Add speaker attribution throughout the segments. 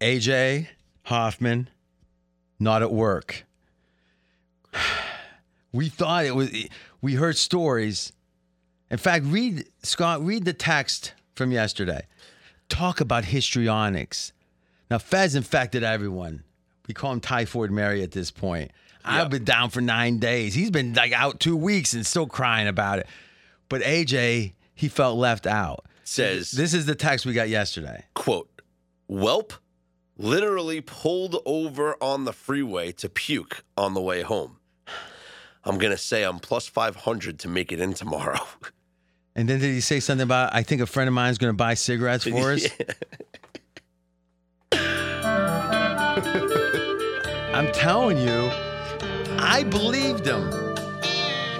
Speaker 1: AJ Hoffman, not at work. We thought it was, we heard stories. In fact, read, Scott, read the text from yesterday. Talk about histrionics. Now, Fez infected everyone. We call him Typhoid Mary at this point. I've been down for nine days. He's been like out two weeks and still crying about it. But AJ, he felt left out.
Speaker 2: Says-
Speaker 1: this is the text we got yesterday.
Speaker 2: Quote, Welp literally pulled over on the freeway to puke on the way home. I'm going to say I'm plus 500 to make it in tomorrow.
Speaker 1: And then did he say something about I think a friend of mine's going to buy cigarettes for us? I'm telling you, I believed him.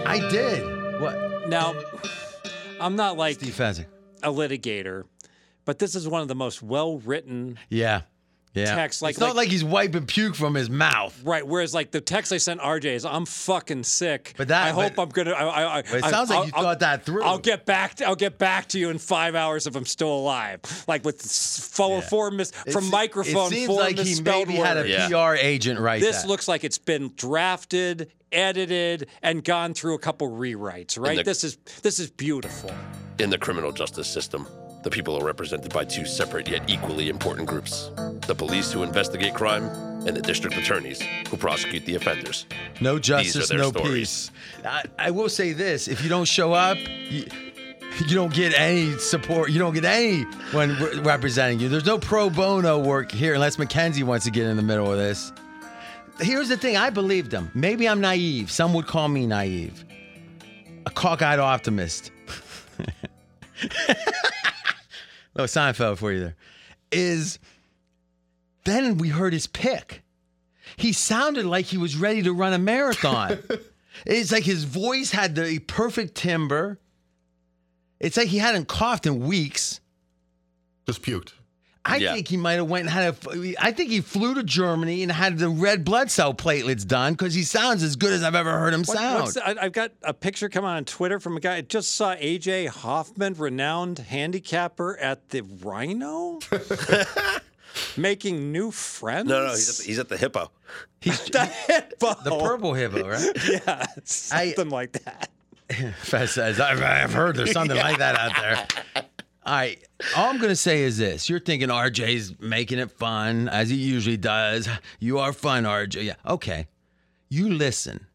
Speaker 1: I did. What?
Speaker 3: Now, I'm not like
Speaker 1: Steve Fezzik.
Speaker 3: a litigator, but this is one of the most well written.
Speaker 1: Yeah. Yeah.
Speaker 3: Text, like-
Speaker 1: it's not
Speaker 3: like-
Speaker 1: like he's wiping puke from his mouth.
Speaker 3: Right, whereas like the text I sent RJ is, "I'm fucking sick.
Speaker 1: But that-
Speaker 3: I hope
Speaker 1: but-
Speaker 3: I'm gonna. I, I, I,
Speaker 1: But it sounds like you thought that through.
Speaker 3: I'll get back. To, I'll get back to you in five hours if I'm still alive. Like with s- four,
Speaker 1: Yeah.
Speaker 3: four mis
Speaker 1: It
Speaker 3: from
Speaker 1: se-
Speaker 3: microphone.
Speaker 1: It seems
Speaker 3: four
Speaker 1: like he
Speaker 3: misspelled
Speaker 1: maybe had a
Speaker 3: words.
Speaker 2: Yeah.
Speaker 1: PR agent right
Speaker 3: This
Speaker 1: that.
Speaker 3: looks like it's been drafted, edited, and gone through a couple rewrites. Right.
Speaker 2: the-
Speaker 3: this is this is beautiful.
Speaker 2: in the criminal justice system, the people are represented by two separate yet equally important groups the police who investigate crime and the district attorneys who prosecute the offenders.
Speaker 1: No justice,
Speaker 2: their
Speaker 1: no
Speaker 2: stories.
Speaker 1: peace. I, I will say this: if you don't show up, you, you don't get any support. You don't get anyone re- representing you. There's no pro bono work here unless Mackenzie wants to get in the middle of this. Here's the thing: I believed him. Maybe I'm naive. Some would call me naive, a cockeyed optimist. no Seinfeld for you there. Is then we heard his pick he sounded like he was ready to run a marathon. it's like his voice had the perfect timbre. It's like he hadn't coughed in weeks.
Speaker 4: Just puked.
Speaker 1: I
Speaker 2: Yeah.
Speaker 1: think he might have went and had a. I think he flew to Germany and had the red blood cell platelets done because he sounds as good as I've ever heard him
Speaker 3: What-
Speaker 1: sound.
Speaker 3: what's the- I, I've got a picture coming on Twitter from a guy. I just saw AJ Hoffman, renowned handicapper at the Rhino, making new friends.
Speaker 2: No, no, he's at the, he's at the hippo.
Speaker 1: He's
Speaker 3: the hippo.
Speaker 1: the purple hippo, right?
Speaker 3: Yeah, something like that.
Speaker 1: Fez says, I've, I've heard there's something like that out there. All right. All I'm going to say is this. You're thinking RJ's making it fun, as he usually does. You are fun, RJ. Yeah. Okay. You listen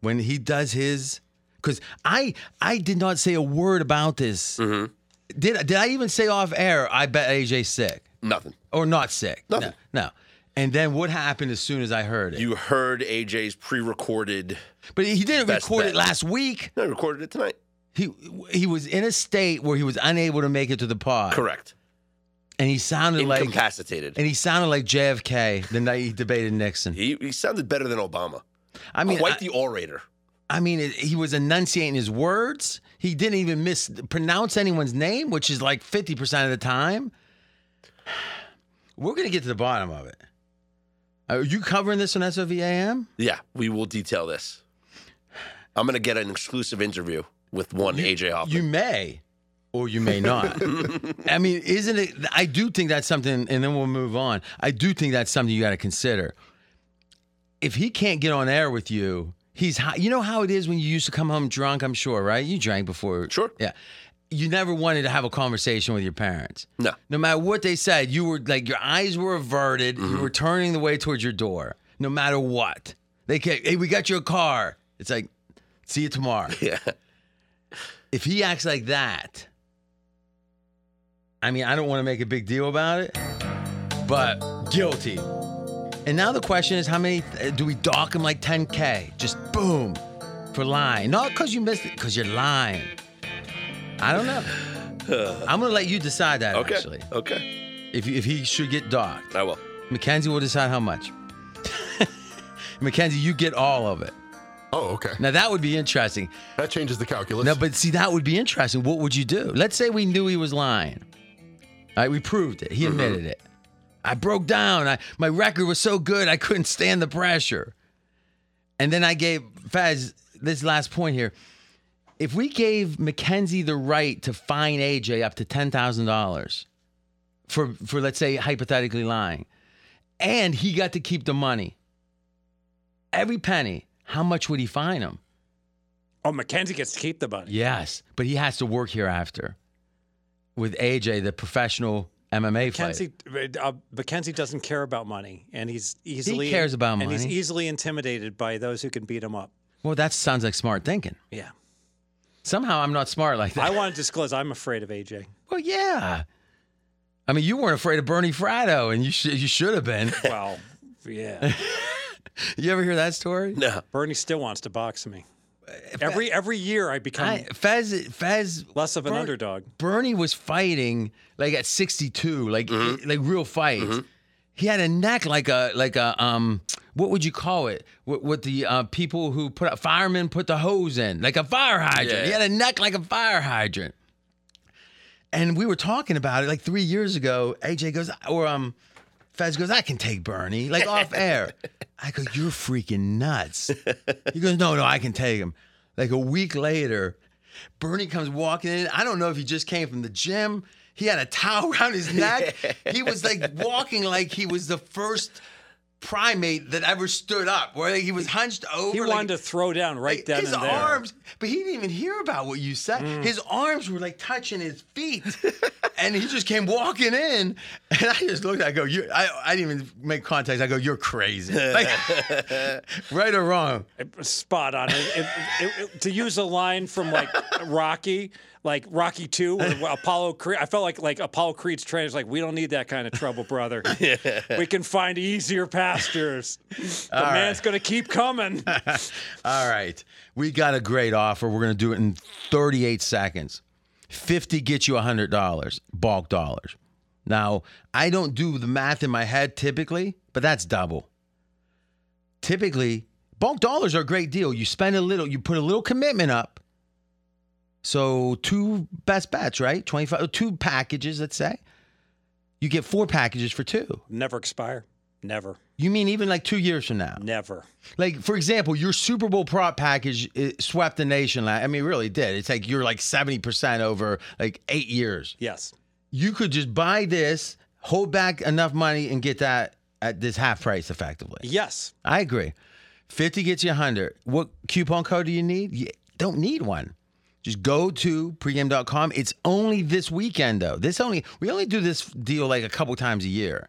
Speaker 1: when he does his. Because I, I did not say a word about this.
Speaker 2: Mm-hmm.
Speaker 1: Did, did I even say off air, I bet AJ's sick
Speaker 2: Nothing.
Speaker 1: or not sick?
Speaker 2: Nothing.
Speaker 1: No. no. And then what happened as soon as I heard it?
Speaker 2: You heard AJ's pre recorded.
Speaker 1: but he didn't
Speaker 2: Best
Speaker 1: record it
Speaker 2: bet.
Speaker 1: last week.
Speaker 2: No, he recorded it tonight.
Speaker 1: He he was in a state where he was unable to make it to the pod.
Speaker 2: Correct.
Speaker 1: And he sounded like
Speaker 2: Incapacitated.
Speaker 1: and he sounded like JFK the night he debated Nixon.
Speaker 2: He, he sounded better than Obama.
Speaker 1: I mean,
Speaker 2: Quite
Speaker 1: I,
Speaker 2: the orator.
Speaker 1: I mean, it, he was enunciating his words. He didn't even mispronounce anyone's name, which is like fifty percent of the time. We're gonna get to the bottom of it. Are you covering this on SOVAM?
Speaker 2: Yeah, we will detail this. I'm going to get an exclusive interview with one AJ Hoffman.
Speaker 1: You may, or you may not. I mean, isn't it? I do think that's something, and then we'll move on. I do think that's something you got to consider. If he can't get on air with you, he's high. You know how it is when you used to come home drunk. I'm sure, right? You drank before.
Speaker 2: Sure.
Speaker 1: Yeah. You never wanted to have a conversation with your parents.
Speaker 2: no.
Speaker 1: No matter what they said, you were like your eyes were averted. You were turning the way towards your door, no matter what. They can't. Hey, we got you a car. It's like, see you tomorrow
Speaker 2: Yeah.
Speaker 1: if he acts like that, I mean, I don't want to make a big deal about it, but guilty. And now the question is, how many uh, do we dock him like 10K? Just boom for lying. Not because you missed it, because you're lying. I don't know. I'm going to let you decide that,
Speaker 2: Okay.
Speaker 1: actually,
Speaker 2: Okay.
Speaker 1: if, if he should get docked.
Speaker 2: I will.
Speaker 1: Mackenzie will decide how much. Mackenzie, you get all of it.
Speaker 4: Oh, okay.
Speaker 1: Now, that would be interesting.
Speaker 4: That changes the calculus.
Speaker 1: No, but see, that would be interesting. What would you do? Let's say we knew he was lying. All right, we proved it. He admitted it. I broke down. I, my record was so good, I couldn't stand the pressure. And then I gave Faz this last point here. If we gave Mackenzie the right to fine AJ up to ten thousand dollars for for let's say hypothetically lying, and he got to keep the money. Every penny. How much would he fine him?
Speaker 3: Oh, Mackenzie gets to keep the money.
Speaker 1: Yes, but he has to work hereafter with AJ, the professional MMA fighter.
Speaker 3: Mackenzie, uh, Mackenzie doesn't care about money, and he's easily
Speaker 1: cares about
Speaker 3: and he's
Speaker 1: money.
Speaker 3: easily intimidated by those who can beat him up.
Speaker 1: Well, that sounds like smart thinking.
Speaker 3: Yeah,
Speaker 1: Somehow I'm not smart like that.
Speaker 3: I want to disclose I'm afraid of AJ.
Speaker 1: well, yeah. I mean, you weren't afraid of Bernie Fratto, and you should you should have been.
Speaker 3: Well, yeah,
Speaker 1: You ever hear that story?
Speaker 2: No.
Speaker 3: Bernie still wants to box me. Every every year I become
Speaker 1: I, Fez Fez
Speaker 3: less of an
Speaker 1: Bern-
Speaker 3: underdog.
Speaker 1: Bernie was fighting like at 62, like like real fights. He had a neck like a like a um what would you call it? What, what the uh, people who put up firemen put the hose in like a fire hydrant. He
Speaker 2: Yeah.
Speaker 1: had a neck like a fire hydrant. And we were talking about it like three years ago. AJ goes or um Fez goes I can take Bernie like off air. I go you're freaking nuts. He goes, no, no, I can take him. Like a week later, Bernie comes walking in. I don't know if he just came from the gym. He had a towel around his neck. He was like walking like he was the first primate that ever stood up, where like, he was hunched over.
Speaker 3: He
Speaker 1: like-
Speaker 3: wanted to throw down right
Speaker 1: like,
Speaker 3: then
Speaker 1: his
Speaker 3: and there. Mm.
Speaker 1: arms, but he didn't even hear about what you said. His arms were like touching his feet, and he just came walking in. And I just looked. I go, you. I, I didn't even make contact. I go, you're crazy, like, right or wrong.
Speaker 3: spot on. It, it, it, it- to use a line from like Rocky, like Rocky Two, or Apollo Creed. I felt like like Apollo Creed's trainers, like we don't need that kind of trouble, brother. We can find easier pastures. The man's gonna keep coming.
Speaker 1: All right. We got a great offer. We're going to do it in 38 seconds. 50 gets you $100, bulk dollars. Now, I don't do the math in my head typically, but that's double. Typically, bulk dollars are a great deal. You spend a little, you put a little commitment up. So, two best bets, right? 25 two packages, let's say. You get four packages for two.
Speaker 3: Never expire. Never.
Speaker 1: You mean even like 2 years from now?
Speaker 3: Never.
Speaker 1: Like for example, your Super Bowl prop package uh, swept the nation. la- I mean, it really did. It's like you're like seventy percent over like eight years.
Speaker 3: Yes.
Speaker 1: You could just buy this, hold back enough money, and get that at this half price effectively.
Speaker 3: Yes.
Speaker 1: I agree. Fifty gets you hundred. What coupon code do you need? You don't need one. Just go to pregame.com. It's only this weekend though. This only we only do this deal like a couple times a year.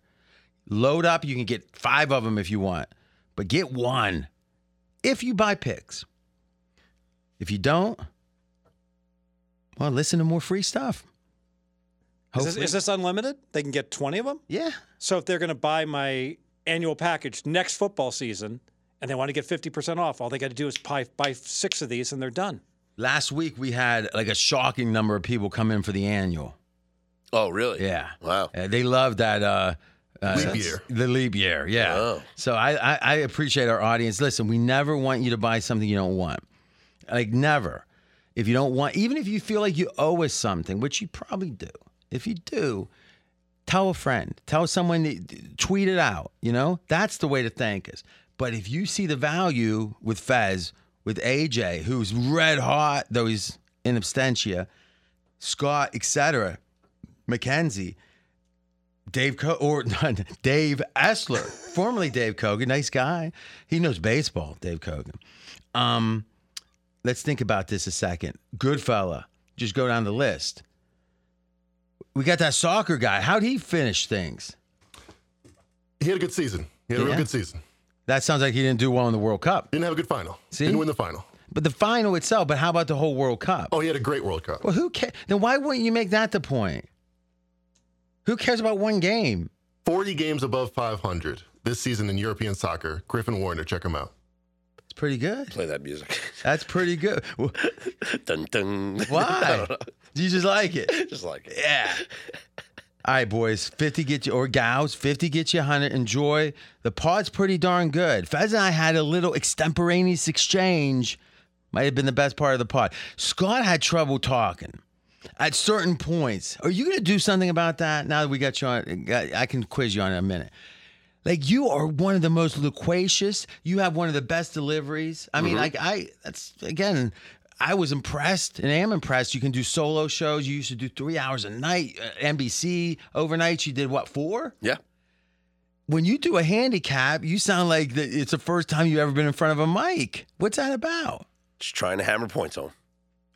Speaker 1: Load up. You can get five of them if you want, but get one if you buy picks. If you don't, well, listen to more free stuff.
Speaker 3: Is this,
Speaker 1: Hopefully,
Speaker 3: is this unlimited? They can get twenty of them.
Speaker 1: yeah.
Speaker 3: So if they're going to buy my annual package next football season and they want to get 50% off, all they got to do is buy, buy six of these and they're done.
Speaker 1: Last week we had like a shocking number of people come in for the annual.
Speaker 2: Oh, really?
Speaker 1: Yeah.
Speaker 2: Wow.
Speaker 1: Uh, they love that uh, uh,
Speaker 4: Leap year.
Speaker 1: The leap year, yeah.
Speaker 2: Oh.
Speaker 1: So I, I I appreciate our audience. Listen, we never want you to buy something you don't want, like never. If you don't want, even if you feel like you owe us something, which you probably do. If you do, tell a friend, tell someone, that- tweet it out. You know that's the way to thank us. But if you see the value with Fez, with AJ, who's red hot, though he's in abstentia, Scott, etc., McKenzie, Dave Co- or not, Dave Essler, formerly Dave Kogan, nice guy. He knows baseball, Dave Kogan. Um, let's think about this a second. Good fella. Just go down the list. We got that soccer guy. How'd he finish things?
Speaker 4: He had a good season. He had a
Speaker 1: Yeah.
Speaker 4: real good season.
Speaker 1: That sounds like he didn't do well in the World Cup.
Speaker 4: Didn't have a good final.
Speaker 1: See?
Speaker 4: Didn't win the final.
Speaker 1: But the final itself, but how about the whole World Cup?
Speaker 4: Oh, he had a great World Cup.
Speaker 1: Well, who cares? Then why wouldn't you make that the point? Who cares about one game?
Speaker 4: 40 games above 500 this season in European soccer. Griffin Warner, check him out.
Speaker 1: It's pretty good.
Speaker 2: Play that music.
Speaker 1: That's pretty good.
Speaker 2: dun dun. I
Speaker 1: Why?
Speaker 2: don't know.
Speaker 1: Do you just like it?
Speaker 2: Just like it.
Speaker 1: Yeah. All right, boys. 50 get you, or gals, 50 get you 100. Enjoy. The pod's pretty darn good. Fez and I had a little extemporaneous exchange. Might have been the best part of the pod. Scott had trouble talking at certain points. Are you going to do something about that now that we got you on? I I can quiz you on it in a minute. Like you are one of the most loquacious. You have one of the best deliveries. I mean, like I that's again, I was impressed and am impressed. You can do solo shows. You used to do three hours a night. Uh, NBC overnight. You did what four?
Speaker 2: Yeah.
Speaker 1: when you do a handicap, you sound like the, it's the first time you've ever been in front of a mic. What's that about?
Speaker 2: Just trying to hammer points home.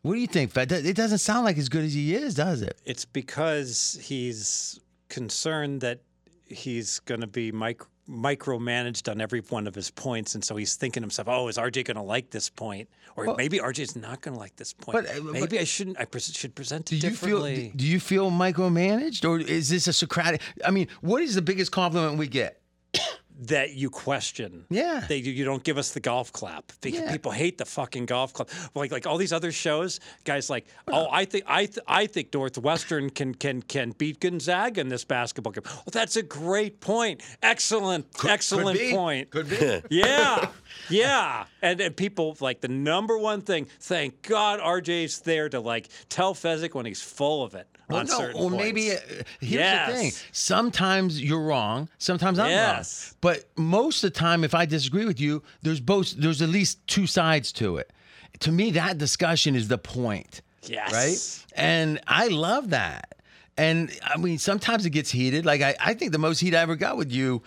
Speaker 1: What do you think, Fed? That- It doesn't sound like as good as he is, does it?
Speaker 3: It's because he's concerned that he's going to be mic- micromanaged on every one of his points, and so he's thinking to himself, "Oh, is RJ going to like this point? Or
Speaker 1: Well-
Speaker 3: maybe RJ's not going to like this point.
Speaker 1: But, uh, but-
Speaker 3: maybe I shouldn't. I pres should present
Speaker 1: Do
Speaker 3: it
Speaker 1: you feel
Speaker 3: differently."
Speaker 1: do you feel micromanaged, or is this a Socratic? I mean, what is the biggest compliment we get?
Speaker 3: that you question.
Speaker 1: Yeah.
Speaker 3: They, you don't give us the golf clap. Pe-
Speaker 1: Yeah.
Speaker 3: People hate the fucking golf clap. Like like all these other shows, guys like, oh, I think I th- I think Northwestern can can can beat Gonzaga in this basketball game. Well, that's a great point. Excellent, excellent
Speaker 1: be.
Speaker 3: point.
Speaker 1: Could be.
Speaker 3: Yeah, yeah, and and people like the number one thing. Thank God RJ's there to like tell Fezzik when he's full of it
Speaker 1: Well,
Speaker 3: on
Speaker 1: no,
Speaker 3: certain
Speaker 1: or
Speaker 3: points.
Speaker 1: maybe uh, here's the thing.
Speaker 3: Yes.
Speaker 1: Sometimes you're wrong. Sometimes I'm
Speaker 3: Yes.
Speaker 1: wrong. But most of the time, if I disagree with you, there's both. There's at least two sides to it. To me, that discussion is the point.
Speaker 3: Yes.
Speaker 1: Right. And I love that. And I mean, sometimes it gets heated. Like I, I think the most heat I ever got with you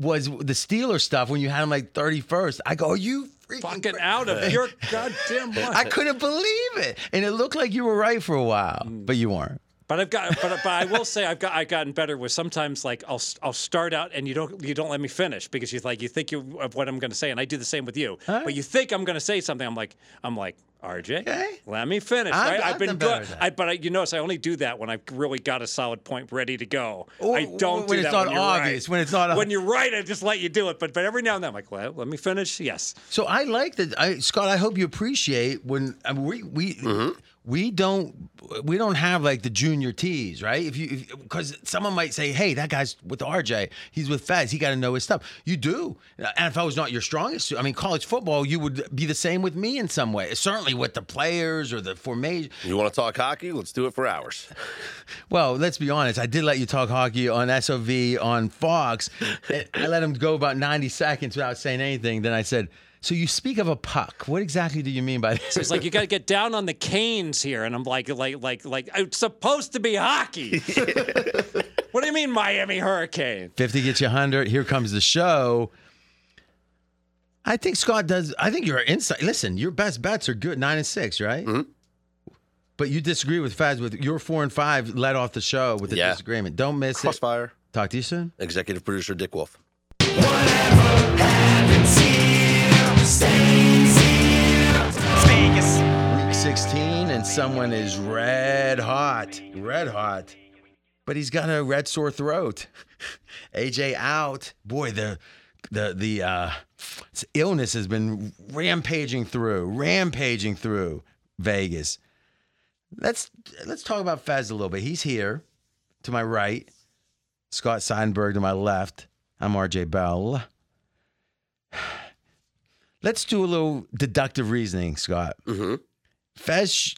Speaker 1: was the Steeler stuff when you had him like 31st. I go, are you freaking
Speaker 3: fucking
Speaker 1: cra-"
Speaker 3: out of your goddamn mind.
Speaker 1: I couldn't believe it. And it looked like you were right for a while, but you weren't.
Speaker 3: But I've got, but, but I will say I've got, I've gotten better with sometimes like I'll, I'll start out and you don't, you don't let me finish because you like you think you of what I'm going to say, and I do the same with you.
Speaker 1: All right.
Speaker 3: But you think I'm going to say something, I'm like, I'm like, RJ,
Speaker 1: Okay.
Speaker 3: let me finish.
Speaker 1: I've-
Speaker 3: right?
Speaker 1: I've
Speaker 3: I've been
Speaker 1: done better
Speaker 3: good.
Speaker 1: at that.
Speaker 3: I, but I, you notice I only do that when I've really got a solid point ready to go. I
Speaker 1: Or
Speaker 3: don't
Speaker 1: when it's
Speaker 3: do that
Speaker 1: not
Speaker 3: when you're
Speaker 1: obvious,
Speaker 3: Right.
Speaker 1: when it's not
Speaker 3: when you're right, I just let you do it. But but every now and then I'm like, well, let me finish. Yes.
Speaker 1: So I like that, I, Scott. I hope you appreciate when I mean, we we we don't we don't have like the junior tees, right? If you because someone might say, "Hey, that guy's with RJ. He's with Fez. He got to know his stuff." You do. And if I was not your strongest, I mean, college football, you would be the same with me in some way. Certainly with the players or the formation.
Speaker 2: You want to talk hockey? Let's do it for hours.
Speaker 1: Well, let's be honest. I did let you talk hockey on SOV on Fox. And I let him go about 90 seconds without saying anything. Then I said, So you speak of a puck. What exactly do you mean by
Speaker 3: So
Speaker 1: that?
Speaker 3: he's like, you got to get down on the canes here, and I'm like, like, like, like, it's supposed to be hockey. what do you mean, Miami Hurricane?
Speaker 1: 50 gets you 100. Here comes the show. I think Scott does. I think your insight. Listen, your best bets are good, nine and six, right? But you disagree with Faz with your four and five led off the show with a
Speaker 2: Yeah.
Speaker 1: disagreement. Don't miss it.
Speaker 2: Crossfire.
Speaker 1: Talk to you soon.
Speaker 2: Executive producer Dick Wolf.
Speaker 1: Week 16, and someone is red hot, red hot, but he's got a red sore throat. AJ out. Boy, the the the uh, illness has been rampaging through, rampaging through Vegas. Let's let's talk about Fez a little bit. He's here to my right, Scott Seinberg to my left. I'm RJ Bell. Let's do a little deductive reasoning, Scott.
Speaker 2: Mm-hmm.
Speaker 1: Fez sh-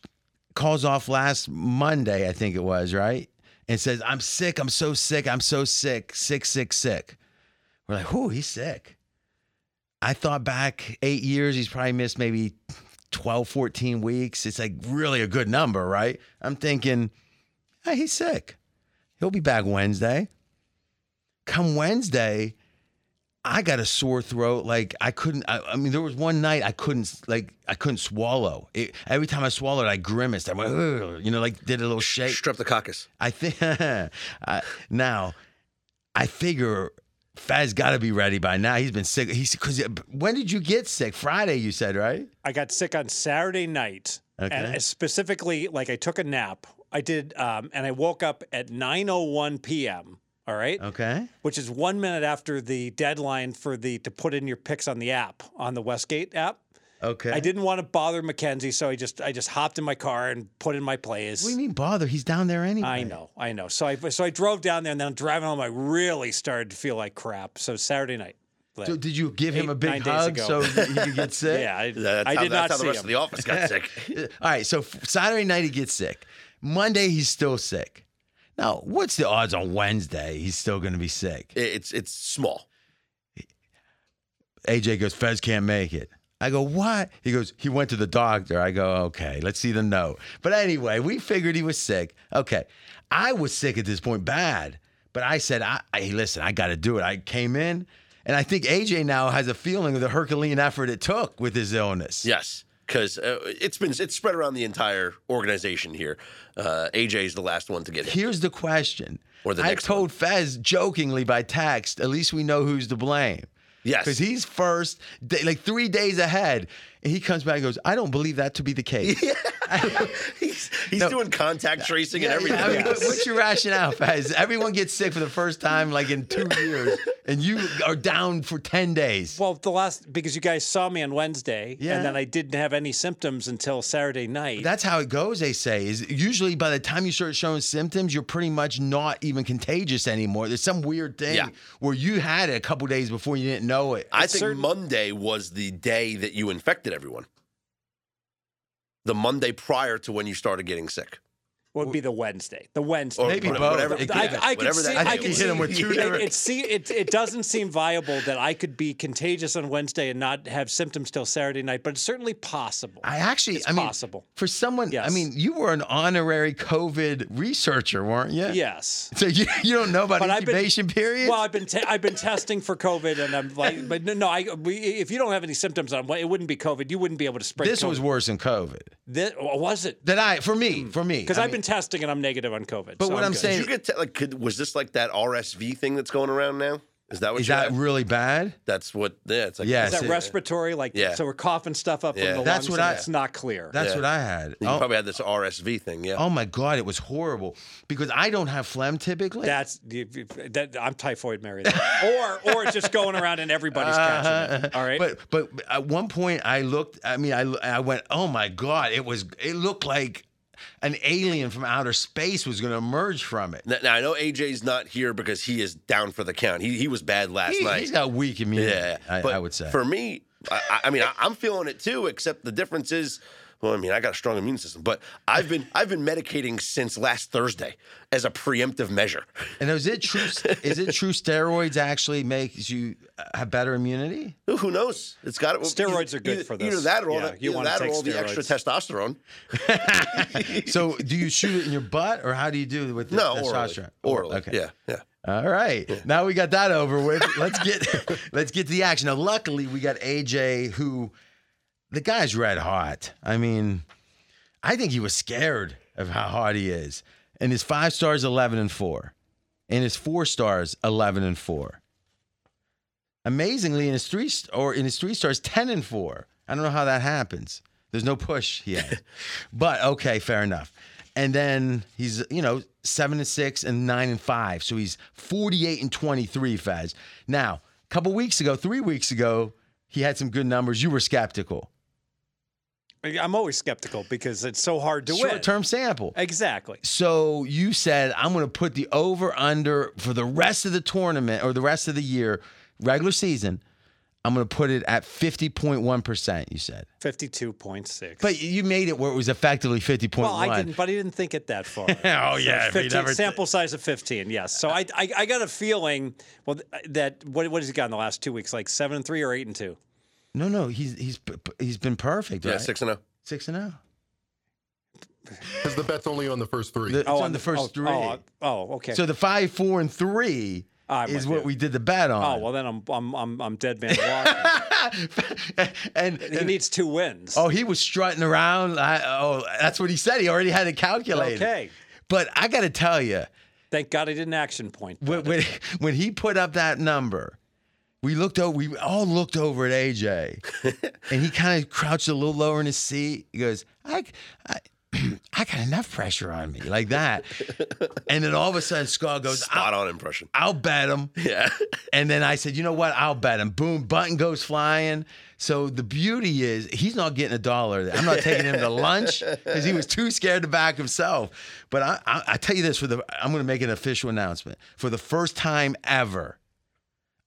Speaker 1: calls off last Monday, I think it was, right? And says, I'm sick. I'm so sick. I'm so sick. Sick, sick, sick. We're like, whoo, he's sick. I thought back eight years, he's probably missed maybe 12, 14 weeks. It's like really a good number, right? I'm thinking, hey, he's sick. He'll be back Wednesday. Come Wednesday, I got a sore throat. Like I couldn't. I, I mean, there was one night I couldn't. Like I couldn't swallow. It, every time I swallowed, I grimaced. I went, Ugh, you know, like did a little shake.
Speaker 2: Streptococcus.
Speaker 1: I think I, now, I figure Faz got to be ready by now. He's been sick. He's because when did you get sick? Friday, you said, right?
Speaker 3: I got sick on Saturday night,
Speaker 1: Okay.
Speaker 3: and specifically, like, I took a nap. I did, um, and I woke up at 9:01 p.m. All right,
Speaker 1: Okay.
Speaker 3: which is one minute after the deadline for the to put in your picks on the app on the Westgate app.
Speaker 1: Okay.
Speaker 3: I didn't want to bother Mackenzie, so I just I just hopped in my car and put in my plays.
Speaker 1: What do you mean bother? He's down there anyway.
Speaker 3: I know, I know. So I so I drove down there, and then driving home, I really started to feel like crap. So Saturday night, like,
Speaker 1: So did you give him
Speaker 3: Eight,
Speaker 1: a
Speaker 3: nine
Speaker 1: big
Speaker 3: days
Speaker 1: hug
Speaker 3: ago.
Speaker 1: so that he could get sick? Uh,
Speaker 3: yeah, I,
Speaker 2: That's
Speaker 3: I
Speaker 2: how,
Speaker 3: did
Speaker 2: that's
Speaker 3: not
Speaker 2: how the
Speaker 3: see
Speaker 2: rest
Speaker 3: him.
Speaker 2: of the office got sick.
Speaker 1: All right, so f- Saturday night he gets sick. Monday he's still sick. Now, what's the odds on Wednesday he's still going to be sick?
Speaker 2: It- It's it's small.
Speaker 1: AJ goes, Fez can't make it. I go, what? He goes, he went to the doctor. I go, okay, let's see the note. But anyway, we figured he was sick. Okay. I was sick at this point, bad. But I said, I, I hey, listen, I got to do it. I came in, and I think AJ now has a feeling of the Herculean effort it took with his illness.
Speaker 2: Yes, because uh, it's been it's spread around the entire organization here. Uh, AJ is the last one to get hit.
Speaker 1: Here's the question.
Speaker 2: Or the
Speaker 1: I
Speaker 2: next
Speaker 1: told Fez jokingly by text, at least we know who's to blame.
Speaker 2: Yes.
Speaker 1: Because he's first, day, like three days ahead. And he comes back and goes, I don't believe that to be the case.
Speaker 2: he's he's
Speaker 1: No.
Speaker 2: doing contact tracing and everything.
Speaker 1: I mean, what-
Speaker 2: Yes.
Speaker 1: what's your rationale, Fez? Everyone gets sick for the first time, like in two years, and you are down for 10 days.
Speaker 3: Well, the last because you guys saw me on Wednesday,
Speaker 1: Yeah.
Speaker 3: and then I didn't have any symptoms until Saturday night.
Speaker 1: That's how it goes, they say. Is usually by the time you start showing symptoms, you're pretty much not even contagious anymore. There's some weird thing
Speaker 2: Yeah.
Speaker 1: where you had it a couple days before you didn't know it.
Speaker 2: I
Speaker 3: It's
Speaker 2: think
Speaker 3: certain-
Speaker 2: Monday was the day that you infected everyone. The Monday prior to when you started getting sick.
Speaker 3: would be the Wednesday. The Wednesday.
Speaker 2: Or
Speaker 1: Maybe
Speaker 2: whatever-
Speaker 1: both.
Speaker 2: Whatever,
Speaker 1: It could-
Speaker 2: yeah,
Speaker 3: I, I could
Speaker 2: whatever
Speaker 3: see.
Speaker 2: that
Speaker 1: I
Speaker 2: day
Speaker 1: think
Speaker 3: could
Speaker 1: hit
Speaker 2: was.
Speaker 3: see-
Speaker 1: him with two
Speaker 3: it,
Speaker 1: different-
Speaker 3: it, see, it, it doesn't seem viable that I could be contagious on Wednesday and not have symptoms till Saturday night, but it's certainly possible.
Speaker 1: I actually,
Speaker 3: It's
Speaker 1: I mean,
Speaker 3: possible.
Speaker 1: for someone, I
Speaker 3: Yes.
Speaker 1: mean, you were an honorary COVID researcher, weren't you?
Speaker 3: yes.
Speaker 1: So you, you don't know about
Speaker 3: But I've been-
Speaker 1: incubation period?
Speaker 3: Well, I've been te- I've been testing for COVID, and I'm like, but no, no. I we, if you don't have any symptoms, on it wouldn't be COVID. You wouldn't be able to spread.
Speaker 1: this
Speaker 3: COVID.
Speaker 1: was worse than COVID.
Speaker 3: Thi- was it?
Speaker 1: That I, for me, for me.
Speaker 3: Hmm. Because
Speaker 1: I
Speaker 3: I've
Speaker 1: mean,
Speaker 3: been testing and I'm negative on COVID.
Speaker 1: But
Speaker 3: so
Speaker 1: what I'm
Speaker 3: good.
Speaker 1: saying-
Speaker 2: Did you get te- like? Could, was this like that RSV thing that's going around now? Is that what?
Speaker 1: Is
Speaker 2: you
Speaker 1: that
Speaker 2: have?
Speaker 1: really bad?
Speaker 2: that's what. Yeah, it's like
Speaker 1: Yes.
Speaker 3: is that
Speaker 1: it-
Speaker 3: respiratory? Like,
Speaker 2: Yeah.
Speaker 3: so we're coughing stuff up
Speaker 2: Yeah.
Speaker 3: from the
Speaker 1: That's
Speaker 3: lungs
Speaker 1: what
Speaker 3: and
Speaker 1: I-
Speaker 3: it's not clear.
Speaker 1: That's
Speaker 2: Yeah.
Speaker 1: what I had.
Speaker 2: You
Speaker 1: Oh,
Speaker 2: probably had this RSV thing. Yeah.
Speaker 1: oh my God, it was horrible because I don't have phlegm typically.
Speaker 3: That's you- you- that I'm typhoid Mary, then. or or it's just going around and everybody's catching it. All right,
Speaker 1: Uh-huh. But but at one point I looked. I mean, I I went. Oh my God! It was. It looked like an alien from outer space was going to emerge from it.
Speaker 2: Now, now, I know AJ's not here because he is down for the count. He he was bad last
Speaker 1: He,
Speaker 2: night.
Speaker 1: has got weak immunity.
Speaker 2: yeah,
Speaker 1: I,
Speaker 2: but
Speaker 1: I would say.
Speaker 2: for me, I, I- I mean, I, I'm feeling it too. Except the difference is, well, I mean, I got a strong immune system, but I've been I've been medicating since last Thursday as a preemptive measure.
Speaker 1: and is it true? is it true? Steroids actually makes you uh, have better immunity.
Speaker 2: Who- Who knows? It's got it.
Speaker 3: Steroids are good for this.
Speaker 2: e- Either that or all
Speaker 3: Yeah,
Speaker 2: the,
Speaker 3: you
Speaker 2: either
Speaker 3: wanna
Speaker 2: that or
Speaker 3: take
Speaker 2: all the extra testosterone.
Speaker 1: So do you shoot it in your butt, or how do you do it with the
Speaker 2: No, orally.
Speaker 1: testosterone?
Speaker 2: Orally.
Speaker 1: Okay.
Speaker 2: Yeah, yeah.
Speaker 1: All right. Now we got that over with. Let's get let's get to the action. Now, luckily, we got AJ, who the guy's red hot. I mean, I think he was scared of how hot he is. And his five stars, eleven and four, and his four stars, eleven and four. Amazingly, in his three st- or in his three stars, ten and four. I don't know how that happens. There's no push yet, but okay, fair enough. And then he's you know seven and six and nine and five, so he's forty-eight and twenty-three. Faz. Now, a couple weeks ago, three weeks ago, he had some good numbers. You were skeptical.
Speaker 3: I'm always skeptical because it's so hard to win.
Speaker 1: Short-term sample.
Speaker 3: Exactly.
Speaker 1: So you said I'm going to put the over under for the rest of the tournament or the rest of the year, regular season. I'm going to put it at 50.1%, you said.
Speaker 3: 52.6.
Speaker 1: But you made it where it was effectively 50.1.
Speaker 3: well, I didn't. But I didn't think it that far.
Speaker 1: Oh, yeah. if he
Speaker 3: 15,
Speaker 1: never-
Speaker 3: sample size of 15, yes. So I, I, I got a feeling, well, th- uh, that what, what has he got in the last two weeks? Like seven and three or eight and two?
Speaker 1: no, no, he's he's p- p- he's been perfect,
Speaker 2: Yeah,
Speaker 1: right?
Speaker 2: six and zero.
Speaker 1: Six and oh.
Speaker 4: Because the bet's only on the first three.
Speaker 1: The- it's on the
Speaker 3: oh,
Speaker 1: first three.
Speaker 3: Oh, oh, okay.
Speaker 1: So the five, four, and three
Speaker 3: I'm
Speaker 1: is
Speaker 3: with
Speaker 1: what
Speaker 3: you.
Speaker 1: we did the bet on.
Speaker 3: oh, well, then I'm, I'm, I'm, I'm dead man walking.
Speaker 1: and,
Speaker 3: he
Speaker 1: and-
Speaker 3: needs two wins.
Speaker 1: oh, he was strutting around. I, oh, that's what he said. He already had it calculated.
Speaker 3: okay.
Speaker 1: But I got to tell you,
Speaker 3: Thank God I didn't action point.
Speaker 1: when, when, when he put up that number, we looked over. We all looked over at AJ, and he kind of crouched a little lower in his seat. He goes, "I, I, I got enough pressure on me like that." And then all of a sudden, Scott goes,
Speaker 2: Spot
Speaker 1: I'll,
Speaker 2: on impression.
Speaker 1: "I'll bet him."
Speaker 2: Yeah.
Speaker 1: And then I said, "You know what? I'll bet him." Boom, button goes flying. So the beauty is he's not getting a dollar. I'm not taking him to lunch because he was too scared to back himself. But I, I, I tell you this for the I'm going to make an official announcement for the first time ever.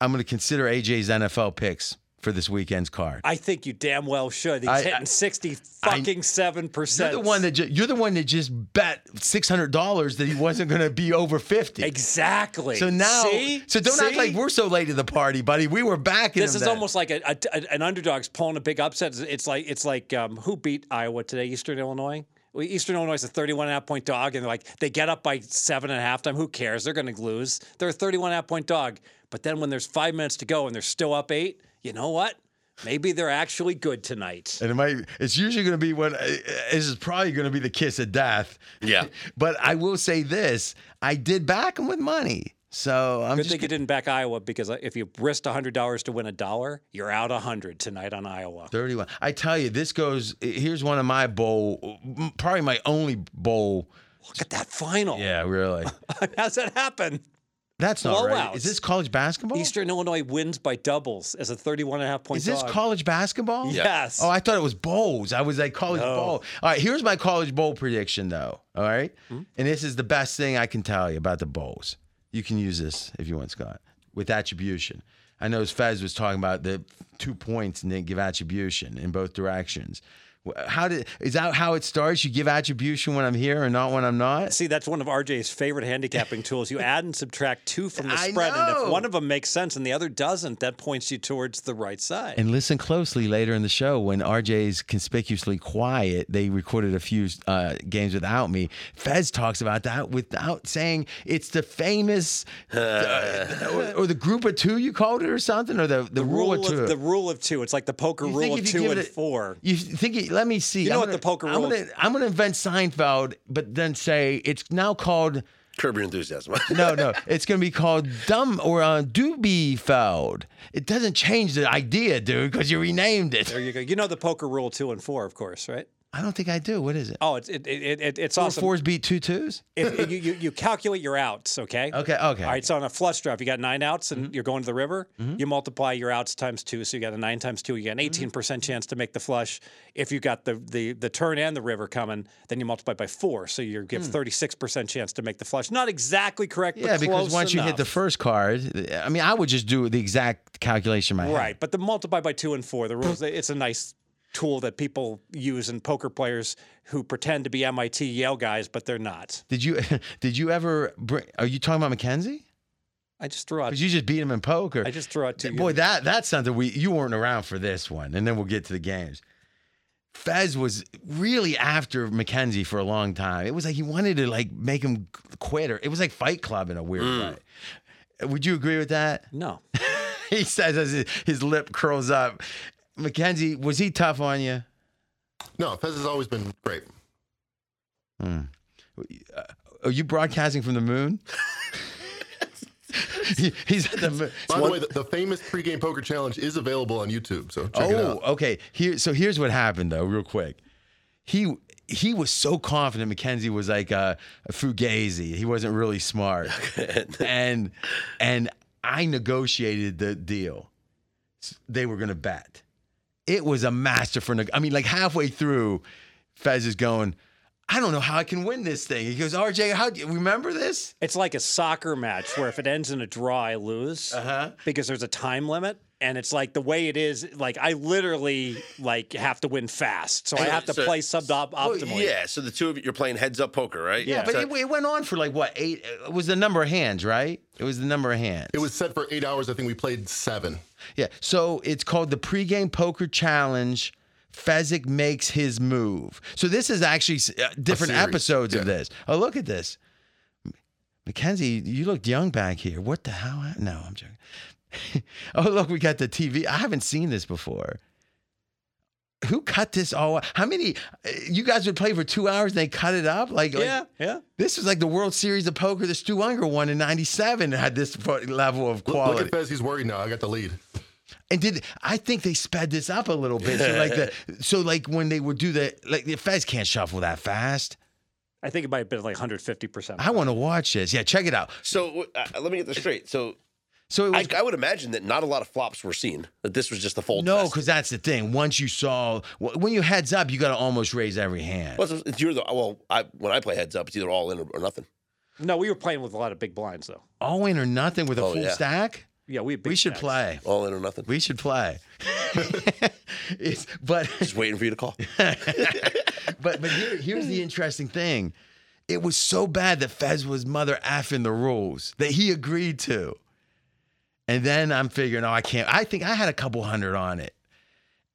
Speaker 1: I'm going to consider AJ's NFL picks for this weekend's card.
Speaker 3: I think you damn well should. He's
Speaker 1: I- I-
Speaker 3: hitting sixty fucking seven
Speaker 1: You're
Speaker 3: percent.
Speaker 1: the one that ju- you're the one that just bet six hundred dollars that he wasn't going to be over fifty.
Speaker 3: exactly.
Speaker 1: So now,
Speaker 3: See?
Speaker 1: so don't act
Speaker 3: See?
Speaker 1: like we're so late to the party, buddy. We were back.
Speaker 3: This is almost like a, a, an underdog's pulling a big upset. It's like it's like um, who beat Iowa today? Eastern Illinois. Eastern Illinois is a 31 and a half point dog, and they're like they get up by seven and a half time. Who cares? They're going to lose. They're a 31 and a half point dog. But then when there's five minutes to go and they're still up eight, you know what? Maybe they're actually good tonight.
Speaker 1: And it might. It's usually going to be what. This is probably going to be the kiss of death.
Speaker 2: Yeah.
Speaker 1: but I will say this: I did back him with money, so I'm
Speaker 3: Good
Speaker 1: just.
Speaker 3: thing you didn't back Iowa because uh, if you risked $100 to win a dollar, you're out 100 tonight on Iowa.
Speaker 1: 31. I tell you, this goes. Here's one of my bowl, probably my only bowl.
Speaker 3: Look at that final.
Speaker 1: Yeah, really.
Speaker 3: How's that happen?
Speaker 1: That's not right.
Speaker 3: Blowouts.
Speaker 1: Is this college basketball?
Speaker 3: Eastern Illinois wins by doubles as a 31 and a half point
Speaker 1: Is this
Speaker 3: dog.
Speaker 1: college basketball?
Speaker 3: Yes.
Speaker 1: Oh, I thought it was bowls. I was like college
Speaker 3: No.
Speaker 1: bowl. All right, here's my college bowl prediction though. All right?
Speaker 3: Hmm?
Speaker 1: and this is the best thing I can tell you about the bowls. You can use this if you want, Scott, with attribution. I know Fez was talking about the two points and then give attribution in both directions. Wh- How did is that how it starts? You give attribution when I'm here and not when I'm not.
Speaker 3: See, that's one of RJ's favorite handicapping tools. You add and subtract two from the
Speaker 1: I
Speaker 3: spread, and
Speaker 1: know.
Speaker 3: if one of them makes sense and the other doesn't, that points you towards the right side.
Speaker 1: And listen closely later in the show when RJ's conspicuously quiet. They recorded a few uh, games without me. Fez talks about that without saying it's the famous uh, or, or the group of two you called it or something or the, the, rule, of two.
Speaker 3: of the rule of two. It's like the poker
Speaker 1: You
Speaker 3: rule
Speaker 1: think
Speaker 3: of
Speaker 1: if you
Speaker 3: two
Speaker 1: give
Speaker 3: and
Speaker 1: it a-
Speaker 3: four.
Speaker 1: You think? It, let me see.
Speaker 3: You know
Speaker 1: I'm
Speaker 3: what
Speaker 1: gonna-
Speaker 3: the poker
Speaker 1: I'm
Speaker 3: rule-
Speaker 1: gonna, I'm going to invent Seinfeld, but then say it's now called
Speaker 2: Curb your enthusiasm.
Speaker 1: no, no. It's going to be called Dumb or uh, Doobie-feld. It doesn't change the idea, dude, because you renamed it.
Speaker 3: There you go. You know the poker rule of two and four, of course, right?
Speaker 1: I don't think I do. What is it?
Speaker 3: Oh, it's it, it, it, it's
Speaker 1: Four
Speaker 3: awesome.
Speaker 1: fours beat two twos?
Speaker 3: If you, you you calculate your outs, okay?
Speaker 1: Okay, okay.
Speaker 3: All right, so on a flush draw, if you got nine outs and
Speaker 1: Mm-hmm.
Speaker 3: you're going to the river, you multiply your outs times two, so you got a nine times two, you
Speaker 1: Mm-hmm.
Speaker 3: got an 18 percent chance to make the flush. If you got the the the turn and the river coming, then you multiply by four, so you give 36 percent chance to make the flush. Not exactly correct,
Speaker 1: Hmm. Yeah,
Speaker 3: but
Speaker 1: because
Speaker 3: close
Speaker 1: once you hit the
Speaker 3: enough.
Speaker 1: first card, I mean, I would just do the exact calculation in my head.
Speaker 3: right, but the multiply by two and four, the rules. it's a nice tool that people use in poker players who pretend to be MIT Yale guys, but they're not.
Speaker 1: Did you did you ever bring? Are you talking about McKenzie?
Speaker 3: I just throw out.
Speaker 1: Because you just beat him in poker.
Speaker 3: Uh, I just throw out two.
Speaker 1: Boy, that that's something we you weren't around for this one, and then we'll get to the games. Fez was really after McKenzie for a long time. It was like he wanted to like make him quit, or it was like Fight Club in a weird
Speaker 3: Mm.
Speaker 1: way. Would you agree with that?
Speaker 3: no.
Speaker 1: he says as his, his lip curls up. Mackenzie, was he tough on you?
Speaker 4: No, Fez has always been great.
Speaker 1: Are you broadcasting from the moon? He- he's at the moon.
Speaker 4: By the way, the, the famous pregame poker challenge is available on YouTube, so check it
Speaker 1: Oh,
Speaker 4: out.
Speaker 1: okay. Here, so here's what happened though, real quick. He he was so confident Mackenzie was like a, a fugazi. He wasn't really smart, and and I negotiated the deal. S- They were gonna bet. It was a master for. neg- I mean, like halfway through, Fez is going. I don't know how I can win this thing. He goes, RJ, how do you remember this?
Speaker 3: It's like a soccer match where if it ends in a draw, I lose because there's a time limit. And it's like the way it is, like I literally like have to win fast, so I have to
Speaker 2: So-
Speaker 3: play suboptimally.
Speaker 2: yeah. So the two of you, you're playing heads up poker, right?
Speaker 1: Yeah, but
Speaker 2: So-
Speaker 1: it, it went on for like what eight? It was the number of hands, right? It was the number of hands.
Speaker 4: It was set for eight hours. I think we played seven.
Speaker 1: Yeah. So it's called the pregame poker challenge. Fezzik makes his move. So this is actually uh, different
Speaker 4: series,
Speaker 1: episodes of
Speaker 4: yeah.
Speaker 1: this. Oh, look at this. Mackenzie, you looked young back here. What the hell? hap- No, I'm joking. oh, look, we got the TV. I haven't seen this before. Who cut this all? out? How many? uh, You guys would play for two hours and they cut it up? Like, like-
Speaker 3: yeah, yeah.
Speaker 1: This was like the World Series of Poker that Stu Unger won in '97 had this fu- level of
Speaker 4: Look,
Speaker 1: quality.
Speaker 4: look at Fez. He's worried now. I got the lead.
Speaker 1: And did I think they sped this up a little bit? So like the so like when they would do the like the Fez can't shuffle that fast.
Speaker 3: I think it might have been like 150 percent.
Speaker 1: I want to watch this. Yeah, check it out.
Speaker 2: So uh, let me get this straight. So
Speaker 1: So it
Speaker 2: I,
Speaker 1: was
Speaker 2: I would imagine that not a lot of flops were seen. That this was just a fold.
Speaker 1: no,
Speaker 2: fest.
Speaker 1: because that's the thing. Once you saw wh- when you heads up, you got to almost raise every hand.
Speaker 2: Well, it's- it's you're the well. I when I play heads up, it's either all in or, or nothing.
Speaker 3: No, we were playing with a lot of big blinds though.
Speaker 1: All in or nothing with a
Speaker 2: Oh,
Speaker 1: full
Speaker 2: yeah.
Speaker 1: stack.
Speaker 3: Yeah, we had big
Speaker 1: We should
Speaker 3: stacks.
Speaker 1: play.
Speaker 2: All in or nothing.
Speaker 1: We should play. it's, but
Speaker 2: Just waiting for you to call.
Speaker 1: but but here, here's the interesting thing. It was so bad that Fez was mother effing the rules that he agreed to. And then I'm figuring, oh, I can't. I think I had a couple hundred on it.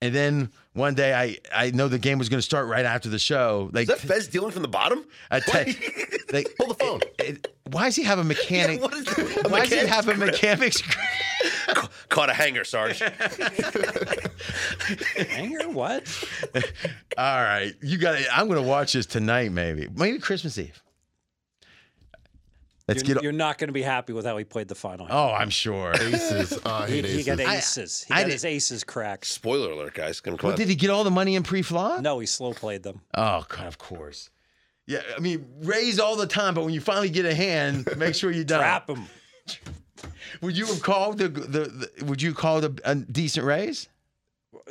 Speaker 1: And then one day, I, I know the game was going to start right after the show. Like,
Speaker 2: Is that Fez dealing from the bottom?
Speaker 1: I tell you- they-
Speaker 4: Hold the phone.
Speaker 1: it- why does he have a mechanic?
Speaker 2: What is that? A
Speaker 1: why does he
Speaker 2: mechanic-
Speaker 1: have a mechanics?
Speaker 2: Caught a hanger, Sarge.
Speaker 3: Anger? What?
Speaker 1: All right, you got. I'm going to watch this tonight, maybe, maybe Christmas Eve. Let's
Speaker 3: You're,
Speaker 1: get.
Speaker 3: you're not going to be happy with how he played the final.
Speaker 1: oh, I'm sure.
Speaker 4: Aces. Oh, I
Speaker 3: he,
Speaker 4: hate
Speaker 3: he
Speaker 4: aces.
Speaker 3: got aces.
Speaker 1: I
Speaker 3: he got
Speaker 1: did-
Speaker 3: his aces cracked.
Speaker 2: Spoiler alert, guys. Gonna come
Speaker 1: Well,
Speaker 2: out.
Speaker 1: did he get all the money in pre-flop?
Speaker 3: No, he slow played them.
Speaker 1: Oh God, of course. Yeah, I mean, raise all the time, but when you finally get a hand, make sure you don't.
Speaker 3: Trap him.
Speaker 1: Would you have called the, the, the Would you call the a decent raise?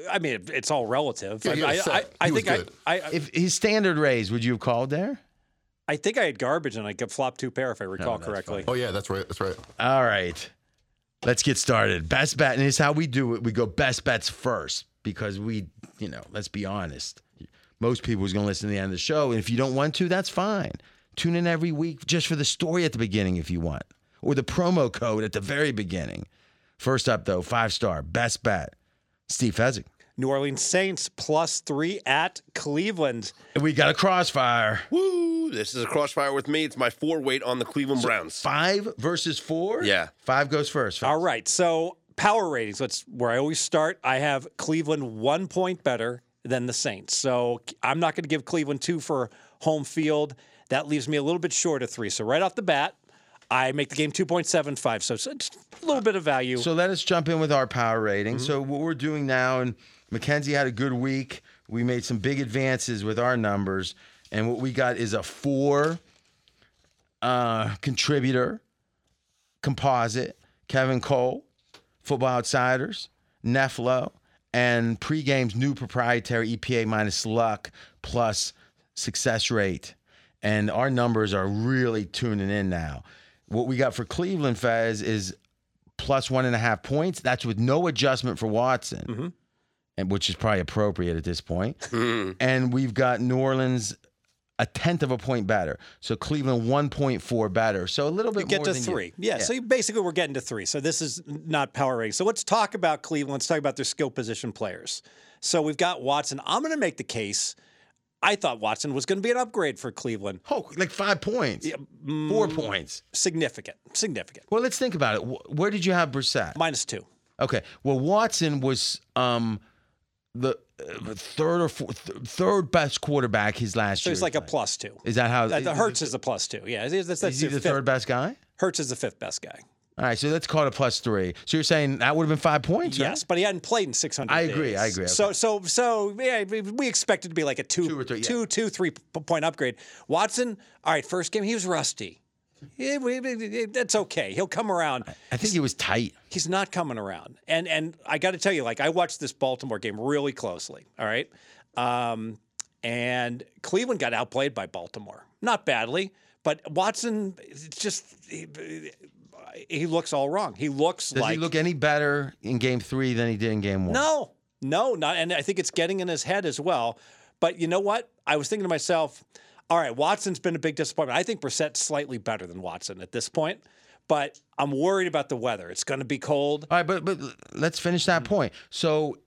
Speaker 3: I mean, it- it's all relative.
Speaker 4: Yeah, he
Speaker 3: I,
Speaker 4: was
Speaker 3: I, I,
Speaker 4: set.
Speaker 3: I
Speaker 4: He was
Speaker 3: think I,
Speaker 4: good.
Speaker 3: I, I,
Speaker 1: If his standard raise, would you have called there?
Speaker 3: think I had garbage and I got flop two pair if I recall correctly.
Speaker 4: Oh yeah, that's right. That's right.
Speaker 1: All right, let's get started. Best bet, and it's how we do it. We go best bets first because we, you know, let's be honest. Most people is going to listen to the end of the show, and if you don't want to, that's fine. Tune in every week just for the story at the beginning if you want, or the promo code at the very beginning. First up, though, five star best bet, Steve Fezzik.
Speaker 3: New Orleans Saints plus three at Cleveland.
Speaker 1: And we got a crossfire.
Speaker 2: Woo! This is a crossfire with me. It's my four weight on the Cleveland Browns.
Speaker 1: Five versus four.
Speaker 2: Yeah.
Speaker 1: five goes first.
Speaker 3: All right. So power ratings. That's where I always start. I have Cleveland one point better than the Saints. So I'm not going to give Cleveland two for home field. That leaves me a little bit short of three. So right off the bat, I make the game 2.75. So it's it's a little bit of value.
Speaker 1: So let us jump in with our power rating. So what we're doing now, and Mackenzie had a good week. We made some big advances with our numbers, and what we got is a four uh, contributor composite: Kevin Cole, Football Outsiders, Neflo, and pregame's new proprietary EPA minus luck plus success rate. And our numbers are really tuning in now. What we got for Cleveland Fez is plus one and a half points. That's with no adjustment for Watson,
Speaker 3: Mm-hmm.
Speaker 1: and which is probably appropriate at this point.
Speaker 3: Mm-hmm.
Speaker 1: And we've got New Orleans a tenth of a point better. So Cleveland one point four better. So a little bit
Speaker 3: get
Speaker 1: more
Speaker 3: to
Speaker 1: than you-
Speaker 3: three. Yeah, So basically, we're getting to three. So this is not power rating. So let's talk about Cleveland. Let's talk about their skill position players. So we've got Watson. I'm going to make the case. I thought Watson was going to be an upgrade for Cleveland.
Speaker 1: Oh, like five points,
Speaker 3: mm.
Speaker 1: four points.
Speaker 3: Significant. Significant.
Speaker 1: Well, let's think about it. Wh- Where did you have Brissett?
Speaker 3: Minus two.
Speaker 1: Okay. Well, Watson was um the uh, third or fourth, th- third best quarterback his last
Speaker 3: So
Speaker 1: year.
Speaker 3: he's like a plus two.
Speaker 1: Is that how?
Speaker 3: Uh, the Hertz is a plus two. Yeah. That's, that's
Speaker 1: Is he
Speaker 3: the
Speaker 1: the
Speaker 3: fifth-
Speaker 1: third best guy?
Speaker 3: Hertz is the fifth best guy.
Speaker 1: All right, so let's call it a plus three. So you're saying that would have been five points? right?
Speaker 3: Yes, but he hadn't played in 600
Speaker 1: I agree,
Speaker 3: days.
Speaker 1: I agree,
Speaker 3: So, so, so, yeah, we- we expected to be like a two,
Speaker 1: Two or three, yeah.
Speaker 3: two- two, three p- point upgrade. Watson, all right, first game, he was rusty. Yeah, we- we- we- That's okay. He'll come around.
Speaker 1: I think he was tight.
Speaker 3: He's not coming around. And and I got to tell you, like I watched this Baltimore game really closely. All right, um, and Cleveland got outplayed by Baltimore, not badly, but Watson it's just he, he looks all wrong. He looks
Speaker 1: Does
Speaker 3: like
Speaker 1: he look any better in game three than he did in game one?
Speaker 3: no, no, not. And I think it's getting in his head as well. But you know what? I was thinking to myself, all right, Watson's been a big disappointment. I think Brissett's slightly better than Watson at this point, but I'm worried about the weather. It's going to be cold.
Speaker 1: All right, but but let's finish that
Speaker 3: Mm-hmm.
Speaker 1: point. So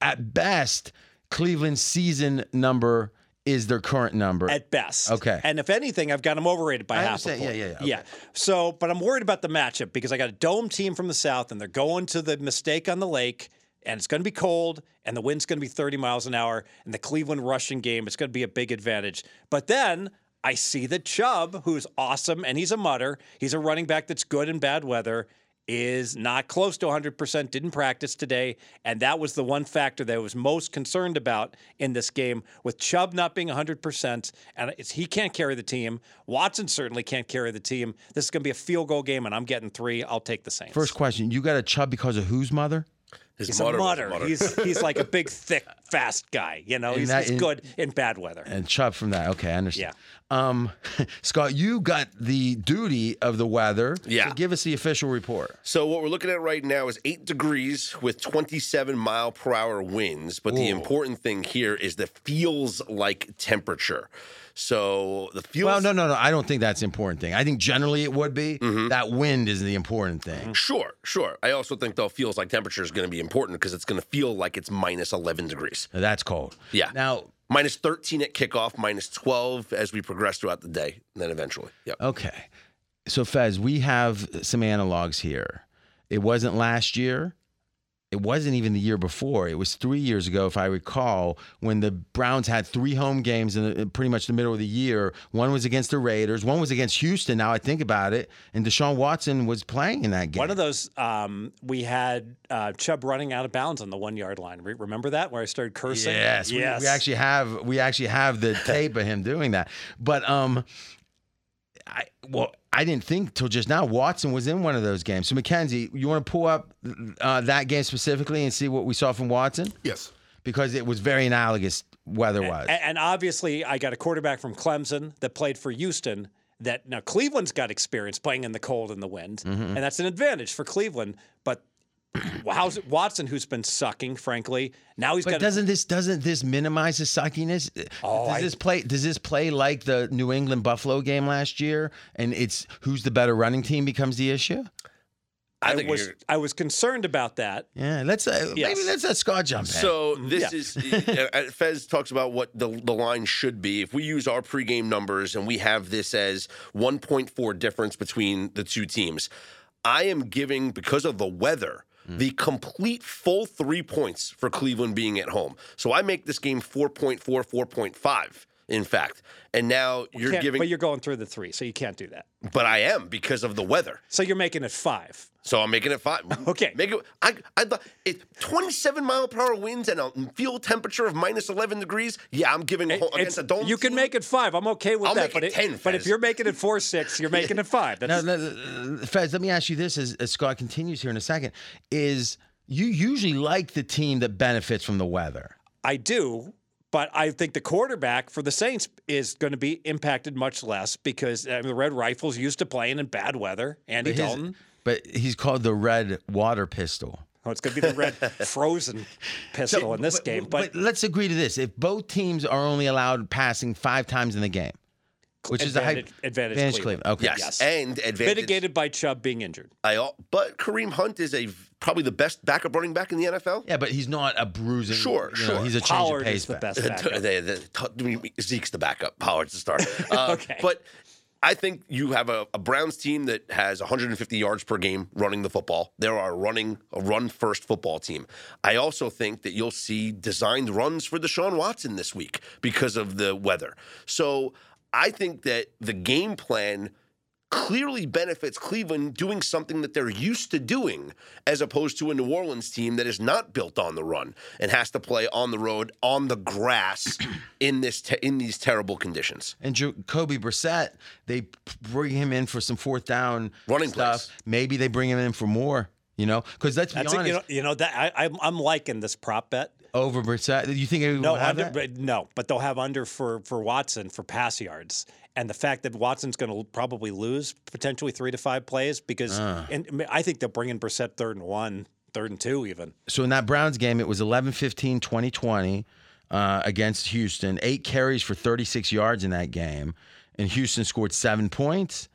Speaker 1: at best, Cleveland's season number is their current number.
Speaker 3: At best.
Speaker 1: Okay.
Speaker 3: And if anything, I've got him overrated
Speaker 1: I
Speaker 3: by half a
Speaker 1: understand.
Speaker 3: point.
Speaker 1: Yeah, yeah, yeah. Okay.
Speaker 3: Yeah. So, but I'm worried about the matchup because I got a dome team from the south and they're going to the mistake on the lake and it's going to be cold and the wind's going to be 30 miles an hour and the Cleveland rushing game it's going to be a big advantage. But then I see that Chubb, who's awesome and he's a mutter, he's a running back that's good in bad weather. Is not close to 100%, didn't practice today. And that was the one factor that I was most concerned about in this game with Chubb not being 100%. And it's, he can't carry the team. Watson certainly can't carry the team. This is going to be a field goal game, and I'm getting three. I'll take the Saints.
Speaker 1: First question: You got a chub because of whose mother?
Speaker 2: His
Speaker 3: he's
Speaker 2: mutter
Speaker 3: a
Speaker 2: was
Speaker 3: mutter. He's, he's like a big, thick, fast guy. You know, he's,
Speaker 1: that-
Speaker 3: he's
Speaker 1: and-
Speaker 3: good in bad weather.
Speaker 1: And chub from that. Okay, I understand.
Speaker 3: Yeah.
Speaker 1: Um, Scott, you got the duty of the weather.
Speaker 2: Yeah.
Speaker 1: So give us the official report.
Speaker 2: So what we're looking at right now is eight degrees with 27 mile per hour winds. But the important thing here is the feels like temperature. So the feels.
Speaker 1: Well, no, no, no. I don't think that's the important thing. I think generally
Speaker 2: Mm-hmm.
Speaker 1: it would be. That wind is the important thing.
Speaker 2: Sure, sure. I also think though feels like temperature is going to be important because it's going to feel like it's minus 11 degrees.
Speaker 1: Now, That's cold.
Speaker 2: Yeah.
Speaker 1: Now,
Speaker 2: Minus 13 at kickoff, minus 12 as we progress throughout the day, and then eventually. Yep.
Speaker 1: okay. So Fez, we have some analogs here. It wasn't last year. It wasn't even the year before. It was three years ago, if I recall, when the Browns had three home games in, the, in pretty much the middle of the year. One was against the Raiders. One was against Houston. Now I think about it, and Deshaun Watson was playing in that game.
Speaker 3: One of those, um, we had uh, Chubb running out of bounds on the one yard line. Re- remember that where I started cursing?
Speaker 1: Yes, we- We, actually have we actually have the tape of him doing that. But um, I well, I didn't think till just now Watson was in one of those games. So Mackenzie, you want to pull up uh, that game specifically and see what we saw from Watson
Speaker 4: Yes.
Speaker 1: because it was very analogous weather wise.
Speaker 3: A- And, obviously, I got a quarterback from Clemson that played for Houston. That now Cleveland's got experience playing in the cold and the wind,
Speaker 1: Mm-hmm.
Speaker 3: and that's an advantage for Cleveland. But how's it Watson, who's been sucking, frankly, now he's
Speaker 1: But
Speaker 3: got
Speaker 1: doesn't this doesn't this minimize the suckiness? Uh,
Speaker 3: Oh,
Speaker 1: does
Speaker 3: I-
Speaker 1: this play does this play like the New England Buffalo game last year? And it's who's the better running team becomes the issue.
Speaker 2: I
Speaker 3: I,
Speaker 2: think
Speaker 3: was
Speaker 2: you're-
Speaker 3: I was concerned about that.
Speaker 1: Yeah, let's uh,
Speaker 3: Yes.
Speaker 1: maybe let's let Scott jump in.
Speaker 2: So this is uh, Fez talks about what the the line should be. If we use our pregame numbers and we have this as 1.4 difference between the two teams, I am giving because of the weather.
Speaker 3: Mm.
Speaker 2: The complete full three points for Cleveland being at home. So I make this game 4.4, 4.5, in fact. And now you're
Speaker 3: Can't-
Speaker 2: giving,
Speaker 3: but you're going through the three, so you can't do that.
Speaker 2: but I am because of the weather.
Speaker 3: So you're making it five.
Speaker 2: So I'm making it five.
Speaker 3: Okay.
Speaker 2: Make it. I. I. thought It. 27 mile per hour winds and a field temperature of minus 11 degrees. Yeah, I'm giving home against a
Speaker 3: It's-
Speaker 2: dome.
Speaker 3: you can
Speaker 2: team.
Speaker 3: make it five. I'm okay with
Speaker 2: I'll make
Speaker 3: that. but
Speaker 2: it 10,
Speaker 3: but if
Speaker 2: Fez.
Speaker 3: you're making it four six, you're making it five. That's,
Speaker 1: Now, let- let- Fez, let me ask you this as, as Scott continues here in a second. Is you usually like the team that benefits from the weather?
Speaker 3: I do, but I think the quarterback for the Saints is going to be impacted much less because I mean, the Red Rifles used to playing in bad weather. Andy
Speaker 1: But his-
Speaker 3: Dalton.
Speaker 1: But he's called the Red Water Pistol.
Speaker 3: Oh, it's going to be the red frozen pistol in this
Speaker 1: But-
Speaker 3: game, but,
Speaker 1: let's agree to this: if both teams are only allowed passing five times in the game, which is a high
Speaker 3: Advantage- advantage Cleveland.
Speaker 1: Okay,
Speaker 2: Yes.
Speaker 3: Yes.
Speaker 2: And advantage.
Speaker 3: mitigated by Chubb being injured.
Speaker 2: I. al- But Kareem Hunt is a probably the best backup running back in the NFL.
Speaker 1: yeah, but he's not a bruising.
Speaker 2: Sure,
Speaker 1: you know,
Speaker 2: sure.
Speaker 1: He's a change
Speaker 3: Pollard
Speaker 1: of pace
Speaker 3: is the
Speaker 1: back.
Speaker 3: best backup.
Speaker 2: They- they- t- Zeke's the backup. Pollard's the starter. Uh,
Speaker 3: Okay.
Speaker 2: But I think you have a, a Browns team that has 150 yards per game running the football. There are running a run first football team. I also think that you'll see designed runs for Deshaun Watson this week because of the weather. So I think that the game plan clearly benefits Cleveland doing something that they're used to doing, as opposed to a New Orleans team that is not built on the run and has to play on the road on the grass in this te- in these terrible conditions.
Speaker 1: And Jacoby Brissett, they bring him in for some fourth down
Speaker 2: Running
Speaker 1: stuff.
Speaker 2: plays.
Speaker 1: Maybe they bring him in for more. You know, because let's be
Speaker 3: That's
Speaker 1: honest.
Speaker 3: it, you, know, you know that I, I'm, I'm liking this prop bet.
Speaker 1: over Brissett. You think
Speaker 3: No,
Speaker 1: no, have
Speaker 3: under,
Speaker 1: that?
Speaker 3: but no, but they'll have under for for Watson for pass yards, and the fact that Watson's going to probably lose potentially three to five plays because,
Speaker 1: Ah.
Speaker 3: and I mean, I think they'll bring in Brissett third and one, third and two, even.
Speaker 1: So in that Browns game, it was 11 15, 20 20 uh, against Houston. Eight carries for 36 yards in that game. And Houston scored seven points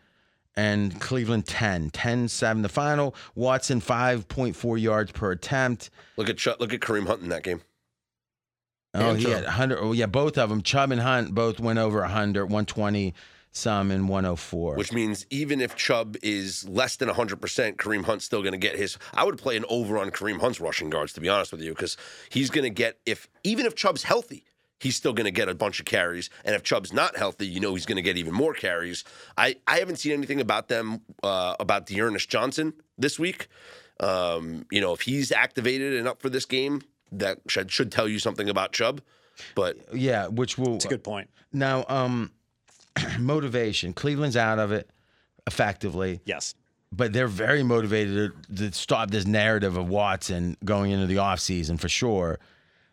Speaker 1: and Cleveland 10. 10 7 the final. Watson 5.4 yards per attempt.
Speaker 2: Look at Chuck, look at Kareem Hunt in that game.
Speaker 1: Oh,
Speaker 4: And
Speaker 1: he
Speaker 4: Chubb.
Speaker 1: had 100. Oh, yeah, both of them. Chubb and Hunt both went over 100, 120 some and 104.
Speaker 2: Which means even if Chubb is less than 100%, Kareem Hunt's still going to get his. I would play an over on Kareem Hunt's rushing guards, to be honest with you, because he's going to get, if even if Chubb's healthy, he's still going to get a bunch of carries. And if Chubb's not healthy, you know he's going to get even more carries. I, I haven't seen anything about them, uh, about Dearness Johnson this week. Um, you know, if he's activated and up for this game, that should, should tell you something about Chubb. But
Speaker 1: yeah, which will.
Speaker 3: It's a good point.
Speaker 1: Now, um, motivation. Cleveland's out of it effectively.
Speaker 3: Yes,
Speaker 1: but they're very motivated to stop this narrative of Watson going into the offseason for sure.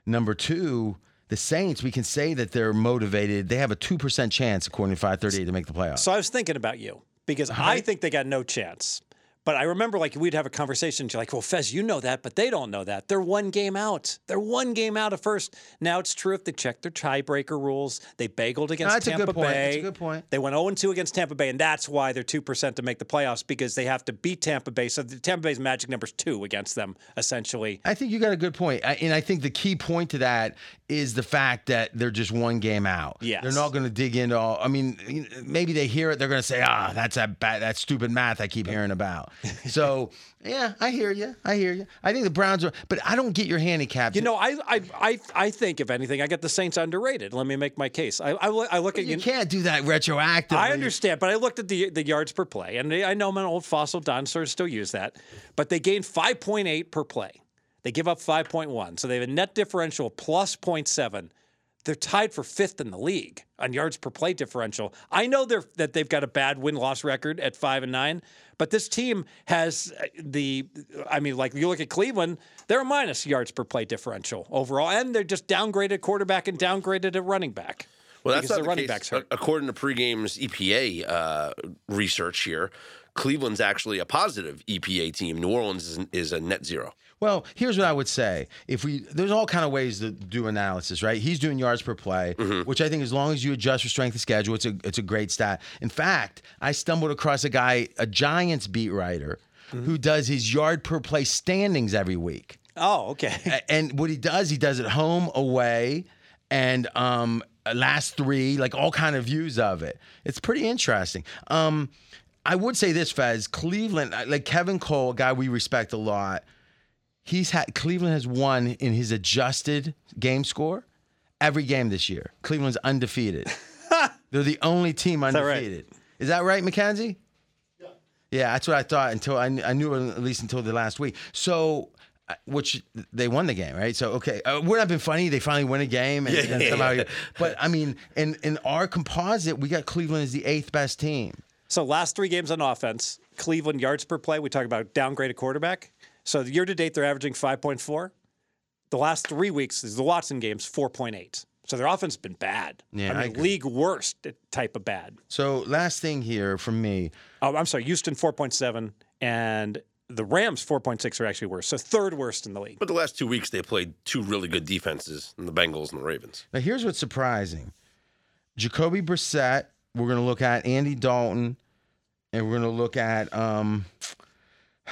Speaker 1: Number two, the Saints, we can say that they're motivated. They have a 2% chance, according to 538, to make the playoffs.
Speaker 3: so I was thinking about you because I think they got no chance, But I remember like we'd have a conversation. You're like, well, Fez, you know that, but they don't know that. They're one game out. They're one game out of first. Now it's true if they checked their tiebreaker rules. They bageled against
Speaker 1: that's a good
Speaker 3: Tampa
Speaker 1: point.
Speaker 3: Bay.
Speaker 1: That's a good point.
Speaker 3: They went 0 2 against Tampa Bay, and that's why they're 2% to make the playoffs because they have to beat Tampa Bay. So the Tampa Bay's magic number's two against them, essentially.
Speaker 1: I think you got a good point. I, and I think the key point to that is the fact that they're just one game out.
Speaker 3: Yes.
Speaker 1: They're not going to dig into all. I mean, you know, maybe they hear it. They're going to say, ah, that's that, bad, that stupid math I keep hearing about. so, yeah, I hear you. I hear you. I think the Browns are, but I don't get your handicap.
Speaker 3: You know, I, I I I think if anything, I get the Saints underrated. Let me make my case. I I, lo- I look at
Speaker 1: you can't do that retroactively.
Speaker 3: I understand, but I looked at the the yards per play, and I know my old fossil dinosaurs still use that, but they gain 5.8 per play. They give up 5.1, so they have a net differential of plus 0.7. They're tied for fifth in the league on yards per play differential. I know they're, that they've got a bad win loss record at five and nine, but this team has uh, the. I mean, like you look at Cleveland, they're a minus yards per play differential overall, and they're just downgraded quarterback and downgraded at running back.
Speaker 2: Well,
Speaker 3: because
Speaker 2: that's not
Speaker 3: their
Speaker 2: the
Speaker 3: running
Speaker 2: case.
Speaker 3: backs hurt.
Speaker 2: A- According to pregame's EPA uh, research here, Cleveland's actually a positive EPA team. New Orleans is, is a net zero.
Speaker 1: Well, here's what I would say. If we there's all kind of ways to do analysis, right? He's doing yards per play, which I think as long as you adjust for strength of schedule, it's a it's a great stat. In fact, I stumbled across a guy, a Giants beat writer, who does his yard per play standings every week.
Speaker 3: Oh, okay.
Speaker 1: A- And what he does, he does it home, away, and um last three, like all kind of views of it. It's pretty interesting. Um I would say this, Fez, Cleveland, I- like Kevin Cole, a guy we respect a lot he's had Cleveland has won in his adjusted game score every game this year. Cleveland's undefeated. They're the only team
Speaker 3: that right?
Speaker 1: undefeated. Is that right, McKenzie? Yeah, that's what I thought until I, kn- I knew it at least until the last week. So, uh, which they won the game, right? So, okay, uh, wouldn't have been funny? They finally win a game, and then somehow. But I mean, in in our composite, we got Cleveland as the eighth best team.
Speaker 3: So last three games on offense, Cleveland yards per play. We talk about downgraded quarterback. So year to date, they're averaging 5.4. The last three weeks is the Watson games, 4.8. So their offense has been bad.
Speaker 1: Yeah, I
Speaker 3: I mean,
Speaker 1: agree.
Speaker 3: league worst type of bad.
Speaker 1: So, last thing here from me,
Speaker 3: Oh, I'm sorry, Houston 4.7 and the Rams 4.6 are actually worse. So third worst in the league.
Speaker 2: But the last two weeks, they played two really good defenses in the Bengals and the Ravens.
Speaker 1: Now, here's what's surprising Jacoby Brissett, we're going to look at Andy Dalton, and we're going to look at um,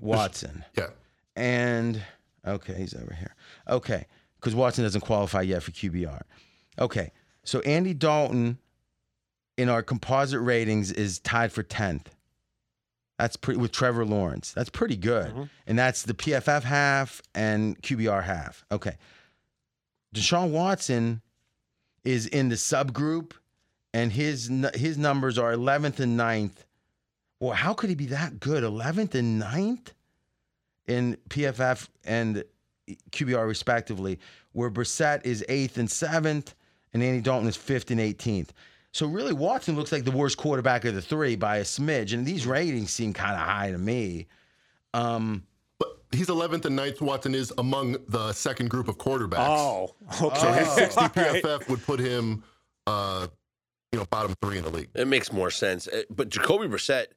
Speaker 1: Watson.
Speaker 4: Yeah.
Speaker 1: And okay, he's over here. Okay, because Watson doesn't qualify yet for QBR. Okay, so Andy Dalton in our composite ratings is tied for 10th. That's pretty with Trevor Lawrence. That's pretty good. And that's the PFF half and QBR half. Okay. Deshaun Watson is in the subgroup and his nu- his numbers are 11th and 9th. Well, how could he be that good? 11th and 9th in PFF and QBR respectively, where Brissett is 8th and 7th and Andy Dalton is 5th and 18th. So really Watson looks like the worst quarterback of the three by a smidge and these ratings seem kind of high to me.
Speaker 4: But he's 11th and 9th. Watson is among the second group of quarterbacks.
Speaker 3: Oh, okay.
Speaker 4: So his 60
Speaker 3: All right.
Speaker 4: PFF would put him, uh, you know, bottom three in the league.
Speaker 2: It makes more sense. Uh, But Jacoby Brissett,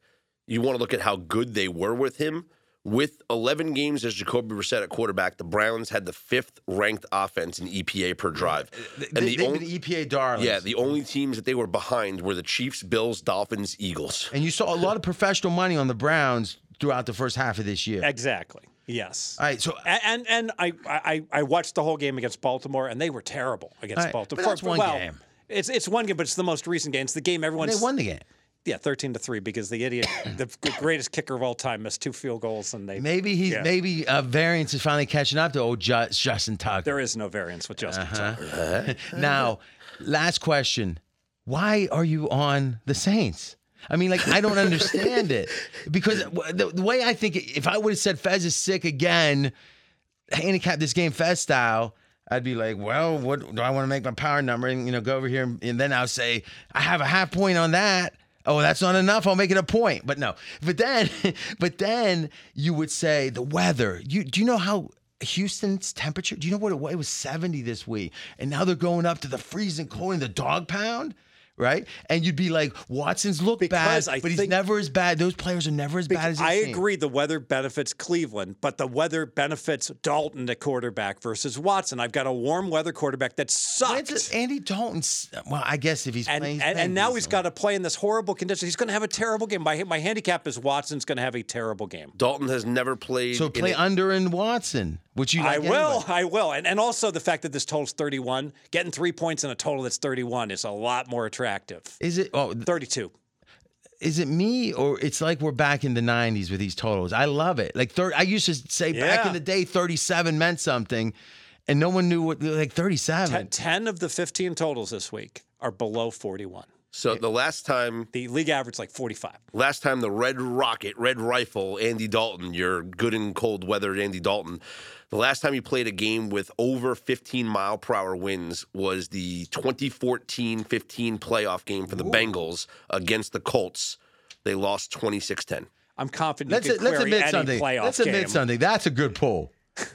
Speaker 2: you want to look at how good they were with him. With 11 games as Jacoby Brissett at quarterback, the Browns had the fifth ranked offense in EPA per drive. And
Speaker 1: They,
Speaker 2: the
Speaker 1: they've
Speaker 2: only-
Speaker 1: been E EPA darlings.
Speaker 2: yeah, the only teams that they were behind were the Chiefs, Bills, Dolphins, Eagles.
Speaker 1: and you saw a lot of professional money on the Browns throughout the first half of this year.
Speaker 3: Exactly. Yes.
Speaker 1: All right, so
Speaker 3: A- and and I, I I watched the whole game against Baltimore, and they were terrible against
Speaker 1: All right,
Speaker 3: Baltimore.
Speaker 1: but that's one
Speaker 3: well,
Speaker 1: game.
Speaker 3: It's it's one game, but it's the most recent game. It's the game everyone's
Speaker 1: they won the game.
Speaker 3: Yeah, thirteen to three because the idiot, the greatest kicker of all time, missed two field goals, and they
Speaker 1: Maybe he's
Speaker 3: Yeah.
Speaker 1: maybe uh, variance is finally catching up to old Ju- Justin Tucker.
Speaker 3: there is no variance with Justin
Speaker 1: Uh-huh.
Speaker 3: Tucker.
Speaker 1: Now, last question. Why are you on the Saints? I mean, like, I don't understand it. Because w- the, the way I think, it, if I would have said Fez is sick again, handicap this game Fez style, I'd be like, well, what do I want to make my power number? And, you know, go over here. And, and then I'll say, I have a half point on that. Oh, that's not enough. I'll make it a point. But no. But then, but then you would say the weather. You do you know how Houston's temperature? Do you know what it was? It was 70 this week. And now they're going up to the freezing cold in the dog pound. right? And you'd be like, Watson's look
Speaker 3: Because
Speaker 1: bad,
Speaker 3: I
Speaker 1: but he's
Speaker 3: think-
Speaker 1: never as bad. Those players are never as bad as they
Speaker 3: I
Speaker 1: seem.
Speaker 3: agree the weather benefits Cleveland, but the weather benefits Dalton, the quarterback, versus Watson. I've got a warm weather quarterback that
Speaker 1: When's
Speaker 3: sucks.
Speaker 1: it- Andy Dalton. s- Well, I guess if he's
Speaker 3: and,
Speaker 1: playing,
Speaker 3: and,
Speaker 1: he's
Speaker 3: and
Speaker 1: playing
Speaker 3: now he's
Speaker 1: decently.
Speaker 3: got to play in this horrible condition. He's going to have a terrible game. My, my handicap is Watson's going to have a terrible game.
Speaker 2: Dalton has never played.
Speaker 1: So
Speaker 2: in
Speaker 1: play
Speaker 2: a-
Speaker 1: under in Watson, which you
Speaker 3: I
Speaker 1: like
Speaker 3: will.
Speaker 1: anyway.
Speaker 3: I will. And, and also the fact that this total's 31, getting three points in a total that's 31 is a lot more attractive.
Speaker 1: Is it? Oh,
Speaker 3: 32.
Speaker 1: is it me or it's like we're back in the 90s with these totals i love it like 30 i used to say back
Speaker 3: Yeah.
Speaker 1: in the day 37 meant something and no one knew what like 37
Speaker 3: Ten, 10 of the 15 totals this week are below 41.
Speaker 2: so the last time,
Speaker 3: The league average is like 45.
Speaker 2: last time the Red Rocket, Red Rifle, Andy Dalton, your good and cold weather Andy Dalton. The last time he played a game with over 15 mile per hour winds was the 2014-15 playoff game for the Bengals against the Colts. They lost 26-10.
Speaker 3: I'm confident
Speaker 1: let's
Speaker 3: you can
Speaker 1: let's
Speaker 3: query
Speaker 1: admit
Speaker 3: any
Speaker 1: something
Speaker 3: playoff
Speaker 1: let's
Speaker 3: game.
Speaker 1: admit something that's a good poll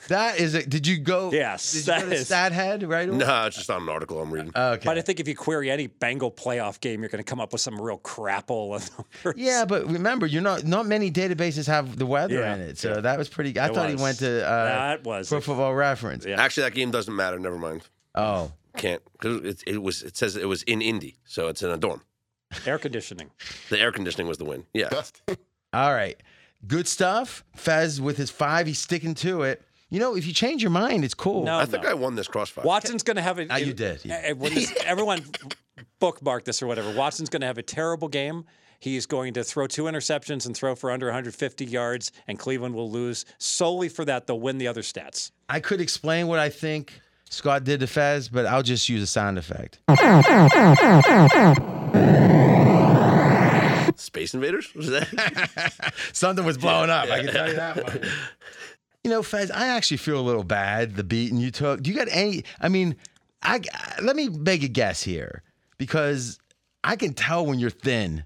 Speaker 1: that is a did you go
Speaker 3: Yes,
Speaker 1: did you
Speaker 3: that
Speaker 1: go to
Speaker 3: is-
Speaker 1: stat head right away?
Speaker 2: No, it's just not an article I'm reading.
Speaker 1: okay
Speaker 3: But I think if you query any Bengal playoff game, you're going to come up with some real crapple of numbers.
Speaker 1: yeah, but remember, you're not not many databases have the weather
Speaker 3: Yeah,
Speaker 1: in it, so that was pretty. I
Speaker 3: It
Speaker 1: thought he
Speaker 3: was.
Speaker 1: went to uh,
Speaker 3: That was-
Speaker 1: Pro Football Reference.
Speaker 3: Yeah.
Speaker 2: Actually, that game doesn't matter. Never mind.
Speaker 1: Oh,
Speaker 2: Can't because it, it was it says it was in Indy, so it's in a dorm.
Speaker 3: Air conditioning.
Speaker 2: The air conditioning was the win. Yeah.
Speaker 4: Best.
Speaker 1: All right. Good stuff. Fez with his five, he's sticking to it. You know, if you change your mind, it's cool.
Speaker 3: No,
Speaker 2: I think
Speaker 3: no.
Speaker 2: I won this crossfire.
Speaker 3: Watson's going to have a.
Speaker 1: Ah, you did.
Speaker 3: eh, eh, when this- everyone bookmark this or whatever. Watson's going to have a terrible game. He's going to throw two interceptions and throw for under 150 yards, and Cleveland will lose solely for that. They'll win the other stats.
Speaker 1: I could explain what I think Scott did to Fez, but I'll just use a sound effect.
Speaker 2: Space Invaders? Was that?
Speaker 1: Something was blowing up. I can tell you that much. You know, Fez, I actually feel a little bad the beating you took. Do you got any? I mean, I let me make a guess here because I can tell when you're thin.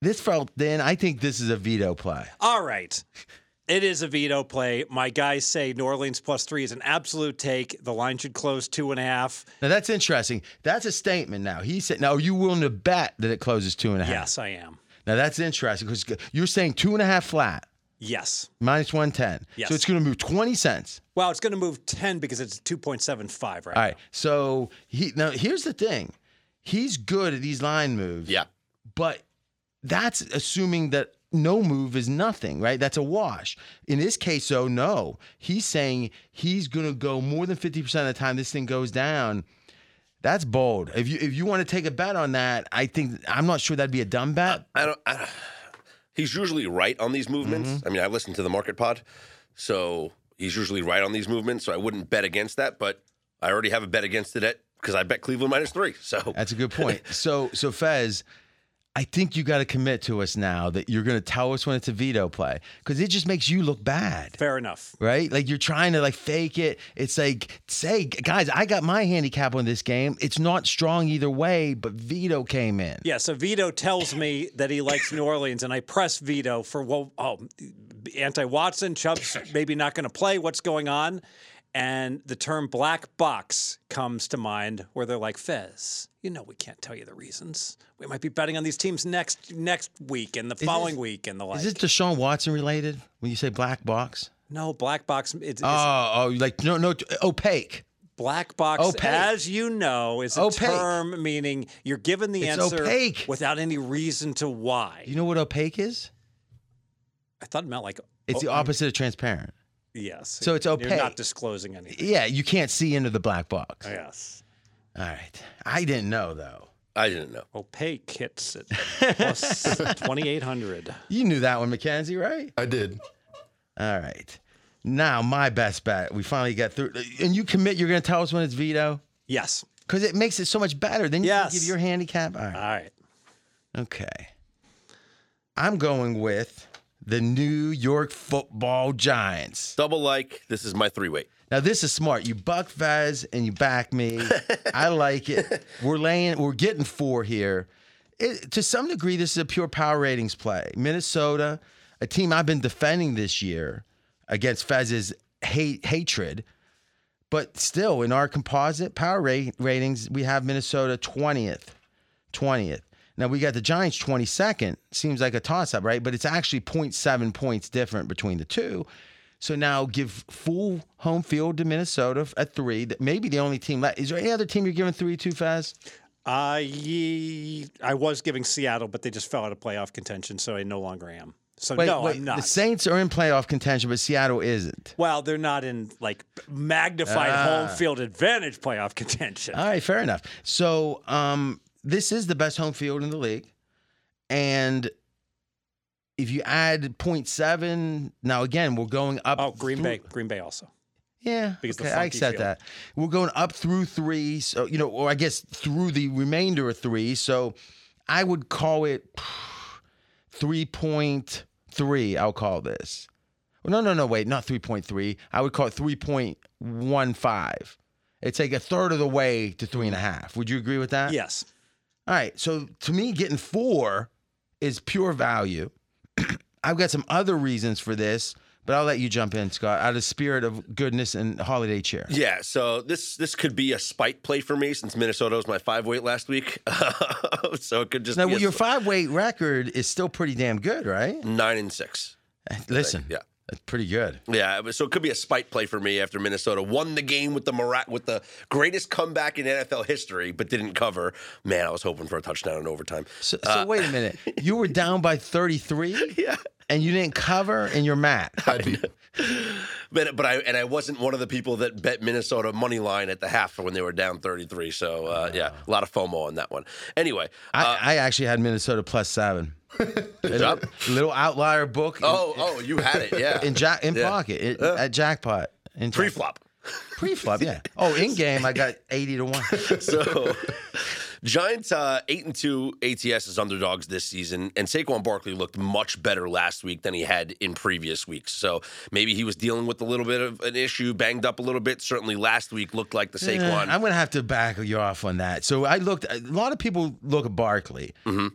Speaker 1: This felt thin. I think this is a veto play.
Speaker 3: All right. It is a veto play. My guys say New Orleans plus three is an absolute take. The line should close two and a half.
Speaker 1: Now that's interesting. That's a statement. Now he said, "Now are you willing to bet that it closes two and a half?"
Speaker 3: Yes, I am.
Speaker 1: Now that's interesting because you're saying two and a half flat
Speaker 3: Yes.
Speaker 1: minus one ten.
Speaker 3: Yes.
Speaker 1: So it's going to move twenty cents.
Speaker 3: Well, it's going to move 10 because it's 2.75 right
Speaker 1: All right. So he now here's the thing. He's good at these line moves.
Speaker 2: yeah.
Speaker 1: But that's assuming that no move is nothing, right? That's a wash. In this case, though, no. He's saying he's going to go more than 50% of the time this thing goes down. That's bold. If you if you want to take a bet on that, I think I'm not sure that'd be a dumb bet.
Speaker 2: I don't. I don't he's usually right on these movements.
Speaker 1: Mm-hmm.
Speaker 2: I mean, I listened to the Market Pod, so he's usually right on these movements. So I wouldn't bet against that, but I already have a bet against it at because I bet Cleveland minus three. So
Speaker 1: That's a good point. So so Fez, I think you got to commit to us now that you're going to tell us when it's a veto play because it just makes you look bad.
Speaker 3: Fair enough.
Speaker 1: right? Like you're trying to like fake it. It's like, say, guys, I got my handicap on this game. It's not strong either way, but Vito came in.
Speaker 3: Yeah, so Vito tells me that he likes New Orleans, and I press Vito for, well, oh, anti Watson, Chubb's maybe not going to play. What's going on? And the term black box comes to mind where they're like, Fez, you know, we can't tell you the reasons. We might be betting on these teams next next week and the following week and the like.
Speaker 1: Is this Deshaun Watson related when you say black box?
Speaker 3: no, black box, it's, it's
Speaker 1: Oh, oh, like no, no, opaque.
Speaker 3: Black box,
Speaker 1: Opaque.
Speaker 3: as you know, is a
Speaker 1: Opaque.
Speaker 3: term meaning you're given the
Speaker 1: It's
Speaker 3: answer
Speaker 1: opaque.
Speaker 3: without any reason to why.
Speaker 1: You know what opaque is?
Speaker 3: I thought it meant like
Speaker 1: It's the
Speaker 3: oh,
Speaker 1: opposite of transparent.
Speaker 3: yes.
Speaker 1: So it's
Speaker 3: You're
Speaker 1: opaque.
Speaker 3: not disclosing anything.
Speaker 1: Yeah, you can't see into the black box.
Speaker 3: Yes.
Speaker 1: All right, I didn't know though.
Speaker 2: I didn't know.
Speaker 3: Opaque hits at plus 2,800.
Speaker 1: You knew that one, Mackenzie, right?
Speaker 4: I did.
Speaker 1: All right. Now my best bet. We finally got through. And you commit. You're going to tell us when it's veto.
Speaker 3: Yes.
Speaker 1: Because it makes it so much better. Then you
Speaker 3: Yes.
Speaker 1: can give your handicap. All right.
Speaker 3: All right.
Speaker 1: Okay. I'm going with the New York football giants.
Speaker 2: Double like. This is my three weight.
Speaker 1: Now this is smart. You buck Vaz and you back me. I like it. We're laying we're getting four here. It, to some degree, this is a pure power ratings play. Minnesota, a team I've been defending this year against Fez's hate hatred. But still, in our composite power ra- ratings, we have Minnesota 20th. 20th. Now we got the Giants 22nd. Seems like a toss up, right? But it's actually 0.7 points different between the two. So now give full home field to Minnesota f- at three. That Maybe the only team left. Is there any other team you're giving three to, Faz?
Speaker 3: I ye- I was giving Seattle, but they just fell out of playoff contention, so I no longer am. So no, I'm
Speaker 1: The
Speaker 3: not.
Speaker 1: Saints are in playoff contention, but Seattle isn't.
Speaker 3: well, they're not in like magnified
Speaker 1: Ah.
Speaker 3: home field advantage playoff contention.
Speaker 1: All right, fair enough. So um, this is the best home field in the league, and if you add 0.7, now again we're going up.
Speaker 3: oh, Green
Speaker 1: through-
Speaker 3: Bay, Green Bay also.
Speaker 1: Yeah,
Speaker 3: Because the
Speaker 1: okay, I
Speaker 3: funky
Speaker 1: accept
Speaker 3: field.
Speaker 1: that. We're going up through three, so you know, or I guess through the remainder of three. So I would call it three point three. I'll call this. Well, no, no, no. Wait, not three point three. I would call it three point one five. It's like a third of the way to three and a half. Would you agree with that?
Speaker 3: Yes.
Speaker 1: All right. So to me, getting four is pure value. I've got some other reasons for this, but I'll let you jump in, Scott, out of spirit of goodness and holiday cheer.
Speaker 2: Yeah, so this this could be a spite play for me since Minnesota was my five weight last week. so it could just
Speaker 1: Now,
Speaker 2: be a
Speaker 1: your
Speaker 2: sp-
Speaker 1: five weight record is still pretty damn good, right?
Speaker 2: nine and six.
Speaker 1: Listen,
Speaker 2: yeah.
Speaker 1: that's pretty good.
Speaker 2: Yeah, it was- so it could be a spite play for me after Minnesota won the game with the mira- with the greatest comeback in NFL history, but didn't cover. Man, I was hoping for a touchdown in overtime.
Speaker 1: So, so wait a minute. You were down by 33
Speaker 2: Uh, Yeah.
Speaker 1: and you didn't cover, and you're mad.
Speaker 5: I'd be,
Speaker 2: But but I and I wasn't one of the people that bet Minnesota money line at the half when they were down thirty three. So
Speaker 1: Ah.
Speaker 2: uh, yeah, a lot of FOMO on that one. Anyway, uh,
Speaker 1: I, I actually had Minnesota plus seven.
Speaker 2: job.
Speaker 1: Little outlier book in,
Speaker 2: oh oh, you had it, yeah.
Speaker 1: in, ja- in
Speaker 2: Yeah.
Speaker 1: pocket it, at jackpot. In
Speaker 2: Pre flop.
Speaker 1: Pre-flop, yeah. Oh, in game, I got eighty to one.
Speaker 2: So Giants uh, eight and two ATS as underdogs this season, and Saquon Barkley looked much better last week than he had in previous weeks. So maybe he was dealing with a little bit of an issue, banged up a little bit. Certainly last week looked like the Saquon.
Speaker 1: Mm, Uh, I'm gonna have to back you off on that. So I looked. A lot of people look at Barkley.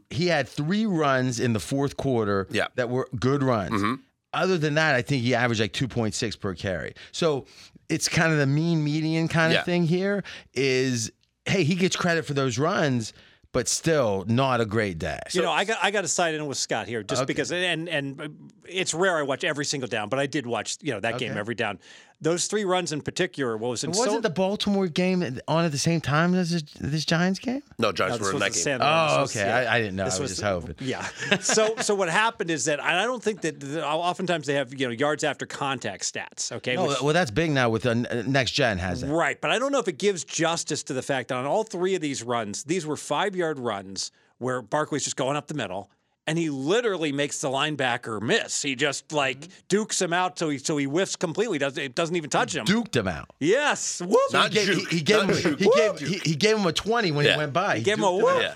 Speaker 1: He had three runs in the fourth quarter.
Speaker 2: Yeah.
Speaker 1: that were good runs. Other than that, I think he averaged like 2.6 per carry. So it's kind of the mean median kind of
Speaker 2: Yeah.
Speaker 1: thing here. Is hey, he gets credit for those runs, but still not a great day.
Speaker 3: you know, I got I got to side in with Scott here just because, and and it's rare I watch every single down, but I did watch you know that game
Speaker 1: Okay.
Speaker 3: every down. Those three runs in particular what was in
Speaker 1: wasn't
Speaker 3: so,
Speaker 1: the Baltimore game on at the same time as this, this Giants game?
Speaker 2: no,
Speaker 3: No,
Speaker 2: Giants
Speaker 3: this
Speaker 2: were in
Speaker 3: was
Speaker 2: that
Speaker 3: the
Speaker 2: game.
Speaker 3: San Antonio.
Speaker 1: Oh,
Speaker 3: This was-
Speaker 1: okay.
Speaker 3: yeah.
Speaker 1: I, I didn't know.
Speaker 3: This
Speaker 1: I was,
Speaker 3: was-
Speaker 1: just hoping.
Speaker 3: Yeah. So so what happened is that and I don't think that that- oftentimes they have you know yards after contact stats. Okay.
Speaker 1: Oh,
Speaker 3: which-
Speaker 1: well, that's big now with the n- uh, next gen has that.
Speaker 3: right, but I don't know if it gives justice to the fact that on all three of these runs, these were five yard runs where Barkley's just going up the middle. And he literally makes the linebacker miss. He just like
Speaker 2: Mm-hmm.
Speaker 3: dukes him out, so he so he whiffs completely. Doesn't it doesn't even touch him?
Speaker 1: Duked him out.
Speaker 3: Yes. Whoop.
Speaker 2: Not
Speaker 1: He gave, he,
Speaker 2: juke.
Speaker 1: he gave him,
Speaker 2: Not juke.
Speaker 1: he, gave, he, he gave him a 20 when
Speaker 2: Yeah.
Speaker 1: he went by.
Speaker 3: He gave him a
Speaker 1: duked
Speaker 3: whoop.
Speaker 2: Yeah.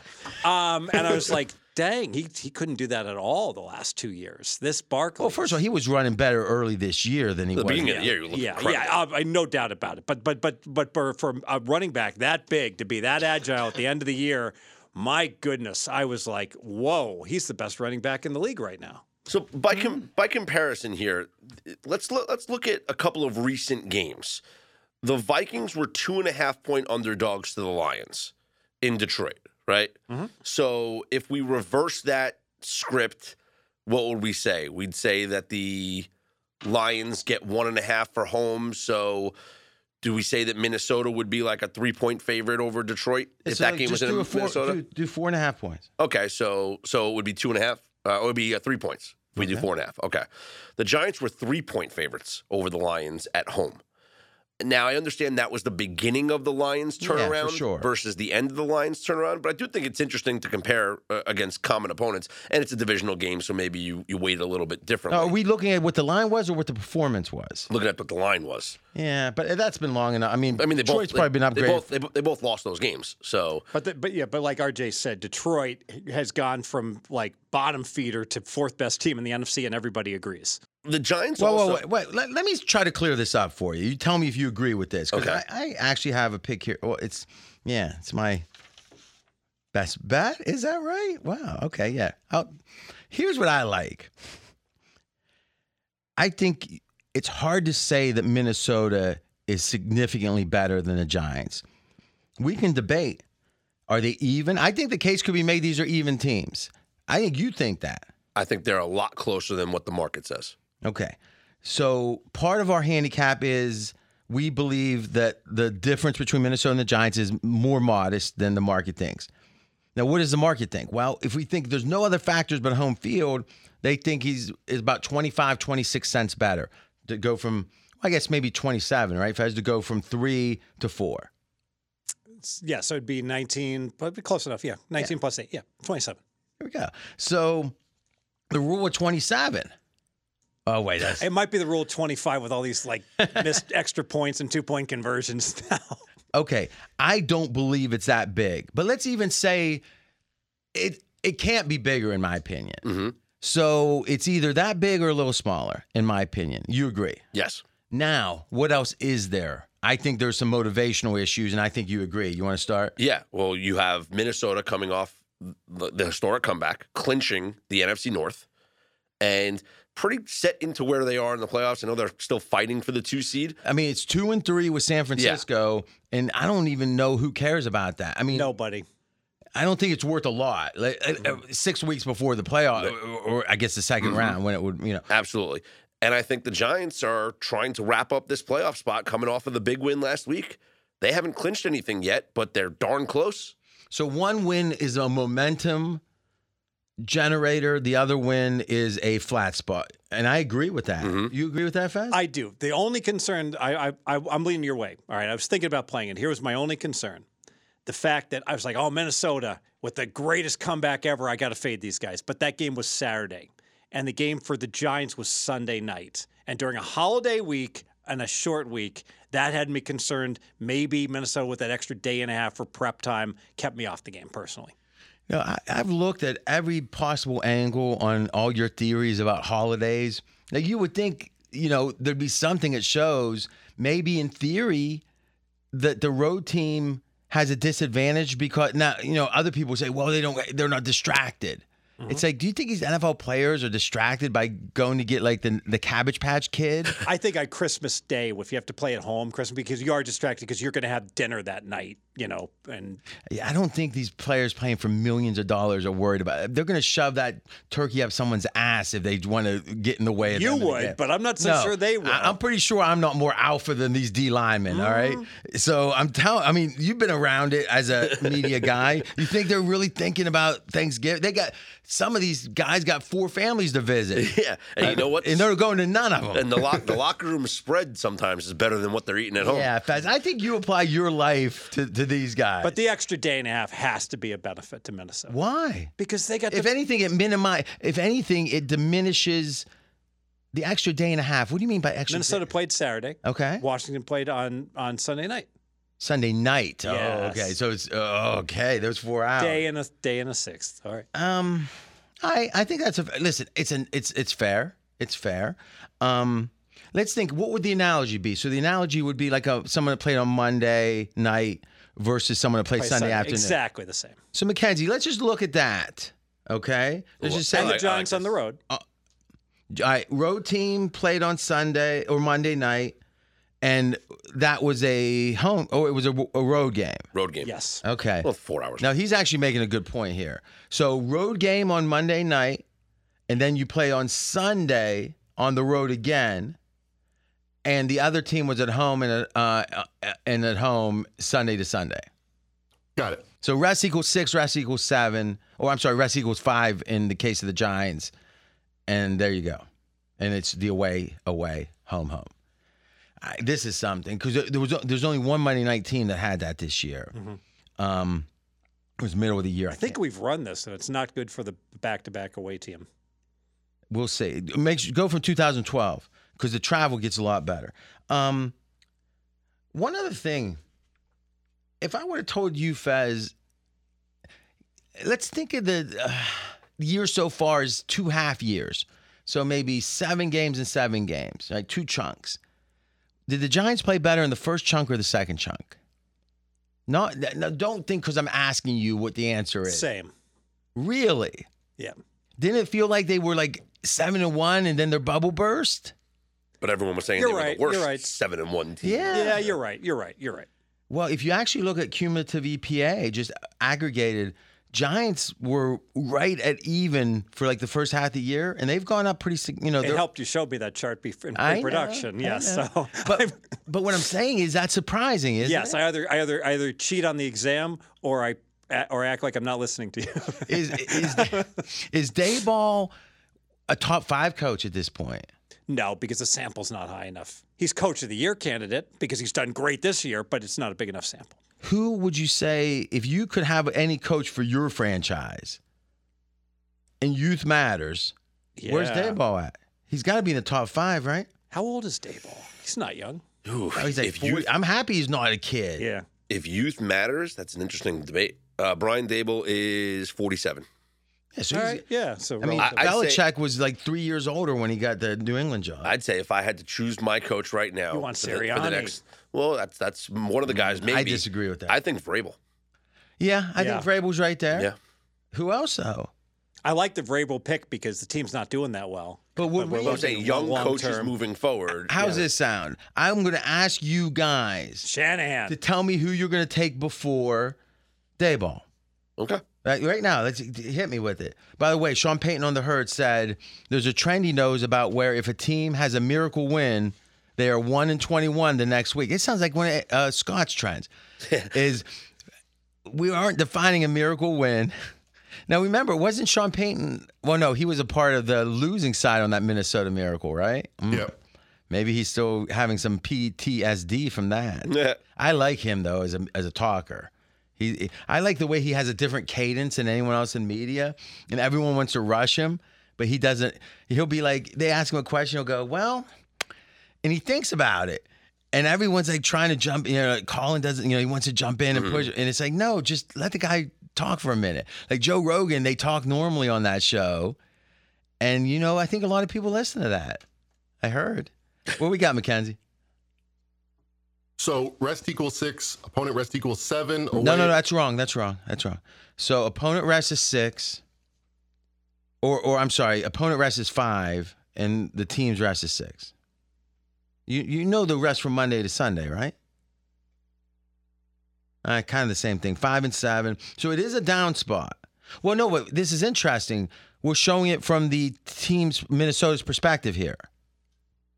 Speaker 3: Um, and I was like, dang, he, he couldn't do that at all the last two years. This Barkley.
Speaker 1: Well, first of all, he was running better early this year than he
Speaker 2: The
Speaker 1: was.
Speaker 2: beginning of the year, you looked
Speaker 3: yeah,
Speaker 2: incredible.
Speaker 3: yeah, I, I, no doubt about it. But but but but for, for a running back that big to be that agile at the end of the year, my goodness, I was like, whoa, he's the best running back in the league right now.
Speaker 2: So by
Speaker 1: Mm.
Speaker 2: com- by comparison here, let's look, let's look at a couple of recent games. The Vikings were two and a half point underdogs to the Lions in Detroit, right?
Speaker 1: Mm-hmm.
Speaker 2: So if we reverse that script, what would we say? We'd say that the Lions get one and a half for home. So do we say that Minnesota would be like a three point favorite over Detroit if
Speaker 1: So
Speaker 2: that game was
Speaker 1: just
Speaker 2: in
Speaker 1: do a four,
Speaker 2: Minnesota?
Speaker 1: Do, do four and a half points.
Speaker 2: Okay, so so it would be two and a half. Uh, it would be uh, three points. If we do four and a half. Okay, the Giants were three point favorites over the Lions at home. Now I understand that was the beginning of the Lions
Speaker 1: Yeah, for
Speaker 2: turnaround
Speaker 1: sure.
Speaker 2: versus the end of the Lions turnaround, but I do think it's interesting to compare uh, against common opponents, and it's a divisional game, so maybe you you weight it a little bit differently.
Speaker 1: Now, are we looking at what the line was or what the performance was?
Speaker 2: Looking at what the line was,
Speaker 1: Yeah, but that's been long enough. I mean,
Speaker 2: I mean, they
Speaker 1: Detroit's
Speaker 2: both
Speaker 1: probably been
Speaker 2: they,
Speaker 1: upgraded.
Speaker 2: they both they, bo- they both lost those games, so
Speaker 3: But the, but yeah, but like RJ said, Detroit has gone from like bottom feeder to fourth best team in the NFC, and everybody agrees.
Speaker 2: the Giants.
Speaker 1: Whoa,
Speaker 2: also,
Speaker 1: whoa, wait, wait. Let, let me try to clear this up for you. You tell me if you agree with this. 'cause
Speaker 2: Okay.
Speaker 1: I, I actually have a pick here. Well, it's, yeah, it's my best bet. Is that right? Wow. Okay. Yeah. I'll, here's what I like I think it's hard to say that Minnesota is significantly better than the Giants. We can debate Are they even? I think the case could be made these are even teams. I think you think that.
Speaker 2: I think they're a lot closer than what the market says.
Speaker 1: Okay. So part of our handicap is we believe that the difference between Minnesota and the Giants is more modest than the market thinks. Now, what does the market think? Well, if we think there's no other factors but home field, they think he's is about 25, 26 cents better to go from, I guess maybe 27, right? If I was to go from three to four.
Speaker 3: Yeah, so it'd be 19, but it'd be close enough. Yeah, 19 plus 8. Yeah, 27.
Speaker 1: Here we go. So the rule of 27. Oh, wait, that's
Speaker 3: It might be the rule 25 with all these like missed extra points and two point conversions now.
Speaker 1: okay, I don't believe it's that big, but let's even say it it can't be bigger in my opinion. So it's either that big or a little smaller, in my opinion. You agree?
Speaker 2: Yes.
Speaker 1: Now, what else is there? I think there's some motivational issues, and I think you agree. You want to start?
Speaker 2: Yeah. Well, you have Minnesota coming off the, the historic comeback, clinching the NFC North, and pretty set into where they are in the playoffs. I know they're still fighting for the two seed.
Speaker 1: I mean, it's two and three with San Francisco, and I don't even know who cares about that. I mean,
Speaker 3: Nobody.
Speaker 1: I don't think it's worth a lot. Like, uh, uh, six weeks before the playoff, or, or I guess the 2nd round when it would, you know.
Speaker 2: Absolutely. And I think the Giants are trying to wrap up this playoff spot coming off of the big win last week. They haven't clinched anything yet, but they're darn close.
Speaker 1: So one win is a momentum generator. The other win is a flat spot, and I agree with that. You agree with that, Fez?
Speaker 3: I do. The only concern I, I, I I'm leaning your way. All right. I was thinking about playing it. Here was my only concern: the fact that I was like, "Oh, Minnesota with the greatest comeback ever. I got to fade these guys." But that game was Saturday, and the game for the Giants was Sunday night. And during a holiday week and a short week, that had me concerned. Maybe Minnesota with that extra day and a half for prep time kept me off the game personally.
Speaker 1: No, I, I've looked at every possible angle on all your theories about holidays. Now, you would think, you know, there'd be something that shows maybe in theory that the road team has a disadvantage because now, you know, other people say, well, they don't, they're not distracted.
Speaker 3: Mm-hmm.
Speaker 1: It's like, do you think these NFL players are distracted by going to get like the, the Cabbage Patch kid?
Speaker 3: I think on Christmas Day, if you have to play at home, Christmas because you are distracted because you're going to have dinner that night, you know, and
Speaker 1: Yeah, I don't think these players playing for millions of dollars are worried about it. They're going to shove that turkey up someone's ass if they want to get in the way of
Speaker 3: You
Speaker 1: them in the
Speaker 3: would,
Speaker 1: game.
Speaker 3: but I'm not so sure they will.
Speaker 1: I, am pretty sure I'm not more alpha than these D linemen. all right,
Speaker 3: Uh-huh.
Speaker 1: so I'm telling. I mean, you've been around it as a media guy. You think they're really thinking about Thanksgiving? They got some of these guys got four families to visit.
Speaker 2: Yeah. And you know what?
Speaker 1: And they're going to none of them.
Speaker 2: and the, lock, the locker room spread sometimes is better than what they're eating at home.
Speaker 1: Yeah, Faz, I think you apply your life to, to these guys.
Speaker 3: but the extra day and a half has to be a benefit to Minnesota
Speaker 1: why?
Speaker 3: because they got
Speaker 1: If
Speaker 3: the,
Speaker 1: anything, it minimi If anything, it diminishes the extra day and a half. What do you mean by extra?
Speaker 3: Minnesota
Speaker 1: Day?
Speaker 3: played Saturday.
Speaker 1: Okay.
Speaker 3: Washington played on on Sunday night.
Speaker 1: Sunday night.
Speaker 3: Yes.
Speaker 1: Oh, okay. So it's oh, okay. Those four hours.
Speaker 3: Day and a day and a sixth. All right.
Speaker 1: Um, I I think that's a listen. It's an it's it's fair. It's fair. Um, let's think. What would the analogy be? So the analogy would be like a someone that played on Monday night versus someone that played
Speaker 3: Play
Speaker 1: Sunday, afternoon.
Speaker 3: Exactly the same.
Speaker 1: So Mackenzie, let's just look at that. Okay. Let's just
Speaker 2: I
Speaker 1: say
Speaker 3: And the
Speaker 2: like- I like
Speaker 3: Giants on the road.
Speaker 1: Oh, all right, road team played on Sunday or Monday night, and that was a home. Oh, it was a, a road game.
Speaker 2: Road game.
Speaker 3: yes.
Speaker 1: Okay.
Speaker 2: Well, four hours.
Speaker 1: Now he's actually making a good point here. So road game on Monday night, and then you play on Sunday on the road again, and the other team was at home and uh, uh, and at home Sunday to Sunday.
Speaker 4: Got it.
Speaker 1: So rest equals six, rest equals seven, or I'm sorry, rest equals five in the case of the Giants, and there you go, and it's the away, away, home, home. I, this is something because there was there's only one Monday night team that had that this year. Um, it was middle of the year.
Speaker 3: I think we've run this, and it's not good for the back-to-back away team.
Speaker 1: we'll see. Make sure, go from 2012 because the travel gets a lot better. Um, one other thing, if I would have told you, Fez, let's think of the uh, year so far as two half years, so maybe seven games and seven games, like two chunks. Did the Giants play better in the first chunk or the second chunk? Not, no, don't think because I'm asking you what the answer is.
Speaker 3: Same.
Speaker 1: Really?
Speaker 3: Yeah.
Speaker 1: Didn't it feel like they were like seven and one and then their bubble burst?
Speaker 2: But everyone was saying
Speaker 3: You're
Speaker 2: they were
Speaker 3: right,
Speaker 2: the worst
Speaker 3: you're right.
Speaker 2: seven and one team.
Speaker 1: Yeah.
Speaker 3: Yeah, you're right. You're right. You're right.
Speaker 1: Well, if you actually look at cumulative EPA, just aggregated, Giants were right at even for like the first half of the year, and they've gone up pretty. sig- You know,
Speaker 3: It
Speaker 1: they're-
Speaker 3: helped you show me that chart before in
Speaker 1: I know,
Speaker 3: pre-production.
Speaker 1: I
Speaker 3: Yes,
Speaker 1: know.
Speaker 3: so
Speaker 1: But but what I'm saying is that's surprising, isn't
Speaker 3: yes,
Speaker 1: it?
Speaker 3: I either I either I either cheat on the exam or I or act like I'm not listening to you.
Speaker 1: Is is is Dayball a top five coach at this point?
Speaker 3: no, because the sample's not high enough. He's coach of the year candidate because he's done great this year, but it's not a big enough sample.
Speaker 1: Who would you say if you could have any coach for your franchise? And youth matters. Where's
Speaker 3: Yeah.
Speaker 1: Dayball at? He's got to be in the top five, right?
Speaker 3: How old is Dayball? He's not young.
Speaker 2: Ooh,
Speaker 1: Oh, he's like
Speaker 2: if
Speaker 1: 40.
Speaker 2: youth,
Speaker 1: I'm happy he's not a kid.
Speaker 3: Yeah.
Speaker 2: if youth matters, that's an interesting debate. Uh, Brian Dable is 47.
Speaker 1: Yeah, so
Speaker 3: All
Speaker 1: he's-
Speaker 3: right. Yeah. So
Speaker 1: I mean,
Speaker 2: I- I'd say-
Speaker 1: Belichick was like three years older when he got the New England job.
Speaker 2: I'd say if I had to choose my coach right now,
Speaker 3: You want
Speaker 2: for the, for the
Speaker 3: Sirianni. Mm,
Speaker 2: next, well, that's that's one of the guys. Maybe
Speaker 1: I disagree with that.
Speaker 2: I think Vrabel.
Speaker 1: yeah, I
Speaker 3: Yeah.
Speaker 1: think Vrabel's right there.
Speaker 2: Yeah,
Speaker 1: Who else though?
Speaker 3: I like the Vrabel pick because the team's not doing that well.
Speaker 1: But what we-
Speaker 2: I'm saying young
Speaker 3: long
Speaker 2: coaches
Speaker 3: term.
Speaker 2: moving forward.
Speaker 1: How's this sound? I'm going to ask you guys
Speaker 3: Shanahan.
Speaker 1: to tell me who you're going to take before Dayball.
Speaker 2: Okay.
Speaker 1: Right, right now, let's hit me with it. By the way, Sean Payton on the herd said there's a trend he knows about where if a team has a miracle win, they are one and twenty-one the next week. It sounds like one of uh, Scott's trends is we aren't defining a miracle win. Now remember, wasn't Sean Payton? Well, no, he was a part of the losing side on that Minnesota miracle, right? Mm.
Speaker 4: Yep.
Speaker 1: Maybe he's still having some PTSD from that.
Speaker 2: Yeah.
Speaker 3: Oh,
Speaker 1: I like him though as a as a talker. He I like the way he has a different cadence than anyone else in media, and everyone wants to rush him, but he doesn't. He'll be like, they ask him a question, he'll go, well, and he thinks about it. And everyone's like trying to jump, you know, like Colin doesn't, you know, he wants to jump in and push. And it's like, no, just let the guy talk for a minute. Like Joe Rogan, they talk normally on that show. And, you know, I think a lot of people listen to that. I heard. What we got, Mackenzie?
Speaker 4: So rest equals six, opponent rest equals seven.
Speaker 1: No,
Speaker 4: away-
Speaker 1: no, no, that's wrong. That's wrong. That's wrong. So opponent rest is six, or or I'm sorry, opponent rest is five, and the team's rest is six. You you know the rest from Monday to Sunday, right? Uh, kind of the same thing, five and seven. So it is a down spot. Well, no, but this is interesting. We're showing it from the team's Minnesota's perspective here.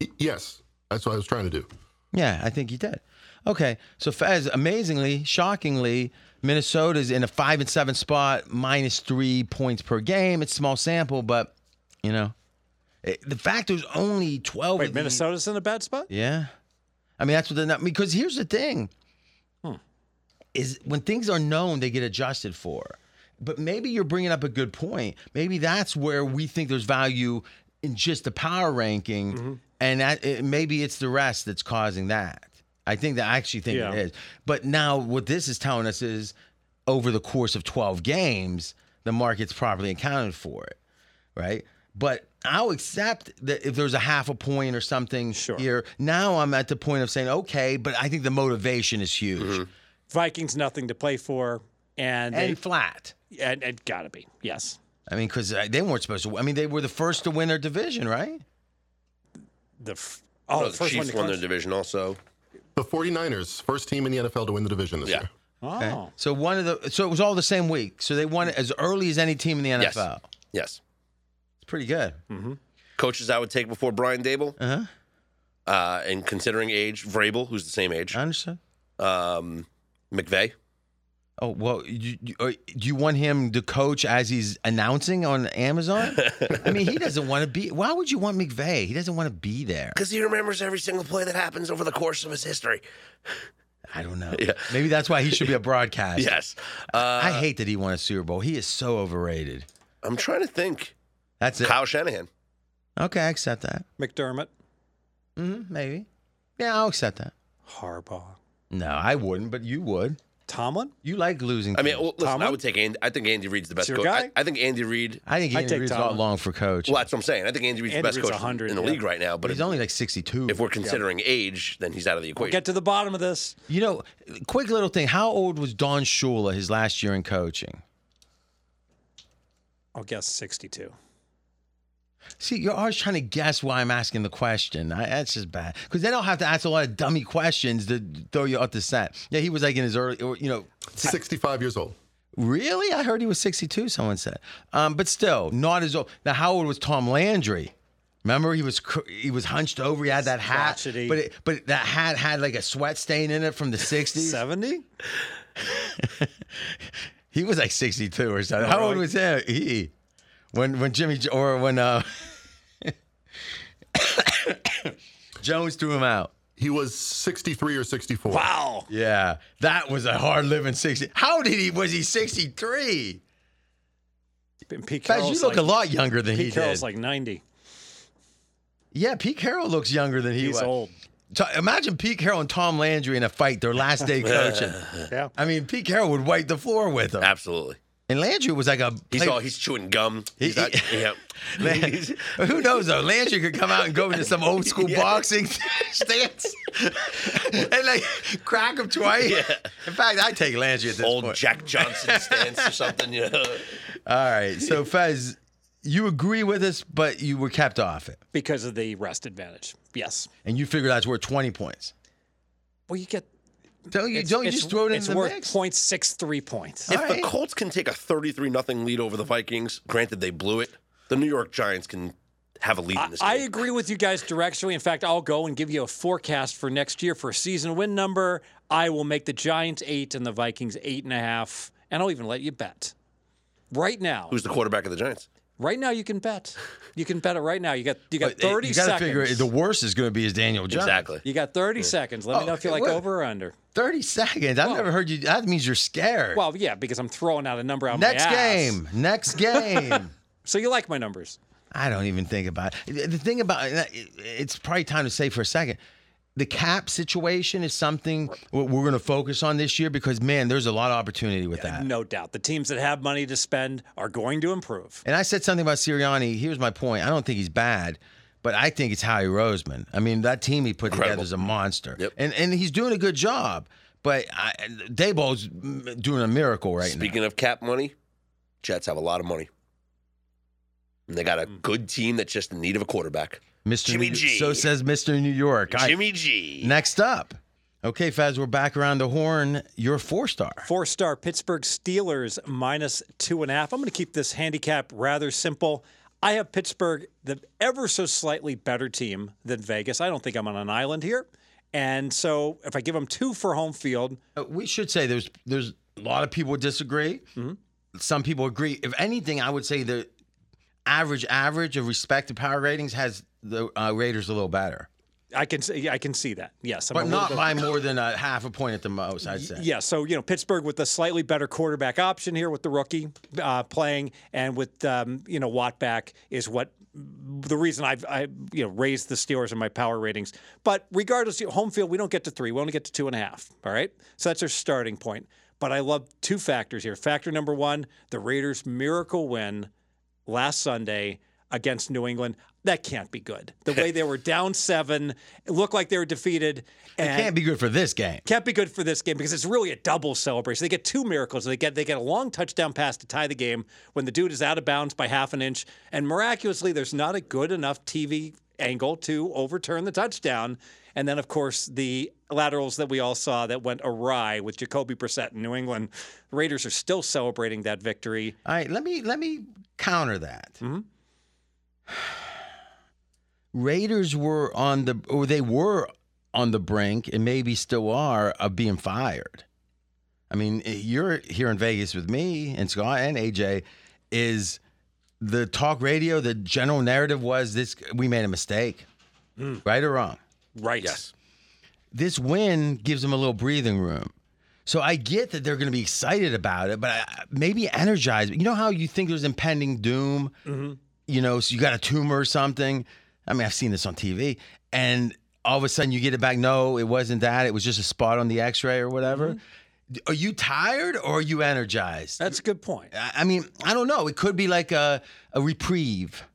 Speaker 4: Y- E, Yes, that's what I was trying to do.
Speaker 1: Yeah, I think he did. Okay, so Fez, amazingly, shockingly, Minnesota's in a five and seven spot, minus three points per game. It's small sample, but you know, it, the fact there's only twelve.
Speaker 3: Wait,
Speaker 1: of the-
Speaker 3: Minnesota's in a bad spot?
Speaker 1: yeah, I mean that's what they're not. Because here's the thing: is when things are known, they get adjusted for. But maybe you're bringing up a good point. Maybe that's where we think there's value in just the power ranking, and that, it, maybe it's the rest that's causing that. I think that I actually think
Speaker 3: Yeah.
Speaker 1: it is. But now what this is telling us is, over the course of 12 games, the market's properly accounted for it, right? But I'll accept that if there's a half a point or something
Speaker 3: Sure.
Speaker 1: here. Now I'm at the point of saying, okay, but I think the motivation is huge
Speaker 3: Vikings nothing to play for, and
Speaker 1: and flat.
Speaker 3: they, and, and gotta be yes.
Speaker 1: I mean, because they weren't supposed to. I mean, they were the first to win their division, right?
Speaker 3: The f- oh,
Speaker 2: Well,
Speaker 3: the
Speaker 2: the
Speaker 3: first one
Speaker 2: Chiefs
Speaker 3: to
Speaker 2: won their
Speaker 3: clinch.
Speaker 2: division also.
Speaker 4: The 49ers, first team in the NFL to win the division this
Speaker 2: Yeah.
Speaker 4: year.
Speaker 3: Oh,
Speaker 1: So one of the so it was all the same week. So they won it as early as any team in the NFL.
Speaker 2: Yes. Yes.
Speaker 1: It's pretty good.
Speaker 2: Coaches I would take before Brian Dable,
Speaker 1: Uh huh.
Speaker 2: uh, and considering age, Vrabel, who's the same age,
Speaker 1: I understand.
Speaker 2: um, McVeigh.
Speaker 1: Oh well, you, you, uh, do you want him to coach as he's announcing on Amazon? I mean, he doesn't want to be. Why would you want McVay? He doesn't want to be there.
Speaker 2: Because he remembers every single play that happens over the course of his history.
Speaker 1: I don't know.
Speaker 2: Yeah.
Speaker 1: Maybe that's why he should be a broadcast.
Speaker 2: Yes. Uh,
Speaker 1: I hate that he won a Super Bowl. He is so overrated.
Speaker 2: I'm trying to think.
Speaker 1: That's it.
Speaker 2: Kyle Shanahan.
Speaker 1: Okay, I accept that.
Speaker 3: McDermott,
Speaker 1: hmm maybe. Yeah, I'll accept that.
Speaker 3: Harbaugh,
Speaker 1: No, I wouldn't, but you would.
Speaker 3: Tomlin.
Speaker 1: You like losing.
Speaker 2: I mean,
Speaker 1: teams.
Speaker 2: well, listen, I
Speaker 3: Tomlin?
Speaker 2: would take Andy. I think Andy Reid's the best
Speaker 3: your
Speaker 2: coach.
Speaker 3: guy?
Speaker 2: I, I think Andy Reid.
Speaker 1: I think
Speaker 3: I'd
Speaker 1: Andy
Speaker 3: take
Speaker 1: Reid's not
Speaker 3: Tomlin.
Speaker 1: long for coach.
Speaker 2: Well, that's what I'm saying. I think Andy Reid's
Speaker 3: Andy
Speaker 2: the best
Speaker 3: Reid's
Speaker 2: coach
Speaker 3: 100,
Speaker 2: in the
Speaker 3: yeah.
Speaker 2: league right now. But
Speaker 1: he's
Speaker 2: if,
Speaker 1: only like 62.
Speaker 2: if we're considering age, then he's out of the equation.
Speaker 3: Get to the bottom of this.
Speaker 1: you know, quick little thing. How old was Don Shula his last year in coaching?
Speaker 3: I'll guess sixty-two.
Speaker 1: See, you're always trying to guess why I'm asking the question. I, that's just bad because then I'll have to ask a lot of dummy questions to throw you off the set. Yeah, he was like in his early, or, you know,
Speaker 4: 65 years old.
Speaker 1: really? I heard he was 62. Someone said, um, but still, not as old. Now, how old was Tom Landry? Remember, he was cr- he was hunched over. He had that hat,
Speaker 3: Crotchety.
Speaker 1: but it, but that hat had like a sweat stain in it from the 60s.
Speaker 3: 70?
Speaker 1: He was like 62 or something. How old
Speaker 3: really?
Speaker 1: was that? He when when Jimmy Jo- or when uh Jones threw him out.
Speaker 4: He was 63 or 64.
Speaker 3: Wow.
Speaker 1: Yeah, that was a hard living 60. How did he? Was he 63?
Speaker 3: And Pete
Speaker 1: Guys, you
Speaker 3: Carroll's
Speaker 1: look
Speaker 3: like,
Speaker 1: a lot younger than he
Speaker 3: Pete
Speaker 1: did.
Speaker 3: Carroll's like 90.
Speaker 1: yeah, Pete Carroll looks younger than he
Speaker 3: He's
Speaker 1: was.
Speaker 3: old.
Speaker 1: T- imagine Pete Carroll and Tom Landry in a fight, their last day coaching.
Speaker 3: Yeah.
Speaker 1: I mean, Pete Carroll would wipe the floor with him.
Speaker 2: Absolutely.
Speaker 1: And Landry was like a
Speaker 2: He's
Speaker 1: play-
Speaker 2: all he's chewing gum. He's
Speaker 1: He-
Speaker 2: not,
Speaker 1: he-
Speaker 2: yeah.
Speaker 1: Man, who knows though? Landry could come out and go into some old school boxing stance and like crack him twice. In fact, I take Landry at this
Speaker 2: Old
Speaker 1: point.
Speaker 2: Jack Johnson stance or something, you know.
Speaker 1: All right, so Fez, you agree with us, but you were kept off it,
Speaker 3: Because of the rest advantage. Yes.
Speaker 1: and you figure that's worth twenty points.
Speaker 3: Well, you get.
Speaker 1: Don't you?
Speaker 3: it's-
Speaker 1: don't you
Speaker 3: it's-
Speaker 1: just throw it in
Speaker 3: It's
Speaker 1: the
Speaker 3: worth
Speaker 1: mix?
Speaker 3: 0.63 points.
Speaker 2: If
Speaker 1: right.
Speaker 2: the Colts can take a 33 nothing lead over the Vikings, granted they blew it, the New York Giants can have a lead
Speaker 3: I,
Speaker 2: in this
Speaker 3: I
Speaker 2: game.
Speaker 3: agree with you guys directionally. In fact, I'll go and give you a forecast for next year for a season win number. I will make the Giants eight and the Vikings eight and a half, and I'll even let you bet. Right now,
Speaker 2: Who's the quarterback of the Giants?
Speaker 3: right now you can bet. You can bet it right now. You got you got
Speaker 1: But it-
Speaker 3: thirty
Speaker 1: you gotta
Speaker 3: seconds.
Speaker 1: figure it- the worst is going to be is Daniel Jones.
Speaker 2: Exactly.
Speaker 3: you got thirty seconds. Let me
Speaker 1: Oh,
Speaker 3: know if you
Speaker 1: okay,
Speaker 3: like
Speaker 1: what?
Speaker 3: over or under.
Speaker 1: Thirty seconds. I've never heard you. That means you're scared.
Speaker 3: Well, yeah, because I'm throwing out a number out of
Speaker 1: next
Speaker 3: my ass.
Speaker 1: game. Next game.
Speaker 3: So you like my numbers?
Speaker 1: I don't even think about it. The thing about uh, it's probably time to say for a second. The cap situation is something we're going to focus on this year because man, there's a lot of opportunity with that.
Speaker 3: No doubt. The teams that have money to spend are going to improve.
Speaker 1: And I said something about Sirianni. Here's my point. I don't think he's bad, but I think it's Howie Roseman. I mean, that team he put together
Speaker 2: Incredible.
Speaker 1: is a monster,
Speaker 2: Yep.
Speaker 1: and and he's doing a good job. But I, Dayball's doing a miracle right now.
Speaker 2: Speaking of cap money, Jets have a lot of money. And they got a
Speaker 1: Mm.
Speaker 2: good team that's just in need of a quarterback.
Speaker 1: Mr.
Speaker 2: Jimmy
Speaker 1: New-
Speaker 2: G.
Speaker 1: So says Mr. New York. I-
Speaker 2: Jimmy G.
Speaker 1: next up. Okay, Faz, we're back around the horn. You're a four star.
Speaker 3: Four star Pittsburgh Steelers minus two and a half. I'm going to keep this handicap rather simple. I have Pittsburgh, the ever so slightly better team than Vegas. I don't think I'm on an island here. And so if I give them two for home field,
Speaker 1: Uh, We should say there's there's a lot of people disagree.
Speaker 2: Mm-hmm.
Speaker 1: Some people agree. If anything, I would say the average average of respected power ratings has the uh, Raiders a little better,
Speaker 3: I can see, I can see that. Yes. I'm a
Speaker 1: but
Speaker 3: little
Speaker 1: not
Speaker 3: bit-
Speaker 1: by more than a half a point at the most. I'd say.
Speaker 3: Yeah, so you know Pittsburgh with a slightly better quarterback option here with the rookie uh, playing, and with um, you know Watt back is what the reason I've I you know raised the Steelers in my power ratings. But regardless, you know, home field we don't get to three, we only get to two and a half. All right, so that's our starting point. But I love two factors here. Factor number one: the Raiders' miracle win last Sunday against New England. That can't be good. The way they were down seven, it looked like they were defeated.
Speaker 1: It
Speaker 3: And
Speaker 1: can't be good for this game.
Speaker 3: can't be good for this game because it's really a double celebration. They get two miracles. They get they get a long touchdown pass to tie the game when the dude is out of bounds by half an inch, and miraculously there's not a good enough TV angle to overturn the touchdown. And then of course the laterals that we all saw that went awry with Jacoby Brissett in New England. The Raiders are still celebrating that victory.
Speaker 1: All right, let me let me counter that. Raiders were on the or they were on the brink and maybe still are of being fired. I mean, you're here in Vegas with me and Scott and AJ is the talk radio, the general narrative was this we made a mistake. Right or wrong?
Speaker 3: Right.
Speaker 2: Yes.
Speaker 1: this win gives them a little breathing room. So I get that they're going to be excited about it, but I, maybe energized. You know how you think there's impending doom?
Speaker 3: Mm-hmm.
Speaker 1: You know, so you got a tumor or something. I mean, I've seen this on TV. And all of a sudden you get it back. No, it wasn't that. It was just a spot on the x ray or whatever.
Speaker 3: Mm-hmm.
Speaker 1: Are you tired or are you energized?
Speaker 3: That's a good point.
Speaker 1: I I mean, I don't know. It could be like a, a reprieve.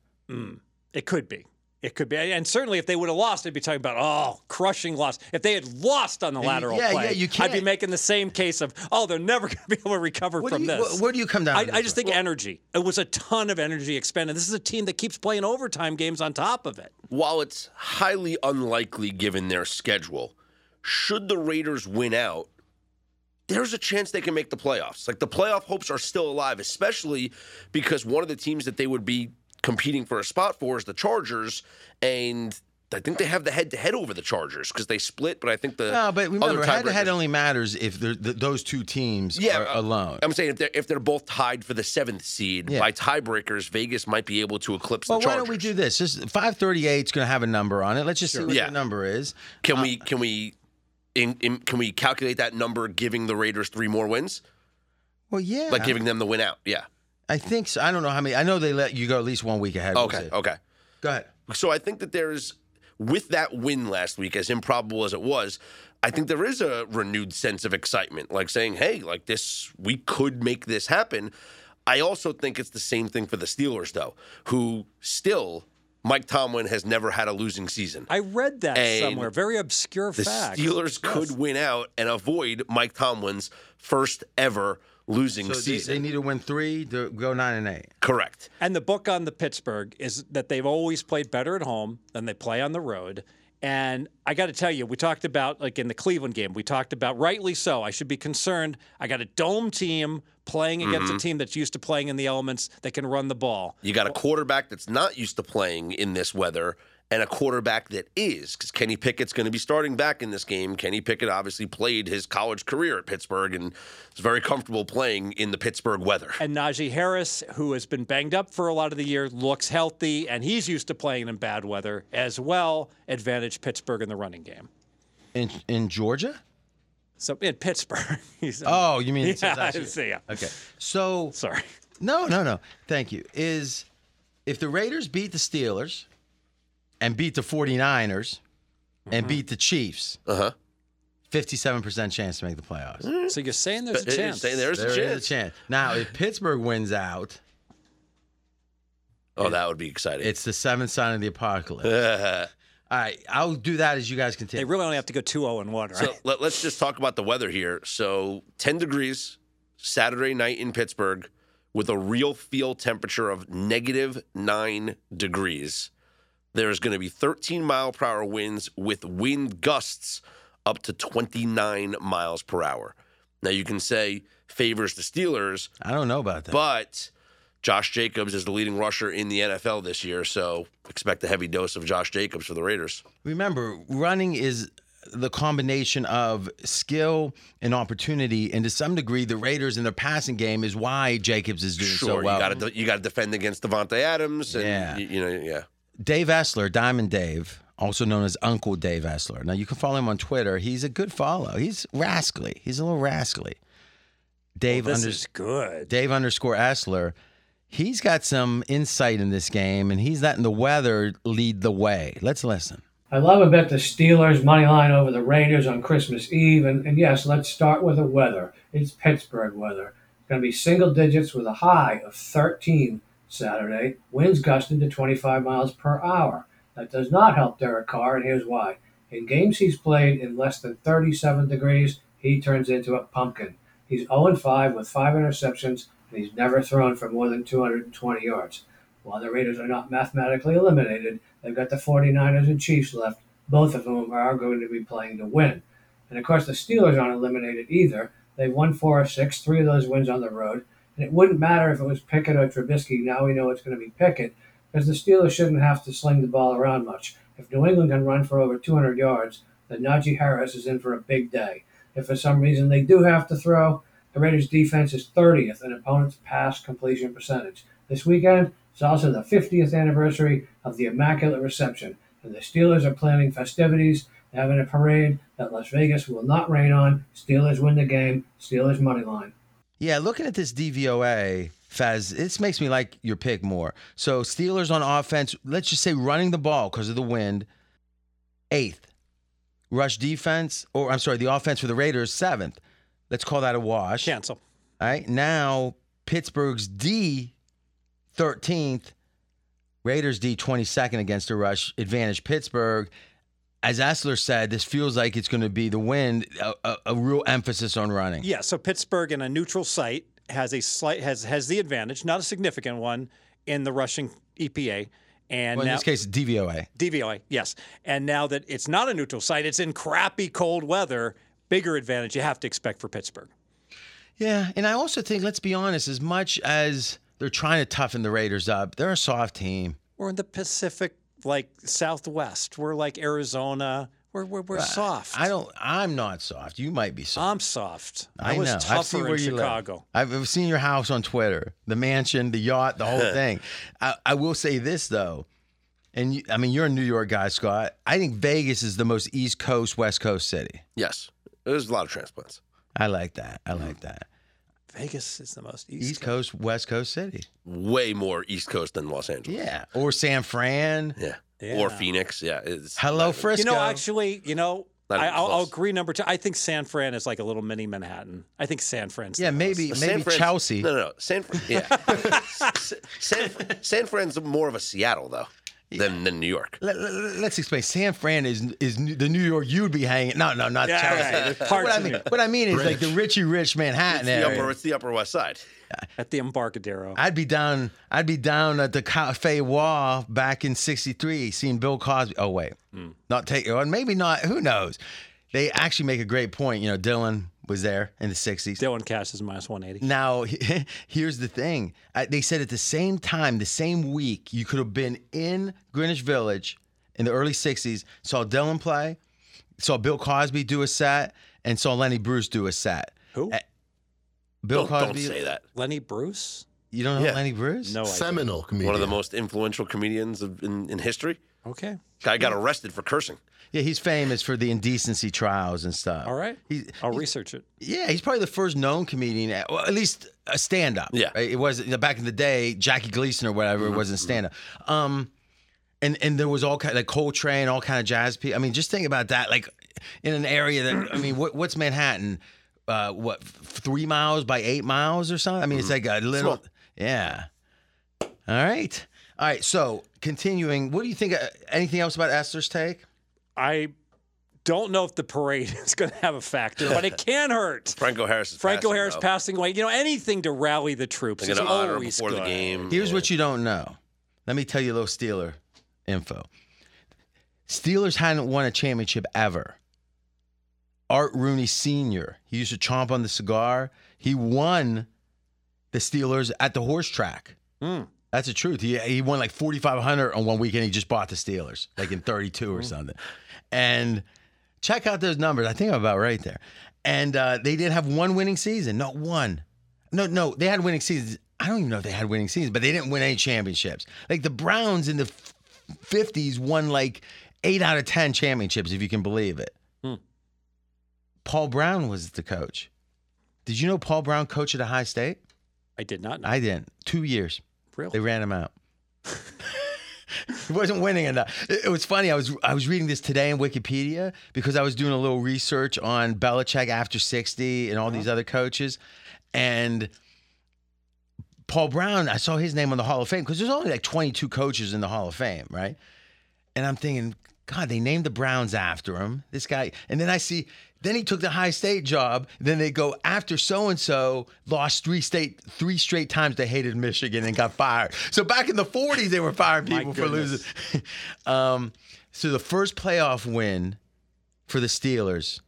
Speaker 3: It could be. It could be, and certainly if they would have lost, I'd be talking about oh, crushing loss. If they had lost on the lateral
Speaker 1: yeah,
Speaker 3: play,
Speaker 1: yeah, you
Speaker 3: I'd be
Speaker 1: can't-
Speaker 3: making the same case of oh, they're never going to be able to recover
Speaker 1: What do
Speaker 3: from
Speaker 1: you-
Speaker 3: this.
Speaker 1: wh- where do you come down
Speaker 3: I,
Speaker 1: on
Speaker 3: I
Speaker 1: this
Speaker 3: just think energy. It was a ton of energy expended. This is a team that keeps playing overtime games on top of it.
Speaker 2: While it's highly unlikely given their schedule, should the Raiders win out, there's a chance they can make the playoffs. Like the playoff hopes are still alive, especially because one of the teams that they would be competing for a spot for is the Chargers. And I think they have the head to head over the Chargers because they split, but I think the.
Speaker 1: No, but
Speaker 2: other
Speaker 1: remember, head to head
Speaker 2: tiebreakers-
Speaker 1: only matters if they're, th- those two teams
Speaker 2: Yeah,
Speaker 1: are
Speaker 2: uh,
Speaker 1: alone.
Speaker 2: I'm saying if they're, if they're both tied for the seventh seed
Speaker 1: Yeah.
Speaker 2: by tiebreakers, Vegas might be able to eclipse
Speaker 1: Well,
Speaker 2: the Chargers.
Speaker 1: why don't we do this? This 538 is going to have a number on it. Let's just see what
Speaker 2: Yeah.
Speaker 1: the number is.
Speaker 2: Can we can we in, in, can we calculate that number giving the Raiders three more wins?
Speaker 1: Well, yeah.
Speaker 2: Like giving them the win out. Yeah.
Speaker 1: I think so. I don't know how many. I know they let you go at least one week ahead. was
Speaker 2: Okay.
Speaker 1: it?
Speaker 2: Okay.
Speaker 1: Go ahead.
Speaker 2: So I think that there's with that win last week, as improbable as it was, I think there is a renewed sense of excitement, like saying, "Hey, like this, we could make this happen." I also think it's the same thing for the Steelers, though, who still Mike Tomlin has never had a losing season.
Speaker 3: I read that
Speaker 2: And
Speaker 3: somewhere, very obscure
Speaker 2: the
Speaker 3: fact.
Speaker 2: Steelers could win out and avoid Mike Tomlin's first ever losing
Speaker 1: So they,
Speaker 2: season.
Speaker 1: they need to win three to go nine and eight.
Speaker 2: Correct.
Speaker 3: And the book on the Pittsburgh is that they've always played better at home than they play on the road. And I got to tell you, we talked about like in the Cleveland game, we talked about rightly so. I should be concerned. I got a dome team playing against
Speaker 1: Mm-hmm.
Speaker 3: a team that's used to playing in the elements that can run the ball.
Speaker 2: You got a quarterback that's not used to playing in this weather and a quarterback that is because Kenny Pickett's going to be starting back in this game. Kenny Pickett obviously played his college career at Pittsburgh and is very comfortable playing in the Pittsburgh weather.
Speaker 3: And Najee Harris, who has been banged up for a lot of the year, looks healthy, and he's used to playing in bad weather as well. Advantage Pittsburgh in the running game.
Speaker 1: In in Georgia?
Speaker 3: So in Pittsburgh, he's
Speaker 1: Oh, you mean? since
Speaker 3: yeah,
Speaker 1: last year.
Speaker 3: yeah.
Speaker 1: Okay. So
Speaker 3: Sorry.
Speaker 1: no, no, no. Thank you. Is if the Raiders beat the Steelers and beat the 49ers
Speaker 2: Mm-hmm.
Speaker 1: and beat the Chiefs,
Speaker 2: Uh huh.
Speaker 1: 57% chance to make the playoffs.
Speaker 3: So you're saying there's a chance.
Speaker 2: There's
Speaker 1: There
Speaker 2: a
Speaker 1: is
Speaker 2: chance.
Speaker 1: a chance. Now, if Pittsburgh wins out,
Speaker 2: Oh, that would be exciting.
Speaker 1: it's the seventh sign of the apocalypse.
Speaker 2: Uh,
Speaker 1: All right, I'll do that as you guys
Speaker 3: They
Speaker 1: continue.
Speaker 3: really only have to go 2 0 and 1, right?
Speaker 2: So let, us just talk about the weather here. So 10 degrees Saturday night in Pittsburgh with a real field temperature of negative nine degrees. There's going to be 13 mile per hour winds with wind gusts up to 29 miles per hour. Now you can say favors the Steelers,
Speaker 1: I don't know about that.
Speaker 2: but Josh Jacobs is the leading rusher in the NFL this year, so expect a heavy dose of Josh Jacobs for the Raiders.
Speaker 1: Remember, running is the combination of skill and opportunity, and to some degree, the Raiders in their passing game is why Jacobs is doing
Speaker 2: Sure,
Speaker 1: so well.
Speaker 2: you got to you got to defend against Devontae Adams, and
Speaker 1: Yeah.
Speaker 2: you, you know, yeah.
Speaker 1: Dave Essler, Diamond Dave, also known as Uncle Dave Essler. Now you can follow him on Twitter. He's a good follow. He's rascally. He's a little rascally. Dave
Speaker 3: this
Speaker 1: under-
Speaker 3: is good.
Speaker 1: Dave underscore Essler. He's got some insight in this game, and he's letting the weather lead the way. Let's listen.
Speaker 6: I love a bet the Steelers money line over the Raiders on Christmas Eve. And, and yes, let's start with the weather. It's Pittsburgh weather. It's going to be single digits with a high of 13 Saturday. Winds gusting to 25 miles per hour. That does not help Derek Carr, and here's why. In games he's played in less than 37 degrees, he turns into a pumpkin. He's 0 5 with five interceptions, and he's never thrown for more than 220 yards. While the Raiders are not mathematically eliminated, they've got the 49ers and Chiefs left, both of whom are going to be playing to win. And of course, the Steelers aren't eliminated either. They've won four or six, three of those wins on the road. And it wouldn't matter if it was Pickett or Trubisky. Now we know it's going to be Pickett because the Steelers shouldn't have to sling the ball around much. If New England can run for over 200 yards, then Najee Harris is in for a big day. If for some reason they do have to throw, the Raiders' defense is 30th in opponents' pass completion percentage. This weekend is also the 50th anniversary of the Immaculate Reception, and the Steelers are planning festivities, having a parade that Las Vegas will not rain on. Steelers win the game. Steelers money line.
Speaker 1: Yeah, looking at this DVOA, Faz, this makes me like your pick more. So Steelers on offense, let's just say running the ball because of the wind, eighth. Rush defense, or I'm sorry, the offense for the Raiders, seventh. Let's call that a wash.
Speaker 3: Cancel.
Speaker 1: All right. Now Pittsburgh's D, thirteenth. Raiders D 22nd against the rush advantage Pittsburgh. As Essler said, this feels like it's going to be the win, a, a, a real emphasis on running.
Speaker 3: Yeah, so Pittsburgh in a neutral site has a slight has has the advantage, not a significant one, in the rushing EPA. And
Speaker 1: Well, in
Speaker 3: now,
Speaker 1: this case, DVOA.
Speaker 3: DVOA, yes. And now that it's not a neutral site, it's in crappy cold weather. Bigger advantage you have to expect for Pittsburgh.
Speaker 1: Yeah, and I also think let's be honest. As much as they're trying to toughen the Raiders up, they're a soft team.
Speaker 3: We're in the Pacific, like Southwest. We're like Arizona. We're we're, we're soft.
Speaker 1: I don't. I'm not soft. You might be soft.
Speaker 3: I'm soft. I,
Speaker 1: I
Speaker 3: was
Speaker 1: know.
Speaker 3: tougher
Speaker 1: I've seen
Speaker 3: in
Speaker 1: where you live.
Speaker 3: Chicago.
Speaker 1: I've, I've seen your house on Twitter, the mansion, the yacht, the whole thing. I, I will say this though, and you, I mean you're a New York guy, Scott. I think Vegas is the most East Coast, West Coast city.
Speaker 2: Yes, there's a lot of transplants.
Speaker 1: I like that. I like that.
Speaker 3: Vegas is the most east.
Speaker 1: East Coast, West Coast city.
Speaker 2: Way more East Coast than Los Angeles.
Speaker 1: Yeah, or San Fran.
Speaker 2: Yeah.
Speaker 3: Yeah.
Speaker 2: Or Phoenix. Yeah. It's
Speaker 1: Hello, Frisco.
Speaker 3: You know, actually, you know,
Speaker 2: Not
Speaker 3: I,
Speaker 2: even
Speaker 3: I'll, I'll
Speaker 2: close.
Speaker 3: agree. Number two, I think San Fran is like a little mini Manhattan. I think San Fran's.
Speaker 1: yeah,
Speaker 3: the
Speaker 1: maybe
Speaker 2: San
Speaker 1: maybe
Speaker 2: Fran's-
Speaker 1: Chelsea.
Speaker 2: No, no, no. San Fran. Yeah. S- San, San Fran's more of a Seattle, though, than, than New York.
Speaker 1: Let, us explain. San Fran is is new- the New York you'd be hanging. No, no, not
Speaker 3: Yeah,
Speaker 1: Chelsea.
Speaker 3: right.
Speaker 1: But
Speaker 3: Parts
Speaker 1: What I
Speaker 3: of
Speaker 1: mean,
Speaker 3: it.
Speaker 1: what I mean is like the
Speaker 4: Greenwich.
Speaker 1: richy rich Manhattan
Speaker 2: The
Speaker 1: area.
Speaker 2: upper, it's the Upper West Side.
Speaker 3: best. at the Embarcadero.
Speaker 1: I'd be down. I'd be down at the Cafe Wall back in '63, seeing Bill Cosby. Oh wait,
Speaker 2: Hmm.
Speaker 1: not take. Or maybe not. Who knows? They actually make a great point. You know, Dylan was there in the '60s.
Speaker 3: Dylan Cash is minus one eighty.
Speaker 1: Now, here's the thing. I, they said at the same time, the same week, you could have been in Greenwich Village in the early 60s, saw Dylan play, saw Bill Cosby do a set, and saw Lenny Bruce do a set.
Speaker 3: Who?
Speaker 1: Eh, Bill
Speaker 2: Don't, don't
Speaker 1: Cosby.
Speaker 2: say that.
Speaker 3: Lenny Bruce?
Speaker 1: You don't know
Speaker 2: Yeah.
Speaker 1: Lenny Bruce?
Speaker 3: No idea.
Speaker 4: Seminole comedian.
Speaker 2: One of the most influential comedians of, in, in history.
Speaker 3: Okay.
Speaker 2: Guy got arrested for cursing.
Speaker 1: Yeah, he's famous for the indecency trials and stuff.
Speaker 3: All right.
Speaker 1: He's,
Speaker 3: I'll research it.
Speaker 1: yeah, he's probably the first known comedian, at, well, at least a stand up.
Speaker 2: Yeah.
Speaker 1: It was you know, back in the day, Jackie Gleason or whatever, it wasn't stand up. Um, and and there was all kind like Coltrane, all kind of jazz people. I mean, just think about that. Like in an area that I mean, what what's Manhattan? Uh, what f- three miles by eight miles or something? I mean, it's like a little.
Speaker 2: Small.
Speaker 1: Yeah. All right. All right. So continuing, what do you think? Uh, anything else about Esther's take?
Speaker 3: I don't know if the parade is going to have a factor, but it can hurt.
Speaker 2: Franco Harris is
Speaker 3: Franco
Speaker 2: passing,
Speaker 3: Harris
Speaker 2: though.
Speaker 3: passing away. You know, anything to rally the troops
Speaker 2: They're
Speaker 3: is
Speaker 2: going to honor him
Speaker 3: always
Speaker 2: before the
Speaker 3: good.
Speaker 2: game.
Speaker 1: Here's what you don't know. Let me tell you a little Steeler info. Steelers hadn't won a championship ever. Art Rooney Sr., he used to chomp on the cigar. He won the Steelers at the horse track.
Speaker 3: Mm.
Speaker 1: That's the truth. He, he won like 4,500 on one weekend. He just bought the Steelers, like in 32 or something. And check out those numbers. I think I'm about right there. And uh, they did have one winning season, not one. No, no, they had winning seasons. I don't even know if they had winning seasons, but they didn't win any championships. Like the Browns in the f- 50s won like eight out of 10 championships, if you can believe it.
Speaker 3: Hmm.
Speaker 1: Paul Brown was the coach. Did you know Paul Brown coached at a high state?
Speaker 3: I did not know.
Speaker 1: I didn't. Two years. They
Speaker 3: Really?
Speaker 1: ran him out. he wasn't winning enough. It, it was funny. I was I was reading this today in Wikipedia because I was doing a little research on Belichick after sixty and all these other coaches, and Paul Brown. I saw his name on the Hall of Fame because there's only like 22 coaches in the Hall of Fame, right? And I'm thinking, God, they named the Browns after him. This guy, and then I see. Then he took the high state job. Then they go after so and so lost three state three straight times. They hated Michigan and got fired. So back in the '40s, they were firing
Speaker 3: My
Speaker 1: people for
Speaker 3: goodness.
Speaker 1: losing. um, so the first playoff win for the Steelers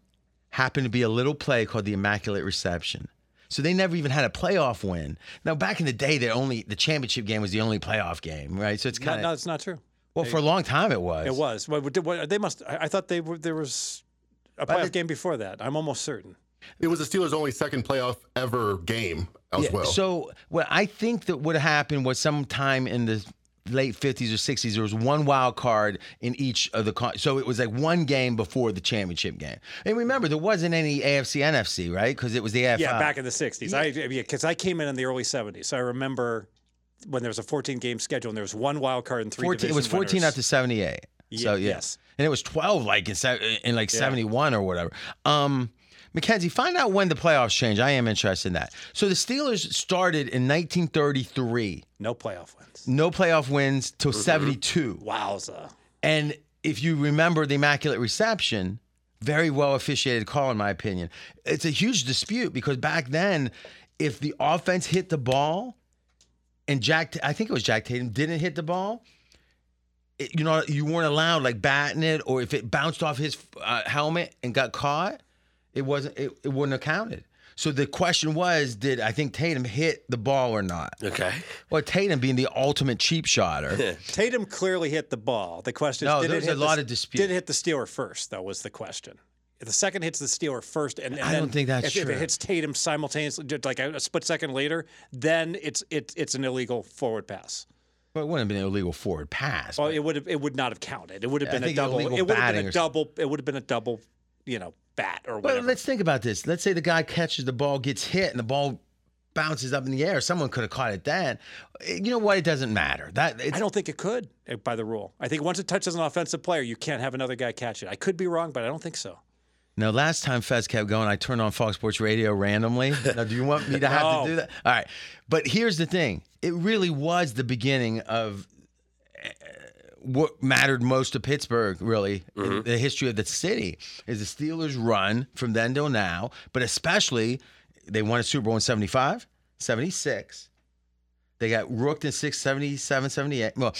Speaker 1: happened to be a little play called the Immaculate Reception. So they never even had a playoff win. Now back in the day, they only the championship game was the only playoff game, right? So it's
Speaker 3: No,
Speaker 1: kind
Speaker 3: no,
Speaker 1: of
Speaker 3: it's not true.
Speaker 1: well for a long time it was.
Speaker 3: It was. What, what, what- they must. I, I thought they were. There was a playoff game before that. I'm almost certain.
Speaker 4: it was the Steelers' only second playoff ever game as well.
Speaker 1: So what I think that would happen was sometime in the late 50s or 60s there was one wild card in each of the con- so it was like one game before the championship game and remember there wasn't any afc nfc right because it was the AFL.
Speaker 3: Yeah, back in the '60s. I yeah, because I came in in the early '70s, so I remember when there was a 14 game schedule and there was one wild card and three.
Speaker 1: 14 it was
Speaker 3: division
Speaker 1: 14
Speaker 3: winners.
Speaker 1: up to 78 so
Speaker 3: Ye-
Speaker 1: yeah.
Speaker 3: yes.
Speaker 1: and it was 12 like in, se- in like 71 or whatever um Mackenzie, find out when the playoffs change. I am interested in that. So the Steelers started in 1933,
Speaker 3: No playoff wins.
Speaker 1: no playoff wins till
Speaker 3: Mm-hmm.
Speaker 1: 72.
Speaker 3: Wowza.
Speaker 1: And if you remember the Immaculate Reception, very well officiated call, in my opinion. It's a huge dispute because back then, if the offense hit the ball and Jack, I think it was Jack Tatum, didn't hit the ball, it, you know, you weren't allowed like batting it, or if it bounced off his uh, helmet and got caught, it wasn't, it, it wouldn't have counted. So the question was, did I think Tatum hit the ball or not?
Speaker 2: Okay.
Speaker 1: Well, Tatum being the ultimate cheap shotter,
Speaker 3: Tatum clearly hit the ball. The question
Speaker 1: No,
Speaker 3: is, did
Speaker 1: there
Speaker 3: it
Speaker 1: was
Speaker 3: hit
Speaker 1: a
Speaker 3: the-
Speaker 1: lot of dispute.
Speaker 3: Did it hit the Steeler first? Though was the question. If The second hits the Steeler first, and, and
Speaker 1: I
Speaker 3: then
Speaker 1: don't think that's
Speaker 3: if, If
Speaker 1: true.
Speaker 3: it hits Tatum simultaneously, just like a, a split second later, then it's it, it's an illegal forward pass.
Speaker 1: but it wouldn't have been an illegal forward pass.
Speaker 3: Well, Oh, it would have it would not have counted. It would have
Speaker 1: Yeah, I
Speaker 3: been a
Speaker 1: think
Speaker 3: double.
Speaker 1: illegal
Speaker 3: It would have
Speaker 1: batting
Speaker 3: been
Speaker 1: or
Speaker 3: a
Speaker 1: something.
Speaker 3: double. It would have been a double. You know, bat or
Speaker 1: Well,
Speaker 3: whatever.
Speaker 1: let's think about this. Let's say the guy catches the ball, gets hit, and the ball bounces up in the air. Someone could have caught it then. Eh, You know what? It doesn't matter. That it's,
Speaker 3: I don't think it could eh, by the rule. I think once it touches an offensive player, you can't have another guy catch it. I could be wrong, but I don't think so.
Speaker 1: Now, last time Fez kept going, I turned on Fox Sports Radio randomly. Now, do you want me to have
Speaker 3: No.
Speaker 1: to do that? All right. But here's the thing it really was the beginning of eh, what mattered most to Pittsburgh, really,
Speaker 3: Mm-hmm.
Speaker 1: in the history of the city, is the Steelers' run from then till now, but especially they won a Super Bowl in 75, 76. They got rooked in 6, 77, 78. Well,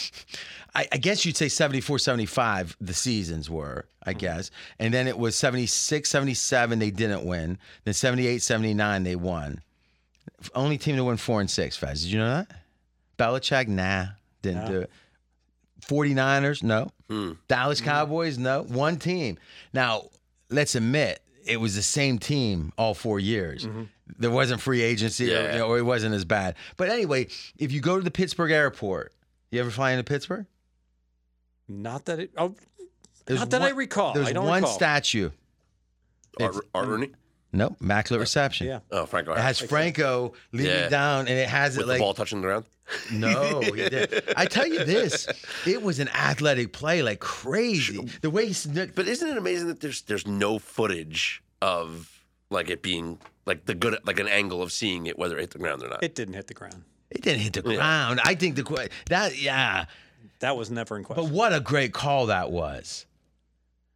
Speaker 1: I, I guess you'd say 74, 75, the seasons were, I guess. And then it was 76, 77, they didn't win. Then 78, 79, they won. Only team to win four and six, Fez. Did you know that? Belichick, nah, didn't do it. 49ers, no.
Speaker 2: Hmm.
Speaker 3: Hmm.
Speaker 1: Dallas Cowboys, no. One team. Now, let's admit, it was the same team all four years.
Speaker 3: Mm-hmm.
Speaker 1: There wasn't free agency, or-
Speaker 2: Yeah.
Speaker 1: or, it wasn't as bad. But anyway, if you go to the Pittsburgh airport, you ever fly into Pittsburgh?
Speaker 3: Not that it. Oh,
Speaker 1: There's
Speaker 3: Not that I recall. I
Speaker 1: There's
Speaker 3: don't
Speaker 1: one
Speaker 3: recall.
Speaker 1: statue.
Speaker 2: Art, Art Rooney?
Speaker 1: Nope, Immaculate Reception.
Speaker 3: Uh, yeah.
Speaker 2: Oh, Frank.
Speaker 1: It has Franco leaning
Speaker 2: Yeah.
Speaker 1: down, and it has
Speaker 2: with
Speaker 1: it like
Speaker 2: the ball touching the ground.
Speaker 1: No, he did. I tell you this, it was an athletic play like crazy. The way he snook,
Speaker 2: But isn't it amazing that there's there's no footage of like it being like the good like an angle of seeing it whether it hit the ground or not?
Speaker 3: It didn't hit the ground.
Speaker 1: it didn't hit the ground. I think the que- that yeah,
Speaker 3: That was never in
Speaker 1: but
Speaker 3: question.
Speaker 1: what a great call that was.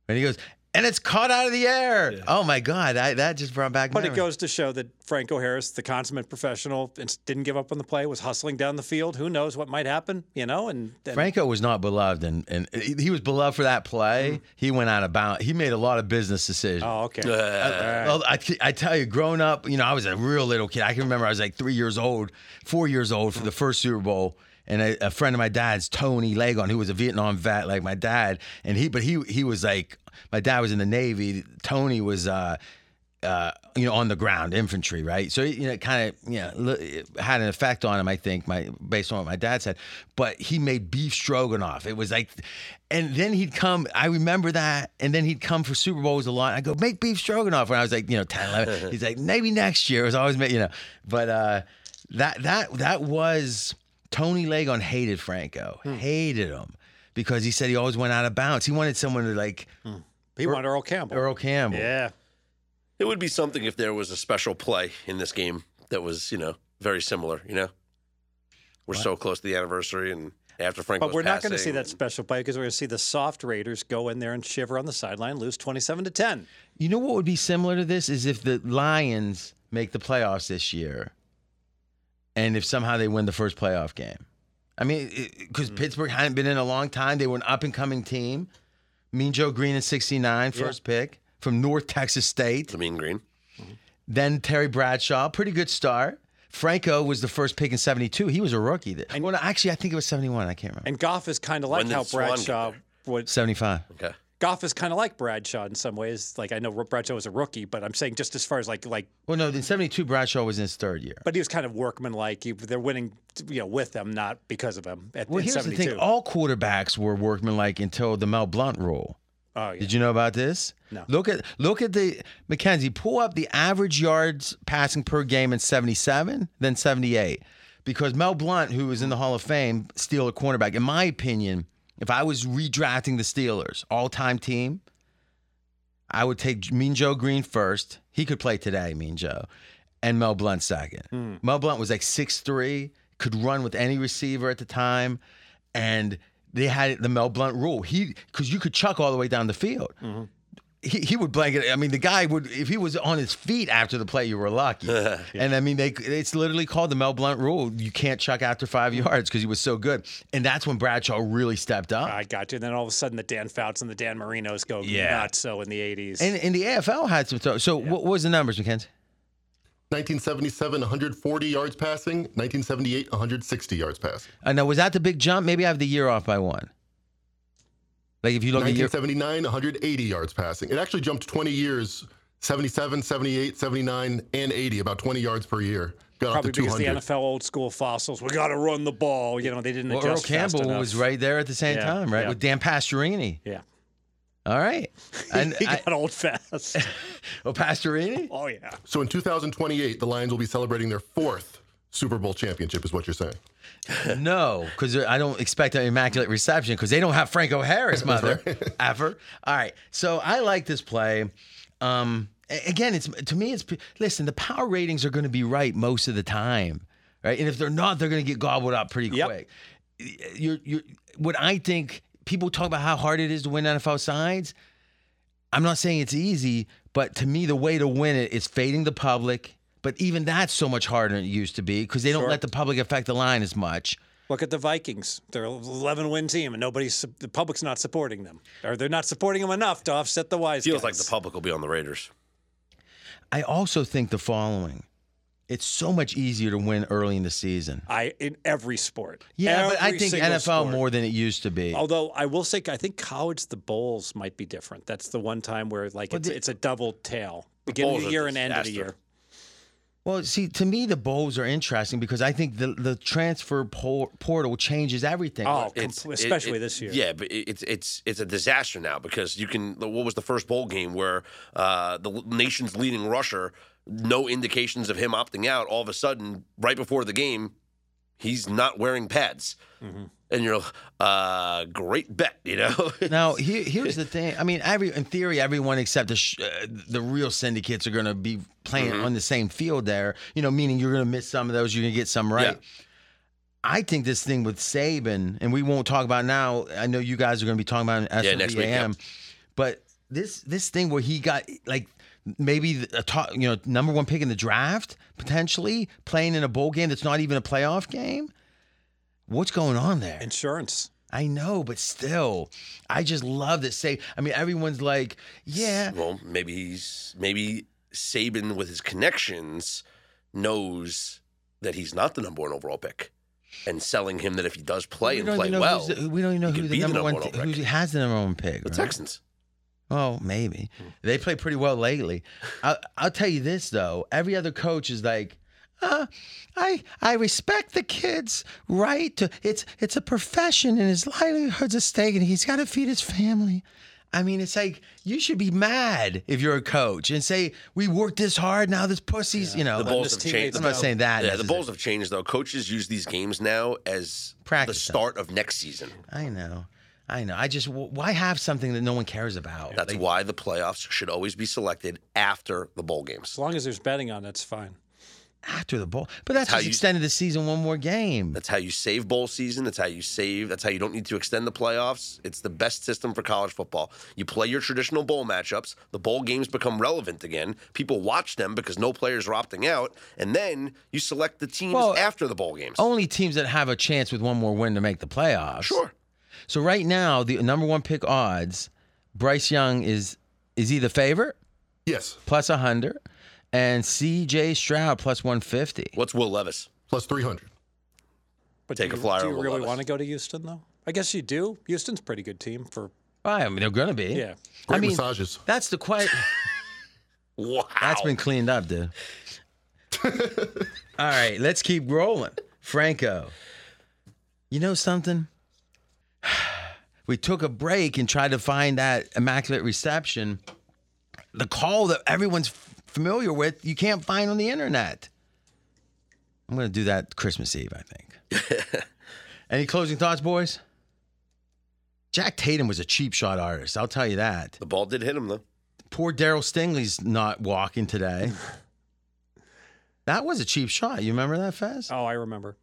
Speaker 1: And he goes, and it's caught out of the air. Oh my god, I, that just brought back.
Speaker 3: But it
Speaker 1: memories.
Speaker 3: goes to show that Franco Harris, the consummate professional, ins- didn't give up on the play, was hustling down the field. Who knows what might happen, you know? And, and
Speaker 1: Franco was not beloved, and, and he he was beloved for that play.
Speaker 3: Mm-hmm.
Speaker 1: He went out of bounds. He made a lot of business decisions.
Speaker 3: oh, okay.
Speaker 2: Uh,
Speaker 1: Well, I, I tell you, growing up, you know, I was a real little kid. I can remember I was like three years old, four years old for the first Super Bowl. And a, a friend of my dad's, Tony Lagon, who was a Vietnam vet, like my dad, and he, but he, he was like, my dad was in the Navy. Tony was, uh, uh, you know, on the ground infantry, right? So you know, kind of, you know, li- it had an effect on him. I think my based on what my dad said, but he made beef stroganoff. It was like, and then he'd come. I remember that, and then he'd come for Super Bowls a lot. I go make beef stroganoff when I was like, you know, 10, 11. He's like, maybe next year. It was always, ma- you know, but uh, that that that was Tony Lagon hated Franco, hated him because he said he always went out of bounds. He wanted someone to like
Speaker 3: he wanted Earl Campbell.
Speaker 1: Er Earl Campbell.
Speaker 3: Yeah.
Speaker 2: it would be something if there was a special play in this game that was you know very similar. You know, we're so close to the anniversary and after Frank.
Speaker 3: But we're not going to see that special play because we're going to see the soft Raiders go in there and shiver on the sideline, lose 27 to 10.
Speaker 1: You know what would be similar to this is if the Lions make the playoffs this year, and if somehow they win the first playoff game. I mean, because Pittsburgh hadn't been in a long time, they were an up and coming team. Mean Joe Green in '69, first pick from North Texas State.
Speaker 2: the mean green.
Speaker 1: Then Terry Bradshaw, pretty good start. Franco was the first pick in '72. He was a rookie. That, well, no, actually, I think it was '71. I can't remember.
Speaker 3: And Goff is kind of like
Speaker 2: did
Speaker 3: how
Speaker 2: Swan get
Speaker 3: Bradshaw
Speaker 2: there?
Speaker 3: would
Speaker 1: '75.
Speaker 2: Okay,
Speaker 3: Goff is kind of like Bradshaw in some ways. Like I know Bradshaw was a rookie, but I'm saying just as far as like like,
Speaker 1: Well, no, in '72 Bradshaw was in his third year.
Speaker 3: but he was kind of workmanlike. He, they're winning, you know, with them, not because of him. At,
Speaker 1: Well,
Speaker 3: in
Speaker 1: here's
Speaker 3: 72.
Speaker 1: the thing: Oh, all quarterbacks were workmanlike until the Mel Blunt rule.
Speaker 3: oh, yeah.
Speaker 1: Did you know about this?
Speaker 3: No.
Speaker 1: Look at look at the McKenzie. Pull up the average yards passing per game in '77, then '78, because Mel Blunt, who was in the Hall of Fame, steal a cornerback. In my opinion, if I was redrafting the Steelers all-time team, I would take Mean Joe Green first. He could play today, Mean Joe, and Mel Blunt second. Mel Blunt was like six three, could run with any receiver at the time, and they had the Mel Blunt rule. He because you could chuck all the way down the field. He, he would blanket. I mean, the guy would if he was on his feet after the play, you were lucky. And I mean, they it's literally called the Mel Blunt rule. You can't chuck after five yards because he was so good. And that's when Bradshaw really stepped up.
Speaker 3: I got you. And then all of a sudden, the Dan Fouts and the Dan Marinos go
Speaker 7: Yeah.
Speaker 3: nuts. So in the '80s,
Speaker 1: And, and the AFL had some. Throw- so what was the numbers, McKenzie?
Speaker 4: 1977, 140 yards passing. 1978, 160 yards passing.
Speaker 1: I know. Uh, Was that the big jump? Maybe I have the year off by one. Like if you look at year,
Speaker 4: 1979, 180 yards passing. It actually jumped 20 years 77, 78, 79, and 80, about 20 yards per year. Got
Speaker 3: probably
Speaker 4: up to
Speaker 3: because
Speaker 1: E
Speaker 3: the
Speaker 4: 200.
Speaker 3: NFL old school fossils, we got to run the ball. You know, they didn't
Speaker 1: well, Earl
Speaker 3: adjust fast
Speaker 1: Campbell
Speaker 3: enough.
Speaker 1: was right there at the same
Speaker 3: Yeah,
Speaker 1: time, right?
Speaker 3: yeah.
Speaker 1: With Dan Pastorini.
Speaker 3: Yeah,
Speaker 1: All right, and
Speaker 3: he
Speaker 1: I,
Speaker 3: got old fast.
Speaker 1: oh, Pastorini.
Speaker 3: oh yeah.
Speaker 4: so in 2028, the Lions will be celebrating their fourth Super Bowl championship, is what you're saying.
Speaker 1: No, because I don't expect an immaculate reception because they don't have Franco Harris, mother, ever. All right, so I like this play. Um, a- again, it's to me, it's listen. The power ratings are going to be right most of the time, right? And if they're not, they're going to get gobbled up pretty
Speaker 3: Yep.
Speaker 1: quick. You're, you're, what I think people talk about how hard it is to win NFL sides. I'm not saying it's easy, but to me, the way to win it is fading the public. But even that's so much harder than it used to be because they don't
Speaker 3: Sure.
Speaker 1: let the public affect the line as much.
Speaker 3: Look at the Vikings. They're an 11 win team, and nobody's the public's not supporting them, or they're not supporting them enough to offset the wise.
Speaker 2: Feels like
Speaker 3: guys.
Speaker 2: the public will be on the Raiders.
Speaker 1: I also think the following. It's so much easier to win early in the season.
Speaker 3: I in every sport.
Speaker 1: Yeah, but I
Speaker 3: Every
Speaker 1: think
Speaker 3: single
Speaker 1: NFL
Speaker 3: sport. Oh.
Speaker 1: more than it used to be.
Speaker 3: Although I will say, I think college the bowls might be different. That's the one time where like it's,
Speaker 1: the-
Speaker 3: it's a double tail, beginning of
Speaker 2: bowls
Speaker 3: the
Speaker 2: are
Speaker 3: year and end of the
Speaker 2: disaster.
Speaker 3: year.
Speaker 1: Well, see, to me, the bowls are interesting because I think the, the transfer por- portal changes everything.
Speaker 3: Oh,
Speaker 2: It's-
Speaker 3: compl-
Speaker 2: it-
Speaker 3: especially
Speaker 2: it-
Speaker 3: this year.
Speaker 2: Yeah, but it- it's it's it's a disaster now because you can. What was the first bowl game where uh, the nation's leading rusher, no indications of him opting out. All of a sudden, right before the game, he's not wearing pads,
Speaker 3: Mm-hmm.
Speaker 2: and you're uh, great bet, you know.
Speaker 1: Now, here, here's the thing. I mean, every in theory, everyone except the sh- uh, the real syndicates are going to be playing
Speaker 2: Mm-hmm.
Speaker 1: on the same field there. You know, meaning you're going to miss some of those, you're going to get some right. I think this thing with Saban, and we won't talk about it now. I know you guys are going to be talking about it in
Speaker 2: Yeah, next week, yeah.
Speaker 1: SWBAM, but this this thing where he got like maybe the- a top, you know number one pick in the draft potentially playing in a bowl game that's not even a playoff game. What's going on there?
Speaker 3: Insurance.
Speaker 1: I know, but still, I just love that say. I mean, everyone's like, yeah,
Speaker 2: well, maybe he's maybe Saban with his connections knows that he's not the number one overall pick, and selling him that if he does play
Speaker 1: we
Speaker 2: and
Speaker 1: don't
Speaker 2: play
Speaker 1: even know
Speaker 2: well,
Speaker 1: who's the, we don't even know
Speaker 2: he
Speaker 1: who
Speaker 2: could
Speaker 1: the
Speaker 2: be
Speaker 1: number, one,
Speaker 2: overall
Speaker 1: who
Speaker 2: pick.
Speaker 1: has the number one pick.
Speaker 2: the
Speaker 1: right?
Speaker 2: Texans.
Speaker 1: Oh, maybe they play pretty well lately. I, I'll tell you this though: every other coach is like, uh, I I respect the kid's right to. It's it's a profession, and his livelihood's at stake, and he's got to feed his family. I mean, it's like you should be mad if you're a coach and say, "We worked this hard. Now this pussy's, you know."
Speaker 2: The Bulls have
Speaker 3: his
Speaker 2: changed.
Speaker 3: teammates
Speaker 1: I'm not saying that.
Speaker 2: Yeah, the
Speaker 1: necessarily.
Speaker 2: Bulls have changed though. Coaches use these games now as
Speaker 1: Practice
Speaker 2: the
Speaker 1: them.
Speaker 2: start of next season.
Speaker 1: I know. I know. I just wh- why have something that no one cares about?
Speaker 2: That's why the playoffs should always be selected after the bowl games.
Speaker 3: As long as there's betting on, that's fine.
Speaker 1: after the bowl. But that's,
Speaker 2: how
Speaker 1: just
Speaker 2: you-
Speaker 1: extended the season one more game.
Speaker 2: That's how you save bowl season. That's how you save. That's how you don't need to extend the playoffs. It's the best system for college football. You play your traditional bowl matchups. The bowl games become relevant again. People watch them because no players are opting out, and then you select the teams
Speaker 1: Well,
Speaker 2: after the bowl games.
Speaker 1: Only teams that have a chance with one more win to make the playoffs.
Speaker 2: sure.
Speaker 1: So right now, the number one pick odds, Bryce Young is is he the favorite
Speaker 4: Yes,
Speaker 1: plus hundred, and C.J. Stroud plus one fifty.
Speaker 2: What's Will Levis?
Speaker 4: plus 300.
Speaker 3: But
Speaker 2: Take
Speaker 3: do
Speaker 2: a
Speaker 3: you,
Speaker 2: flyer
Speaker 3: Do you
Speaker 2: on Will
Speaker 3: really
Speaker 2: Levis.
Speaker 3: want to go to Houston though? I guess you do. Houston's a pretty good team for
Speaker 1: I mean, they're gonna be.
Speaker 3: yeah.
Speaker 4: Great
Speaker 1: I mean,
Speaker 4: massages.
Speaker 1: that's the question.
Speaker 2: Wow.
Speaker 1: That's been cleaned up, dude. All right, let's keep rolling. Franco, you know something? We took a break and tried to find that immaculate reception. The call that everyone's f- familiar with, you can't find on the internet. I'm going to do that Christmas Eve, I think. Any closing thoughts, boys? Jack Tatum was a cheap shot artist. I'll tell you that.
Speaker 2: the ball did hit him though.
Speaker 1: Poor Daryl Stingley's not walking today. That was a cheap shot. You remember that, Fez?
Speaker 3: Oh, I remember.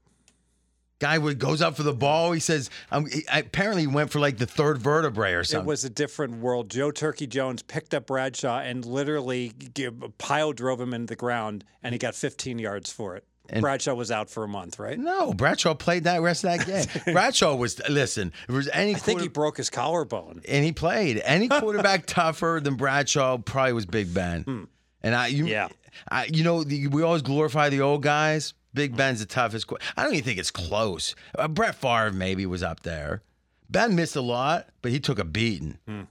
Speaker 1: Guy would goes up for the ball. He says, um, he, apparently, he went for like the third vertebrae or
Speaker 3: It
Speaker 1: something.
Speaker 3: was a different world. Joe Turkey Jones picked up Bradshaw and literally g- pile drove him into the ground, and he got 15 yards for it. Bradshaw was out for a month, right?
Speaker 1: no, Bradshaw played that rest of that game. Bradshaw was listen. If there was any
Speaker 3: I think
Speaker 1: quarter-
Speaker 3: he broke his collarbone.
Speaker 1: and he played any quarterback tougher than Bradshaw probably was Big Ben. And I, you,
Speaker 3: Hmm. Yeah.
Speaker 1: I, you know, the, we always glorify the old guys. Big
Speaker 3: Hmm.
Speaker 1: Ben's the toughest. qu- I don't even think it's close. Uh, Brett Favre maybe was up there. Ben missed a lot, but he took a beating,
Speaker 3: Hmm.
Speaker 1: and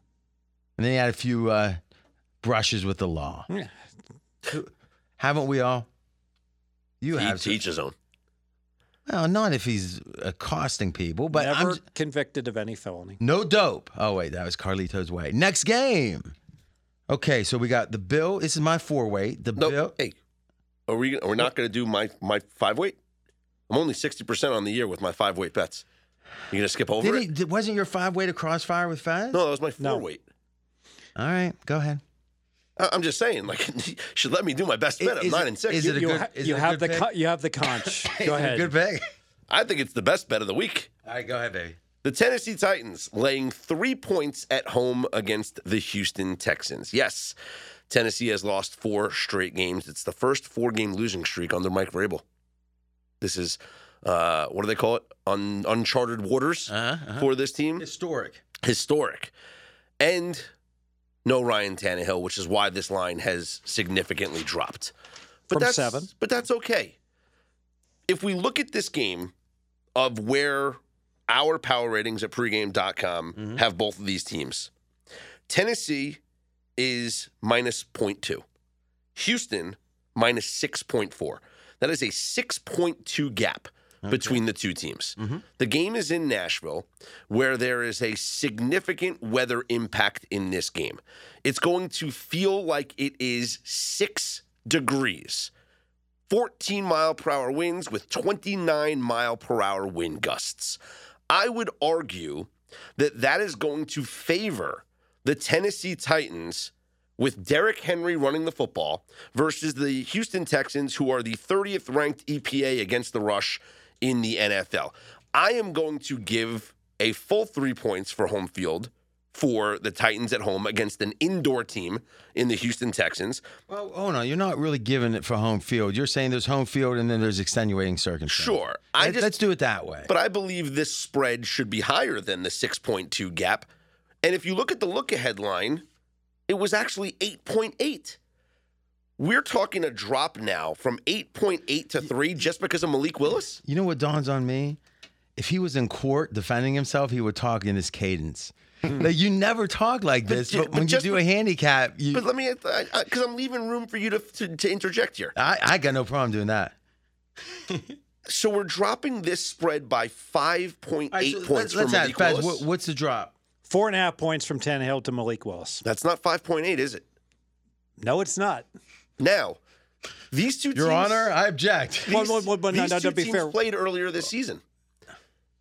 Speaker 1: then he had a few uh, brushes with the law.
Speaker 3: Yeah.
Speaker 1: Haven't we all? You
Speaker 2: He
Speaker 1: have. some-
Speaker 2: teaches own.
Speaker 1: Well, not if he's accosting people, but I'm
Speaker 3: Never
Speaker 1: j-
Speaker 3: convicted of any felony.
Speaker 1: no dope. Oh wait, that was Carlito's way. Next game. Okay, so we got the bill. This is my four way. The
Speaker 2: No,
Speaker 1: bill.
Speaker 2: hey, are we? We're not going to do my my five weight. I'm only sixty percent on the year with my five weight bets. You going to skip over
Speaker 1: Did
Speaker 2: it?
Speaker 1: he, did, wasn't your five way to crossfire with Fez?
Speaker 2: No, that was my four
Speaker 3: No.
Speaker 2: weight.
Speaker 1: All right, go ahead.
Speaker 2: I- I'm just saying, like, you should let me do my best bet.
Speaker 1: Is-
Speaker 2: of
Speaker 1: is
Speaker 2: nine
Speaker 1: it-
Speaker 2: and six.
Speaker 1: is it a
Speaker 3: You,
Speaker 1: good-
Speaker 3: ha-
Speaker 1: is
Speaker 3: you
Speaker 1: it a
Speaker 3: have the
Speaker 1: good
Speaker 3: con- you have the conch. Go ahead.
Speaker 1: Good pick.
Speaker 2: I think it's the best bet of the week.
Speaker 1: All right, go ahead, baby.
Speaker 2: The Tennessee Titans laying three points at home against the Houston Texans. Yes, Tennessee has lost four straight games. It's the first four game losing streak under Mike Vrabel. This is, uh, what do they call it? Un- uncharted waters for this team.
Speaker 1: Uh-huh, Historic.
Speaker 2: Historic. And no Ryan Tannehill, which is why this line has significantly dropped. But
Speaker 3: From
Speaker 2: that's,
Speaker 3: seven.
Speaker 2: But that's okay. If we look at this game of where our power ratings at pregame.com
Speaker 3: Mm-hmm.
Speaker 2: have both of these teams, Tennessee is minus 0.2, Houston minus 6.4. That is a 6.2 gap between the two teams.
Speaker 3: Mm-hmm.
Speaker 2: The game is in Nashville, where there is a significant weather impact in this game. It's going to feel like it is six degrees. 14 mile per hour winds with 29 mile per hour wind gusts. I would argue that that is going to favor the Tennessee Titans with Derrick Henry running the football versus the Houston Texans, who are the 30th ranked EPA against the rush in the NFL. I am going to give a full three points for home field for the Titans at home against an indoor team in the Houston Texans.
Speaker 1: Well, oh no, you're not really giving it for home field. You're saying there's home field and then there's extenuating circumstances.
Speaker 2: Sure. I
Speaker 1: Let-
Speaker 2: just
Speaker 1: let's do it that way.
Speaker 2: But I believe this spread should be higher than the 6.2 gap. And if you look at the look ahead line, it was actually 8.8. We're talking a drop now from 8.8 to 3 just because of Malik Willis?
Speaker 1: You know what dawns on me? If he was in court defending himself, he would talk in his cadence. like you never talk like this,
Speaker 2: ju-
Speaker 1: but,
Speaker 2: Hmm. but
Speaker 1: when you
Speaker 2: just
Speaker 1: do
Speaker 2: be-
Speaker 1: a handicap, you,
Speaker 2: But let me, because I'm leaving room for you to, to, to interject here.
Speaker 1: I, I got no problem doing that.
Speaker 2: So we're dropping this spread by 5.8
Speaker 1: All right, so
Speaker 2: points
Speaker 1: let's,
Speaker 2: for
Speaker 1: let's add,
Speaker 2: Malik
Speaker 1: Fez,
Speaker 2: Willis.
Speaker 1: what, what's the drop?
Speaker 3: Four and a half points from Tannehill to Malik Willis.
Speaker 2: That's not 5.8, is it?
Speaker 3: No, it's not.
Speaker 2: Now, these two
Speaker 1: Your
Speaker 2: teams,
Speaker 1: Honor, I object.
Speaker 3: Well, well, well, but no,
Speaker 2: these
Speaker 3: no,
Speaker 2: two
Speaker 3: to be
Speaker 2: teams
Speaker 3: fair-
Speaker 2: played earlier this season.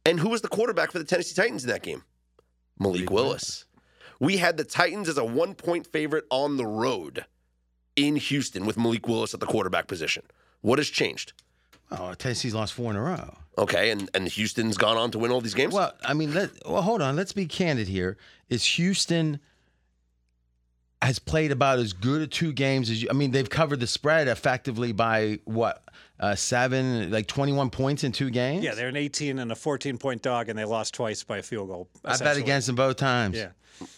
Speaker 2: And who was the quarterback for the Tennessee Titans in that game? Malik Willis. We had the Titans as a one point favorite on the road in Houston with Malik Willis at the quarterback position. What has changed?
Speaker 1: Oh, Tennessee's lost four in a row.
Speaker 2: Okay, and, and Houston's gone on to win all these games?
Speaker 1: Well, I mean, let, well, hold on. Let's be candid here. Is Houston has played about as good a two games as you? I mean, they've covered the spread effectively by what uh, seven, like twenty-one points in two games.
Speaker 3: Yeah, they're an 18 and a 14 point dog, and they lost twice by a field goal.
Speaker 1: I bet
Speaker 3: essentially.
Speaker 1: against them both times.
Speaker 3: Yeah.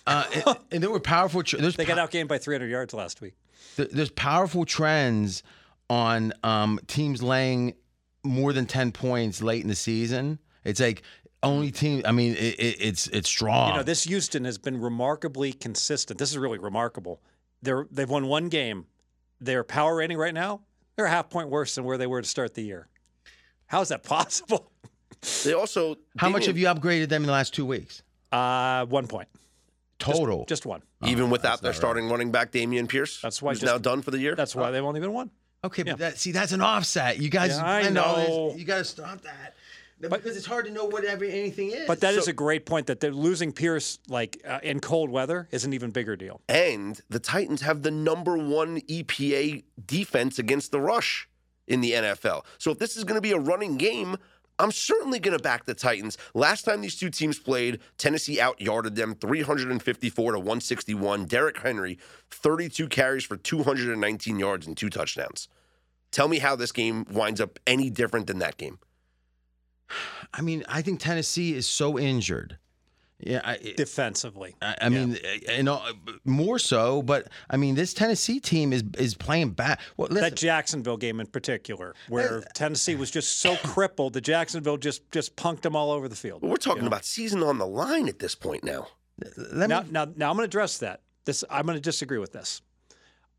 Speaker 1: uh, and, and there were powerful. tr- There's
Speaker 3: They
Speaker 1: pow-
Speaker 3: got outgained by 300 yards last week.
Speaker 1: th- there's powerful trends on um, teams laying more than 10 points late in the season. It's like only team. I mean, it, it, it's it's strong.
Speaker 3: You know, this Houston has been remarkably consistent. This is really remarkable. They're they've won one game. Their power rating right now, they're a half point worse than where they were to start the year. How is that possible?
Speaker 2: they also.
Speaker 1: How much
Speaker 2: Damian,
Speaker 1: have you upgraded them in the last two weeks
Speaker 3: Uh, one point,
Speaker 1: total?
Speaker 3: just one.
Speaker 1: Oh,
Speaker 2: Even without their starting running back, Damian Pierce,
Speaker 3: That's why
Speaker 2: who's
Speaker 3: just-
Speaker 2: now done for the year?
Speaker 3: That's why they've only been one.
Speaker 1: okay, but that, see, that's an offset. You guys,
Speaker 3: Yeah, I
Speaker 1: depend on this.
Speaker 3: know.
Speaker 1: You got to stop that.
Speaker 8: because it's hard to know what every, anything is.
Speaker 3: But that is a great point that they're losing Pierce like uh, in cold weather is an even bigger deal.
Speaker 2: And the Titans have the number one EPA defense against the rush in the NFL. So if this is going to be a running game, I'm certainly going to back the Titans. Last time these two teams played, Tennessee out yarded them 354 to 161. Derrick Henry, 32 carries for 219 yards and two touchdowns. Tell me how this game winds up any different than that game.
Speaker 1: I mean, I think Tennessee is so injured. Yeah, I,
Speaker 3: Defensively,
Speaker 1: I, I mean, you know, more so. But I mean, this Tennessee team is is playing bad. Well, listen,
Speaker 3: that Jacksonville game in particular, where Tennessee was just so crippled, the Jacksonville just just punked them all over the field.
Speaker 2: But we're talking about season on the line at this point now.
Speaker 1: let me
Speaker 3: Now, now, now I'm going to address that. This I'm going to disagree with this.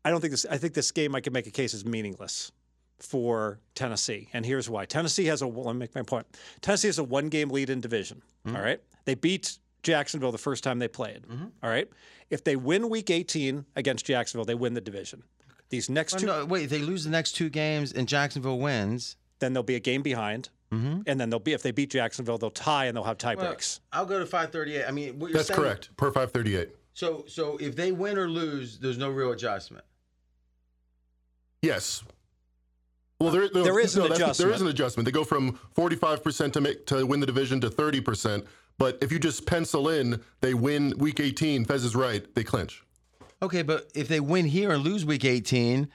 Speaker 3: I don't think this. I think this game I can make a case is meaningless for Tennessee, and here's why. Tennessee has a. Well, let me make my point. Tennessee has a one game lead in division. All right, they beat Jacksonville the first time they played. all right, if they win Week 18 against Jacksonville, they win the division. These next two,
Speaker 1: No, wait, they lose the next two games and Jacksonville wins. Mm-hmm.
Speaker 3: then they'll be a game behind, and then they'll be if they beat Jacksonville, they'll tie and they'll have tie breaks.
Speaker 1: I'll go to 538. I mean, what you're
Speaker 4: That's
Speaker 1: saying-
Speaker 4: correct. Per 538.
Speaker 1: So, so if they win or lose, there's no real adjustment.
Speaker 4: Yes. Well, there, no,
Speaker 3: There is
Speaker 4: no,
Speaker 3: an
Speaker 4: that's-
Speaker 3: adjustment.
Speaker 4: There is an adjustment. They go from 45% to make to win the division to 30%. But if you just pencil in, they win week 18. Fez is right. They clinch.
Speaker 1: Okay, but if they win here and lose week 18,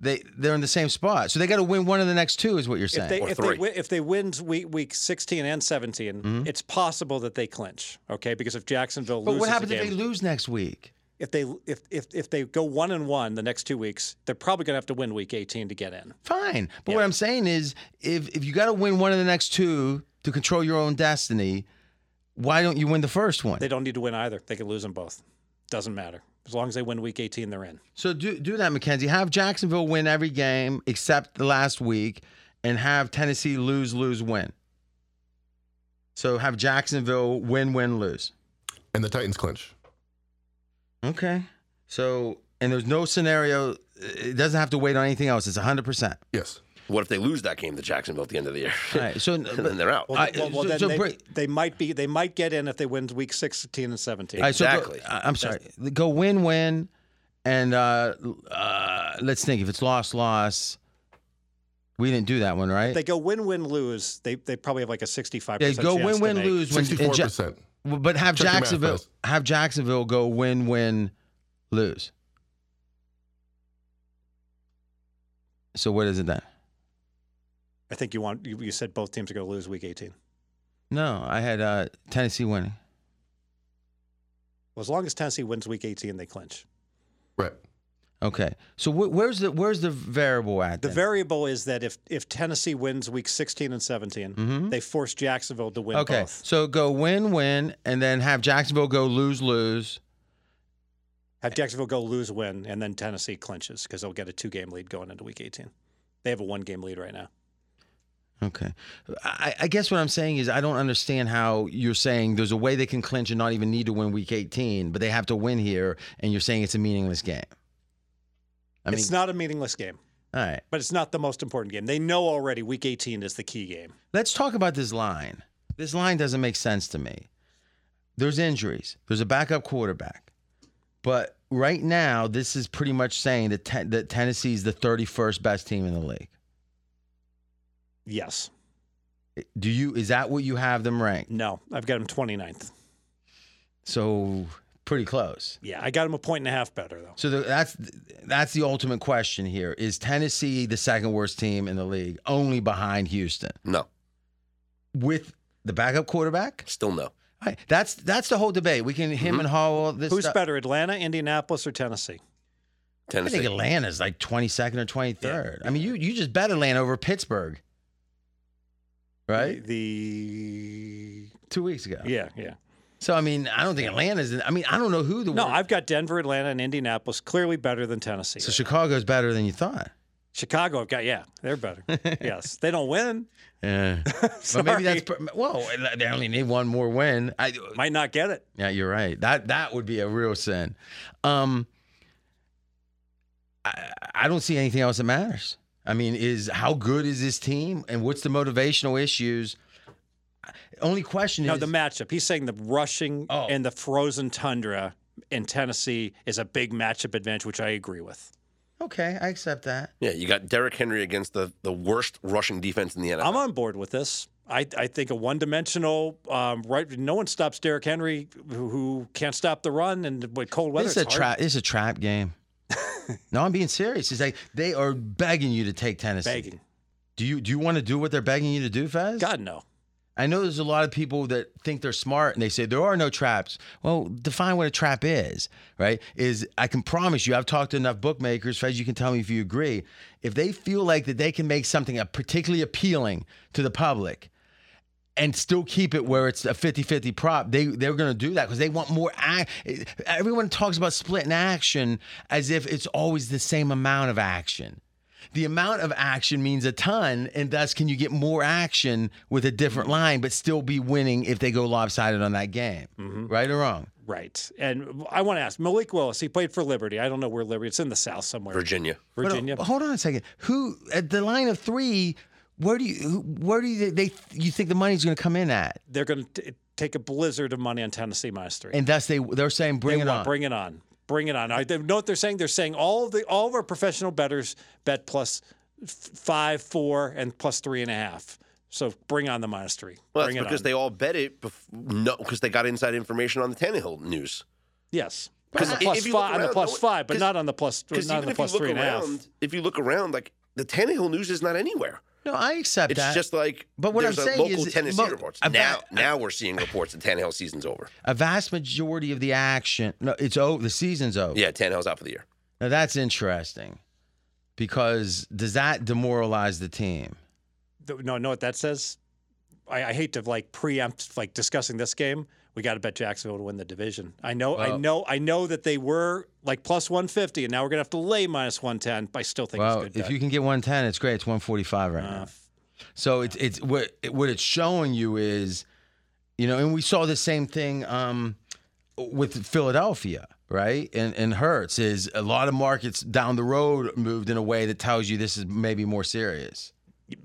Speaker 1: they they're in the same spot. So they got to win one of the next two, is what you're saying.
Speaker 3: If they
Speaker 2: Or
Speaker 3: if
Speaker 2: three.
Speaker 3: they win, if they win week week 16 and 17,
Speaker 1: Mm-hmm.
Speaker 3: it's possible that they clinch. Okay, because if Jacksonville
Speaker 1: but
Speaker 3: loses
Speaker 1: what happens
Speaker 3: a
Speaker 1: if
Speaker 3: game,
Speaker 1: they lose next week?
Speaker 3: if they if if if they go one and one the next two weeks, they're probably going to have to win week 18 to get in.
Speaker 1: Fine. But what I'm saying is, if if you got to win one of the next two to control your own destiny, why don't you win the first one?
Speaker 3: They don't need to win either. They can lose them both. Doesn't matter. As long as they win week 18, they're in.
Speaker 1: So do do that, Mackenzie. Have Jacksonville win every game except the last week, and have Tennessee lose, lose, win. So have Jacksonville win, win, lose.
Speaker 4: And the Titans clinch.
Speaker 1: Okay. So and there's no scenario. It doesn't have to wait on anything else. It's 100. percent
Speaker 4: Yes.
Speaker 2: What if they lose that game to Jacksonville at the end of the year?
Speaker 1: All right. So
Speaker 2: and then they're out.
Speaker 1: I- so- so
Speaker 3: they,
Speaker 1: Bri-
Speaker 3: they might be they might get in if they win week 16 and 17.
Speaker 1: All right, so go-
Speaker 2: Exactly.
Speaker 1: I- I'm sorry. Go win, win, and uh, uh, let's think. If it's loss, loss. We didn't do that one, right?
Speaker 3: If they go win win lose. They they probably have like a 65.
Speaker 1: Yeah, go win, win, lose. When, and Ja-
Speaker 4: 64%.
Speaker 1: Well, But have
Speaker 4: Check your math,
Speaker 1: Jacksonville
Speaker 4: Buzz.
Speaker 1: have Jacksonville go win win lose. So what is it then?
Speaker 3: I think you want you, you said both teams are going to lose week 18.
Speaker 1: No, I had uh, Tennessee winning.
Speaker 3: Well, as long as Tennessee wins week 18, they clinch.
Speaker 4: Right.
Speaker 1: Okay, so wh- where's the where's the variable at?
Speaker 3: The
Speaker 1: then?
Speaker 3: variable is that if if Tennessee wins week 16 and 17, they force Jacksonville to win
Speaker 1: Mm-hmm. okay,
Speaker 3: both.
Speaker 1: so go win win and then have Jacksonville go lose lose.
Speaker 3: Have Jacksonville go lose win, and then Tennessee clinches because they'll get a two game lead going into week 18. They have a one game lead right now.
Speaker 1: Okay, I, I guess what I'm saying is I don't understand how you're saying there's a way they can clinch and not even need to win Week 18, but they have to win here, and you're saying it's a meaningless game. I mean,
Speaker 3: it's not a meaningless game,
Speaker 1: all right.
Speaker 3: but it's not the most important game. They know already week 18 is the key game.
Speaker 1: Let's talk about this line. This line doesn't make sense to me. There's injuries. There's a backup quarterback. But right now, this is pretty much saying that, ten- that Tennessee's the 31st best team in the league.
Speaker 3: Yes.
Speaker 1: Do you is that what you have them ranked?
Speaker 3: No, I've got them 29th.
Speaker 1: So pretty close.
Speaker 3: Yeah, I got them a point and a half better, though.
Speaker 1: So the, that's that's the ultimate question here. Is Tennessee the second worst team in the league, only behind Houston,
Speaker 2: no,
Speaker 1: with the backup quarterback?
Speaker 2: still no.
Speaker 1: All right, that's that's the whole debate. We can him and haw all this.
Speaker 3: Who's
Speaker 1: stuff.
Speaker 3: better, Atlanta, Indianapolis, or Tennessee?
Speaker 1: I
Speaker 2: Tennessee.
Speaker 1: think Atlanta's like 22nd or 23rd. I mean, you you just bet Atlanta over Pittsburgh, right?
Speaker 3: The.
Speaker 1: Two weeks ago.
Speaker 3: Yeah, yeah.
Speaker 1: So I mean, I don't think Atlanta's. In, I mean, I don't know who the.
Speaker 3: No,
Speaker 1: worst-
Speaker 3: I've got Denver, Atlanta, and Indianapolis clearly better than Tennessee.
Speaker 1: so Chicago's better than you thought.
Speaker 3: Chicago, I've got, yeah, they're better. yes. They don't win.
Speaker 1: Yeah. but maybe that's per- whoa. They only need one more win. I,
Speaker 3: Might not get it.
Speaker 1: yeah, you're right. That that would be a real sin. Um, I, I don't see anything else that matters. I mean, is how good is this team, and what's the motivational issues? Only question
Speaker 3: No,
Speaker 1: is
Speaker 3: the matchup. He's saying the rushing
Speaker 1: Oh.
Speaker 3: and the frozen tundra in Tennessee is a big matchup advantage, which I agree with.
Speaker 1: okay. I accept that.
Speaker 2: Yeah, you got Derrick Henry against the, the worst rushing defense in the NFL.
Speaker 3: I'm
Speaker 1: Uh-huh.
Speaker 3: on board with this. I, I think a one dimensional um, right. No one stops Derrick Henry, who, who can't stop the run, and with cold weather.
Speaker 1: This is a
Speaker 3: it's hard.
Speaker 1: trap. This is a trap game. no, I'm being serious. It's like they are begging you to take Tennessee.
Speaker 3: Begging.
Speaker 1: Do you do you want to do what they're begging you to do, Fez?
Speaker 3: God no.
Speaker 1: I know there's a lot of people that think they're smart and they say there are no traps. Well, define what a trap is, right? Is I can promise you, I've talked to enough bookmakers, Fez, you can tell me if you agree. If they feel like that they can make something a particularly appealing to the public and still keep it where it's a 50-50 prop, they they're going to do that because they want more ac- everyone talks about splitting action as if it's always the same amount of action the amount of action means a ton, and thus can you get more action with a different
Speaker 3: Mm-hmm.
Speaker 1: line, but still be winning if they go lopsided on that game,
Speaker 3: Mm-hmm.
Speaker 1: right or wrong?
Speaker 3: Right. And I want to ask Malik Willis. He played for Liberty. I don't know where Liberty. It's in the South somewhere.
Speaker 2: Virginia.
Speaker 1: But, uh,
Speaker 3: Virginia.
Speaker 1: hold on a second. Who at the line of three? Where do you who- where do you they you think the money's going to come in at?
Speaker 3: They're going to take a blizzard of money on Tennessee minus three.
Speaker 1: And thus they they're saying bring
Speaker 3: They
Speaker 1: it
Speaker 3: want-
Speaker 1: on.
Speaker 3: Bring it on. Bring it on. I they know what they're saying. They're saying all the all of our professional betters bet plus f- five, four, and plus three and a half. So bring on the minus three.
Speaker 2: Well,
Speaker 3: bring
Speaker 2: that's
Speaker 3: it
Speaker 2: because
Speaker 3: on.
Speaker 2: they all bet it. Bef- no, because they got inside information on the Tannehill news.
Speaker 3: yes. Because
Speaker 2: I-
Speaker 3: the
Speaker 2: if
Speaker 3: plus
Speaker 2: you look
Speaker 3: five on
Speaker 2: around,
Speaker 3: the plus
Speaker 2: no,
Speaker 3: five, but
Speaker 2: 'cause-
Speaker 3: not on the plus
Speaker 2: Because
Speaker 3: not on
Speaker 2: even
Speaker 3: the
Speaker 2: if you
Speaker 3: plus
Speaker 2: look
Speaker 3: three and a half.
Speaker 2: around, if you look around, like the Tannehill news is not anywhere.
Speaker 1: No, I accept
Speaker 2: It's
Speaker 1: that.
Speaker 2: just like
Speaker 1: But what I'm
Speaker 2: there's a
Speaker 1: saying
Speaker 2: local
Speaker 1: is-
Speaker 2: Tennessee
Speaker 1: but-
Speaker 2: reports.
Speaker 1: I've
Speaker 2: now,
Speaker 1: got-
Speaker 2: now we're seeing reports that Tannehill season's over.
Speaker 1: a vast majority of the action. No, it's oh the season's over.
Speaker 2: Yeah, Tannehill's out for the year.
Speaker 1: Now that's interesting, because does that demoralize the team?
Speaker 3: Th- No, know what that says? I, I hate to like preempt like discussing this game. We got to bet Jacksonville to win the division. I know, I
Speaker 1: Well-
Speaker 3: know, I know that they were like plus one fifty, and now we're gonna have to lay minus one ten. But I still think
Speaker 1: Well,
Speaker 3: it's a good. Uh, Um,
Speaker 1: if you can get 110, it's great. It's 145 right now. So it's it's what it, what it's showing you is, you know, and we saw the same thing um, with Philadelphia, right? And and Hertz is a lot of markets down the road moved in a way that tells you this is maybe more serious.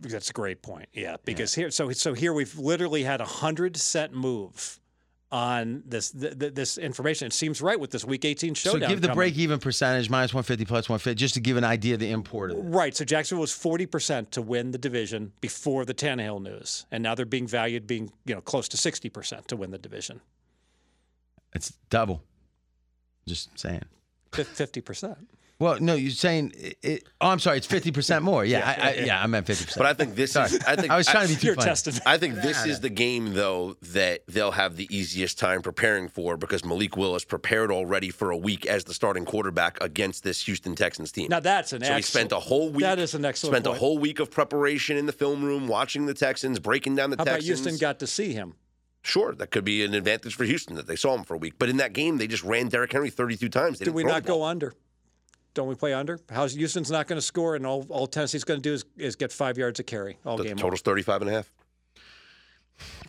Speaker 3: That's a great point. Yeah, because here, so so here we've literally had a hundred cent move on this th- th- this information. It seems right with this week eighteen showdown.
Speaker 1: so give the
Speaker 3: coming.
Speaker 1: break even percentage minus 150 plus 150 just to give an idea of the import of it.
Speaker 3: Right. So Jacksonville was forty percent to win the division before the Tannehill news, and now they're being valued being you know close to sixty percent to win the division.
Speaker 1: It's double. Just saying.
Speaker 3: Fifty percent.
Speaker 1: Well, no, you're saying it, it, oh, I'm sorry, it's 50% more. Yeah, I, I, yeah, I meant 50%.
Speaker 2: But I think this
Speaker 1: Sorry.
Speaker 2: is. I think
Speaker 1: I was trying to be too
Speaker 3: You're
Speaker 1: funny.
Speaker 3: testing.
Speaker 2: I think this is the game, though, that they'll have the easiest time preparing for because Malik Willis prepared already for a week as the starting quarterback against this Houston Texans team.
Speaker 3: Now that's an
Speaker 2: so he spent a whole week.
Speaker 3: That is an excellent
Speaker 2: Spent
Speaker 3: point.
Speaker 2: a whole week of preparation in the film room, watching the Texans, breaking down the
Speaker 3: How about
Speaker 2: Texans.
Speaker 3: Houston got to see him?
Speaker 2: sure, that could be an advantage for Houston that they saw him for a week. But in that game, they just ran Derrick Henry 32 times. They
Speaker 3: Do
Speaker 2: didn't
Speaker 3: we
Speaker 2: throw
Speaker 3: not
Speaker 2: the ball.
Speaker 3: go under? Don't we play under? How's Houston's not going to score, and all, all Tennessee's going to do is, is get five yards of carry all
Speaker 2: The
Speaker 3: game. long.
Speaker 2: total's 35 and a half.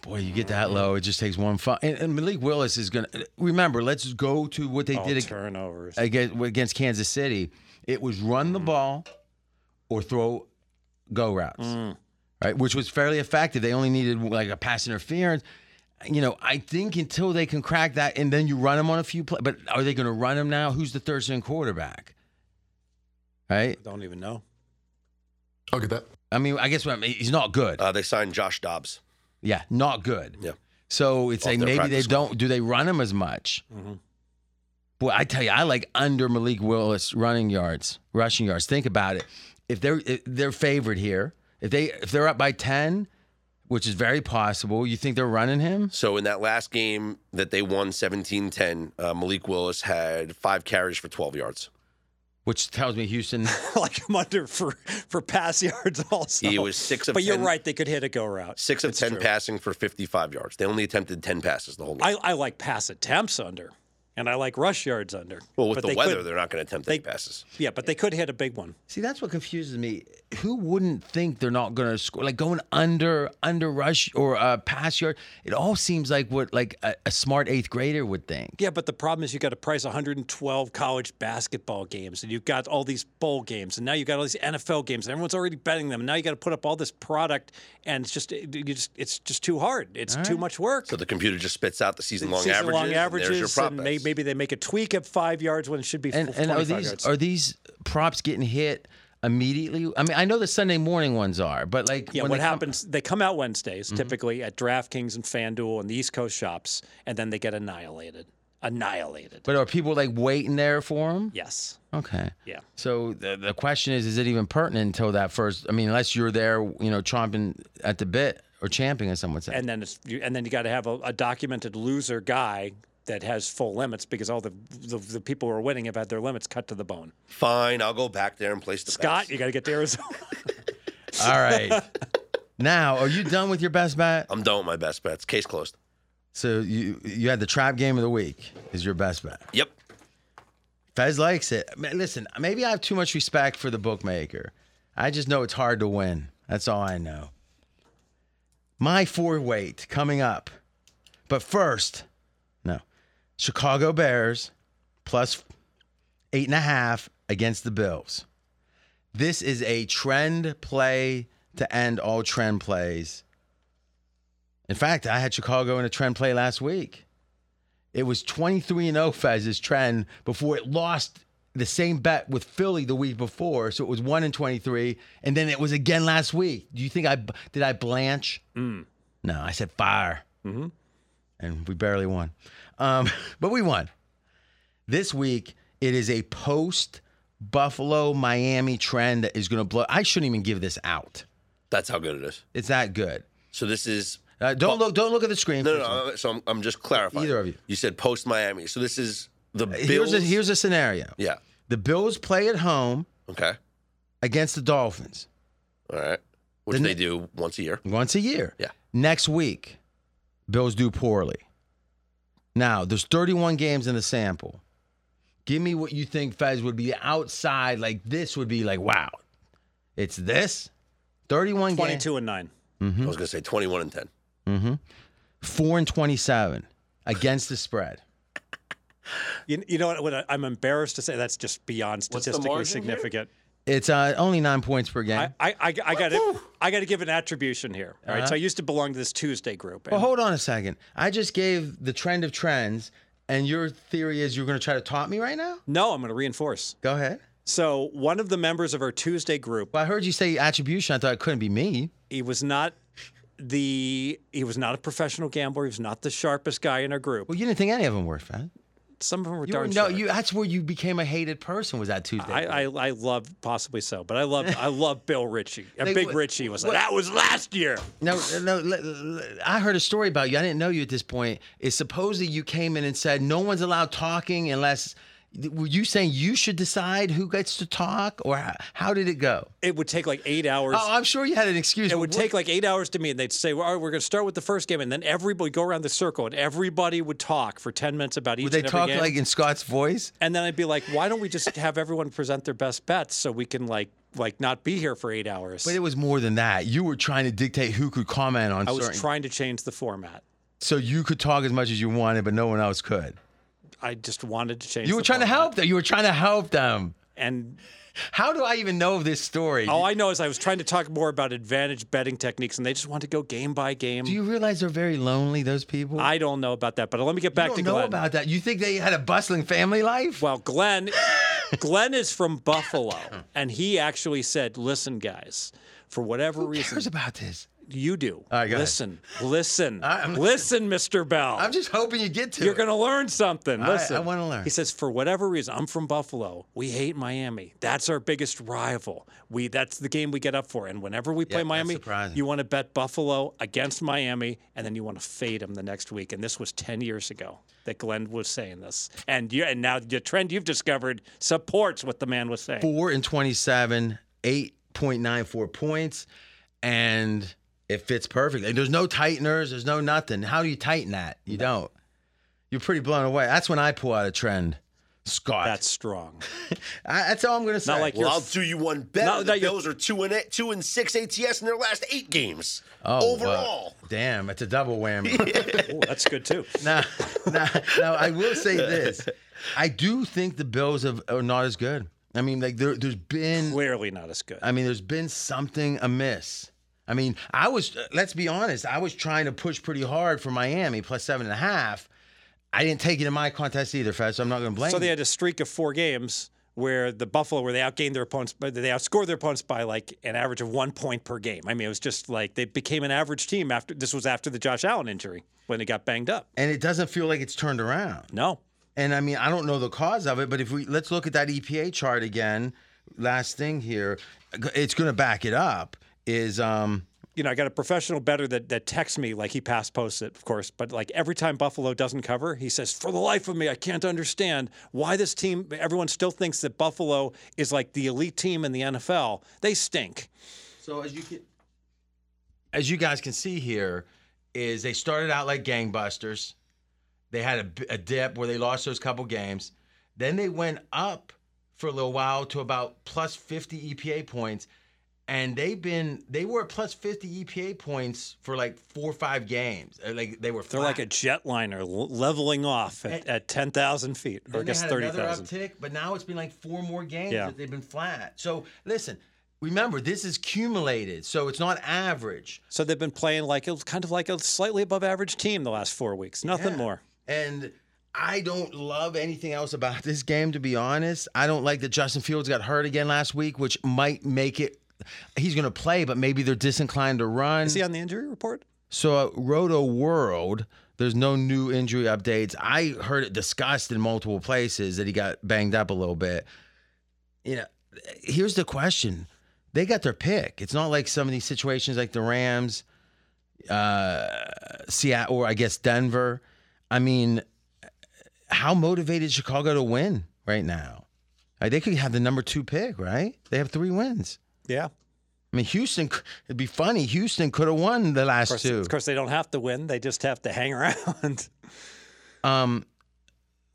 Speaker 1: Boy, you get that low, it just takes one fun. And, and Malik Willis is going to remember. Let's go to what they
Speaker 3: All
Speaker 1: did ag-
Speaker 3: turnovers.
Speaker 1: against, against Kansas City. It was run the ball or throw go routes, right? Which was fairly effective. They only needed like a pass interference. You know, I think until they can crack that, and then you run them on a few plays. But are they going to run them now? Who's the third string quarterback? Right.
Speaker 3: Don't even know.
Speaker 4: I'll get that.
Speaker 1: I mean, I guess what I'm, he's not good.
Speaker 2: Uh, they signed Josh Dobbs.
Speaker 1: Yeah, not good.
Speaker 2: Yeah.
Speaker 1: So it's
Speaker 2: Off
Speaker 1: like
Speaker 2: their
Speaker 1: maybe they
Speaker 2: practice Mm-hmm. squad.
Speaker 1: don't. Do they run him as much?
Speaker 3: Mhm.
Speaker 1: Boy, I tell you, I like under Malik Willis running yards, rushing yards. Think about it. If they're if they're favored here, if they if they're up by ten, which is very possible, you think they're running him?
Speaker 2: So in that last game that they won 17-10, uh, Malik Willis had five carries for 12 yards.
Speaker 1: Which tells me Houston.
Speaker 3: like I'm under for for pass yards also.
Speaker 2: He was six of
Speaker 3: Oh, But you're
Speaker 2: 10
Speaker 3: right; they could hit a go route.
Speaker 2: Six of
Speaker 3: It's
Speaker 2: 10
Speaker 3: true.
Speaker 2: passing for 55 yards. They only attempted 10 passes the whole game.
Speaker 3: I, I like pass attempts under, and and I like rush yards under.
Speaker 2: Well, with
Speaker 3: But
Speaker 2: the
Speaker 3: they
Speaker 2: weather,
Speaker 3: could-
Speaker 2: they're not going to attempt
Speaker 3: they-
Speaker 2: any passes.
Speaker 3: yeah, but they could hit a big one.
Speaker 1: See, that's what confuses me. Who wouldn't think they're not going to score? Like going under, under rush or uh, pass yard. It all seems like what like a, a smart eighth grader would think.
Speaker 3: Yeah, but the problem is you got to price 112 college basketball games, and you've got all these bowl games, and now you've got all these NFL games, and everyone's already betting them. And now you got to put up all this product, and it's just you just it's just too hard. It's too much work.
Speaker 2: So the computer just spits out the season long
Speaker 3: Season
Speaker 2: averages.
Speaker 3: long
Speaker 2: and there's your
Speaker 3: averages,
Speaker 2: prop
Speaker 3: and may,
Speaker 2: bets.
Speaker 3: maybe they make a tweak at five yards when it should be
Speaker 1: And
Speaker 3: f-
Speaker 1: and are
Speaker 3: 25
Speaker 1: these
Speaker 3: yards.
Speaker 1: are these props getting hit immediately? I mean, I know the Sunday morning ones are, but like
Speaker 3: Yeah,
Speaker 1: when
Speaker 3: what
Speaker 1: they come- Mm-hmm.
Speaker 3: happens? they come out Wednesdays, typically at DraftKings and FanDuel and the East Coast shops, and then they get annihilated. Annihilated.
Speaker 1: but are people like waiting there for them?
Speaker 3: yes.
Speaker 1: Okay.
Speaker 3: Yeah.
Speaker 1: So the, the question is, is it even pertinent until that first? I mean, unless you're there, you know, chomping at the bit or champing, as someone said.
Speaker 3: And then it's you, and then you got to have a, a documented loser guy that has full limits because all the, the the people who are winning have had their limits cut to the bone.
Speaker 2: Fine, I'll go back there and place the
Speaker 3: Scott,
Speaker 2: bets.
Speaker 3: you got to get to Arizona.
Speaker 1: All right. now, are you done with your best bet?
Speaker 2: I'm done with my best bets. Case closed.
Speaker 1: So you you had the trap game of the week is your best bet.
Speaker 2: Yep.
Speaker 1: Fez likes it. Ma- Listen, maybe I have too much respect for the bookmaker. I just know it's hard to win. That's all I know. My four weight coming up. But first, no. Chicago Bears plus eight and a half against the Bills. This is a trend play to end all trend plays. In fact, I had Chicago in a trend play last week. It was 23 and 0 Fez's trend before it lost the same bet with Philly the week before, so it was 1 and 23 and then it was again last week. Do you think I did I blanch?
Speaker 2: Mm.
Speaker 1: No, I said fire.
Speaker 2: Mm-hmm.
Speaker 1: And we barely won. Um, but we won. This week it is a post Buffalo Miami trend that is going to blow. I shouldn't even give this out.
Speaker 2: That's how good it is.
Speaker 1: It's that good.
Speaker 2: So this is
Speaker 1: Uh, don't look don't look at the screen.
Speaker 2: no, uh,
Speaker 1: please.
Speaker 2: no. no so I'm, I'm just clarifying.
Speaker 1: Either of you.
Speaker 2: You said post Miami. So this is the Bills.
Speaker 1: Here's a, here's a scenario.
Speaker 2: yeah.
Speaker 1: The Bills play at home
Speaker 2: Okay.
Speaker 1: against the Dolphins
Speaker 2: All right. Which
Speaker 1: The
Speaker 2: they
Speaker 1: ne-
Speaker 2: do once a year.
Speaker 1: once a year.
Speaker 2: Yeah.
Speaker 1: Next week, Bills do poorly. Now, there's 31 games in the sample. Give me what you think Fez would be outside. Like this would be like, wow, it's this 31 games,
Speaker 3: Twenty-two and nine.
Speaker 1: Mm-hmm.
Speaker 2: I was going to say 21 and 10.
Speaker 1: four and 27 against the spread.
Speaker 3: You, you know what? what I, I'm embarrassed to say that's just beyond
Speaker 9: the
Speaker 3: statistically
Speaker 9: margin here?
Speaker 3: significant.
Speaker 1: It's uh, only nine points per game.
Speaker 3: I, I, I, I got to I got to give an attribution here. All right? So I used to belong to this Tuesday group.
Speaker 1: Uh-huh. Well,
Speaker 3: and-
Speaker 1: hold on a second. I just gave the trend of trends, and your theory is you're going to try to top me right now?
Speaker 3: no, I'm going to reinforce.
Speaker 1: Go ahead.
Speaker 3: So one of the members of our Tuesday group,
Speaker 1: Well, I heard you say attribution. I thought it couldn't be me.
Speaker 3: he was not the he was not a professional gambler. He was not the sharpest guy in our group.
Speaker 1: Well, you didn't think any of them were fat.
Speaker 3: Some of them were
Speaker 1: You were,
Speaker 3: darn
Speaker 1: no,
Speaker 3: sharp.
Speaker 1: you. That's where you became a hated person. Was that Tuesday?
Speaker 3: I, I, I love possibly so, but I love I love Bill Ritchie. And
Speaker 1: Like,
Speaker 3: Big
Speaker 1: what-
Speaker 3: Ritchie was like that was last year.
Speaker 1: no, no. l- l- I heard a story about you. I didn't know you at this point. It's supposedly you came in and said no one's allowed talking unless. Were you saying you should decide who gets to talk, or how, how did it go?
Speaker 3: It would take like eight hours.
Speaker 1: Oh, I'm sure you had an excuse.
Speaker 3: it
Speaker 1: but
Speaker 3: would
Speaker 1: what-
Speaker 3: take like eight hours to me, and they'd say, well, "All right, we're going to start with the first game," and then everybody go around the circle, and everybody would talk for ten minutes about each.
Speaker 1: Would they
Speaker 3: and every
Speaker 1: talk
Speaker 3: game.
Speaker 1: like in Scott's voice?
Speaker 3: And then I'd be like, "Why don't we just have everyone present their best bets so we can like like not be here for eight hours?"
Speaker 1: But it was more than that. You were trying to dictate who could comment on
Speaker 3: I was
Speaker 1: certain,
Speaker 3: trying to change the format.
Speaker 1: so you could talk as much as you wanted, but no one else could.
Speaker 3: I just wanted to change.
Speaker 1: You were
Speaker 3: the
Speaker 1: trying to
Speaker 3: format.
Speaker 1: help them. You were trying to help them.
Speaker 3: and
Speaker 1: How do I even know of this story?
Speaker 3: all I know is I was trying to talk more about advantage betting techniques, and they just wanted to go game by game.
Speaker 1: Do you realize they're very lonely, those people?
Speaker 3: I don't know about that, but let me get
Speaker 1: You
Speaker 3: back
Speaker 1: don't
Speaker 3: to
Speaker 1: know
Speaker 3: Glenn.
Speaker 1: about that. You think they had a bustling family life?
Speaker 3: well, Glenn, Glenn is from Buffalo, and he actually said, "Listen, guys, for whatever
Speaker 1: Who
Speaker 3: reason,
Speaker 1: cares about this?
Speaker 3: you do.
Speaker 1: right, go ahead.
Speaker 3: listen, listen,
Speaker 1: right, I'm
Speaker 3: listen, Mr. Bell.
Speaker 1: I'm just hoping you get to
Speaker 3: You're
Speaker 1: it.
Speaker 3: going to learn something.
Speaker 1: I-
Speaker 3: Listen.
Speaker 1: I wanna learn.
Speaker 3: He says, for whatever reason, I'm from Buffalo. We hate Miami. That's our biggest rival. We that's the game we get up for. And whenever we play
Speaker 1: not
Speaker 3: Miami,
Speaker 1: surprising.
Speaker 3: you want to bet Buffalo against Miami, and then you want to fade them the next week. And this was 10 years ago that Glenn was saying this. And you and now the trend you've discovered supports what the man was saying.
Speaker 1: Four and 27, 8.94 points, and it fits perfectly. There's no tighteners, there's no nothing. How do you tighten that? You don't. You're pretty blown away. That's when I pull out a trend, Scott.
Speaker 3: That's strong.
Speaker 1: I, that's all I'm gonna say.
Speaker 3: Not like
Speaker 2: Well,
Speaker 3: your
Speaker 2: I'll do you one better.
Speaker 3: No, no,
Speaker 2: the
Speaker 3: you're-
Speaker 2: Bills are two and eight, two and six ATS in their last eight games
Speaker 1: Oh, wow.
Speaker 2: overall.
Speaker 1: Damn, it's a double whammy.
Speaker 3: Ooh, that's good too.
Speaker 1: now, now, now, I will say this: I do think the Bills have, are not as good. I mean, like there, there's been
Speaker 3: Clearly not as good.
Speaker 1: I mean, there's been something amiss. I mean, I was, let's be honest, I was trying to push pretty hard for Miami plus seven and a half. I didn't take it in my contest either, Fez, so I'm not going to blame
Speaker 3: So they
Speaker 1: you.
Speaker 3: had a streak of four games where the Buffalo, where they outgained their opponents, but they outscored their opponents by like an average of one point per game. I mean, it was just like they became an average team after this was after the Josh Allen injury when they got banged up.
Speaker 1: and it doesn't feel like it's turned around.
Speaker 3: No,
Speaker 1: And I mean, I don't know the cause of it, but if we let's look at that EPA chart again, last thing here, it's going to back it up. Is um,
Speaker 3: you know, I got a professional better that that texts me like he pass posts it, of course, but like every time Buffalo doesn't cover, he says, "For the life of me, I can't understand why this team. Everyone still thinks that Buffalo is like the elite team in the NFL. They stink."
Speaker 1: So as you can, as you guys can see here, is they started out like gangbusters. They had a b- a, dip where they lost those couple games. Then they went up for a little while to about plus 50 EPA points, and they've been they were at plus 50 EPA points for like four or five games. Uh, Like they were
Speaker 3: They're like a jetliner l- leveling off at, at 10,000 feet, or I
Speaker 1: Then
Speaker 3: guess
Speaker 1: they had another
Speaker 3: 30,000.
Speaker 1: uptick, but now it's been like four more games
Speaker 3: Yeah.
Speaker 1: that they've been flat. So listen, remember this is cumulated, so it's not average.
Speaker 3: So they've been playing like it was kind of like a slightly above average team the last four weeks. Nothing
Speaker 1: Yeah.
Speaker 3: more.
Speaker 1: And I don't love anything else about this game, to be honest. I don't like that Justin Fields got hurt again last week, which might make it. He's going to play, but maybe they're disinclined to run.
Speaker 3: Is he on the injury report?
Speaker 1: So, uh, Roto World, there's no new injury updates. I heard it discussed in multiple places that he got banged up a little bit. You know, here's the question: They got their pick. It's not like some of these situations like the Rams, uh, Seattle, or I guess Denver. I mean, how motivated is Chicago to win right now? Like, they could have the number two pick, right? They have three wins.
Speaker 3: Yeah.
Speaker 1: I mean, Houston. c- It'd be funny. Houston could have won the last
Speaker 3: Of course,
Speaker 1: two.
Speaker 3: of course, they don't have to win. They just have to hang around.
Speaker 1: Um,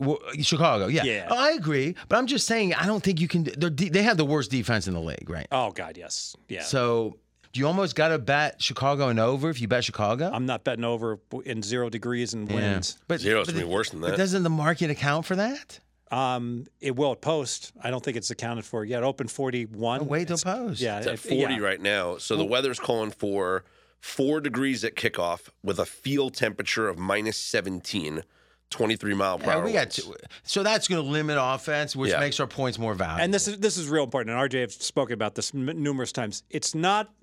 Speaker 1: w- Chicago, yeah.
Speaker 3: Yeah.
Speaker 1: Oh, I agree, but I'm just saying I don't think you can. They're de- they have the worst defense in the league, right?
Speaker 3: oh, God, yes. Yeah.
Speaker 1: So you almost got to bet Chicago and over if you bet Chicago.
Speaker 3: I'm not betting over in zero degrees and wins.
Speaker 1: But
Speaker 2: Zero's
Speaker 1: but
Speaker 2: gonna
Speaker 1: it-
Speaker 2: be worse than
Speaker 1: But
Speaker 2: that.
Speaker 1: doesn't the market account for that?
Speaker 3: Um, it will at post. I don't think it's accounted for yet. Open 41.
Speaker 1: Wait till
Speaker 3: It's-
Speaker 1: post.
Speaker 3: Yeah.
Speaker 2: It's at
Speaker 3: it-
Speaker 2: 40
Speaker 3: yeah.
Speaker 2: right now. So the weather's calling for four degrees at kickoff with a field temperature of minus 17, 23 mile per
Speaker 1: Yeah,
Speaker 2: hour.
Speaker 1: we got
Speaker 2: winds.
Speaker 1: two. So that's going to limit offense, which
Speaker 2: Yeah.
Speaker 1: makes our points more valuable.
Speaker 3: And this is this is real important. And RJ have spoken about this m- numerous times. It's not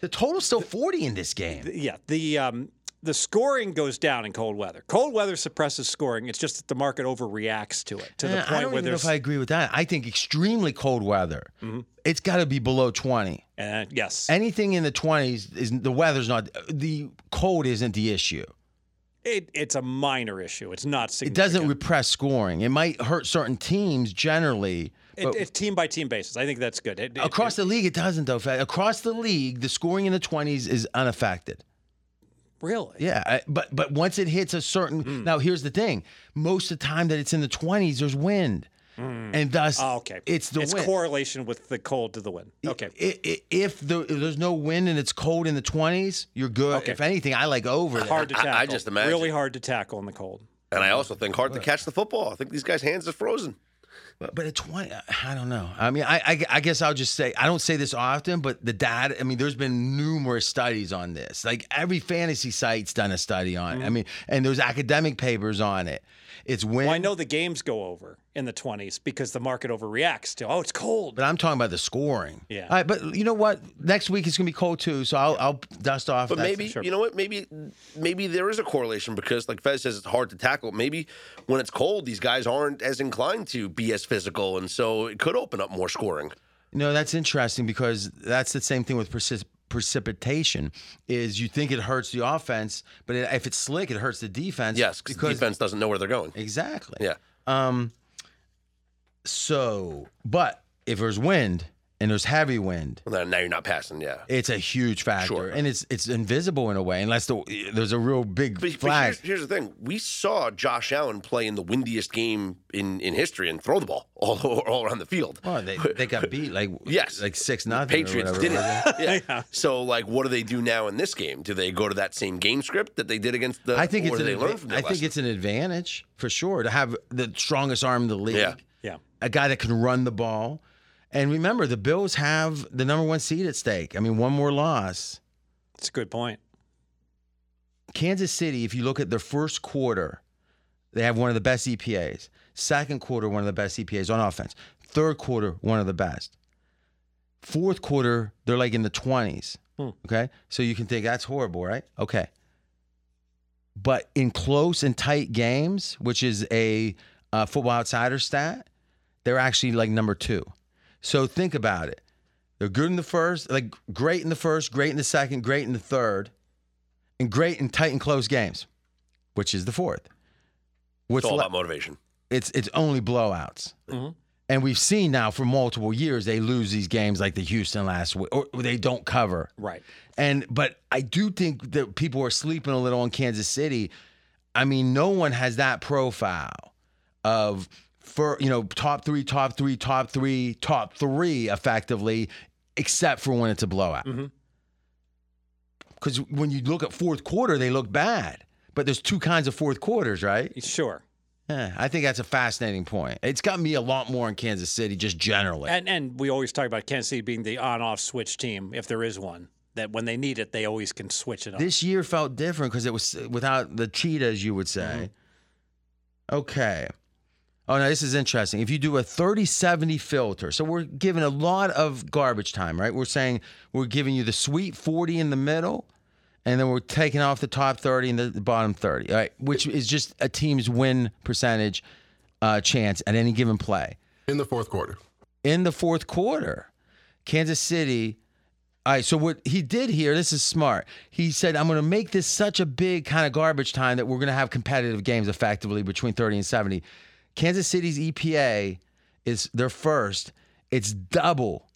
Speaker 1: the total's still 40 in this game.
Speaker 3: yeah the um, the scoring goes down in cold weather. Cold weather suppresses scoring. It's just that the market overreacts to it to
Speaker 1: Yeah,
Speaker 3: the
Speaker 1: Eh, Uh, I
Speaker 3: point
Speaker 1: don't
Speaker 3: where
Speaker 1: even know
Speaker 3: there's Mm-hmm.
Speaker 1: if I agree with that. I think extremely cold weather. It's got to be below 20.
Speaker 3: uh, yes
Speaker 1: anything in the 20s is the weather's not the cold isn't the issue
Speaker 3: it, it's a minor issue. It's not
Speaker 1: it
Speaker 3: significant.
Speaker 1: doesn't repress scoring it might hurt certain teams generally
Speaker 3: It, it's team by team basis. I think that's good. It, it-
Speaker 1: across the league it doesn't though Fa- across the league the scoring in the 20s is unaffected
Speaker 3: really
Speaker 1: yeah I- but but once it hits a certain
Speaker 3: Mm.
Speaker 1: now here's the thing most of the time that it's in the 20s there's wind and thus
Speaker 3: Oh, okay.
Speaker 1: it's the
Speaker 3: it's
Speaker 1: wind
Speaker 3: correlation with the cold to the wind. Okay.
Speaker 1: I- I- if, the, if there's no wind and it's cold in the 20s you're good
Speaker 3: Okay.
Speaker 1: if anything i like over there.
Speaker 3: Hard to
Speaker 2: I- I
Speaker 3: tackle.
Speaker 2: just imagine.
Speaker 3: really hard to tackle in the cold.
Speaker 2: And I also think hard to catch the football. I think these guys' hands are frozen.
Speaker 1: But, but at 20, I don't know. I mean, I, I, I guess I'll just say, I don't say this often, but the data, I mean, there's been numerous studies on this. Like every fantasy site's done a study on it. I mean, and there's academic papers on it. It's when,
Speaker 3: Well, I know the games go over in the 20s because the market overreacts to oh it's cold.
Speaker 1: but I'm talking about the scoring.
Speaker 3: Yeah.
Speaker 1: All right, but you know what? Next week it's going to be cold too, so I'll, I'll dust off.
Speaker 2: But
Speaker 1: that.
Speaker 2: maybe you know what? Maybe maybe there is a correlation because, like Fez says, it's hard to tackle. Maybe when it's cold, these guys aren't as inclined to be as physical, and so it could open up more scoring.
Speaker 1: No, that's interesting because that's the same thing with persis- precipitation. Is you think it hurts the offense, but it, if it's slick, it hurts the defense.
Speaker 2: Yes, because the defense doesn't know where they're going.
Speaker 1: exactly. Um,
Speaker 2: Yeah,
Speaker 1: So, but if there's wind and there's heavy wind,
Speaker 2: Well, then now you're not passing. Yeah.
Speaker 1: it's a huge factor,
Speaker 2: Sure.
Speaker 1: and it's it's invisible in a way unless the, there's a real big
Speaker 2: But, but
Speaker 1: flag.
Speaker 2: here's, here's the thing: we saw Josh Allen play in the windiest game in, in history and throw the ball all all around the field.
Speaker 1: Oh, they, they got beat like
Speaker 2: Yes.
Speaker 1: like six nothing. or
Speaker 2: Patriots
Speaker 1: whatever it
Speaker 2: did it.
Speaker 1: was.
Speaker 2: yeah. So, like, what do they do now in this game? Do they go to that same game script that they did against the?
Speaker 1: I think
Speaker 2: or
Speaker 1: it's
Speaker 2: do
Speaker 1: an
Speaker 2: they learn
Speaker 1: adva-
Speaker 2: from
Speaker 1: I
Speaker 2: their
Speaker 1: think
Speaker 2: lesson?
Speaker 1: it's an advantage for sure to have the strongest arm in the league.
Speaker 2: Yeah.
Speaker 3: Yeah.
Speaker 1: A guy that can run the ball. And remember, the Bills have the number one seed at stake. I mean, one more loss.
Speaker 3: It's a good point.
Speaker 1: Kansas City, if you look at their first quarter, they have one of the best EPAs. Second quarter, one of the best EPAs on offense. Third quarter, one of the best. Fourth quarter, they're like in the 20s.
Speaker 3: Hmm.
Speaker 1: Okay. So you can think that's horrible, right? Okay. But in close and tight games, which is a uh, football outsider stat, they're actually like number two. So think about it. They're good in the first, like great in the first, great in the second, great in the third, and great in tight and close games, which is the fourth.
Speaker 2: it's
Speaker 1: What's
Speaker 2: all
Speaker 1: le-
Speaker 2: about motivation.
Speaker 1: it's it's only blowouts.
Speaker 3: Mhm.
Speaker 1: And we've seen now for multiple years they lose these games like the Houston last week, or they don't cover.
Speaker 3: Right.
Speaker 1: And but I do think that people are sleeping a little on Kansas City. I mean, no one has that profile of for you know top three, top three, top three, top three, effectively, except for when it's a blowout. Because when you look at fourth quarter, they look bad. But there's two kinds of fourth quarters, right?
Speaker 3: Sure.
Speaker 1: Yeah, I think that's a fascinating point. It's got me a lot more in Kansas City, just generally.
Speaker 3: And and we always talk about Kansas City being the on-off switch team, if there is one. That when they need it, they always can switch it up.
Speaker 1: This year felt different because it was without the cheetahs, you would say. Okay. Oh, no, this is interesting. If you do a 30 70 filter, so we're giving a lot of garbage time, right? We're saying we're giving you the sweet 40 in the middle, and then we're taking off the top 30 and the, the bottom 30, all right? Which is just a team's win percentage uh, chance at any given play.
Speaker 4: in the fourth quarter.
Speaker 1: in the fourth quarter. Kansas City. All right, so what he did here, this is smart. He said, I'm going to make this such a big kind of garbage time that we're going to have competitive games effectively between 30 and 70. Kansas City's EPA is their first, it's double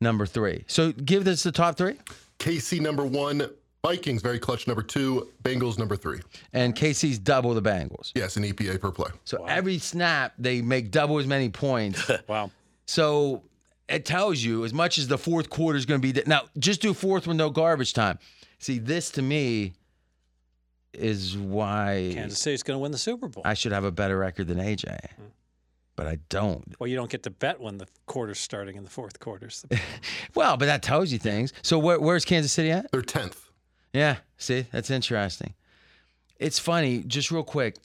Speaker 1: number three. So give this the top three,
Speaker 4: KC number one, Vikings very clutch number two, Bengals number three.
Speaker 1: and KC's double the Bengals.
Speaker 4: Yes, an EPA per play.
Speaker 1: So every snap, they make double as many points.
Speaker 3: wow.
Speaker 1: So it tells you as much as the fourth quarter is going to be. th- Now, just do fourth with no garbage time. See, this to me is why
Speaker 3: Kansas City's going to win the Super Bowl.
Speaker 1: I should have a better record than AJ, but I don't.
Speaker 3: well, you don't get to bet when the quarter's starting in the fourth quarters.
Speaker 1: Well, but that tells you things. So where, where's Kansas City at?
Speaker 4: They're tenth.
Speaker 1: Yeah, see, that's interesting. It's funny, just real quick.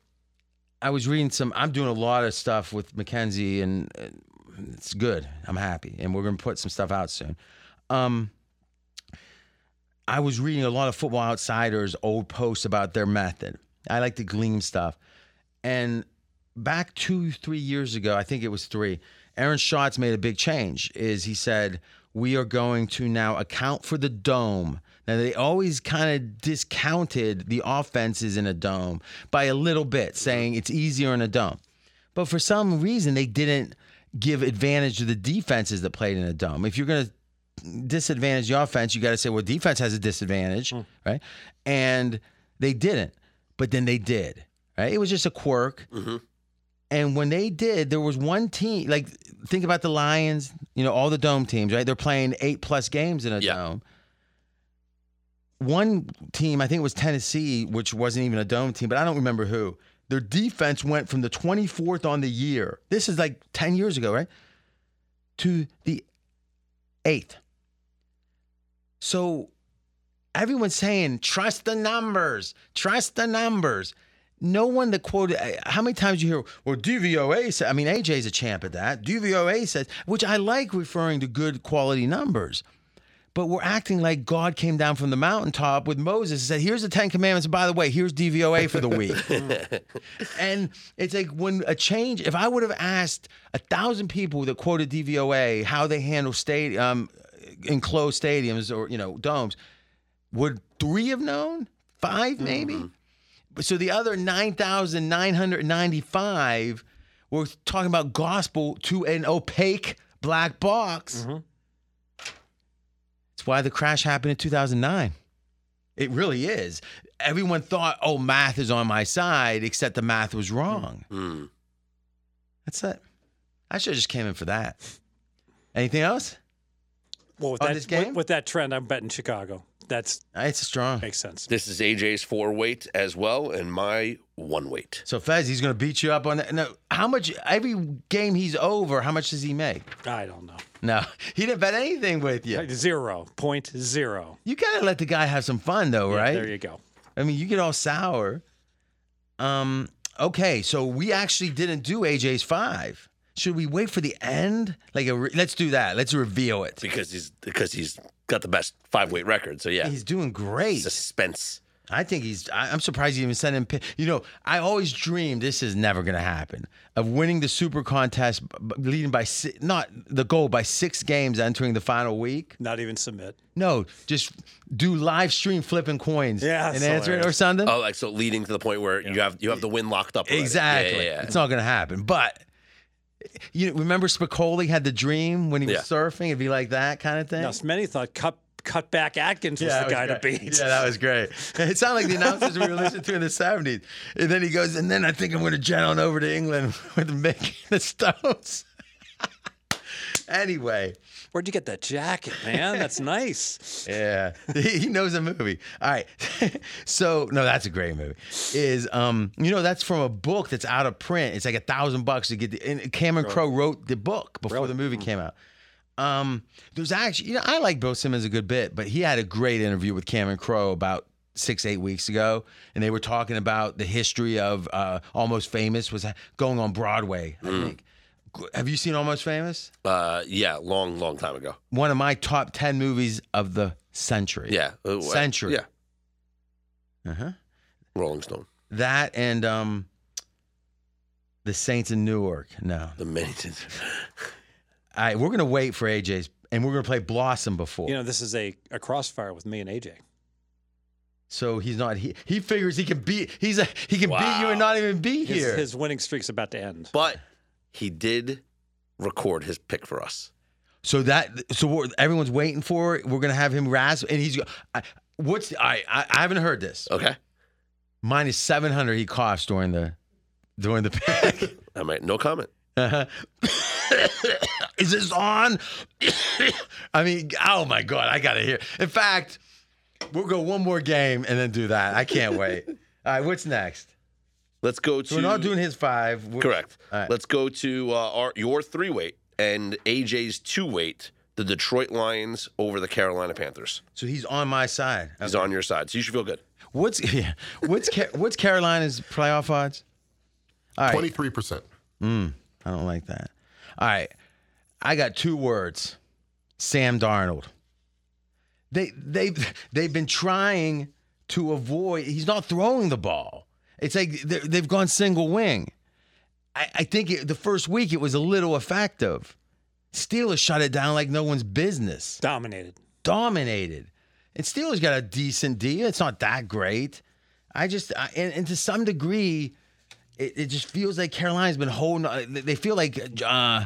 Speaker 1: I was reading some. I'm doing a lot of stuff with Mackenzie, and uh, it's good. I'm happy, and we're gonna put some stuff out soon. Um, I was reading a lot of Football Outsiders old posts about their method. I like to glean stuff, and back two, three years ago, I think it was three. Aaron Schatz made a big change. Is he said we are going to now account for the dome. Now they always kind of discounted the offenses in a dome by a little bit, saying it's easier in a dome. But for some reason, they didn't give advantage to the defenses that played in a dome. If you're going to disadvantage the offense, you got to say, well, defense has a disadvantage, right? And they didn't, but then they did, right? It was just a quirk. And when they did, there was one team, like, think about the Lions, you know, all the dome teams, right? They're playing eight plus games in a
Speaker 2: Yeah.
Speaker 1: dome. One team, I think it was Tennessee, which wasn't even a dome team, but I don't remember who. Their defense went from the 24th on the year. This is like 10 years ago, right? To the eighth. So everyone's saying, trust the numbers, trust the numbers. No one that quoted, I- how many times you hear, well, DVOA said, I mean, AJ's a champ at that. DVOA says, which I like referring to good quality numbers. But we're acting like God came down from the mountaintop with Moses and said, here's the Ten Commandments. And by the way, here's DVOA for the week. and it's like when a change, if I would have asked a thousand people that quoted DVOA how they handle state, um, enclosed stadiums or, you know, domes, would three have known? Five, maybe? So the other 9,995 were talking about gospel to an opaque black box. It's why the crash happened in 2009. It really is. Everyone thought, oh, math is on my side, except the math was wrong.
Speaker 2: Hmm.
Speaker 1: That's it. I should have just came in for that. Anything else?
Speaker 3: Well, with
Speaker 1: On
Speaker 3: that,
Speaker 1: this game?
Speaker 3: With, with that trend, I'm betting Chicago. That's
Speaker 1: Uh, It's strong.
Speaker 3: makes sense.
Speaker 2: This is AJ's four weight as well, and my one weight.
Speaker 1: So Fez, he's going to beat you up on that. No, how much? Every game he's over, how much does he make?
Speaker 3: I don't know.
Speaker 1: No, he didn't bet anything with you.
Speaker 3: Zero point zero.
Speaker 1: You gotta let the guy have some fun, though,
Speaker 3: Yeah,
Speaker 1: right?
Speaker 3: there you go.
Speaker 1: I mean, you get all sour. Um. Okay, so we actually didn't do AJ's five. Should we wait for the end? Like, a re- let's do that. Let's reveal it.
Speaker 2: Because he's because he's got the best five weight record. So yeah.
Speaker 1: He's doing great.
Speaker 2: Suspense.
Speaker 1: I think he's. I, I'm surprised he even sent him. pi- You know, I always dreamed this is never going to happen of winning the Super Contest, b- b- leading by si- not the goal by six games, entering the final week.
Speaker 3: Not even submit.
Speaker 1: No, just do live stream flipping coins
Speaker 3: Yeah,
Speaker 1: and
Speaker 3: that's
Speaker 1: answer it or
Speaker 3: hilarious.
Speaker 1: something.
Speaker 2: Oh, like so leading to the point where you have you have the win locked up. already. Yeah,
Speaker 1: exactly.
Speaker 2: yeah, yeah.
Speaker 1: It's not going to happen. But you know, remember Spicoli had the dream when he was
Speaker 2: Yeah.
Speaker 1: surfing. It'd be like that kind of thing.
Speaker 3: Now, many thought cut cut back Atkins was
Speaker 1: that
Speaker 3: the guy to
Speaker 1: great.
Speaker 3: beat.
Speaker 1: Yeah, that was great. It sounded like the announcers we were listening to in the 70s. And then he goes, and then I think I'm going to jet on over to England with Mick and the Stones. anyway,
Speaker 3: Where'd you get that jacket, man? That's nice.
Speaker 1: yeah, he, he knows a movie. All right. so, no, that's a great movie. Is, um, you know, that's from a book that's out of print. It's like a thousand bucks to get the, and Cameron Crowe wrote the book before the movie came out. Um, there's actually, you know, I like Bill Simmons a good bit, but he had a great interview with Cameron Crowe about six, eight weeks ago, and they were talking about the history of uh, Almost Famous was going on Broadway. I think. Have you seen Almost Famous?
Speaker 2: Uh, yeah, long, long time ago.
Speaker 1: One of my top ten movies of the century.
Speaker 2: Yeah, uh,
Speaker 1: Century.
Speaker 2: Yeah,
Speaker 1: Uh huh.
Speaker 2: Rolling Stone.
Speaker 1: That and um, the Saints in Newark. No,
Speaker 2: The minute.
Speaker 1: all right, we're gonna wait for AJ's, and we're gonna play Blossom before.
Speaker 3: You know, this is a, a crossfire with me and AJ.
Speaker 1: so he's not. He he figures he can beat. He's a, he can beat you
Speaker 2: Wow.
Speaker 1: and not even be
Speaker 3: His,
Speaker 1: here.
Speaker 3: his winning streak's about to end.
Speaker 2: But he did record his pick for us.
Speaker 1: So that so we're, everyone's waiting for. it. We're gonna have him rasp, and he's. I, what's I, I I haven't heard this.
Speaker 2: Okay.
Speaker 1: Minus seven hundred. He coughs during the during the pick.
Speaker 2: All right. No comment.
Speaker 1: Uh-huh. Is this on? I mean, oh my God, I gotta hear. In fact, we'll go one more game and then do that. I can't wait. All right, what's next?
Speaker 2: Let's go to.
Speaker 1: So we're not doing his 5 We're-
Speaker 2: Correct.
Speaker 1: All right.
Speaker 2: Let's go to uh, our your three weight and AJ's two weight. The Detroit Lions over the Carolina Panthers.
Speaker 1: So he's on my side.
Speaker 2: He's on your side, so you should feel good.
Speaker 1: What's yeah, what's Ca- what's Carolina's playoff odds? All right,
Speaker 4: 23%.
Speaker 1: I don't like that. All right. I got two words. Sam Darnold. They they they've been trying to avoid he's not throwing the ball. It's like they're- they've gone single wing. I, I think it, the first week it was a little effective. Steelers shut it down like no one's business.
Speaker 3: Dominated.
Speaker 1: Dominated. And Steelers got a decent D. It's not that great. I just I, and, and to some degree, it, it just feels like Carolina's been holding. uh, They they feel like uh,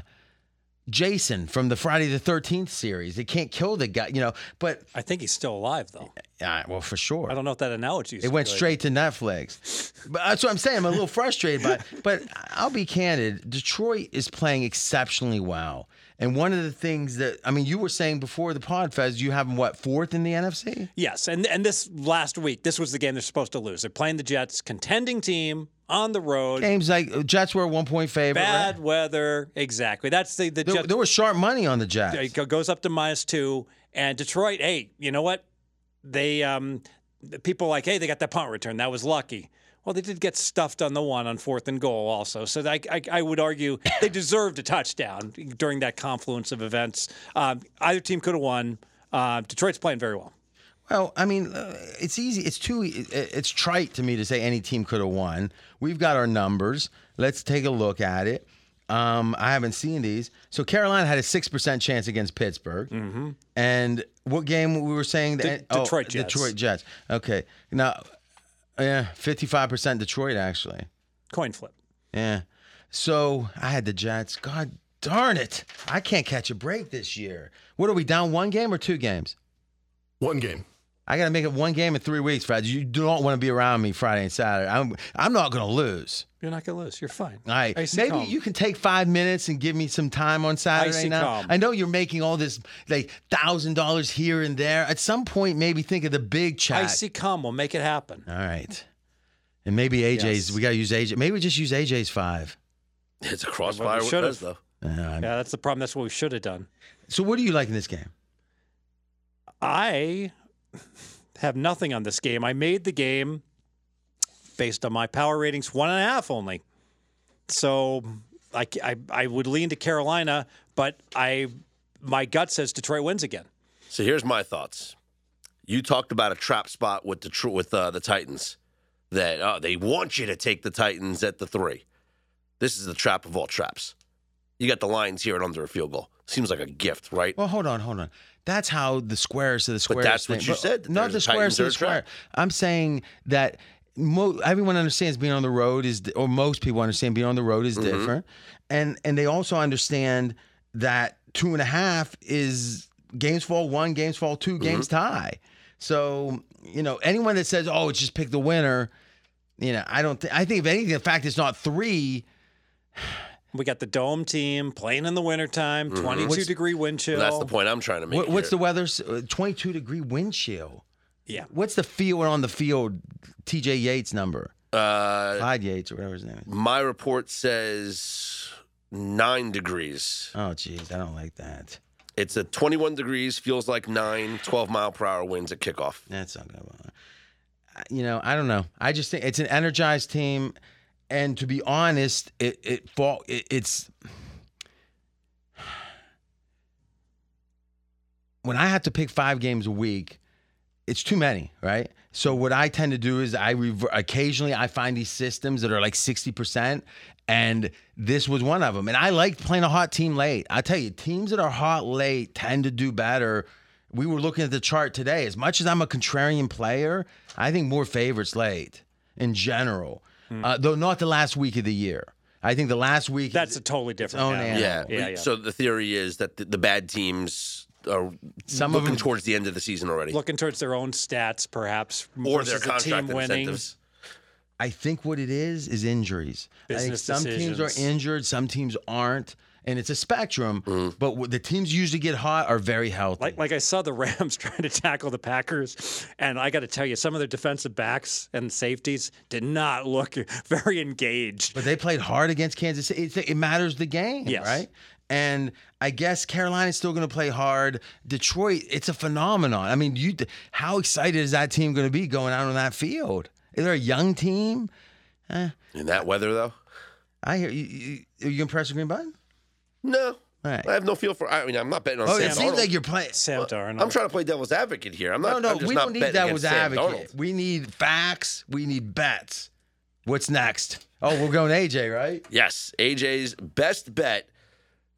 Speaker 1: Jason from the Friday the Thirteenth series. They can't kill the guy, you know. But
Speaker 3: I think he's still alive, though.
Speaker 1: uh, well, for sure,
Speaker 3: I don't know if that analogy is
Speaker 1: it went
Speaker 3: good.
Speaker 1: straight to Netflix. But that's what I'm saying. I'm a little frustrated by. It. But I'll be candid. Detroit is playing exceptionally well. And one of the things that I mean, you were saying before the pod fest, you have them what fourth in the NFC?
Speaker 3: Yes, and and this last week, this was the game they're supposed to lose. They're playing the Jets, contending team on the road,
Speaker 1: Games like uh, Jets were a one point favorite. right?
Speaker 3: bad weather. Exactly. That's the the
Speaker 1: There,
Speaker 3: Jets
Speaker 1: there was sharp money on the Jets.
Speaker 3: it go- goes up to minus two, and Detroit. Hey, you know what? They um, the people are like, hey, they got that punt return. That was lucky. Well, they did get stuffed on the one on fourth and goal, also. So I, I, I would argue they deserved a touchdown during that confluence of events. Um, either team could have won. Uh, Detroit's playing very well.
Speaker 1: Well, I mean, uh, it's easy. It's too. it- It's trite to me to say any team could have won. We've got our numbers. Let's take a look at it. Um, I haven't seen these. So Carolina had a six percent chance against Pittsburgh. Mm-hmm. And what game we were saying? that oh,
Speaker 3: De- Detroit Jets.
Speaker 1: Detroit Jets. Okay. Now, yeah, fifty-five percent Detroit actually.
Speaker 3: Coin flip.
Speaker 1: Yeah. So I had the Jets. God Darn it. I can't catch a break this year. What are we down one game or two games?
Speaker 4: One game.
Speaker 1: I got to make it one game in three weeks, Fred. You do not want to be around me Friday and Saturday. I'm, I'm not going to lose.
Speaker 3: You're not gonna lose. You're fine.
Speaker 1: All right.
Speaker 3: Icy
Speaker 1: Maybe
Speaker 3: calm.
Speaker 1: you can take five minutes and give me some time on Saturday
Speaker 3: Icy
Speaker 1: now.
Speaker 3: calm.
Speaker 1: I know you're making all this like thousand dollars here and there. At some point, maybe think of the big chat.
Speaker 3: Icy calm will make it happen.
Speaker 1: All right. And maybe AJ's.
Speaker 3: Yes.
Speaker 1: We got to use AJ. Maybe we just use AJ's five.
Speaker 2: It's a crossfire with
Speaker 3: should've.
Speaker 2: Bethesda.
Speaker 1: Uh,
Speaker 3: Yeah, that's the problem. That's what we should have done.
Speaker 1: so what do you like in this game?
Speaker 3: I have nothing on this game. I made the game based on my power ratings, one and a half only. So I, I, I would lean to Carolina, but I my gut says Detroit wins again.
Speaker 2: So here's my thoughts. You talked about a trap spot with the with uh, the Titans that uh, they want you to take the Titans at the three. This is the trap of all traps. You got the Lions here at under a field goal. Seems like a gift, right?
Speaker 1: Well, hold on, hold on. That's how the squares to the squares.
Speaker 2: that's what
Speaker 1: thing-
Speaker 2: you said, that
Speaker 1: Not
Speaker 2: there's
Speaker 1: the
Speaker 2: a
Speaker 1: squares to the
Speaker 2: Titans or a
Speaker 1: square.
Speaker 2: trap.
Speaker 1: I'm saying that mo- everyone understands being on the road is, di- or most people understand being on the road is
Speaker 2: Mm-hmm.
Speaker 1: different, and and they also understand that two and a half is games fall one, games fall two, games
Speaker 2: Mm-hmm.
Speaker 1: tie. So you know anyone that says, oh, it's just pick the winner, you know, I don't. Th- I think if anything, the fact it's not three.
Speaker 3: We got the dome team playing in the wintertime, 22
Speaker 1: What's-
Speaker 3: degree wind chill.
Speaker 2: That's the point I'm trying to make.
Speaker 1: What, what's the
Speaker 2: here.
Speaker 1: weather? s- uh, 22 degree wind chill.
Speaker 3: Yeah.
Speaker 1: What's the field on the field? TJ Yates number.
Speaker 2: Uh,
Speaker 1: Clyde Yates or whatever his name is.
Speaker 2: my report says nine degrees.
Speaker 1: Oh, jeez, I don't like that.
Speaker 2: It's a 21 degrees, feels like nine, 12 mile per hour winds at kickoff.
Speaker 1: That's not gonna. Bother. I- You know, I don't know. I just think it's an energized team, and to be honest, it it fall it, it's. When I have to pick five games a week, it's too many, right? So what I tend to do is I rever- occasionally I find these systems that are like 60% and this was one of them. And I like playing a hot team late. I tell you, teams that are hot late tend to do better. We were looking at the chart today. As much as I'm a contrarian player, I think more favorites late in general. Uh, though not the last week of the year. I think the last week
Speaker 3: That's a totally different.
Speaker 1: own
Speaker 3: animal.
Speaker 1: animal.
Speaker 2: Yeah.
Speaker 3: Yeah, yeah.
Speaker 2: So the theory is that the, the bad teams are
Speaker 1: Some of
Speaker 2: looking
Speaker 1: them-
Speaker 2: towards the end of the season already,
Speaker 3: Looking towards their own stats, perhaps,
Speaker 2: or
Speaker 3: versus
Speaker 2: their
Speaker 3: the team
Speaker 2: contract
Speaker 3: winning.
Speaker 2: incentives.
Speaker 1: I think what it is is injuries. I think
Speaker 3: Business
Speaker 1: some teams are
Speaker 3: decisions.
Speaker 1: injured, some teams aren't, and it's a spectrum. But what the teams usually get hot are very healthy.
Speaker 3: Mm. Like, like I saw the Rams trying to tackle the Packers, and I got to tell you, some of their defensive backs and safeties did not look very engaged.
Speaker 1: but they played hard against Kansas City. It's- It, matters the game,
Speaker 3: Yes.
Speaker 1: right? And I guess Carolina's still going to play hard. Detroit, it's a phenomenon. I mean, you, how excited is that team going to be going out on that field? They're a young team.
Speaker 2: In that weather, though,
Speaker 1: I hear you. you are you impressed with Green Bay?
Speaker 2: no,
Speaker 1: Right.
Speaker 2: I have no feel for. I mean, I'm not betting on
Speaker 1: Oh,
Speaker 2: Sam
Speaker 1: it seems
Speaker 2: Darnold.
Speaker 1: like you're playing.
Speaker 3: Sam Darnold.
Speaker 2: I'm trying to play devil's advocate here. I'm not.
Speaker 1: No, no,
Speaker 2: I'm just
Speaker 1: we
Speaker 2: not
Speaker 1: don't need
Speaker 2: betting
Speaker 1: devil's
Speaker 2: against Sam
Speaker 1: advocate.
Speaker 2: Darnold.
Speaker 1: We need facts. We need bets. What's next? Oh, we're going AJ, right?
Speaker 2: Yes, AJ's best bet: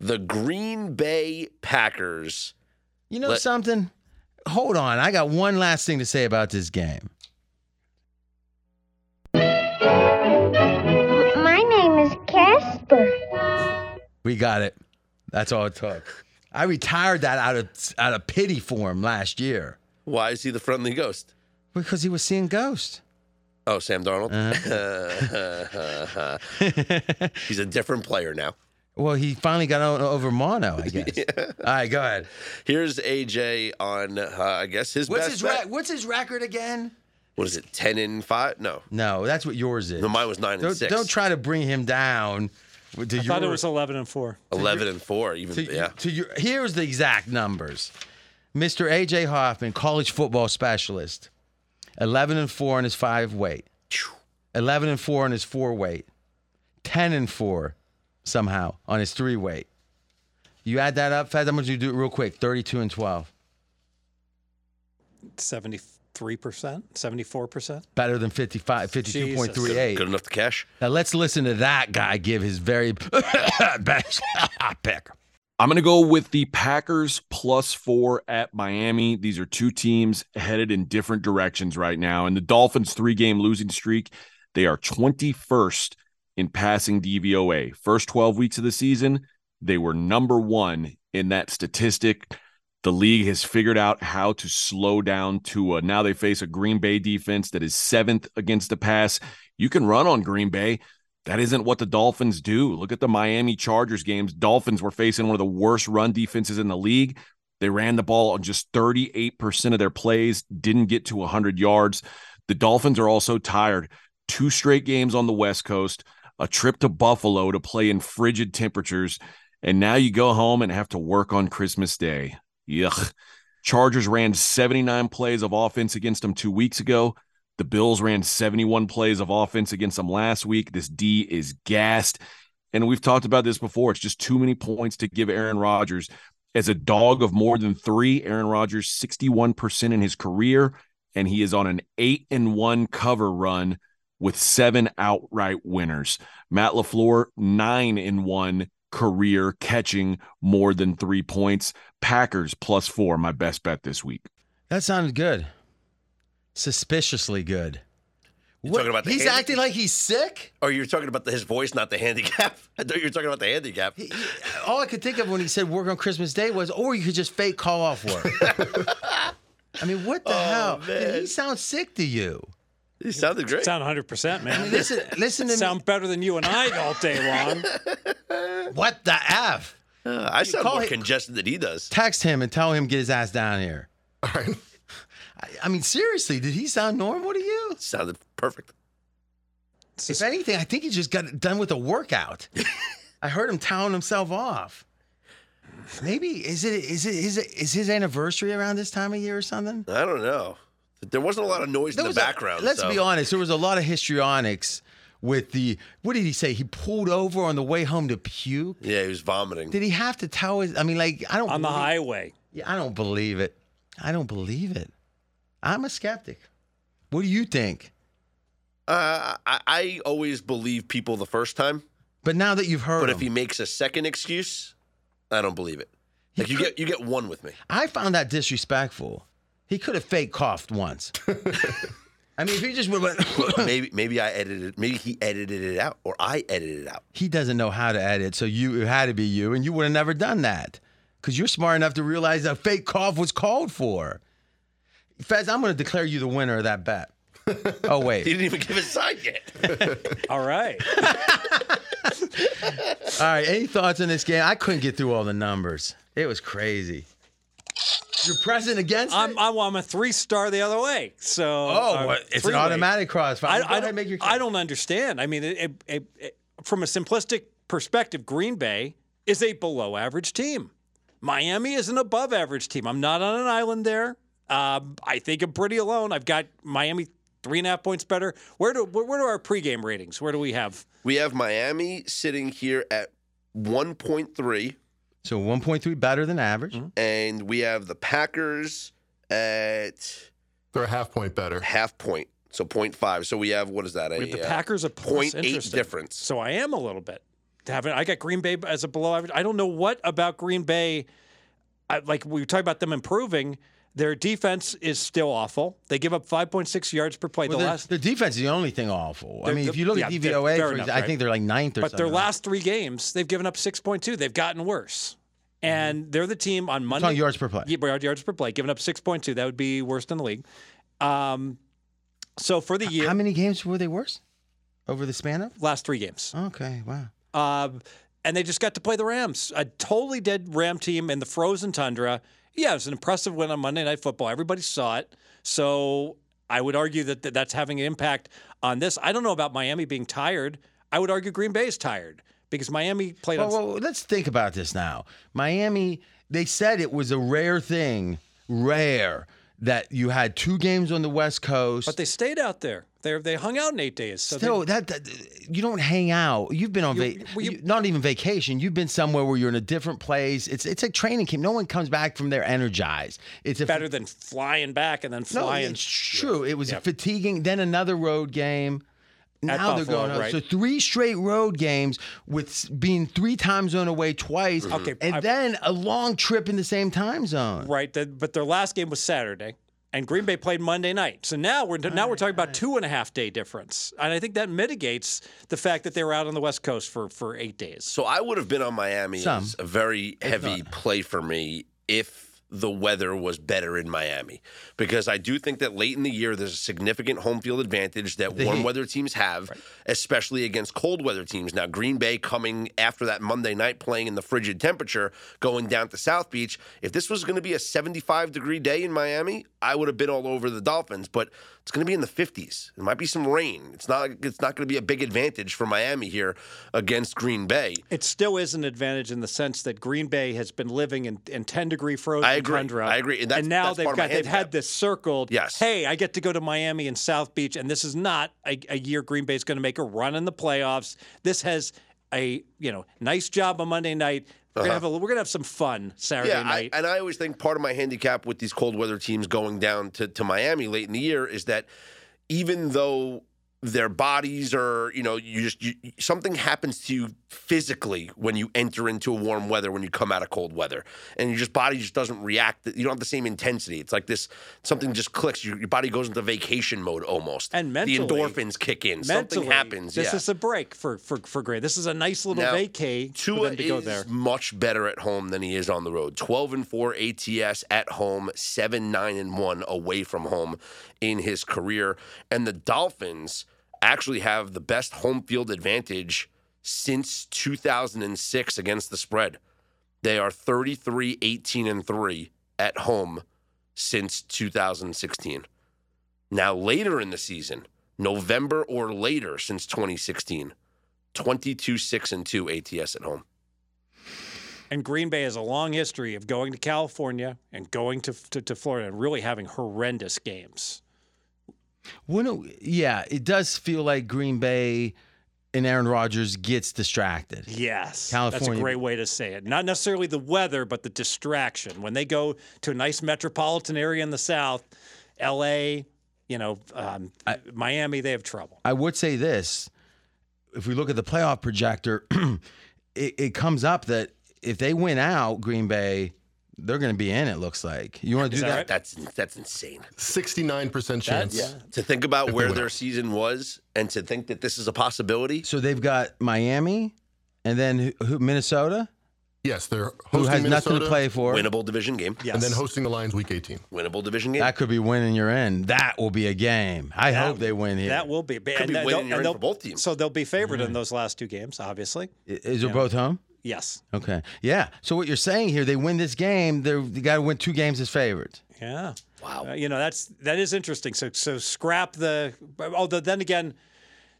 Speaker 2: the Green Bay Packers.
Speaker 1: You know
Speaker 2: Let-
Speaker 1: something? Hold on. I got one last thing to say about this game.
Speaker 9: My name is Casper.
Speaker 1: We got it. That's all it took. I retired that out of out of pity for him last year
Speaker 2: Why is he the friendly ghost?
Speaker 1: because he was seeing ghosts.
Speaker 2: Oh, Sam Darnold.
Speaker 1: Uh-huh.
Speaker 2: He's a different player now.
Speaker 1: Well, he finally got o- over mono, I guess. All right, go ahead.
Speaker 2: Here's AJ on, uh, I guess his
Speaker 1: What's
Speaker 2: best
Speaker 1: his
Speaker 2: bet.
Speaker 1: ra- what's his record again?
Speaker 2: what is it? Ten and five? No,
Speaker 1: No, that's what yours is.
Speaker 2: no, mine was 9 and
Speaker 1: don't,
Speaker 2: 6
Speaker 1: don't try to bring him down. To
Speaker 3: I thought it was 11 and 4.
Speaker 2: 11 and 4 even
Speaker 1: to,
Speaker 2: yeah
Speaker 1: to your, here's the exact numbers. Mr. AJ Hoffman, college football specialist, 11 and 4 in his 5 weight. 11 and 4 in his 4 weight. 10 and 4 somehow on his 3 weight. You add that up, Faz, I'm going to do it real quick. 32 and 12.
Speaker 3: 73%, 74%.
Speaker 1: Better than 55 52.38.
Speaker 2: good enough to cash
Speaker 1: Now let's listen to that guy give his very best pick.
Speaker 10: I'm going to go with the Packers plus four at Miami. These are two teams headed in different directions right now. And the Dolphins' three game losing streak, they are 21st in passing DVOA. First 12 weeks of the season, They were number one in that statistic. The league has figured out how to slow down Tua. Now they face a Green Bay defense that is seventh against the pass. You can run on Green Bay. That isn't what the Dolphins do. Look at the Miami Chargers games. Dolphins were facing one of the worst run defenses in the league. They ran the ball on just 38% of their plays, didn't get to 100 yards. The Dolphins are also tired. Two straight games on the West Coast, a trip to Buffalo to play in frigid temperatures, and now you go home and have to work on Christmas Day. Yuck. Chargers ran 79 plays of offense against them two weeks ago. The Bills ran 71 plays of offense against them last week. This D is gassed. And we've talked about this before. It's just too many points to give Aaron Rodgers as a dog of more than three. Aaron Rodgers, 61% in his career, and he is on an eight and one cover run with seven outright winners. Matt LaFleur, nine and one career catching more than three points. Packers plus four, my best bet this week.
Speaker 1: That sounded good. Suspiciously good.
Speaker 2: You're talking about the
Speaker 1: he's
Speaker 2: hand-
Speaker 1: acting like he's sick.
Speaker 2: Or Oh, you're talking about the, his voice, not the handicap. I thought you were talking about the handicap.
Speaker 1: All I could think of when he said work on Christmas Day was, or you could just fake call off work. I mean, what the hell?
Speaker 2: Oh, man.
Speaker 1: He sounds sick to you.
Speaker 2: He sounded great.
Speaker 3: Sound 100%, man.
Speaker 1: Listen, listen to me.
Speaker 3: Sound better than you and I all day long.
Speaker 1: What the f?
Speaker 2: Uh, I sound
Speaker 1: call
Speaker 2: more
Speaker 1: it-
Speaker 2: congested than he does.
Speaker 1: Text him and tell him get his ass down here.
Speaker 4: All right.
Speaker 1: I, I mean, seriously, did he sound normal to you?
Speaker 2: Sounded perfect.
Speaker 1: If anything, I think he just got done with a workout. I heard him town himself off. Maybe is it is it is it is his anniversary around this time of year or something?
Speaker 2: I don't know. There wasn't a lot of noise
Speaker 1: There
Speaker 2: in the
Speaker 1: was a-
Speaker 2: background.
Speaker 1: let's
Speaker 2: so.
Speaker 1: be honest, there was a lot of histrionics with the what did he say? He pulled over on the way home to puke.
Speaker 2: Yeah, he was vomiting.
Speaker 1: Did he have to tell his I mean like I don't
Speaker 3: On the
Speaker 1: believe-
Speaker 3: highway.
Speaker 1: Yeah, I don't believe it. I don't believe it. I'm a skeptic. What do you think?
Speaker 2: Uh, I, I always believe people the first time,
Speaker 1: But now that you've heard
Speaker 2: but
Speaker 1: him,
Speaker 2: if he makes a second excuse, I don't believe it.
Speaker 1: He
Speaker 2: Like you
Speaker 1: could-
Speaker 2: get you get one with me.
Speaker 1: I found that disrespectful. He could have fake coughed once. I mean, if he just would have went,
Speaker 2: maybe maybe I edited it. Maybe he edited it out, or I edited it out.
Speaker 1: he doesn't know how to edit, so you it had to be you, and you would have never done that because you're smart enough to realize a fake cough was called for. Fez, I'm going to declare you the winner of that bet. Oh
Speaker 2: He
Speaker 1: wait,
Speaker 2: didn't even give his side yet.
Speaker 3: All right.
Speaker 1: all right. Any thoughts on this game? I couldn't get through all the numbers. It was crazy. You're pressing against
Speaker 3: I'm,
Speaker 1: it.
Speaker 3: I'm, I'm a three star the other way. So
Speaker 1: oh,
Speaker 3: uh,
Speaker 1: what? it's an
Speaker 3: three-way.
Speaker 1: automatic cross.
Speaker 3: I,
Speaker 1: Go
Speaker 3: I,
Speaker 1: ahead,
Speaker 3: don't,
Speaker 1: make your
Speaker 3: I don't understand. I mean, it, it, it, it- from a simplistic perspective, Green Bay is a below average team. Miami is an above average team. I'm not on an island there. Um, I think I'm pretty alone. I've got Miami three and a half points better. Where do where, where do our pregame ratings? Where do we have?
Speaker 2: we have Miami sitting here at 1.3,
Speaker 1: So 1.3 better than average.
Speaker 2: and we have the Packers at
Speaker 4: They're a half point better.
Speaker 2: half point, so 0.5. So we have what is that?
Speaker 3: We have
Speaker 2: a,
Speaker 3: the
Speaker 2: uh,
Speaker 3: Packers a
Speaker 2: point eight
Speaker 3: interesting.
Speaker 2: difference.
Speaker 3: So I am a little bit. To have it- I got Green Bay as a below average. I don't know what about Green Bay. I, like we were talking about them improving. Their defense is still awful. They give up 5.6 yards per play.
Speaker 1: Well,
Speaker 3: the
Speaker 1: their,
Speaker 3: last,
Speaker 1: their defense is the only thing awful. I
Speaker 3: They're-
Speaker 1: mean, if
Speaker 3: they're-
Speaker 1: you look at
Speaker 3: yeah,
Speaker 1: DVOA,
Speaker 3: fair
Speaker 1: for
Speaker 3: enough,
Speaker 1: example, I
Speaker 3: right.
Speaker 1: think they're like ninth or
Speaker 3: but
Speaker 1: something.
Speaker 3: their last three games, they've given up 6.2. They've gotten worse,
Speaker 1: Mm-hmm.
Speaker 3: and they're the team on
Speaker 1: It's on
Speaker 3: Monday.
Speaker 1: yards per play.
Speaker 3: Yeah, yard- yards per play, giving up 6.2. That would be worse than the league. Um, so for the year,
Speaker 1: How many games were they worse over the span of?
Speaker 3: last three games.
Speaker 1: Okay, wow.
Speaker 3: Um, and they just got to play the Rams, a totally dead Ram team in the frozen tundra. Yeah, it was an impressive win on Monday Night Football. Everybody saw it. So I would argue that that that's having an impact on this. I don't know about Miami being tired. I would argue Green Bay is tired because Miami played
Speaker 1: Well,
Speaker 3: on.
Speaker 1: well, let's think about this now. Miami, they said it was a rare thing, rare that you had two games on the West Coast.
Speaker 3: but they stayed out there. They they hung out in eight days. So they-
Speaker 1: Still, that, that you don't hang out. You've been on
Speaker 3: You-
Speaker 1: va-
Speaker 3: well, you-
Speaker 1: you- not even vacation. You've been somewhere where you're in a different place. It's it's like training camp. No one comes back from there energized. It's a
Speaker 3: better than flying back and then flying.
Speaker 1: No, it's true. It was
Speaker 3: Yeah.
Speaker 1: fatiguing. Then another road game. Now they're
Speaker 3: Buffalo,
Speaker 1: going on.
Speaker 3: right.
Speaker 1: So three straight road games with s- being three time zone away twice.
Speaker 3: Mm-hmm. Okay,
Speaker 1: And
Speaker 3: I-
Speaker 1: then a long trip in the same time zone.
Speaker 3: Right. the- but their last game was Saturday. and Green Bay played Monday night. So now we're now we're talking about two and a half day difference, and I think that mitigates the fact that they were out on the West Coast for for eight days.
Speaker 2: So I would have been on Miami
Speaker 1: Some.
Speaker 2: as a very heavy play for me if the weather was better in Miami because I do think that late in the year there's a significant home field advantage that warm weather teams have especially against cold weather teams now Green Bay coming after that Monday night playing in the frigid temperature going down to South Beach if this was going to be a 75 degree day in Miami I would have been all over the Dolphins but it's going to be in the 50s there might be some rain it's not it's not going to be a big advantage for Miami here against Green Bay
Speaker 3: It still is an advantage in the sense that Green Bay has been living in, in ten degree
Speaker 2: I
Speaker 3: frozen
Speaker 2: agree.
Speaker 3: tundra.
Speaker 2: I agree. And that's-
Speaker 3: now
Speaker 2: that's
Speaker 3: they've
Speaker 2: part of my
Speaker 3: got they've
Speaker 2: handicap.
Speaker 3: had this circled.
Speaker 2: Yes.
Speaker 3: Hey, I get to go to Miami and South Beach, and this is not a, a year Green Bay's going to make a run in the playoffs. This has a you know nice job on Monday night. We're gonna have a, we're gonna have some fun Saturday
Speaker 2: Uh-huh. Yeah, I,
Speaker 3: night.
Speaker 2: and I always think part of my handicap with these cold weather teams going down to, to Miami late in the year is that even though their bodies are, you know, you just you, something happens to you physically when you enter into a warm weather when you come out of cold weather, and your just body just doesn't react. You don't have the same intensity. It's like this something just clicks. Your, your body goes into vacation mode almost,
Speaker 3: And
Speaker 2: the
Speaker 3: mentally-
Speaker 2: endorphins kick in.
Speaker 3: mentally,
Speaker 2: something happens.
Speaker 3: This
Speaker 2: yeah.
Speaker 3: is a break for for for Gray. This is a nice little
Speaker 2: Now,
Speaker 3: vacay for
Speaker 2: Tua
Speaker 3: them to go
Speaker 2: is
Speaker 3: there.
Speaker 2: much better at home than he is on the road. Twelve and four ATS at home, seven nine and one away from home in his career, and the Dolphins actually have the best home field advantage since 2006 against the spread. They are 33 18 and 3 at home since 2016. Now later in the season, November or later since 2016, 22 6 and 2 ATS at home.
Speaker 3: And Green Bay has a long history of going to California and going to to, to Florida and really having horrendous games.
Speaker 1: Wouldn't it- yeah, it does feel like Green Bay and Aaron Rodgers gets distracted.
Speaker 3: Yes, that's
Speaker 1: California.
Speaker 3: a great way to say it. Not necessarily the weather, but the distraction when they go to a nice metropolitan area in the South, L.A., you know, um, Miami. They have trouble.
Speaker 1: I would say this: if we look at the playoff projector, it, it comes up that if they win out, Green Bay, they're going to be in. It looks like you want to do
Speaker 3: that
Speaker 1: that.
Speaker 3: right?
Speaker 2: That's that's insane.
Speaker 4: 69% chance.
Speaker 2: To think about where their season was and to think that this is a possibility.
Speaker 1: So they've got Miami, and then who, who- Minnesota,
Speaker 4: Yes, they're
Speaker 1: who
Speaker 4: hosting
Speaker 1: has
Speaker 4: Minnesota
Speaker 1: nothing to play for.
Speaker 2: Winnable division game.
Speaker 3: Yes,
Speaker 4: and then hosting the Lions week 18.
Speaker 2: Winnable division game.
Speaker 1: That could be winning your end. That will be a game. I
Speaker 3: That-
Speaker 1: hope they win here.
Speaker 3: that will be. Could
Speaker 2: be winning your end for both teams.
Speaker 3: So they'll be favored in those last two games, obviously.
Speaker 1: I- Is they're both home?
Speaker 3: Yes.
Speaker 1: Okay. Yeah. So what you're saying here, they win this game, they're, they got to win two games as favorites.
Speaker 3: Yeah. Wow. you know that's that is interesting. So so scrap the. Although then again,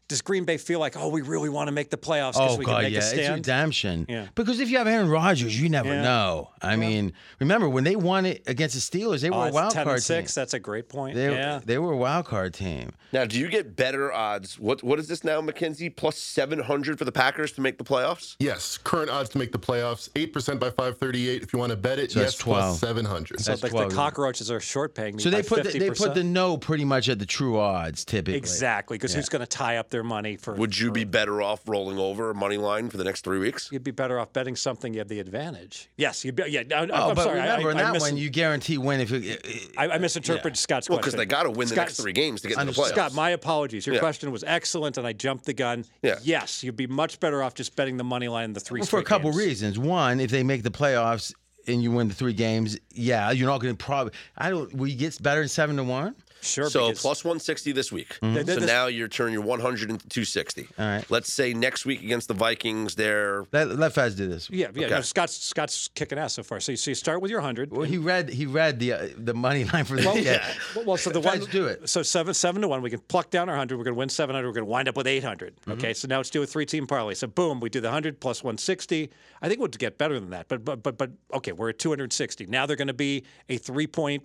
Speaker 3: does Green Bay feel like oh we really want to make the playoffs because
Speaker 1: Oh
Speaker 3: we can
Speaker 1: God,
Speaker 3: make
Speaker 1: yeah,
Speaker 3: a
Speaker 1: it's
Speaker 3: stand?
Speaker 1: redemption.
Speaker 3: Yeah.
Speaker 1: Because if you have Aaron Rodgers, you never
Speaker 3: Yeah.
Speaker 1: know. I mean, remember when they won it against the Steelers, they
Speaker 3: Oh,
Speaker 1: were a
Speaker 3: it's
Speaker 1: wild
Speaker 3: 10
Speaker 1: card
Speaker 3: and six.
Speaker 1: team.
Speaker 3: That's a great point.
Speaker 1: They,
Speaker 3: yeah.
Speaker 1: they were a wild card team.
Speaker 2: Now, do you get better odds? What what is this now, McKenzie? Plus seven hundred for the Packers to make the playoffs?
Speaker 4: Yes, current odds to make the playoffs 8% by 538. If you want to bet it,
Speaker 1: So that's
Speaker 4: yes, plus
Speaker 1: 12.
Speaker 4: 700.
Speaker 3: so
Speaker 1: That's
Speaker 3: like
Speaker 1: 12.
Speaker 3: the cockroaches are short paying me.
Speaker 1: So
Speaker 3: by
Speaker 1: they put the,
Speaker 3: 50%.
Speaker 1: they put the no pretty much at the true odds typically.
Speaker 3: exactly because who's going to tie up their money for?
Speaker 2: Would you be better off rolling over a money line for the next three weeks?
Speaker 3: You'd be better off betting something you have the advantage. Yes, you'd be. Yeah, I,
Speaker 1: Oh,
Speaker 3: I'm
Speaker 1: but
Speaker 3: sorry. I-
Speaker 1: remember in
Speaker 3: I, I
Speaker 1: that
Speaker 3: mis-
Speaker 1: one, you guarantee win if you. eh,
Speaker 3: I, I misinterpreted Scott's
Speaker 2: Well, because
Speaker 3: question.
Speaker 2: they got to win the next
Speaker 3: Scott's-
Speaker 2: three games to get in the playoffs.
Speaker 1: Understood.
Speaker 3: Scott, my apologies. Your
Speaker 2: Yeah.
Speaker 3: question was excellent, and I jumped the gun.
Speaker 2: Yeah.
Speaker 3: Yes, you'd be much better off just betting the money line in the three.
Speaker 1: Well, for a
Speaker 3: straight
Speaker 1: couple
Speaker 3: games.
Speaker 1: reasons. One, if they make the playoffs and you win the three games, yeah, you're not going to probably. I don't. We get better than seven to one.
Speaker 3: Sure.
Speaker 2: So
Speaker 3: because-
Speaker 2: plus 160 this week.
Speaker 3: Th-
Speaker 2: So
Speaker 3: th- this-
Speaker 2: now you're turning your 100 into 260. All
Speaker 1: right.
Speaker 2: Let's say next week against the Vikings, they're
Speaker 1: Let let Fez do this.
Speaker 3: Yeah, yeah.
Speaker 2: Okay.
Speaker 3: No, Scott's Scott's kicking ass so far. So you, so you start with your hundred.
Speaker 1: Well, he read he read the uh, the money line for the
Speaker 3: Well,
Speaker 1: yeah.
Speaker 3: Well, well, so the
Speaker 1: Feds
Speaker 3: one
Speaker 1: do it.
Speaker 3: So seven seven to one, we can pluck down our hundred. We're going to win seven hundred. We're going to wind up with eight
Speaker 1: Mm-hmm.
Speaker 3: Okay, so now let's do a three team parlay. So boom, we do the hundred plus one sixty. I think we'll get better than that. But but but but okay, we're at two hundred sixty. Now they're going to be a three point.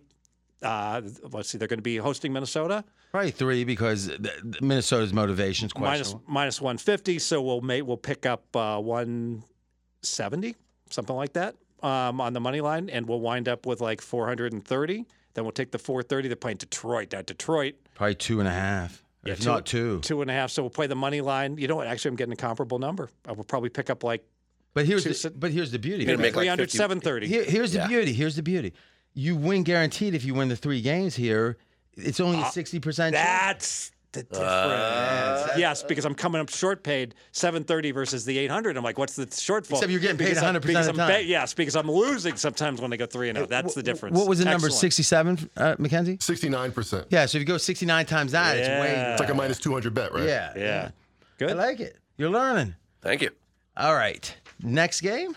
Speaker 3: Uh, let's see, they're going to be hosting Minnesota.
Speaker 1: Probably three because the, the Minnesota's motivation is
Speaker 3: minus
Speaker 1: questionable.
Speaker 3: minus 150 so we'll make we'll pick up uh, 170 something like that um, on the money line and we'll wind up with like 430 then we'll take the 430 they're playing detroit now detroit
Speaker 1: Probably two and a half,
Speaker 3: Yeah,
Speaker 1: if
Speaker 3: two-
Speaker 1: not two.
Speaker 3: two and a half so we'll play the money line you know what actually i'm getting a comparable number i will probably pick up like
Speaker 1: But here's
Speaker 3: two
Speaker 1: the,
Speaker 3: sit-
Speaker 1: but here's the beauty.
Speaker 2: You're gonna make like
Speaker 3: 300
Speaker 2: 50
Speaker 3: 730
Speaker 1: Here- here's the beauty. Here's the beauty. you win guaranteed if you win the three games here. It's only
Speaker 3: Uh,
Speaker 1: a sixty percent.
Speaker 3: That's the difference.
Speaker 1: Uh,
Speaker 3: yes, because I'm coming up short paid 730 versus the 800. I'm like, what's the shortfall?
Speaker 1: Except you're getting paid
Speaker 3: Because I'm-
Speaker 1: 100%
Speaker 3: because
Speaker 1: of the
Speaker 3: I'm
Speaker 1: time.
Speaker 3: yes, because I'm losing sometimes when they go three and zero. That's the difference.
Speaker 1: What was the number?
Speaker 3: Excellent.
Speaker 1: Sixty-seven, uh, Mackenzie.
Speaker 4: 69%.
Speaker 1: Yeah. So if you go sixty-nine times that,
Speaker 3: Yeah.
Speaker 1: it's
Speaker 4: It's like a minus 200 bet, right?
Speaker 1: way. Yeah.
Speaker 3: Yeah.
Speaker 1: I
Speaker 3: Good.
Speaker 1: like it. You're learning.
Speaker 2: Thank you.
Speaker 1: All right. Next game.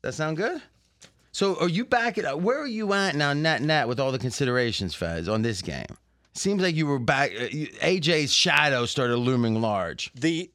Speaker 1: That sound good? So are you back at uh, where are you at now, Nat Nat, with all the considerations, Fez, on this game? Seems like you were back. uh, you- AJ's shadow started looming large.
Speaker 3: The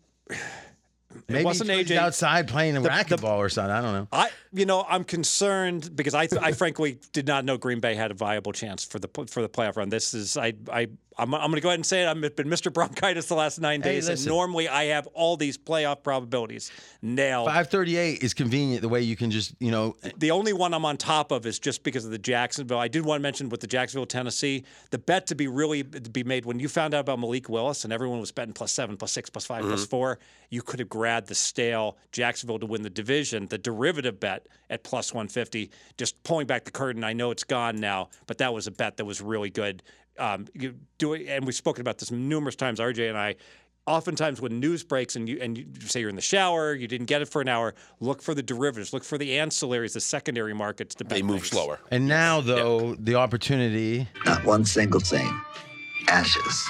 Speaker 1: Maybe
Speaker 3: wasn't
Speaker 1: he's
Speaker 3: AJ
Speaker 1: outside playing
Speaker 3: the-
Speaker 1: racquetball or something. I don't know.
Speaker 3: I, you know, I'm concerned because I, I frankly did not know Green Bay had a viable chance for the for the playoff run. This is, I, I, I'm, I'm going to go ahead and say it. I've been Mr. Bronchitis the last nine
Speaker 1: Hey,
Speaker 3: days, and
Speaker 1: listen.
Speaker 3: normally I have all these playoff probabilities nailed.
Speaker 1: Five thirty-eight is convenient. The way you can just you know
Speaker 3: The only one I'm on top of is just because of the Jacksonville. I did want to mention with the Jacksonville, Tennessee, the bet to be really to be made when you found out about Malik Willis and everyone was betting plus seven, plus six, plus five, plus four. You could have grabbed the stale Jacksonville to win the division, the derivative bet at plus 150. Just pulling back the curtain. I know it's gone now, but that was a bet that was really good. Um, you do it, and we've spoken about this numerous times. RJ and I oftentimes when news breaks and you and you say you're in the shower, you didn't get it for an hour, look for the derivatives, look for the ancillaries, the secondary markets to
Speaker 2: They
Speaker 3: bet
Speaker 2: move
Speaker 3: things.
Speaker 2: slower.
Speaker 1: And now, though, the opportunity.
Speaker 11: Not one single thing. Ashes.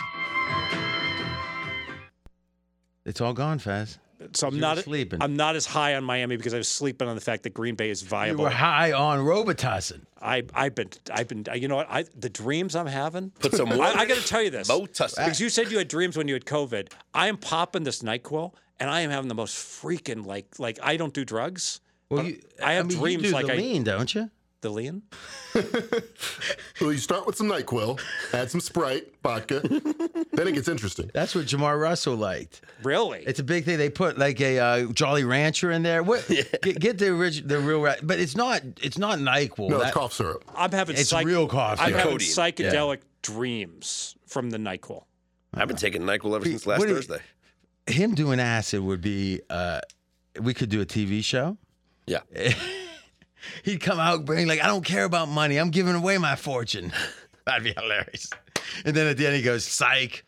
Speaker 1: It's all gone, Fez.
Speaker 3: So I'm
Speaker 1: You
Speaker 3: not
Speaker 1: were sleeping.
Speaker 3: I'm not as high on Miami because I was sleeping on the fact that Green Bay is
Speaker 1: You
Speaker 3: viable.
Speaker 1: were high on Robitussin.
Speaker 3: I I've been I've been you know what I the dreams I'm having.
Speaker 2: Put some
Speaker 3: I,
Speaker 2: water-
Speaker 3: I got to tell you this
Speaker 2: Mo
Speaker 1: Ah.
Speaker 2: Tussin.
Speaker 3: because you said you had dreams when you had COVID. I am popping this Nyquil and I am having the most freaking like like I don't do drugs.
Speaker 1: Well,
Speaker 3: but
Speaker 1: you,
Speaker 3: I have
Speaker 1: mean, you
Speaker 3: dreams
Speaker 1: do
Speaker 3: like
Speaker 1: the
Speaker 3: I
Speaker 1: lean, don't you?
Speaker 3: the lean.
Speaker 4: Well, you start with some NyQuil, add some Sprite, vodka. then it gets interesting.
Speaker 1: That's what Jamar Russell liked.
Speaker 3: Really?
Speaker 1: It's a big thing. They put like a uh, Jolly Rancher in there. What? Get, get the original, the real, ra- but it's not. It's not Nyquil.
Speaker 4: No, it's
Speaker 1: That-
Speaker 4: cough syrup.
Speaker 3: I'm having
Speaker 1: It's
Speaker 3: psych-
Speaker 1: real coffee.
Speaker 3: I'm having
Speaker 2: Codeine.
Speaker 3: psychedelic dreams from the Nyquil.
Speaker 2: I've been taking Nyquil ever
Speaker 1: Pete,
Speaker 2: since last
Speaker 1: what do you-
Speaker 2: Thursday.
Speaker 1: Him doing acid would be. Uh, we could do a TV show.
Speaker 2: Yeah.
Speaker 1: He'd come out being like, "I don't care about money. I'm giving away my fortune." That'd be hilarious. And then at the end, he goes, "Psych."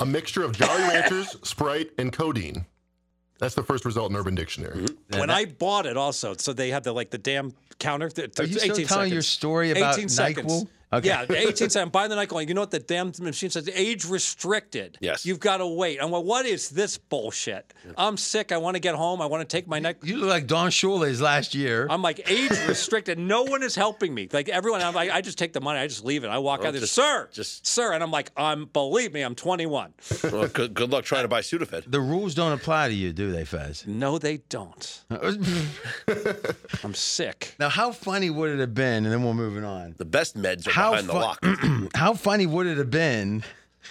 Speaker 4: A mixture of Jolly Ranchers, Sprite, and codeine. That's the first result in Urban Dictionary.
Speaker 1: Mm-hmm.
Speaker 3: when I bought it, also, so they had the like the damn counter. th-
Speaker 1: Are
Speaker 3: th-
Speaker 1: you still
Speaker 3: 18
Speaker 1: telling
Speaker 3: seconds.
Speaker 1: your story about
Speaker 3: 18 seconds.
Speaker 1: NyQuil?
Speaker 3: Yeah, the 18 seconds. I'm buying the Nyquil. and You know what the damn machine says? Age restricted.
Speaker 2: Yes.
Speaker 3: You've got to wait. I'm like, what is this bullshit? I'm sick. I want to get home. I want to take my Nyquil.
Speaker 1: You look like Don Shula's last year.
Speaker 3: I'm like age restricted. No one is helping me. Like everyone, I'm like, I just take the money. I just leave it. I walk out there,
Speaker 2: just-
Speaker 3: sir,
Speaker 2: just-
Speaker 3: sir, and I'm like, I'm believe me, I'm 21.
Speaker 2: Well, good, good luck trying to buy Sudafed.
Speaker 1: the rules don't apply to you, do they, Fez?
Speaker 3: No, they don't. I'm sick.
Speaker 1: now, how funny would it have been? And then we're moving on.
Speaker 2: The best meds are
Speaker 1: How
Speaker 2: behind the
Speaker 1: fu-
Speaker 2: lock.
Speaker 1: How funny would it have been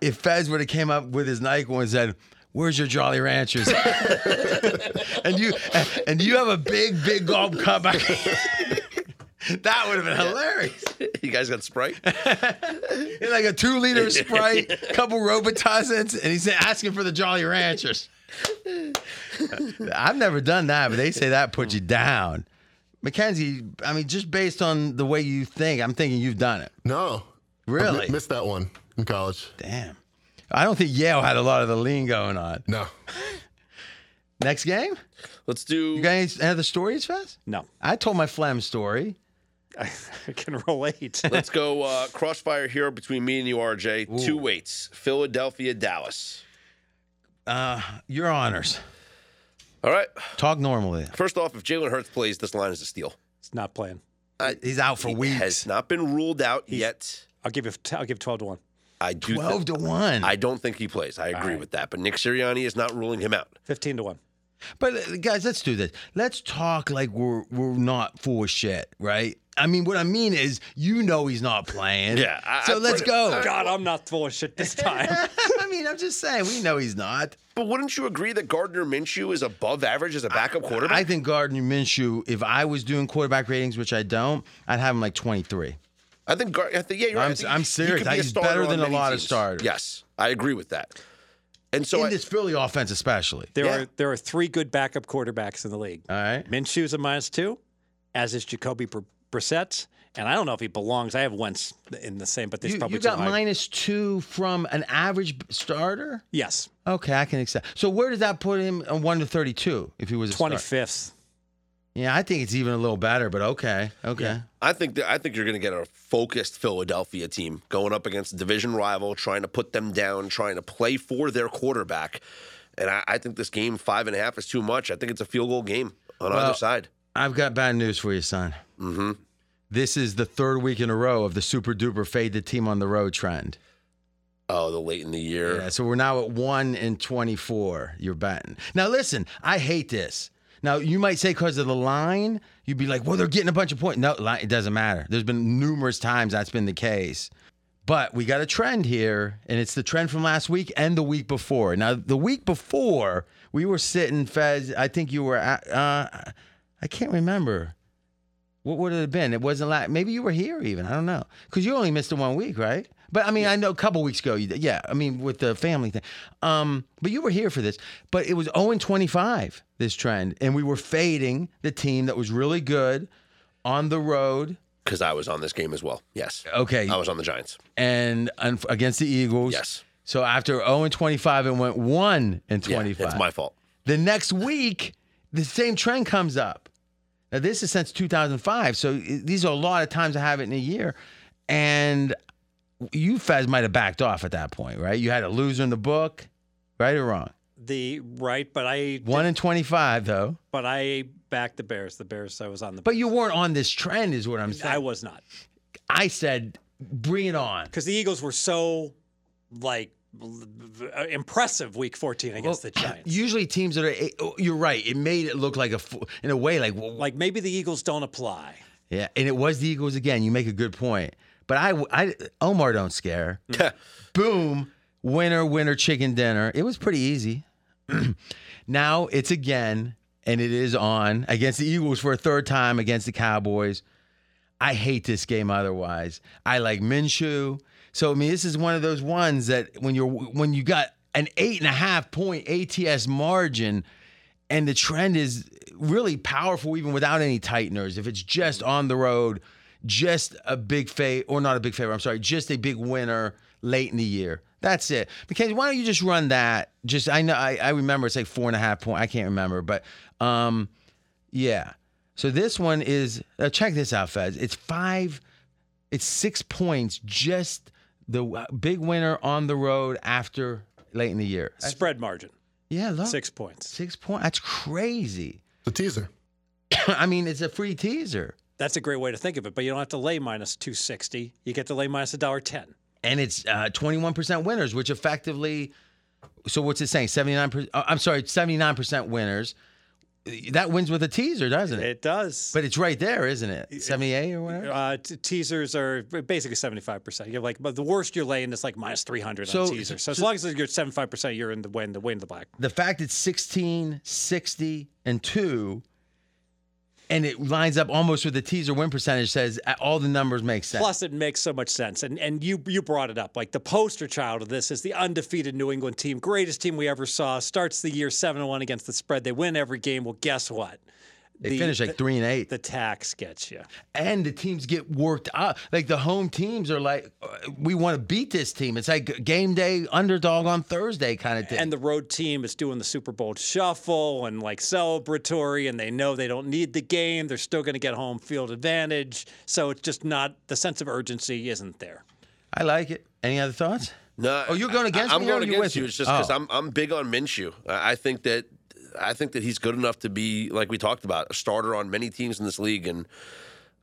Speaker 1: if Fez would have came up with his Nyquil and said, "Where's your Jolly Ranchers?" and you and you have a big, big gulp cup. That would have been hilarious.
Speaker 2: you guys got Sprite?
Speaker 1: Like a two liter Sprite, couple Robitusins, and he's asking for the Jolly Ranchers. I've never done that, but they say that puts you down. Mackenzie, I mean, just based on the way you think, I'm thinking you've done it.
Speaker 4: No. I
Speaker 1: Really?
Speaker 4: mi- missed that one in college.
Speaker 1: Damn. I don't think Yale had a lot of the lean going on.
Speaker 4: No.
Speaker 1: Next game?
Speaker 2: Let's do.
Speaker 1: You got any any other stories, Fez?
Speaker 3: No,
Speaker 1: I told my phlegm story.
Speaker 3: I, I can relate.
Speaker 2: Let's go uh, crossfire here between me and you, RJ. Two weights Philadelphia, Dallas.
Speaker 1: Uh, your honors.
Speaker 2: All right.
Speaker 1: Talk normally.
Speaker 2: First off, if Jalen Hurts plays, this line is a steal.
Speaker 3: It's not playing.
Speaker 1: He's out for
Speaker 2: It
Speaker 1: weeks.
Speaker 2: Has not been ruled out yet.
Speaker 3: I'll give you. I'll give twelve to one.
Speaker 2: I do. thi-
Speaker 1: 12 to 1.
Speaker 2: I don't think he plays. I agree with that. But Nick Sirianni is not ruling him out.
Speaker 3: Fifteen to one.
Speaker 1: But uh, guys, let's do this. Let's talk like we're we're not full of shit, right? I mean, what I mean is, you know, he's not playing.
Speaker 2: Yeah, I-
Speaker 1: so
Speaker 2: I
Speaker 1: let's
Speaker 2: put-
Speaker 1: go.
Speaker 3: God, I'm not full of shit this time.
Speaker 1: I mean, I'm just saying, we know he's not.
Speaker 2: But wouldn't you agree that Gardner Minshew is above average as a backup quarterback?
Speaker 1: I think Gardner Minshew. If I was doing quarterback ratings, which I don't, I'd have him like 23.
Speaker 2: I think, Gar- I think yeah, you're right.
Speaker 1: I'm-
Speaker 2: I think
Speaker 1: I'm
Speaker 2: he- he
Speaker 1: serious.
Speaker 2: could be a
Speaker 1: He's
Speaker 2: starter
Speaker 1: better
Speaker 2: on
Speaker 1: than a
Speaker 2: many
Speaker 1: lot of
Speaker 2: teams.
Speaker 1: starters.
Speaker 2: Yes, I agree with that. And so
Speaker 1: In
Speaker 2: I,
Speaker 1: this Philly offense, especially.
Speaker 3: There
Speaker 2: Yeah.
Speaker 3: are there are three good backup quarterbacks in the league.
Speaker 1: All right.
Speaker 3: Minshew's a minus two, as is Jacoby Br- Brissett's, and I don't know if he belongs. I have Wentz in the same, but this
Speaker 1: You,
Speaker 3: probably
Speaker 1: you got
Speaker 3: too high.
Speaker 1: minus two from an average b- starter.
Speaker 3: Yes,
Speaker 1: Okay, I can accept. So where does that put him on one to thirty-two if he was a
Speaker 3: twenty
Speaker 1: starter?
Speaker 3: fifth.
Speaker 1: Yeah, I think it's even a little better, but okay, okay.
Speaker 2: I think that I think you're going to get a focused Philadelphia team going up against a division rival, trying to put them down, trying to play for their quarterback. And I, I think this game five and a half is too much. I think it's a field goal game on
Speaker 1: Well-
Speaker 2: either side.
Speaker 1: I've got bad news for you, son.
Speaker 2: hmm
Speaker 1: This is the third week in a row of the super duper fade the team on the road trend.
Speaker 2: Oh, the late in the year.
Speaker 1: Yeah, so we're now at one in 24. You're betting. Now, listen, I hate this. Now, you might say because of the line, you'd be like, well, they're getting a bunch of points. No, li- it doesn't matter. There's been numerous times that's been the case. But we got a trend here, and it's the trend from last week and the week before. Now, the week before, we were sitting, Fez, I think you were at, uh, I can't remember. What would it have been? It wasn't like maybe you were here even. I don't know because you only missed the one week, right? But I mean, I know a couple weeks ago. You did. Yeah, I mean with the family thing. Um, but you were here for this. But it was 0 and 25 this trend, and we were fading the team that was really good on the road.
Speaker 2: Because I was on this game as well. Yes.
Speaker 1: Okay,
Speaker 2: I was on the Giants.
Speaker 1: and un- against the Eagles.
Speaker 2: Oh. Yes.
Speaker 1: So after 0 and 25, it went 1 and
Speaker 2: Yeah,
Speaker 1: 25.
Speaker 2: it's my fault.
Speaker 1: The next week, the same trend comes up. Now, this is since 2005. So i- these are a lot of times I have it in a year. And you, Fez, might have backed off at that point, right? You had a loser in the book, right or wrong?
Speaker 3: The right, but I
Speaker 1: One in 25, though.
Speaker 3: but I backed the Bears. The Bears, I was on the.
Speaker 1: But you weren't on this trend, is what I'm
Speaker 3: I
Speaker 1: saying.
Speaker 3: was not
Speaker 1: I said, bring it on.
Speaker 3: because the Eagles were so like l- v- impressive week fourteen against the
Speaker 1: Well, uh,
Speaker 3: Giants.
Speaker 1: Usually, teams that are, eight- oh, you're right. It made it look like a, fo- in a way, like, well,
Speaker 3: like maybe the Eagles don't apply.
Speaker 1: Yeah, and it was the Eagles again. You make a good point, but I, I Omar don't scare. Boom, winner, winner, chicken dinner. It was pretty easy. now it's again, and it is on against the Eagles for a third time against the Cowboys. I hate this game otherwise. I like Minshew. So I mean, this is one of those ones that when you're when you got an eight and a half point ATS margin, and the trend is really powerful even without any tighteners. If it's just on the road, just a big favor or not a big favor, I'm sorry, just a big winner late in the year. That's it. Mackenzie, why don't you just run that? Just I know I, I remember it's like four and a half point. I can't remember, but um yeah. So this one is uh, check this out, Fez. It's five, it's six points. Just the w- big winner on the road after late in the year. That's-
Speaker 3: Spread margin
Speaker 1: yeah, look,
Speaker 3: six points.
Speaker 1: six point. That's crazy.
Speaker 4: The teaser.
Speaker 1: I mean, it's a free teaser,
Speaker 3: That's a great way to think of it. But you don't have to lay minus two sixty. You get to lay minus a dollar ten.
Speaker 1: and it's uh, twenty-one percent winners, which effectively. So what's it saying? Seventy-nine. percent I'm sorry, seventy-nine percent winners. That wins with a teaser, doesn't it?
Speaker 3: It does.
Speaker 1: But it's right there, isn't it? Seventy-eight or whatever.
Speaker 3: Uh, t- teasers are basically seventy five percent. You're like, but the worst you're laying is like minus three hundred
Speaker 1: So-
Speaker 3: on teaser. So, as long as you're seventy five percent, you're in the win, the win, the black.
Speaker 1: the fact it's 16, 60, and 2, and it lines up almost with the teaser win percentage says uh, all the numbers make sense.
Speaker 3: Plus, it makes so much sense. And and you you brought it up. Like the poster child of this is the undefeated New England team, greatest team we ever saw. Starts the year seven one against the spread. They win every game. Well, guess what?
Speaker 1: they finish like 3 and 8.
Speaker 3: The tax gets you.
Speaker 1: and the teams get worked up. Like the home teams are like, uh, we want to beat this team. It's like game day underdog on Thursday kind of thing.
Speaker 3: And the road team is doing the Super Bowl shuffle and like celebratory, and they know they don't need the game. They're still going to get home field advantage. So it's just not the sense of urgency isn't there.
Speaker 1: I like it. Any other thoughts?
Speaker 2: No.
Speaker 1: Oh, you're going against
Speaker 2: I, I'm
Speaker 1: me or
Speaker 2: going
Speaker 1: you
Speaker 2: against
Speaker 1: with
Speaker 2: you.
Speaker 1: me?
Speaker 2: It's just because
Speaker 1: Oh.
Speaker 2: I'm I'm big on Minshew. I I think that I think that he's good enough to be like we talked about a starter on many teams in this league, and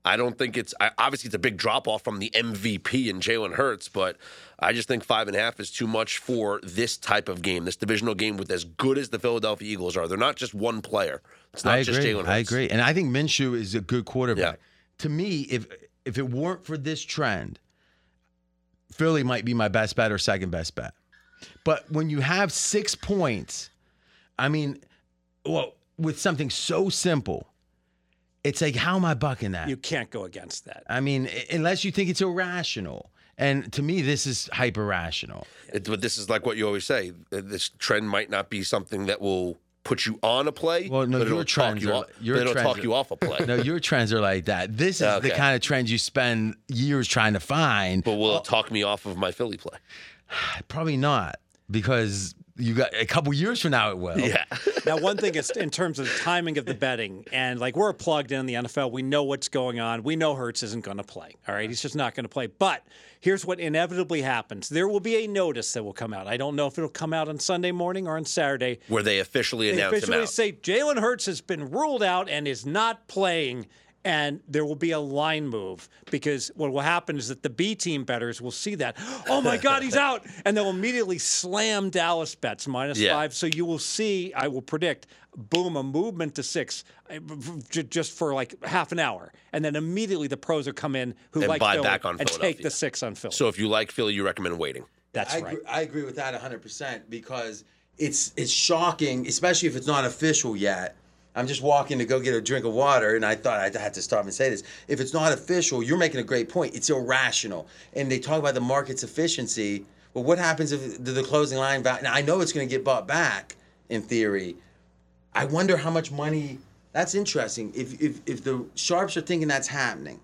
Speaker 2: I don't think it's I, obviously it's a big drop off from the MVP and Jalen Hurts, but I just think five and a half is too much for this type of game, this divisional game with as good as the Philadelphia Eagles are. They're not just one player. It's not
Speaker 1: I
Speaker 2: just
Speaker 1: agree.
Speaker 2: Jalen Hurts.
Speaker 1: I agree. And I think Minshew is a good quarterback.
Speaker 2: Yeah.
Speaker 1: To me, if if it weren't for this trend, Philly might be my best bet or second best bet. But when you have six points, I mean, well, with something so simple, it's like, how am I bucking that?
Speaker 3: You can't go against that.
Speaker 1: I mean, i- unless you think it's irrational. And to me, this is hyper rational.
Speaker 2: It, but this is like what you always say. uh, This trend might not be something that will put you on a play,
Speaker 12: Well, no,
Speaker 2: but
Speaker 12: your
Speaker 2: it'll talk
Speaker 12: trends
Speaker 2: you
Speaker 12: are-
Speaker 2: off.
Speaker 12: your
Speaker 2: but it'll
Speaker 12: trends
Speaker 2: talk
Speaker 12: are-
Speaker 2: you off a play.
Speaker 12: No, your trends are like that. This is the
Speaker 2: Okay.
Speaker 12: kind of trends you spend years trying to find.
Speaker 2: But will it talk me off of my Philly play?
Speaker 12: Probably not because you got a couple years from now it will.
Speaker 2: Yeah.
Speaker 3: Now, one thing is in terms of the timing of the betting, and like we're plugged in the NFL, we know what's going on. We know Hertz isn't going to play. All right, he's just not going to play. But here's what inevitably happens: there will be a notice that will come out. I don't know if it'll come out on Sunday morning or on Saturday.
Speaker 2: Where they officially
Speaker 3: They
Speaker 2: announce him
Speaker 3: officially
Speaker 2: out.
Speaker 3: say Jalen Hurts has been ruled out and is not playing. And there will be a line move because what will happen is that the B team betters will see that. Oh my God, he's out. And they'll immediately slam Dallas bets minus
Speaker 2: Yeah.
Speaker 3: five. So you will see, I will predict, boom, a movement to six uh, j- just for like half an hour. And then immediately the pros will come in who
Speaker 2: And
Speaker 3: like
Speaker 2: buy
Speaker 3: Philly
Speaker 2: back on
Speaker 3: and take
Speaker 2: Philadelphia.
Speaker 3: the six on Philly.
Speaker 2: so if you like Philly, you recommend waiting.
Speaker 3: That's
Speaker 1: I
Speaker 3: right.
Speaker 1: Agree, I agree with that 100% because it's it's shocking, especially if it's not official yet. I'm just walking to go get a drink of water, and I thought I had to stop and say this. If it's not official, you're making a great point. It's irrational, and they talk about the market's efficiency. Well, what happens if the the closing line value? Now I know it's going to get bought back in theory. I wonder how much money. That's interesting. If if if the sharps are thinking that's happening,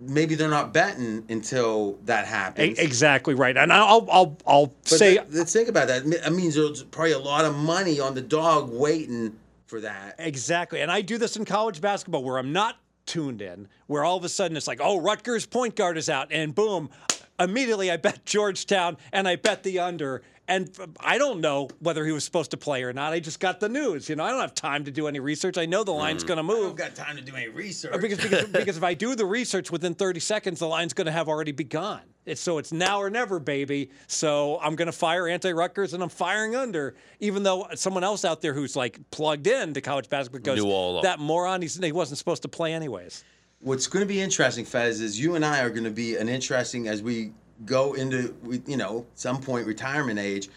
Speaker 1: maybe they're not betting until that
Speaker 3: E-
Speaker 1: happens.
Speaker 3: Exactly right. And I'll, I'll, I'll
Speaker 1: But
Speaker 3: say.
Speaker 1: th- let's think about that. That means there's probably a lot of money on the dog waiting for that.
Speaker 3: Exactly. And I do this in college basketball where I'm not tuned in, where all of a sudden it's like, oh, Rutgers point guard is out. And boom, immediately I bet Georgetown and I bet the under. And f- I don't know whether he was supposed to play or not. I just got the news. You know, I don't have time to do any research. I know the line's going to move.
Speaker 1: got time to do any research.
Speaker 3: Because, because, because if I do the research within 30 seconds, the line's going to have already be gone. It's, so it's now or never, baby. So I'm going to fire anti Rutgers and I'm firing under, even though someone else out there who's like plugged in to college basketball goes,
Speaker 2: Knew all along.
Speaker 3: that moron, he's, he wasn't supposed to play anyways.
Speaker 1: What's going to be interesting, Fez, is you and I are going to be an interesting as we go into we- you know some point retirement age,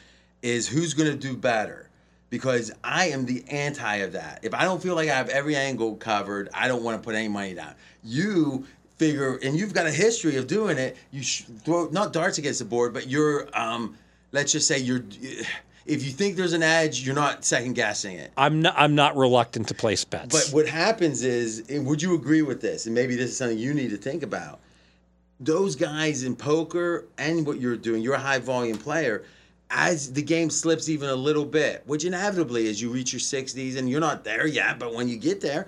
Speaker 1: is who's going to do better. Because I am the anti of that. If I don't feel like I have every angle covered, I don't want to put any money down. You figure, and you've got a history of doing it. You sh- throw not darts against the board, but you're, um, let's just say you're. If you think there's an edge, you're not second guessing it.
Speaker 3: I'm not, I'm not reluctant to place bets.
Speaker 1: But what happens is, and would you agree with this? And maybe this is something you need to think about. Those guys in poker and what you're doing, you're a high volume player. As the game slips even a little bit, which inevitably as you reach your 60s and you're not there yet, but when you get there,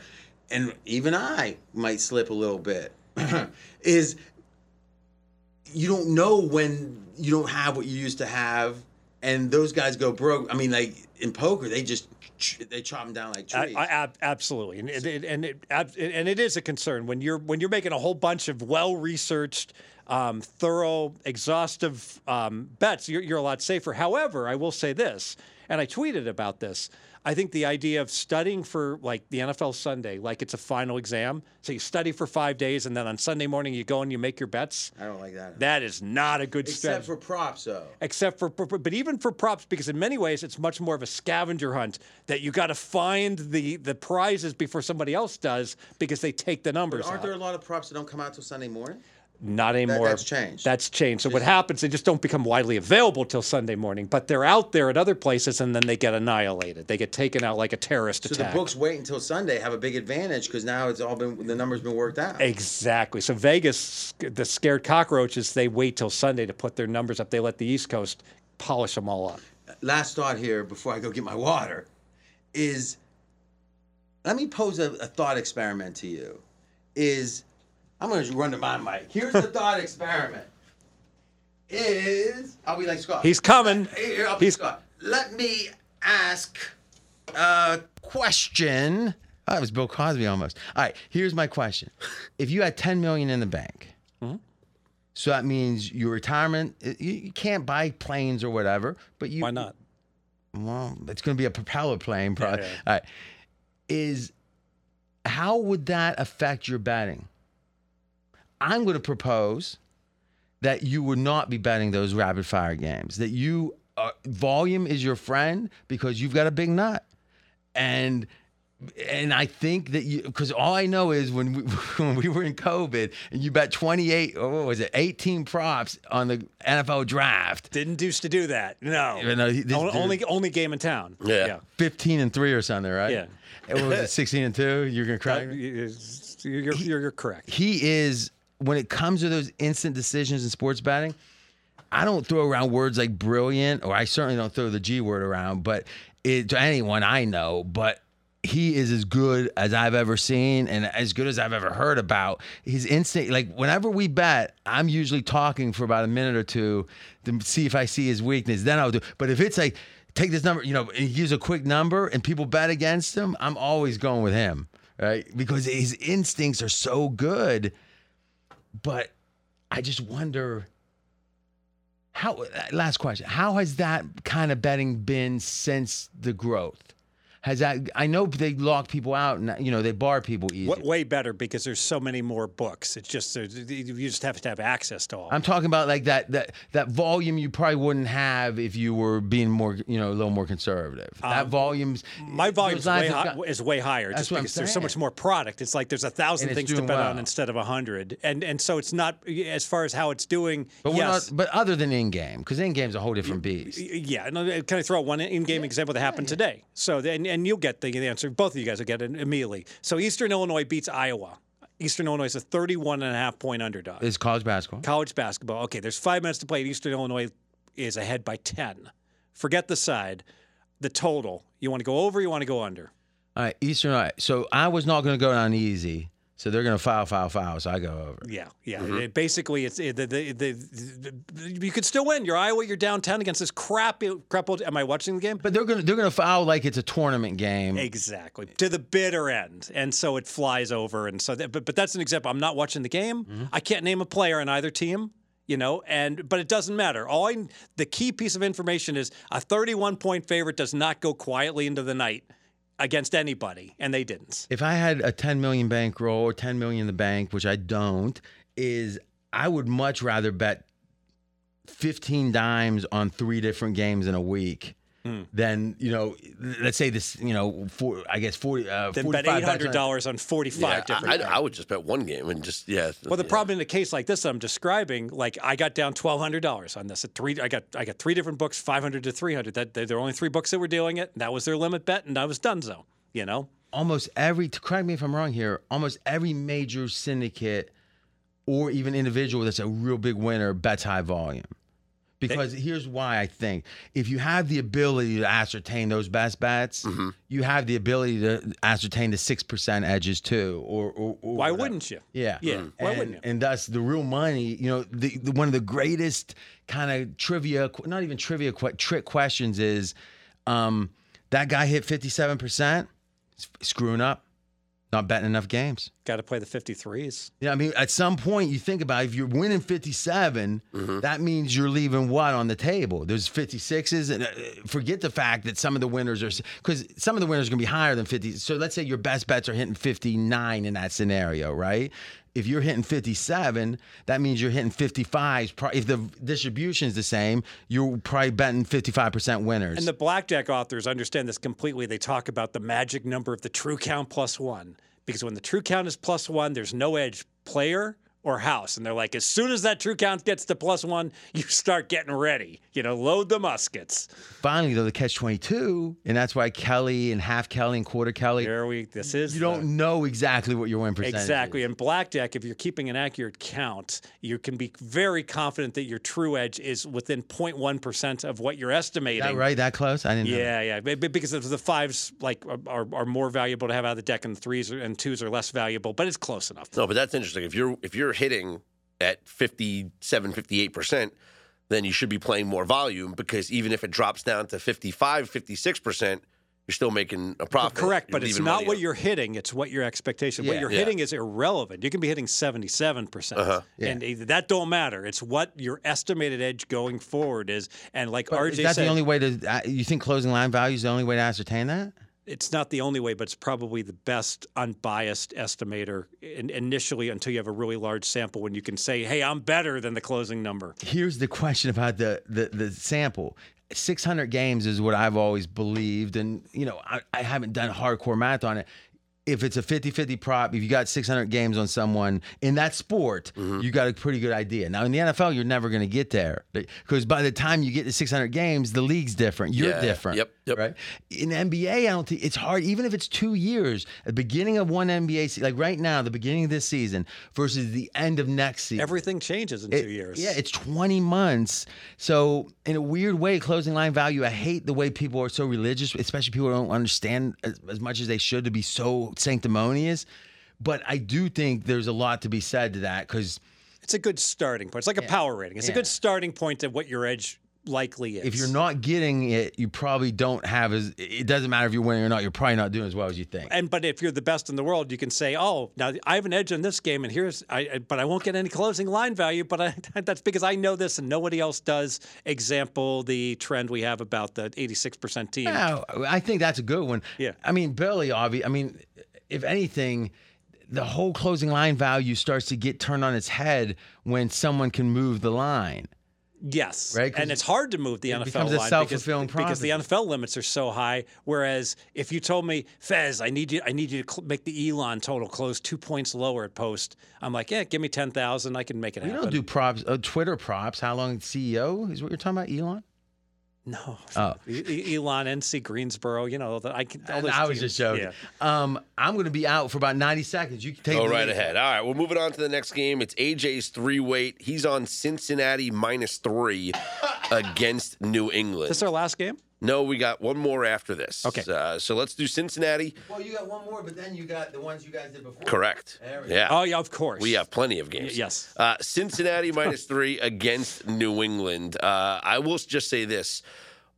Speaker 1: and even I might slip a little bit,
Speaker 3: Mm-hmm.
Speaker 1: is you don't know when you don't have what you used to have, and those guys go broke. I mean, like in poker, they just they chop them down like trees.
Speaker 3: I, I, ab- absolutely, and it, it- and it, ab- and it is a concern when you're when you're making a whole bunch of well-researched, um, thorough, exhaustive um, bets. You're, you're a lot safer. However, I will say this, and I tweeted about this. I think the idea of studying for like the NFL Sunday, like it's a final exam. So you study for five days, and then on Sunday morning you go and you make your bets.
Speaker 1: I don't like that.
Speaker 3: That is not a good
Speaker 1: Except
Speaker 3: strategy
Speaker 1: for props, though.
Speaker 3: except for but even for props because in many ways it's much more of a scavenger hunt that you got to find the the prizes before somebody else does because they take the numbers
Speaker 1: Aren't
Speaker 3: out.
Speaker 1: there a lot of props that don't come out till Sunday morning?
Speaker 3: not anymore
Speaker 1: that's changed.
Speaker 3: that's changed so what happens they just don't become widely available till sunday morning but they're out there at other places and then they get annihilated they get taken out like a terrorist
Speaker 1: So
Speaker 3: attack
Speaker 1: the books wait until Sunday have a big advantage because now it's all been the numbers been worked out.
Speaker 3: Exactly. So Vegas, the scared cockroaches, they wait till Sunday to put their numbers up. They let the East Coast polish them all up.
Speaker 1: Last thought here before I go get my water is let me pose a, a thought experiment to you. Is I'm going to run to my mic. Here's the thought experiment. Is I'll be like Scott.
Speaker 3: He's coming.
Speaker 1: Here, here, I'll be
Speaker 3: He's
Speaker 1: Scott. Let me ask a question. Oh, it was Bill Cosby almost. All right, here's my question: If you had 10 million in the bank,
Speaker 3: Mm-hmm.
Speaker 1: so that means your retirement, you, you can't buy planes or whatever, but you
Speaker 3: why not?
Speaker 1: Well, it's going to be a propeller plane, probably. All right, is how would that affect your betting? I'm going to propose that you would not be betting those rapid fire games. That uh, you are, volume is your friend because you've got a big nut, and and I think that you because all I know is when we, when we were in COVID and you bet 28 or what was it 18 props on the NFL draft
Speaker 3: Didn't deuce to do that. No.
Speaker 1: Even though he- this
Speaker 3: O-
Speaker 1: dude-
Speaker 3: only only game in town.
Speaker 2: Yeah.
Speaker 1: 15 and 3 or something right
Speaker 3: Yeah.
Speaker 1: And what was it 16 and 2 you're gonna
Speaker 3: That-
Speaker 1: cry
Speaker 3: you- you're, you're, you're correct.
Speaker 1: he is when it comes to those instant decisions in sports betting I don't throw around words like brilliant or I certainly don't throw the G word around but it, to anyone I know but he is as good as I've ever seen and as good as I've ever heard about. His instinct, like whenever we bet, I'm usually talking for about a minute or two to see if I see his weakness. Then I'll do. But if it's like, take this number, you know, and use a quick number and people bet against him, I'm always going with him, right? Because his instincts are so good. But I just wonder how, last question, how has that kind of betting been since the growth? Has that? I know they lock people out, and you know they bar people easy.
Speaker 3: What, way better because there's so many more books. It's just there's- you just have to have access to all.
Speaker 1: I'm talking about like that that that volume you probably wouldn't have if you were being more you know a little more conservative. that
Speaker 3: Um,
Speaker 1: volume's
Speaker 3: My
Speaker 1: those
Speaker 3: volume
Speaker 1: lines
Speaker 3: way
Speaker 1: have
Speaker 3: hi-
Speaker 1: got-
Speaker 3: is way higher
Speaker 1: That's
Speaker 3: just
Speaker 1: what I'm
Speaker 3: because there's so
Speaker 1: saying.
Speaker 3: much more product. It's like there's a thousand
Speaker 1: And it's
Speaker 3: things to
Speaker 1: doing
Speaker 3: bet
Speaker 1: well.
Speaker 3: on instead of a hundred, and and so it's not as far as how it's doing.
Speaker 1: but we're
Speaker 3: yes,
Speaker 1: not, but other than in game, because in game's a whole different beast.
Speaker 3: Yeah, no, can I throw out one in-game example that happened today? So, then, and you'll get the answer. Both of you guys will get it immediately. So, Eastern Illinois beats Iowa. Eastern Illinois is a 31 and a half point underdog.
Speaker 1: It's college basketball.
Speaker 3: College basketball. Okay, there's five minutes to play. Eastern Illinois is ahead by 10. Forget the side. The total. You want to go over? You want to go under?
Speaker 1: All right, Eastern. All right. So I was not going to go down easy. So they're going to foul, foul, foul. So I go over.
Speaker 3: Yeah, yeah. It- basically, it's it, the, the, the, the- you could still win. You're Iowa. You're down 10 against this crap. crap old, am I watching the game?
Speaker 1: But they're going to they're going to foul like it's a tournament game.
Speaker 3: Exactly to the bitter end, and so it flies over. And so, that, but but that's an example. I'm not watching the game. I can't name a player in either team. You know, and but it doesn't matter. All I, the key piece of information is a 31 point favorite does not go quietly into the night against anybody, and they didn't.
Speaker 1: if I had a 10 million bankroll or 10 million in the bank, which I don't, is I would much rather bet 15 dimes on three different games in a week.
Speaker 3: Hmm.
Speaker 1: than you know, let's say this, you know, four, I guess forty. Uh,
Speaker 3: Then bet
Speaker 1: 45
Speaker 3: 800 dollars on 45
Speaker 2: Yeah,
Speaker 3: different.
Speaker 2: I, I,
Speaker 3: games.
Speaker 2: I would just bet one game and just yeah.
Speaker 3: Well, the
Speaker 2: yeah.
Speaker 3: problem in a case like this that I'm describing, like I got down twelve hundred dollars on this. At three, I got I got three different books, five hundred to three hundred. That there were only three books that were doing it. That was their limit bet, and I was done. So you know,
Speaker 1: Almost every, correct me if I'm wrong here. Almost every major syndicate or even individual that's a real big winner bets high volume. Because here's why I think if you have the ability to ascertain those best bets,
Speaker 3: Mm-hmm.
Speaker 1: you have the ability to ascertain the six percent edges too. Or, or, or
Speaker 3: why
Speaker 1: whatever.
Speaker 3: wouldn't you?
Speaker 1: Yeah,
Speaker 3: Yeah, why
Speaker 1: and,
Speaker 3: wouldn't you?
Speaker 1: And thus the real money. You know, the, the one of the greatest kind of trivia, not even trivia, qu- trick questions is um, that guy hit fifty-seven percent, screwing up, not betting enough games.
Speaker 3: Got to play the fifty threes.
Speaker 1: Yeah, I mean, at some point you think about it, if you're winning 57, that means you're leaving what on the table? There's 56s, and uh, forget the fact that some of the winners are because some of the winners are going to be higher than 50. So let's say your best bets are hitting 59 in that scenario, right? If you're hitting 57, that means you're hitting 55s. Pro- If the distribution is the same, you're probably betting 55% winners.
Speaker 3: And the blackjack authors understand this completely. They talk about the magic number of the true count plus one because when the true count is plus one, there's no edge player or house. And they're like, as soon as that true count gets to plus one, you start getting ready. You know, load the muskets.
Speaker 1: Finally, though, the catch 22, and that's why Kelly and half Kelly and quarter Kelly.
Speaker 3: There we. This is
Speaker 1: You
Speaker 3: the-
Speaker 1: don't know exactly what your win percentage is.
Speaker 3: Exactly. In blackjack, if you're keeping an accurate count, you can be very confident that your true edge is within 0.1% of what you're estimating.
Speaker 1: Is that right? That close? I didn't know. that.
Speaker 3: Yeah, yeah. Be- be- Because of the fives like are- are, are more valuable to have out of the deck, and threes are- and twos are less valuable, but it's close enough.
Speaker 2: No, but that's interesting. If you're if you're hitting at 57, 58 percent, then you should be playing more volume because even if it drops down to 55, 56 percent, you're still making a profit.
Speaker 3: Correct,
Speaker 2: You're
Speaker 3: but it's
Speaker 2: leaving
Speaker 3: not
Speaker 2: money
Speaker 3: what
Speaker 2: on-
Speaker 3: you're hitting; it's what your expectation. What
Speaker 1: Yeah.
Speaker 3: you're
Speaker 2: Yeah.
Speaker 3: hitting is irrelevant. You can be hitting seventy-seven percent,
Speaker 2: Uh-huh.
Speaker 3: and either- that don't matter. It's what your estimated edge going forward is, and like
Speaker 1: But
Speaker 3: RJ
Speaker 1: is that
Speaker 3: said,
Speaker 1: the only way to? uh, You think closing line value is the only way to ascertain that?
Speaker 3: it's not the only way, but it's probably the best unbiased estimator in, initially until you have a really large sample when you can say, hey, I'm better than the closing number.
Speaker 1: Here's the question about the the, the sample. 600 games is what I've always believed. And, you know, I, I haven't done hardcore math on it. If it's a 50 50 prop, if you got 600 games on someone in that sport, you got a pretty good idea. Now, in the NFL, you're never going to get there because by the time you get to 600 games, the league's different. You're
Speaker 2: Yeah.
Speaker 1: different.
Speaker 2: Yep. Yep.
Speaker 1: Right. In NBA, I don't think it's hard, even if it's two years, the beginning of one NBA, se- like right now, the beginning of this season versus the end of next season.
Speaker 3: Everything changes in
Speaker 1: It-
Speaker 3: two years.
Speaker 1: Yeah, it's 20 months. So, in a weird way, closing line value, I hate the way people are so religious, especially people who don't understand as, as much as they should to be so sanctimonious. But I do think there's a lot to be said to that because
Speaker 3: It's a good starting point. It's like a power rating. It's a good starting point to what your edge likely is.
Speaker 1: if you're not getting it, you probably don't have as, it doesn't matter if you're winning or not, you're probably not doing as well as you think.
Speaker 3: and but if you're the best in the world, you can say, "Oh, now I have an edge on this game, and here's I, I- but I won't get any closing line value, but I, that's because I know this and nobody else does." Example: the trend we have about the 86% team.
Speaker 1: Yeah, I think that's a good one.
Speaker 3: Yeah.
Speaker 1: I mean, Billy, obvi. I mean, if anything, the whole closing line value starts to get turned on its head when someone can move the line.
Speaker 3: Yes,
Speaker 1: Right, 'cause
Speaker 3: and it's hard to move the NFL
Speaker 1: becomes a
Speaker 3: line
Speaker 1: self-fulfilling
Speaker 3: because, because the NFL limits are so high. Whereas if you told me Fez, I need you, I need you to cl- make the Elon total close two points lower at post. I'm like, yeah, give me ten thousand, I can make it
Speaker 1: We
Speaker 3: happen.
Speaker 1: don't do props, uh, Twitter props. How long CEO is what you're talking about, Elon?
Speaker 3: no,
Speaker 1: Oh.
Speaker 3: E- E- Elon, NC Greensboro, you know that I can. all
Speaker 1: And
Speaker 3: those
Speaker 1: Oh. I was
Speaker 3: teams.
Speaker 1: just joking.
Speaker 3: Yeah.
Speaker 1: Um, I'm going to be out for about 90 seconds. You can take
Speaker 2: Go
Speaker 1: the
Speaker 2: right
Speaker 1: lead.
Speaker 2: ahead. All right, we're moving on to the next game. It's AJ's three weight. He's on Cincinnati minus three against New England.
Speaker 3: This is our last game.
Speaker 2: no, we got one more after this.
Speaker 3: Okay.
Speaker 2: Uh, so let's do Cincinnati.
Speaker 1: Well, you got one more, but then you got the ones you guys did before.
Speaker 2: Correct.
Speaker 1: There we go.
Speaker 2: Yeah.
Speaker 3: Oh yeah, of course.
Speaker 2: We have plenty of games.
Speaker 3: Y- yes.
Speaker 2: Uh, Cincinnati minus three against New England. Uh, I will just say this.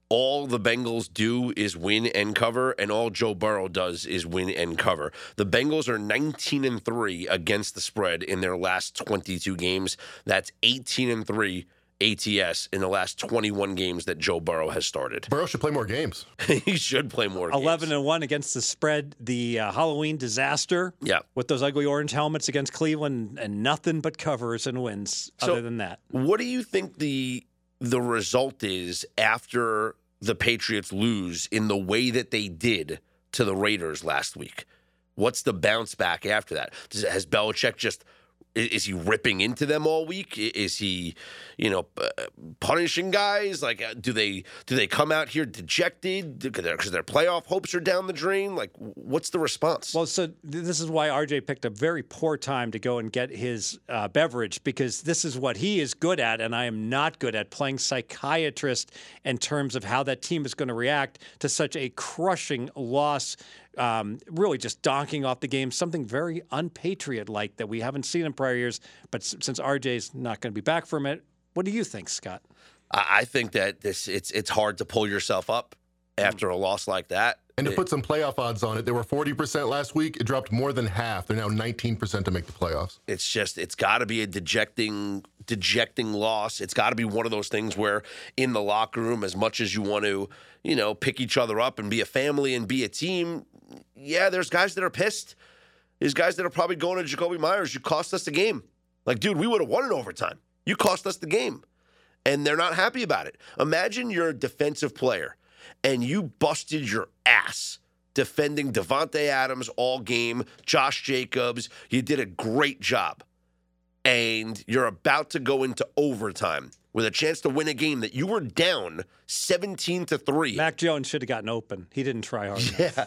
Speaker 2: All the Bengals do is win and cover, and all Joe Burrow does is win and cover. The Bengals are 19 and 3 against the spread in their last 22 games. That's 18 and 3 ATS in the last 21 games that Joe Burrow has started.
Speaker 4: Burrow should play more games.
Speaker 2: he should play more. games.
Speaker 3: 11 and 1 against the spread the uh, halloween disaster
Speaker 2: Yeah.
Speaker 3: with those ugly orange helmets against cleveland and nothing but covers and wins
Speaker 2: So-
Speaker 3: other than that
Speaker 2: What do you think the the result is after the Patriots lose in the way that they did to the Raiders last week? What's the bounce back after that? Does, has Belichick just i- is he ripping into them all week? I- Is he, you know, p- uh, punishing guys? Like, uh, do they do they come out here dejected because their, 'cause their playoff hopes are down the drain? Like, what's the response?
Speaker 3: Well, so th- this is why RJ picked a very poor time to go and get his uh, beverage because this is what he is good at, and I am not good at playing psychiatrist in terms of how that team is going to react to such a crushing loss. Um, really, just donking off the game, something very unpatriot like that we haven't seen in prior years. But s- since RJ's not going to be back from it, what do you think, Scott?
Speaker 2: I, I think that this it's it's hard to pull yourself up after a loss like that.
Speaker 4: And to
Speaker 2: It-
Speaker 4: put some playoff odds on it, they were 40% last week. It dropped more than half. They're now 19% to make the playoffs.
Speaker 2: it's just it's got to be a dejecting dejecting loss it's got to be one of those things where in the locker room as much as you want to you know pick each other up and be a family and be a team yeah there's guys that are pissed there's guys that are probably going to jacoby myers you cost us the game like dude we would have won in overtime you cost us the game and they're not happy about it imagine you're a defensive player and you busted your ass defending Devonte Adams all game, Josh Jacobs. You did a great job. And you're about to go into overtime with a chance to win a game that you were down 17 to 3.
Speaker 3: Mac Jones should have gotten open. He didn't try hard. enough.
Speaker 2: yeah.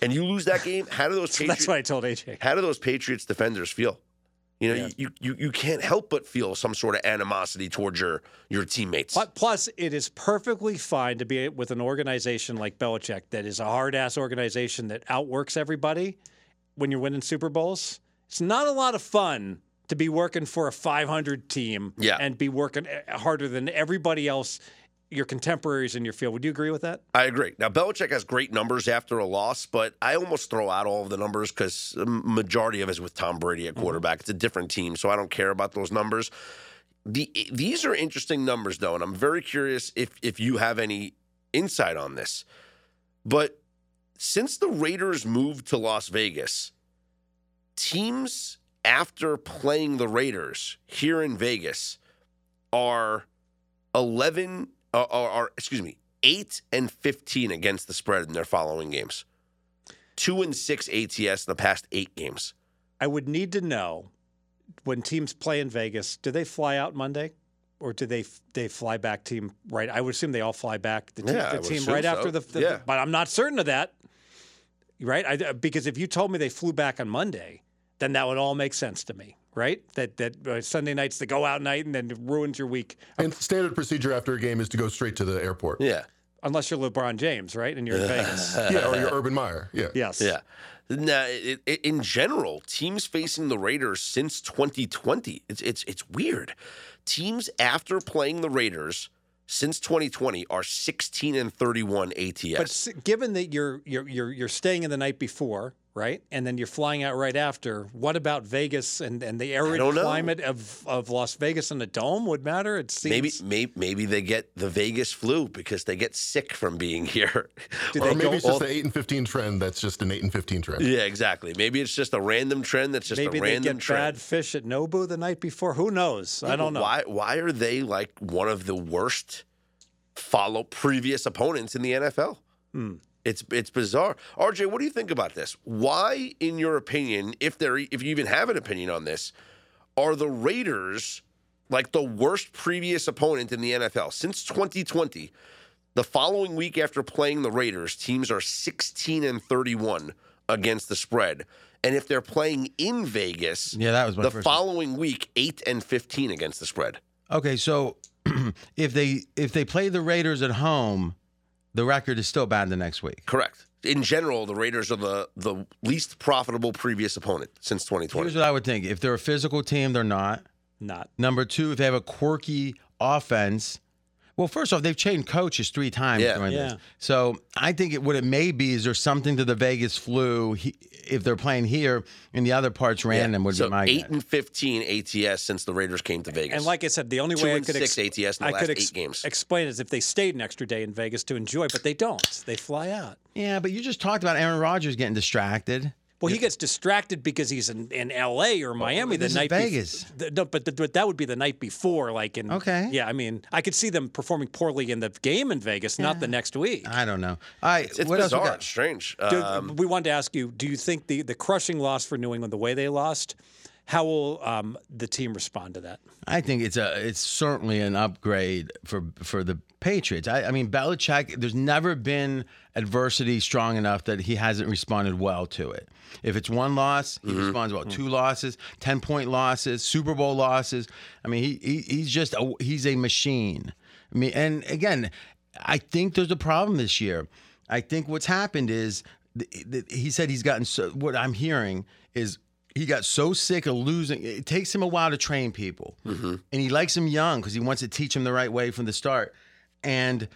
Speaker 2: And you lose that game. How do those
Speaker 3: So that's
Speaker 2: Patriots
Speaker 3: what I told AJ.
Speaker 2: how do those Patriots defenders feel? You know, you, you you can't help but feel some sort of animosity towards your your teammates.
Speaker 3: But plus, it is perfectly fine to be with an organization like Belichick that is a hard ass organization that outworks everybody when you're winning Super Bowls. It's not a lot of fun to be working for a 500 team
Speaker 2: Yeah.
Speaker 3: and be working eh, harder than everybody else, your contemporaries in your field. Would you agree with that?
Speaker 2: I agree. Now Belichick has great numbers after a loss, but I almost throw out all of the numbers because majority of it is with Tom Brady at quarterback. It's a different team, so I don't care about those numbers. The these are interesting numbers though, and I'm very curious if if you have any insight on this. But since the Raiders moved to Las Vegas, teams after playing the Raiders here in Vegas are 11 uh, are, are excuse me, eight and fifteen against the spread in their following games. Two and six ATS in the past eight games.
Speaker 3: I would need to know when teams play in Vegas, do they fly out Monday? Or do they they fly back team right? I would assume they all fly back the team,
Speaker 2: Yeah, I
Speaker 3: the
Speaker 2: would
Speaker 3: team
Speaker 2: assume
Speaker 3: right
Speaker 2: so.
Speaker 3: after the, the-
Speaker 2: Yeah.
Speaker 3: But I'm not certain of that, right? I, uh, because if you told me they flew back on Monday, then that would all make sense to me, right? That that uh, Sunday night's the go out night, and then it ruins your week
Speaker 4: And standard procedure after a game is to go straight to the airport.
Speaker 2: Yeah.
Speaker 3: unless you're LeBron James, right? And you're in Vegas.
Speaker 4: Yeah, or your Urban Meyer. Yeah.
Speaker 3: Yes.
Speaker 2: Yeah. Now, it, it, in general, teams facing the Raiders since 2020, it's it's it's weird. Teams after playing the Raiders since 2020 are 16 and 31 ATS.
Speaker 3: But s- given that you're you're you're you're staying in the night before, right, and then you're flying out right after, what about Vegas and, and the arid
Speaker 2: don't know.
Speaker 3: climate of, of Las Vegas and the dome would matter? It seems
Speaker 2: maybe, maybe maybe they get the Vegas flu because they get sick from being here.
Speaker 3: Do
Speaker 4: Or
Speaker 3: they
Speaker 4: maybe
Speaker 3: go
Speaker 4: it's just the 8 and 15 trend that's just an 8 and 15 trend.
Speaker 2: yeah, exactly. Maybe it's just a random trend that's just
Speaker 3: maybe
Speaker 2: a
Speaker 3: they
Speaker 2: random
Speaker 3: get
Speaker 2: trend.
Speaker 3: bad fish at Nobu the night before. Who knows? I don't know.
Speaker 2: Why why are they like one of the worst follow previous opponents in the NFL?
Speaker 3: Hmm.
Speaker 2: It's it's bizarre. RJ, what do you think about this? Why, in your opinion, if there if you even have an opinion on this, are the Raiders like the worst previous opponent in the NFL since 2020? The following week after playing the Raiders, teams are 16 and 31 against the spread. And if they're playing in Vegas,
Speaker 1: Yeah, that was my
Speaker 2: the
Speaker 1: first.
Speaker 2: following week 8 and 15 against the spread.
Speaker 1: okay, so if they if they play the Raiders at home, the record is still bad the next week.
Speaker 2: Correct. In general, the Raiders are the the least profitable previous opponent since 2020.
Speaker 1: Here's what I would think: if they're a physical team, they're not.
Speaker 3: Not.
Speaker 1: Number two, if they have a quirky offense. Well, first off, they've changed coaches three times
Speaker 2: Yeah.
Speaker 1: during
Speaker 3: Yeah.
Speaker 1: this. So I think it, what it may be is there's something to the Vegas flu he, if they're playing here and the other part's random would
Speaker 2: so
Speaker 1: be my
Speaker 2: eight
Speaker 1: guess.
Speaker 2: and 15 ATS since the Raiders came to Vegas.
Speaker 3: And like I said, the only
Speaker 2: Two
Speaker 3: way I
Speaker 2: and
Speaker 3: could
Speaker 2: six ATS in the
Speaker 3: I
Speaker 2: last
Speaker 3: could
Speaker 2: eight
Speaker 3: ex-
Speaker 2: games.
Speaker 3: explain is if they stayed an extra day in Vegas to enjoy, but they don't. They fly out.
Speaker 1: Yeah, but you just talked about Aaron Rodgers getting distracted.
Speaker 3: Well, he gets distracted because he's in, in L.A. or Miami the
Speaker 1: this is
Speaker 3: night. bef-
Speaker 1: Vegas.
Speaker 3: Th- no, but, th- but that would be the night before, like in.
Speaker 1: Okay.
Speaker 3: Yeah, I mean, I could see them performing poorly in the game in Vegas, not the next week.
Speaker 1: I don't know. All right,
Speaker 2: it's
Speaker 1: what
Speaker 2: bizarre. It's
Speaker 1: else
Speaker 2: strange.
Speaker 3: Do-
Speaker 2: Um,
Speaker 3: we wanted to ask you: Do you think the the crushing loss for New England, the way they lost, how will um, the team respond to that?
Speaker 1: we got? I think it's a it's certainly an upgrade for for the Patriots. I, I mean, Belichick. There's never been adversity strong enough that he hasn't responded well to it. If it's one loss, he responds well. Two losses, ten point losses, Super Bowl losses. I mean, he, he he's just a, he's a machine. I mean, and again, I think there's a problem this year. I think what's happened is th- th- he said he's gotten so. What I'm hearing is he got so sick of losing. It takes him a while to train people, and he likes them young because he wants to teach them the right way from the start. And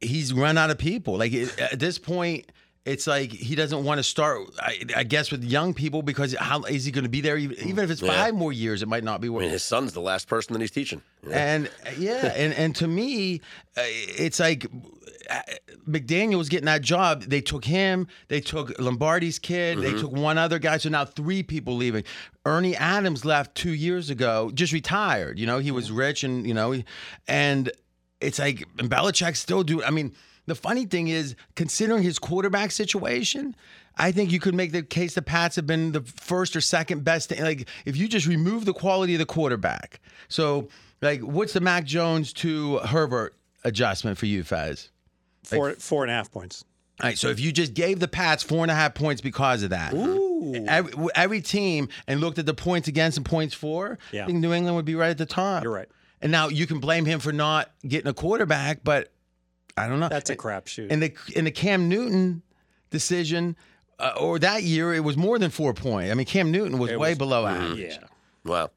Speaker 1: he's run out of people. Like it, at this point, it's like he doesn't want to start. I, I guess with young people because how is he going to be there? Even, even if it's
Speaker 2: Yeah.
Speaker 1: five more years, it might not be
Speaker 2: I
Speaker 1: worth.
Speaker 2: mean, his son's the last person that he's teaching. you know?
Speaker 1: And uh, yeah, and and to me, uh, it's like uh, McDaniel was getting that job. They took him. They took Lombardi's kid. They took one other guy. So now three people leaving. Ernie Adams left two years ago. Just retired. You know, he was rich, and you know, he- and it's like and Belichick still do. I mean, the funny thing is, considering his quarterback situation, I think you could make the case the Pats have been the first or second best. Thing. Like if you just remove the quality of the quarterback, so like what's the Mac Jones to Herbert adjustment for you, Fez?
Speaker 3: Four four and a half points.
Speaker 1: All right, so if you just gave the Pats four and a half points because of that, Every, every team and looked at the points against and points for,
Speaker 3: Yeah.
Speaker 1: I think New England would be right at the top.
Speaker 3: You're right.
Speaker 1: And now you can blame him for not getting a quarterback, but I don't know.
Speaker 3: That's a crapshoot.
Speaker 1: in the in the Cam Newton decision uh, or that year, it was more than four point. I mean, Cam Newton was way below average.
Speaker 3: yeah,
Speaker 2: Wow. Uh,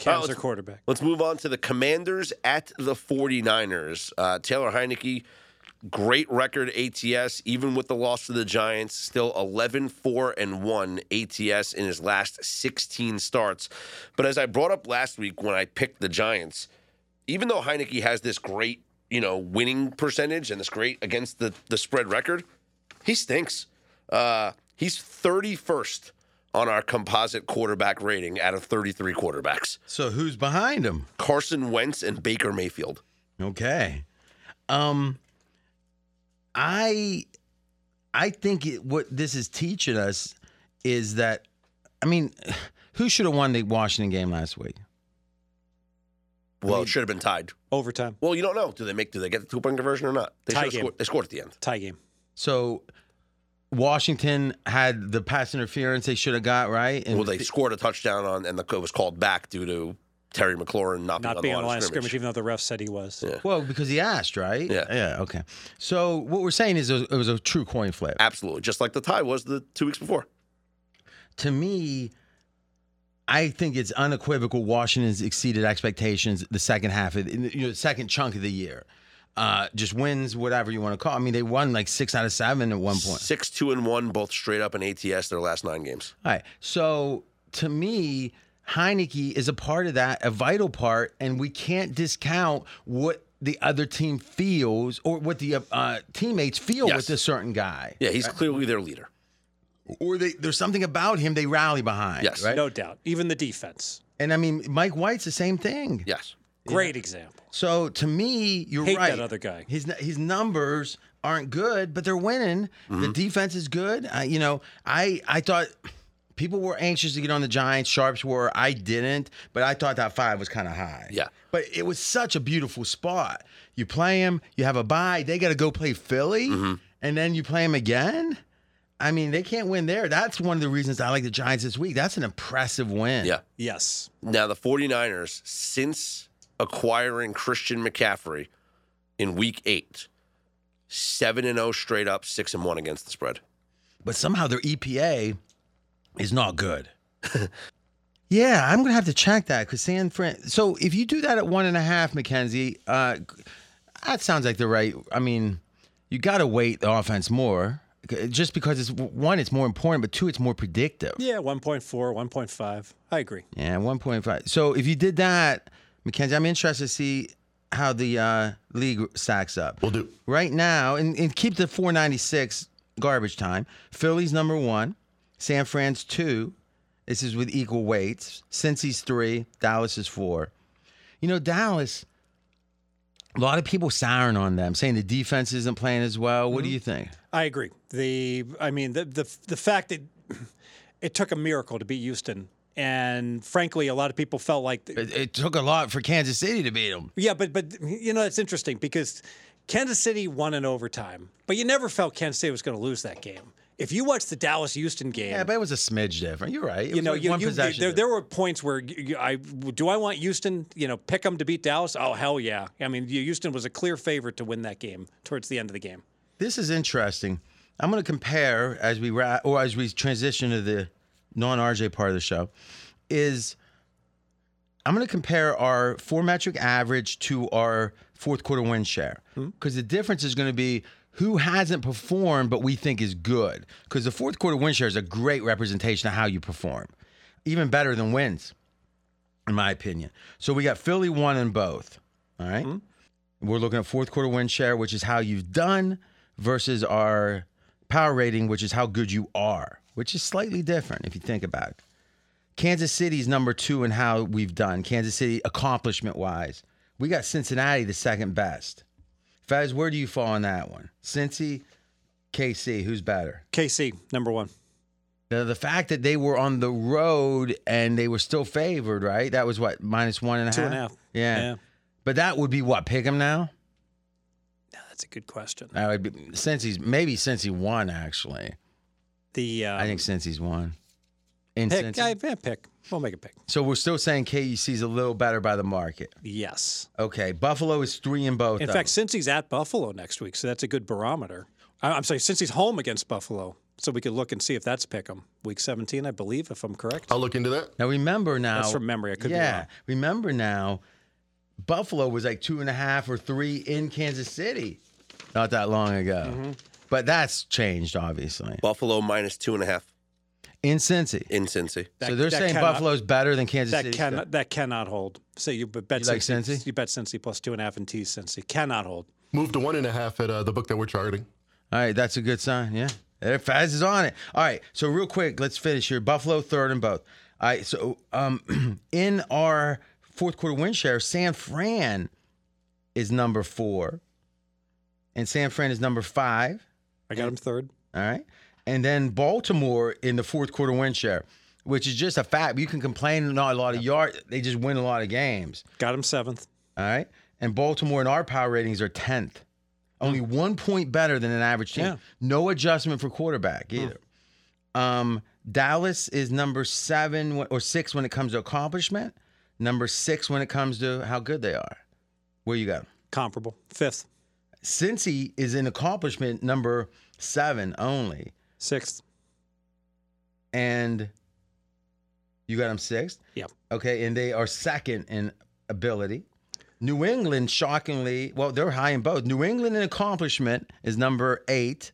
Speaker 3: Cam's
Speaker 2: let's-
Speaker 3: their quarterback.
Speaker 2: Let's move on to the Commanders at the 49ers. Uh, Taylor Heineke, great record ATS, even with the loss to the Giants, still 11 4 and 1 ATS in his last 16 starts. But as I brought up last week when I picked the Giants, even though Heineke has this great, you know, winning percentage and this great against the, the spread record, he stinks. Uh, he's 31st on our composite quarterback rating out of 33 quarterbacks.
Speaker 1: So who's behind him?
Speaker 2: Carson Wentz and Baker Mayfield.
Speaker 1: Okay. Um, I, I think it, what this is teaching us is that, I mean, who should have won the Washington game last week?
Speaker 2: Well, it should have been tied.
Speaker 3: Overtime,
Speaker 2: Well, you don't know. Do they make? Do they get the two point conversion or not? They
Speaker 3: Tie
Speaker 2: should've
Speaker 3: game.
Speaker 2: Scored, they scored at the end.
Speaker 3: tie game.
Speaker 1: So, Washington had the pass interference they should have got right. And
Speaker 2: Well, they scored a touchdown on, and the it was called back due to Terry McLaurin not, being
Speaker 3: Not being on the line of
Speaker 2: scrimmage.
Speaker 3: scrimmage, even though the ref said he was.
Speaker 2: Yeah.
Speaker 1: well because he asked right.
Speaker 2: Yeah.
Speaker 1: Yeah. Okay. So what we're saying is it was, it was a true coin flip.
Speaker 2: Absolutely, just like the tie was the two weeks before.
Speaker 1: to me, I think it's unequivocal. Washington's exceeded expectations the second half of in the, you know, the second chunk of the year. Uh, just wins, whatever you want to call. It. I mean, they won like six out of seven at one point.
Speaker 2: Six, two, and one, both straight up in ATS their last nine games.
Speaker 1: All right. So to me, Heineke is a part of that, a vital part, and we can't discount what the other team feels or what the uh, teammates feel
Speaker 2: Yes.
Speaker 1: with a certain guy.
Speaker 2: Yeah, he's clearly their leader.
Speaker 1: Or they, there's something about him they rally behind.
Speaker 2: Yes.
Speaker 1: Right.
Speaker 3: No doubt. Even the defense.
Speaker 1: And I mean, Mike White's the same thing.
Speaker 2: Yes,
Speaker 3: Great example.
Speaker 1: So to me, you're
Speaker 3: Hate
Speaker 1: right.
Speaker 3: that other guy.
Speaker 1: His his numbers aren't good, but they're winning. The defense is good. I, you know, I I thought people were anxious to get on the Giants. Sharps were. I didn't, but I thought that five was kind of high.
Speaker 2: Yeah.
Speaker 1: But it was such a beautiful spot. You play them. You have a bye. They got to go play Philly, and then you play them again. I mean, they can't win there. That's one of the reasons I like the Giants this week. That's an impressive win.
Speaker 2: yeah.
Speaker 3: Yes.
Speaker 2: Now, the 49ers, since acquiring Christian McCaffrey in week eight, 7 and 0 straight up, 6 and 1 against the spread.
Speaker 1: but somehow their EPA is not good. yeah, I'm gonna have to check that because San Fran. So if you do that at one and a half, McKenzie, uh, that sounds like the right. I mean, you got to weight the offense more, c- just because it's one, it's more important, but two, it's more predictive.
Speaker 3: Yeah, 1.4, 1.5. I agree.
Speaker 1: Yeah, 1.5. So if you did that, McKenzie, I'm interested to see how the uh, league stacks up.
Speaker 4: We'll do.
Speaker 1: right now and, and keep the 496 garbage time. Philly's number one, San Fran's two. This is with equal weights. Cincy's three, Dallas is four. You know, Dallas, a lot of people souring on them, saying the defense isn't playing as well. What
Speaker 3: Mm-hmm.
Speaker 1: do you think?
Speaker 3: I agree. The I mean the the the fact that it took a miracle to beat Houston, and frankly, a lot of people felt like
Speaker 1: It, it took a lot for Kansas City to beat them.
Speaker 3: yeah, but but you know it's interesting because Kansas City won in overtime, but you never felt Kansas City was going to lose that game. If you watch the Dallas Houston game,
Speaker 1: Yeah, but it was a smidge different. You're right. It
Speaker 3: you
Speaker 1: was
Speaker 3: know,
Speaker 1: like
Speaker 3: you,
Speaker 1: one
Speaker 3: you,
Speaker 1: possession.
Speaker 3: there, there were points where you, you- I do I want Houston, you know, pick them to beat Dallas? Oh hell yeah! I mean, Houston was a clear favorite to win that game towards the end of the game.
Speaker 1: This is interesting. I'm going to compare as we ra- or as we transition to the non-RJ part of the show is I'm going to compare our four metric average to our fourth quarter win share because the difference is going to be who hasn't performed but we think is good because the fourth quarter win share is a great representation of how you perform, even better than wins, in my opinion. So we got Philly one and both. All right? We're looking at fourth quarter win share, which is how you've done, versus our power rating, which is how good you are, which is slightly different if you think about it. Kansas City's number two in how we've done, Kansas City accomplishment wise. We got Cincinnati the second best. Fez, where do you fall on that one? Cincy, KC, who's better?
Speaker 3: KC number one.
Speaker 1: The, the fact that they were on the road and they were still favored, right? That was what, minus one and a half?
Speaker 3: Two and a half.
Speaker 1: Yeah.
Speaker 3: Yeah.
Speaker 1: But that would be what, pick 'em now?
Speaker 3: That's a good question.
Speaker 1: I would be, since he's maybe since he won actually.
Speaker 3: The uh,
Speaker 1: I think since he's won. In
Speaker 3: pick.
Speaker 1: Cincy-
Speaker 3: I, yeah, pick. We'll make a pick.
Speaker 1: so we're still saying KUC's a little better by the market.
Speaker 3: Yes.
Speaker 1: Okay, Buffalo is three in both.
Speaker 3: In
Speaker 1: though.
Speaker 3: fact, since he's at Buffalo next week, so that's a good barometer. I, I'm sorry, since he's home against Buffalo, so we could look and see if that's pick 'em. Week 17, I believe, if I'm correct.
Speaker 4: I'll look into that.
Speaker 1: now remember now.
Speaker 3: That's from memory. I could be
Speaker 1: Oh, yeah,
Speaker 3: wrong.
Speaker 1: remember now. Buffalo was like two and a half or three in Kansas City, not that long ago.
Speaker 3: Mm-hmm.
Speaker 1: But that's changed obviously.
Speaker 2: Buffalo minus two and a half
Speaker 1: In Cincy,
Speaker 2: in Cincy.
Speaker 1: so
Speaker 3: That-
Speaker 1: they're
Speaker 3: that
Speaker 1: saying
Speaker 3: cannot-
Speaker 1: Buffalo's better than Kansas
Speaker 3: That
Speaker 1: City.
Speaker 3: cannot that cannot hold. So you b- bet
Speaker 1: You like
Speaker 3: Cincy-
Speaker 1: Cincy?
Speaker 3: You bet Cincy plus two and a half and T Cincy cannot hold.
Speaker 4: Move to one and a half at uh, the book that we're charting.
Speaker 1: All right, that's a good sign. Yeah. There, Faz is on it. All right, so real quick, let's finish here. Buffalo third and both. All right, so um, in our fourth quarter win share, San Fran is number four. and San Fran is number five.
Speaker 3: I got him third.
Speaker 1: All right. And then Baltimore in the fourth quarter win share, which is just a fact. You can complain not a lot of yard. They just win a lot of games.
Speaker 3: Got him seventh.
Speaker 1: All right. And Baltimore in our power ratings are 10th. Only one point better than an average team.
Speaker 3: Yeah.
Speaker 1: No adjustment for quarterback either. Um, Dallas is number seven wh- or six when it comes to accomplishment, number six when it comes to how good they are. Where you got 'em?
Speaker 3: Comparable. Fifth.
Speaker 1: Cincy is in accomplishment number seven only.
Speaker 3: Sixth.
Speaker 1: and you got them sixth.
Speaker 3: Yep.
Speaker 1: Okay, and they are second in ability. New England, shockingly, well, they're high in both. New England in accomplishment is number eight.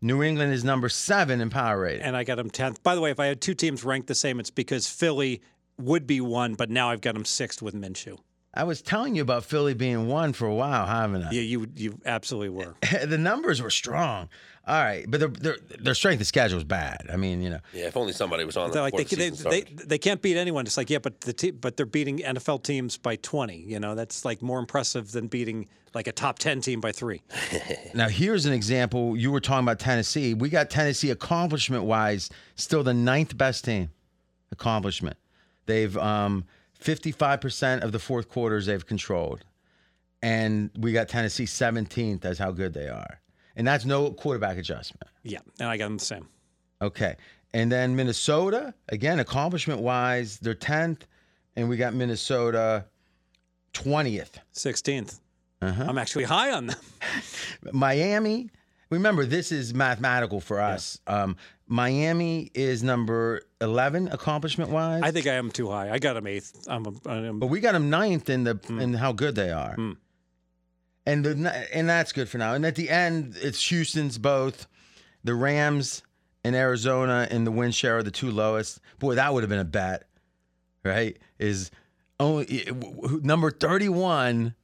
Speaker 1: New England is number seven in power rating.
Speaker 3: And I got him tenth. By the way, if I had two teams ranked the same, it's because Philly would be one, but now I've got him sixth with Minshew.
Speaker 1: I was telling you about Philly being one for a while, haven't I?
Speaker 3: Yeah, you you absolutely were.
Speaker 1: the numbers were strong. All right, but their, their their strength of schedule is bad. I mean, you know,
Speaker 2: Yeah, if only somebody was on
Speaker 3: They're
Speaker 2: that.
Speaker 3: like they,
Speaker 2: before the
Speaker 3: they,
Speaker 2: season
Speaker 3: they,
Speaker 2: started.
Speaker 3: they can't beat anyone. It's like yeah, but the te- but they're beating NFL teams by twenty. You know that's like more impressive than beating like a top ten team by three.
Speaker 1: Now, here's an example. You were talking about Tennessee. We got Tennessee accomplishment wise, still the ninth best team. Accomplishment. They've um, 55% of the fourth quarters they've controlled. And we got Tennessee 17th as how good they are. And that's no quarterback adjustment.
Speaker 3: Yeah, and I got them the same.
Speaker 1: Okay. And then Minnesota, again, accomplishment wise, they're 10th. And we got Minnesota 20th.
Speaker 3: 16th i I'm actually high on them.
Speaker 1: Miami. Remember, this is mathematical for us. Um, Miami is number eleven accomplishment wise,
Speaker 3: I think I am too high. I got them eighth. I'm, a, I'm
Speaker 1: but we got them ninth in the
Speaker 3: Mm.
Speaker 1: in how good they are, and the, and that's good for now. And at the end, it's Houston's both, the Rams and Arizona and the win share are the two lowest. Boy, that would have been a bet, right? Is only number thirty one,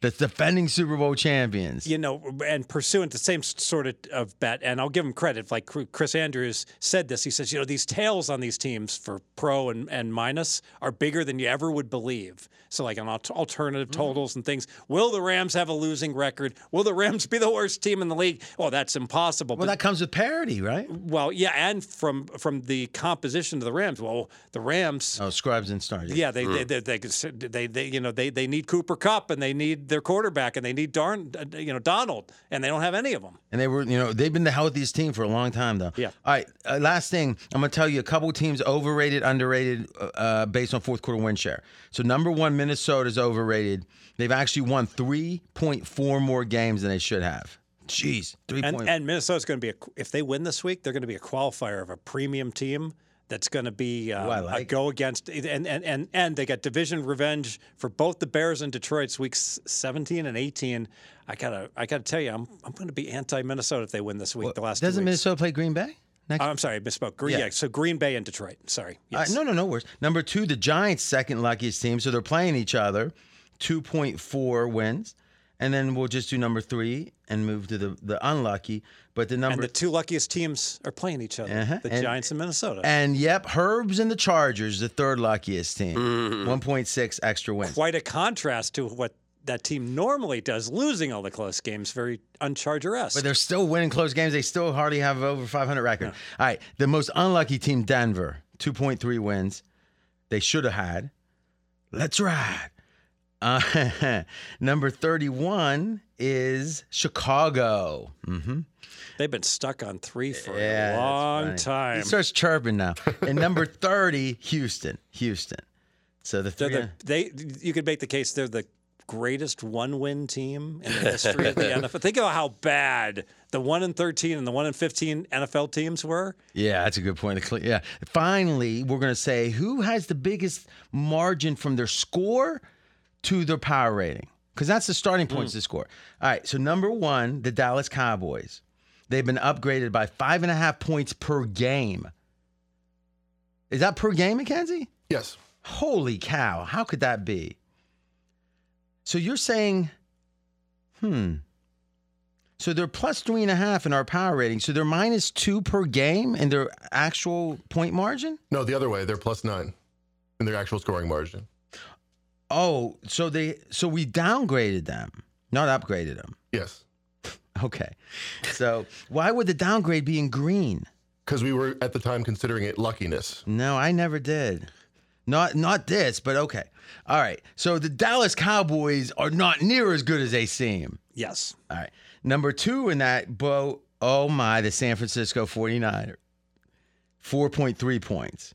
Speaker 1: the defending Super Bowl champions.
Speaker 3: you know, and pursuant the same s- sort of, of bet, and I'll give him credit. Like Cr- Chris Andrews said this, he says, you know, these tails on these teams for pro and, and minus are bigger than you ever would believe. So, like on al- alternative
Speaker 1: Mm-hmm.
Speaker 3: totals and things, will the Rams have a losing record? Will the Rams be the worst team in the league? Well, that's impossible.
Speaker 1: Well,
Speaker 3: But-
Speaker 1: that comes with parity, right?
Speaker 3: well, yeah, and from from the composition of the Rams, well, the Rams.
Speaker 1: Oh, Scribes and Stars.
Speaker 3: Yeah, they they, they they could s- they they you know they they need Cooper Cup and they need their quarterback and they need darn uh, you know Donald and they don't have any of them.
Speaker 1: And they were, you know, they've been the healthiest team for a long time, though.
Speaker 3: Yeah.
Speaker 1: All right. Uh, last thing, I'm going to tell you a couple teams overrated, underrated, uh, uh, based on fourth quarter win share. So, number one, Minnesota's overrated. They've actually won 3.4 more games than they should have. Jeez. 3.
Speaker 3: And
Speaker 1: point-
Speaker 3: and Minnesota's going to be a, if they win this week, they're going to be a qualifier of a premium team that's going to be um,
Speaker 1: I
Speaker 3: a
Speaker 1: like it.
Speaker 3: go against and and and and they got division revenge for both the Bears and Detroit's weeks 17 and 18. I gotta I gotta tell you, I'm I'm going to be anti Minnesota if they win this week. the last two
Speaker 1: Doesn't
Speaker 3: weeks. Oh,
Speaker 1: Minnesota play Green Bay? Next?
Speaker 3: I'm sorry, I misspoke. Green,
Speaker 1: Yeah.
Speaker 3: yeah. so Green Bay and Detroit. Sorry.
Speaker 1: All right,
Speaker 3: Yes.
Speaker 1: no, no, no worse. Number two, the Giants' second luckiest team. So, they're playing each other, 2.4 wins. And then we'll just do number three and move to the, the unlucky. But the
Speaker 3: And
Speaker 1: number
Speaker 3: the two luckiest teams are playing each other:
Speaker 1: Uh-huh.
Speaker 3: the
Speaker 1: And-
Speaker 3: Giants and Minnesota.
Speaker 1: And yep, Herbs and the Chargers, the third luckiest team.
Speaker 3: Mm.
Speaker 2: Mm-hmm.
Speaker 1: 1.6 extra wins.
Speaker 3: Quite a contrast to what that team normally does, losing all the close games. Very
Speaker 1: But
Speaker 3: uncharger-esque.
Speaker 1: they're still winning close games. They still hardly have over 500 record. All right, the most unlucky team, Denver, 2.3 wins. They should have had. Let's ride. Uh, number 31 is Chicago. hmm
Speaker 3: They've been stuck on three for
Speaker 1: Yeah,
Speaker 3: a
Speaker 1: that's
Speaker 3: long
Speaker 1: funny. He
Speaker 3: time.
Speaker 1: starts chirping now. And number 30, Houston. Houston. So the
Speaker 3: They're
Speaker 1: three.
Speaker 3: the, they, you could make the case they're the greatest one-win team in the history of the NFL. Think about how bad the one in 13 and the one in 15 NFL teams were.
Speaker 1: Yeah, that's a good point. The Cle- Yeah. Finally, we're going to say who has the biggest margin from their score to their power rating? Because that's the starting points to score. All right. So, number one, the Dallas Cowboys. They've been upgraded by five and a half points per game. Is that per game, McKenzie?
Speaker 4: Yes.
Speaker 1: Holy cow. How could that be? So, you're saying, hmm. So they're plus three and a half in our power rating. So they're minus two per game in their actual point margin.
Speaker 4: No, the other way. They're plus nine in their actual scoring margin.
Speaker 1: Oh, so they so we downgraded them, not upgraded them.
Speaker 4: Yes.
Speaker 1: Okay. So why would the downgrade be in green?
Speaker 4: because we were at the time considering it luckiness.
Speaker 1: No, I never did. Not not this, but okay. All right. So the Dallas Cowboys are not near as good as they seem.
Speaker 3: Yes.
Speaker 1: All right. Number two in that, Bo, oh my, the San Francisco 49er. 4.3 points.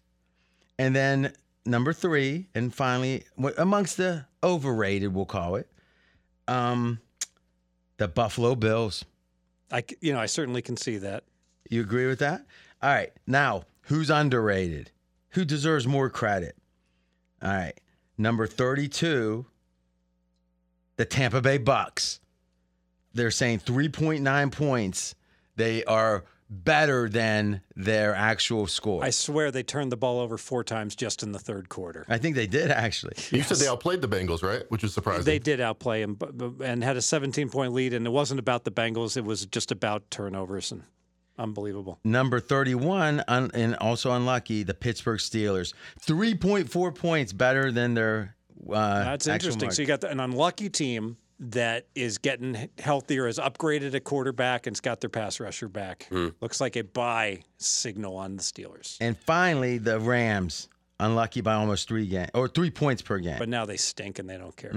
Speaker 1: And then number three, and finally, w- amongst the overrated, we'll call it, um, the Buffalo Bills.
Speaker 3: I, c- you know, I certainly can see that.
Speaker 1: You agree with that? All right. Now, who's underrated? Who deserves more credit? All right. Number 32, the Tampa Bay Bucks. They're saying 3.9 points. They are better than their actual score.
Speaker 3: I
Speaker 1: I,
Speaker 3: swear they turned the ball over four times just in the third quarter.
Speaker 1: think they did actually.
Speaker 4: You said they outplayed the Bengals, right? Which is surprising.
Speaker 3: They did outplay him but, but- and had a 17 point lead, and it wasn't about the Bengals. It was just about turnovers and unbelievable.
Speaker 1: Number 31, un, and also unlucky, the Pittsburgh Steelers. 3.4 points better than their. Uh,
Speaker 3: That's
Speaker 1: actual
Speaker 3: interesting.
Speaker 1: mark.
Speaker 3: So you got the, an unlucky team that is getting he- healthier, has upgraded a quarterback, and has got their pass rusher back.
Speaker 1: Hmm.
Speaker 3: Looks like a buy signal on the Steelers.
Speaker 1: And finally, the Rams, unlucky by almost three game or three points per game.
Speaker 3: But now they stink and they don't care.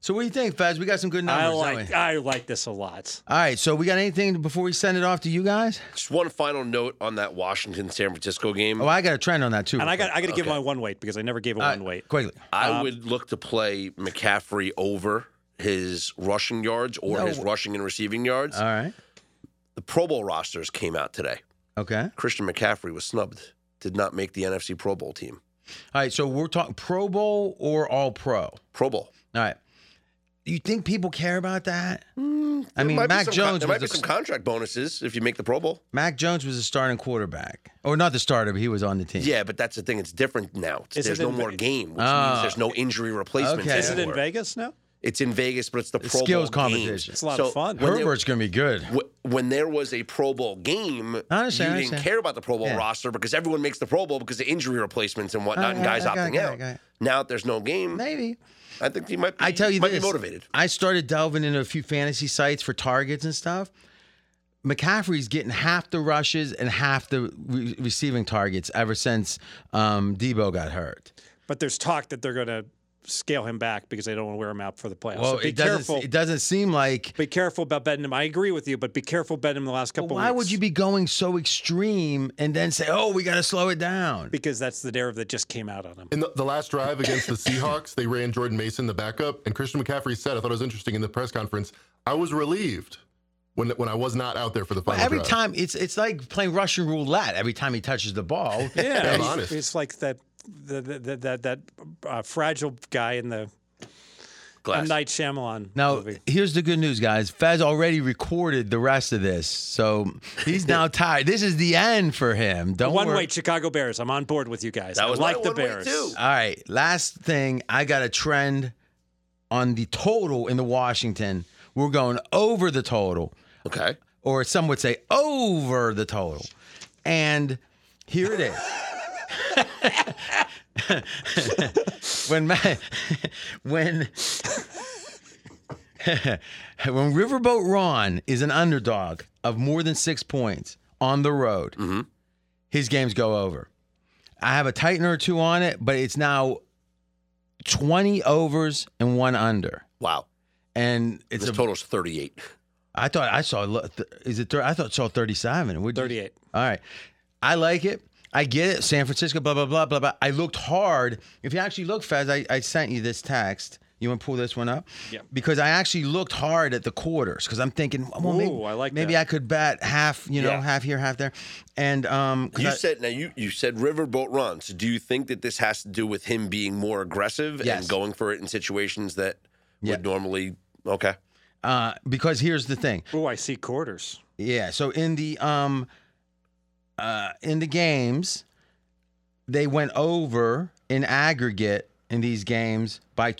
Speaker 1: so what do you think, Fez? We got some good Mm-hmm. numbers.
Speaker 3: I
Speaker 1: don't
Speaker 3: like
Speaker 1: we?
Speaker 3: I like this a lot.
Speaker 1: All right, so we got anything before we send it off to you guys?
Speaker 2: Just one final note on that Washington San Francisco game.
Speaker 1: Oh, I got a trend on that too.
Speaker 3: And I got I got to give
Speaker 2: Okay.
Speaker 3: my one weight because I never gave a
Speaker 1: All right,
Speaker 3: one weight.
Speaker 1: quickly.
Speaker 2: I would look to play McCaffrey over his rushing yards or
Speaker 1: No. Uh.
Speaker 2: his rushing and receiving yards.
Speaker 1: All right.
Speaker 2: the Pro Bowl rosters came out today.
Speaker 1: Okay.
Speaker 2: Christian McCaffrey was snubbed, did not make the NFC Pro Bowl team.
Speaker 1: All right. So we're talking Pro Bowl or All Pro. All
Speaker 2: Pro Bowl.
Speaker 1: right. You think people care about that? I
Speaker 2: There
Speaker 1: mean,
Speaker 2: might be
Speaker 1: Mac
Speaker 2: some con-
Speaker 1: Jones
Speaker 2: there
Speaker 1: was
Speaker 2: might be
Speaker 1: the,
Speaker 2: some contract bonuses if you make the Pro Bowl.
Speaker 1: Mac Jones was a starting quarterback, or not the starter, but he was on the team.
Speaker 2: Yeah, but that's the thing. It's different now. It's-
Speaker 3: Is it
Speaker 2: there's no
Speaker 3: in
Speaker 2: more
Speaker 3: Ve-
Speaker 2: game, which
Speaker 1: Ah.
Speaker 2: means there's no injury replacement.
Speaker 1: Okay.
Speaker 3: Is it in
Speaker 2: anymore.
Speaker 3: Vegas now?
Speaker 2: It's in Vegas, but it's the Pro Bowl
Speaker 1: skills
Speaker 2: games.
Speaker 1: competition.
Speaker 3: It's a lot
Speaker 2: So
Speaker 3: of fun.
Speaker 2: when they-
Speaker 1: Herbert's gonna be good.
Speaker 2: wh- When there was a Pro Bowl game,
Speaker 1: I understand,
Speaker 2: you
Speaker 1: I
Speaker 2: didn't
Speaker 1: understand.
Speaker 2: care about the Pro Bowl
Speaker 1: Yeah.
Speaker 2: roster because everyone makes the Pro Bowl because of injury replacements and whatnot, and
Speaker 1: Okay,
Speaker 2: guys
Speaker 1: okay,
Speaker 2: opting
Speaker 1: okay,
Speaker 2: out.
Speaker 1: okay.
Speaker 2: Now that there's no game,
Speaker 1: Maybe.
Speaker 2: I think he might. Be,
Speaker 1: I tell you
Speaker 2: might
Speaker 1: this,
Speaker 2: be motivated.
Speaker 1: I started delving into a few fantasy sites for targets and stuff. McCaffrey's getting half the rushes and half the re- receiving targets ever since um, Debo got hurt.
Speaker 3: But there's talk that they're going to scale him back because they don't want to wear him out for the playoffs.
Speaker 1: Well,
Speaker 3: so be
Speaker 1: it doesn't.
Speaker 3: careful.
Speaker 1: It doesn't seem like.
Speaker 3: be careful about betting him. I agree with you, but be careful betting him the last couple.
Speaker 1: Why
Speaker 3: weeks.
Speaker 1: would you be going so extreme and then say, "Oh, we got to slow it down"?
Speaker 3: Because that's the narrative that just came out on him.
Speaker 4: In the, the last drive against the Seahawks, they ran Jordan Mason the backup, and Christian McCaffrey said, "I thought it was interesting in the press conference. I was relieved when when I was not out there for the final
Speaker 1: Every
Speaker 4: drive.
Speaker 1: time, it's it's like playing Russian roulette. Every time he touches the ball,
Speaker 4: Yeah, I'm
Speaker 3: it's-
Speaker 4: honest.
Speaker 3: it's like that the, the, the, that that uh, fragile guy in the M.
Speaker 2: Glass.
Speaker 3: Night Shyamalan
Speaker 1: Now,
Speaker 3: movie.
Speaker 1: here's the good news, guys. Fez already recorded the rest of this, so he's now tired. This is the end for him. Don't
Speaker 3: One
Speaker 1: worry.
Speaker 3: way Chicago Bears. I'm on board with you guys.
Speaker 2: That was
Speaker 3: I like
Speaker 2: my
Speaker 3: the
Speaker 2: one way
Speaker 3: Bears.
Speaker 2: too.
Speaker 1: All right. Last thing, I got a trend on the total in the Washington. We're going over the total,
Speaker 2: Okay.
Speaker 1: or some would say over the total. And here it is. when Ma- when when Riverboat Ron is an underdog of more than six points on the road, his games go over. I have a tightener or two on it, but it's now twenty overs and one under,
Speaker 2: Wow.
Speaker 1: and it's
Speaker 2: this
Speaker 1: a.
Speaker 2: total's 38.
Speaker 1: I thought I saw. lo- th- Is it? thir- I thought saw thirty-seven. Would you-
Speaker 3: 38.
Speaker 1: All right, I like it. I get it. San Francisco. Blah blah blah blah blah. I looked hard. If you actually look, Fez, I, I sent you this text. You want to pull this one up?
Speaker 3: Yeah.
Speaker 1: Because I actually looked hard at the quarters because I'm thinking, well, maybe,
Speaker 3: Ooh, I like
Speaker 1: maybe
Speaker 3: that.
Speaker 1: I could bet half, you know,
Speaker 3: Yeah.
Speaker 1: half here, half there, and um. 'cause
Speaker 2: You
Speaker 1: I-
Speaker 2: said now you you said riverboat runs. Do you think that this has to do with him being more aggressive
Speaker 1: Yes.
Speaker 2: and going for it in situations that
Speaker 1: Yeah.
Speaker 2: would normally okay?
Speaker 1: uh, because here's the thing.
Speaker 3: Oh, I see quarters.
Speaker 1: Yeah. So in the um uh in the games, they went over in aggregate in these games by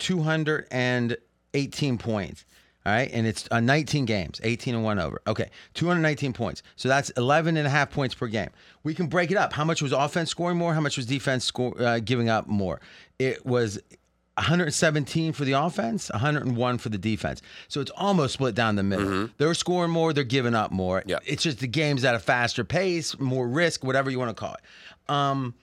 Speaker 1: 218 points. All right. And it's uh, 19 games, 18 and one over. Okay. 219 points. So that's 11 and a half points per game. We can break it up. How much was offense scoring more? How much was defense score, uh, giving up more? It was 117 for the offense, 101 for the defense. So it's almost split down the middle.
Speaker 2: Mhm.
Speaker 1: They're scoring more, they're giving up more.
Speaker 2: Yeah.
Speaker 1: It's just the game's at a faster pace, more risk, whatever you want to call it. Um,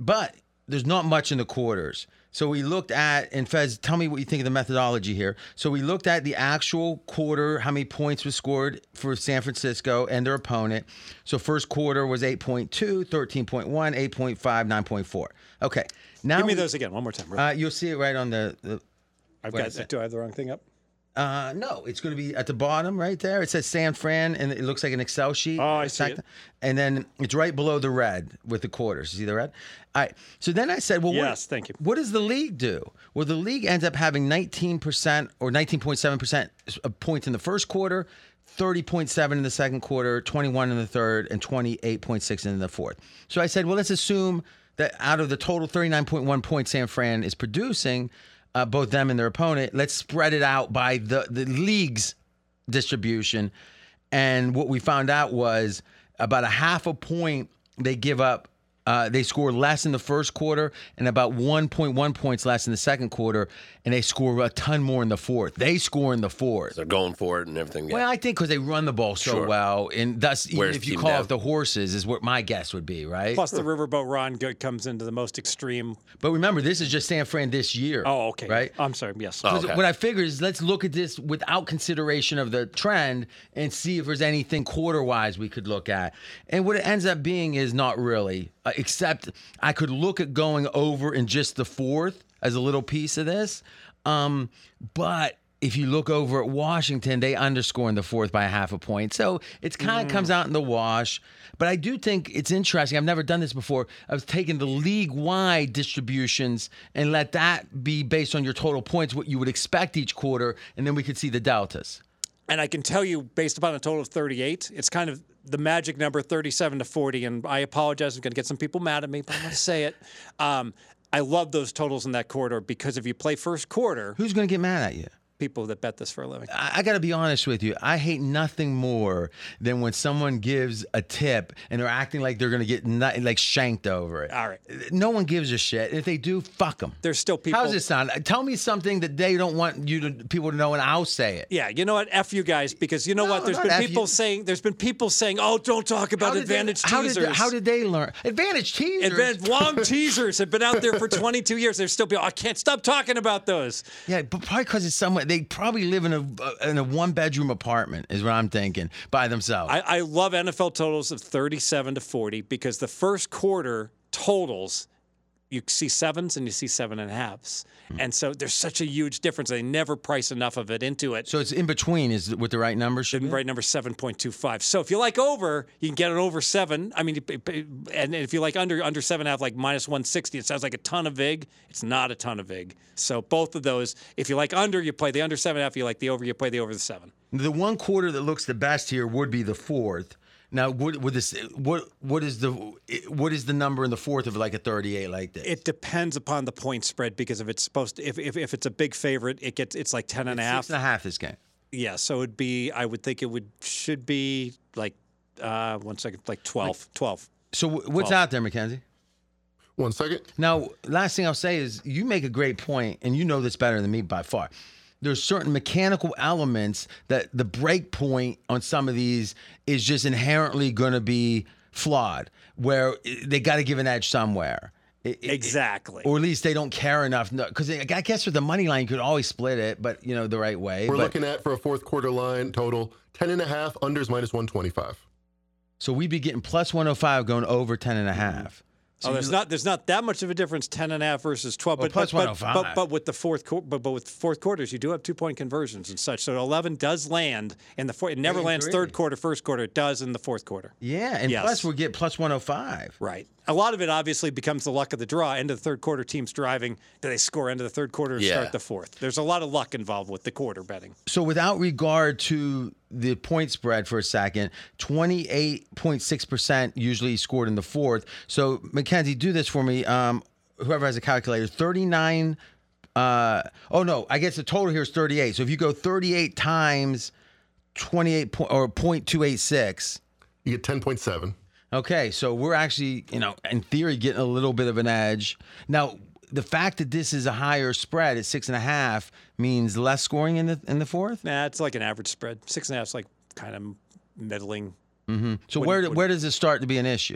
Speaker 1: but there's not much in the quarters. So we looked at, and Fez, tell me what you think of the methodology here. So we looked at the actual quarter, how many points was scored for San Francisco and their opponent. So first quarter was 8.2, 13.1, 8.5, 9.4. Okay. Now
Speaker 3: Give me
Speaker 1: we-
Speaker 3: those again one more time.
Speaker 1: uh, you'll see it right on the. the
Speaker 3: I've
Speaker 1: wait a
Speaker 3: got.
Speaker 1: sec.
Speaker 3: Do I have the wrong thing up?
Speaker 1: uh, no, it's going to be at the bottom right there. It says San Fran, and it looks like an Excel sheet.
Speaker 3: Oh, I see it.
Speaker 1: And then it's right below the red with the quarters. You see the red? All right. So then I said, well, what-
Speaker 3: Yes, thank you.
Speaker 1: What does the league do? Well, the league ends up having 19% or 19.7% of points in the first quarter, 30.7 in the second quarter, 21 in the third, and 28.6 in the fourth. So I said, well, let's assume that out of the total 39.1 points San Fran is producing, uh, both them and their opponent, let's spread it out by the, the league's distribution. And what we found out was about a half a point they give up. Uh, they score less in the first quarter and about 1.1 points less in the second quarter, and they score a ton more in the fourth. They score in the fourth.
Speaker 2: They're going for it and everything. Yeah.
Speaker 1: Well, I think because they run the ball so
Speaker 2: Sure.
Speaker 1: well, and thus, even
Speaker 2: Wears
Speaker 1: if you
Speaker 2: team
Speaker 1: call
Speaker 2: down.
Speaker 1: it the horses, is what my guess would be, right?
Speaker 3: Plus, the riverboat Ron go- comes into the most extreme.
Speaker 1: but remember, this is just San Fran this year.
Speaker 3: Oh, okay.
Speaker 1: Right?
Speaker 3: I'm sorry. Yes.
Speaker 2: Oh,
Speaker 1: 'Cause
Speaker 2: okay.
Speaker 1: What I figure is let's look at this without consideration of the trend and see if there's anything quarter wise we could look at. And what it ends up being is not really, uh, except I could look at going over in just the fourth as a little piece of this. Um, but if you look over at Washington, they underscore in the fourth by a half a point. So it's kind of comes out in the wash. But I do think it's interesting. I've never done this before. I was taking the league wide distributions and let that be based on your total points, what you would expect each quarter, and then we could see the deltas.
Speaker 3: And I can tell you, based upon a total of 38, it's kind of the magic number 37 to 40. And I apologize. I'm going to get some people mad at me, but I'm going to say it. Um, I love those totals in that quarter because if you play first quarter,
Speaker 1: Who's going to get mad at you?
Speaker 3: people that bet this for a living.
Speaker 1: I, I got to be honest with you. I hate nothing more than when someone gives a tip and they're acting like they're going to get nut- like shanked over it.
Speaker 3: All right.
Speaker 1: No one gives a shit. If they do, fuck them.
Speaker 3: There's still people.
Speaker 1: How's this sound? Uh, Tell me something that they don't want you to people to know, and I'll say it.
Speaker 3: Yeah, you know what? F you guys because you know
Speaker 1: No,
Speaker 3: what? There's
Speaker 1: not
Speaker 3: been
Speaker 1: F you.
Speaker 3: people saying there's been people saying, "Oh, don't talk about
Speaker 1: did they-
Speaker 3: advantage
Speaker 1: how did
Speaker 3: teasers."
Speaker 1: they- how did they learn advantage teasers?
Speaker 3: Advan- long teasers have been out there for 22 years. There's still people. I can't stop talking about those.
Speaker 1: yeah, but probably because it's somewhere they probably live in a uh, in a one bedroom apartment is what I'm thinking by themselves.
Speaker 3: I, I love NFL totals of 37 to 40 because the first quarter totals, you see sevens and you see seven and a halves. And so there's such a huge difference. They never price enough of it into it.
Speaker 1: so it's in between is what the right number should be.
Speaker 3: Right number 7.25. So if you like over, you can get an over seven. I mean, you pay- pay- and if you like under, under seven and a half, like minus 160, it sounds like a ton of VIG. It's not a ton of VIG. So both of those, if you like under, you play the under seven and a half. If you like the over, you play the over the seven.
Speaker 1: The one quarter that looks the best here would be the fourth. Now, what would this what what is the what is the number in the fourth of like a 38 like this?
Speaker 3: It depends upon the point spread because if it's supposed to, if, if, if it's a big favorite, it gets it's like 10 and a half.
Speaker 1: Six and a half this game.
Speaker 3: Yeah, so it'd be I would think it would should be like uh one second like 12, 12.
Speaker 1: So wh- what's
Speaker 3: Twelve.
Speaker 1: out there, Mackenzie?
Speaker 4: One second.
Speaker 1: Now, last thing I'll say is you make a great point, and you know this better than me by far. There's certain mechanical elements that the break point on some of these is just inherently going to be flawed, where i- they got to give an edge somewhere. It- it-
Speaker 3: Exactly.
Speaker 1: Or at least they don't care enough. Because I guess with the money line, you could always split it, but you know, the right way.
Speaker 4: We're
Speaker 1: but-
Speaker 4: looking at for a fourth quarter line total 10 and a half unders minus 125.
Speaker 1: so we'd be getting plus 105 going over 10 and a half.
Speaker 3: oh, there's not there's not that much of a difference 10 and a half versus 12
Speaker 1: Well,
Speaker 3: but,
Speaker 1: plus
Speaker 3: but, but,
Speaker 1: 105.
Speaker 3: but but with the fourth quarter but, but with fourth quarters you do have two point conversions and such. So 11 does land in the fourth it never
Speaker 1: Three and
Speaker 3: lands
Speaker 1: three.
Speaker 3: third quarter first quarter it does in the fourth quarter.
Speaker 1: Yeah. And
Speaker 3: Yes.
Speaker 1: plus, we'll get plus 105.
Speaker 3: Right. A lot of it obviously becomes the luck of the draw. End of the third quarter, teams driving. Do they score end of the third quarter or
Speaker 2: Yeah.
Speaker 3: start the fourth? There's a lot of luck involved with the quarter betting.
Speaker 1: So without regard to the point spread for a second, 28.6% usually scored in the fourth. So Mackenzie, do this for me. Um, whoever has a calculator, 39 uh, oh no, I guess the total here is 38. So if you go 38 times 28 po- or 0.286,
Speaker 4: You get 10.7.
Speaker 1: Okay, so we're actually, you know, in theory, getting a little bit of an edge. Now, the fact that this is a higher spread at six and a half means less scoring in the in the fourth.
Speaker 3: Nah, it's like an average spread. Six and a half is like kind of middling.
Speaker 1: Mm-hmm. So
Speaker 3: Wouldn't-
Speaker 1: where
Speaker 3: wouldn't-
Speaker 1: where does it start to be an issue?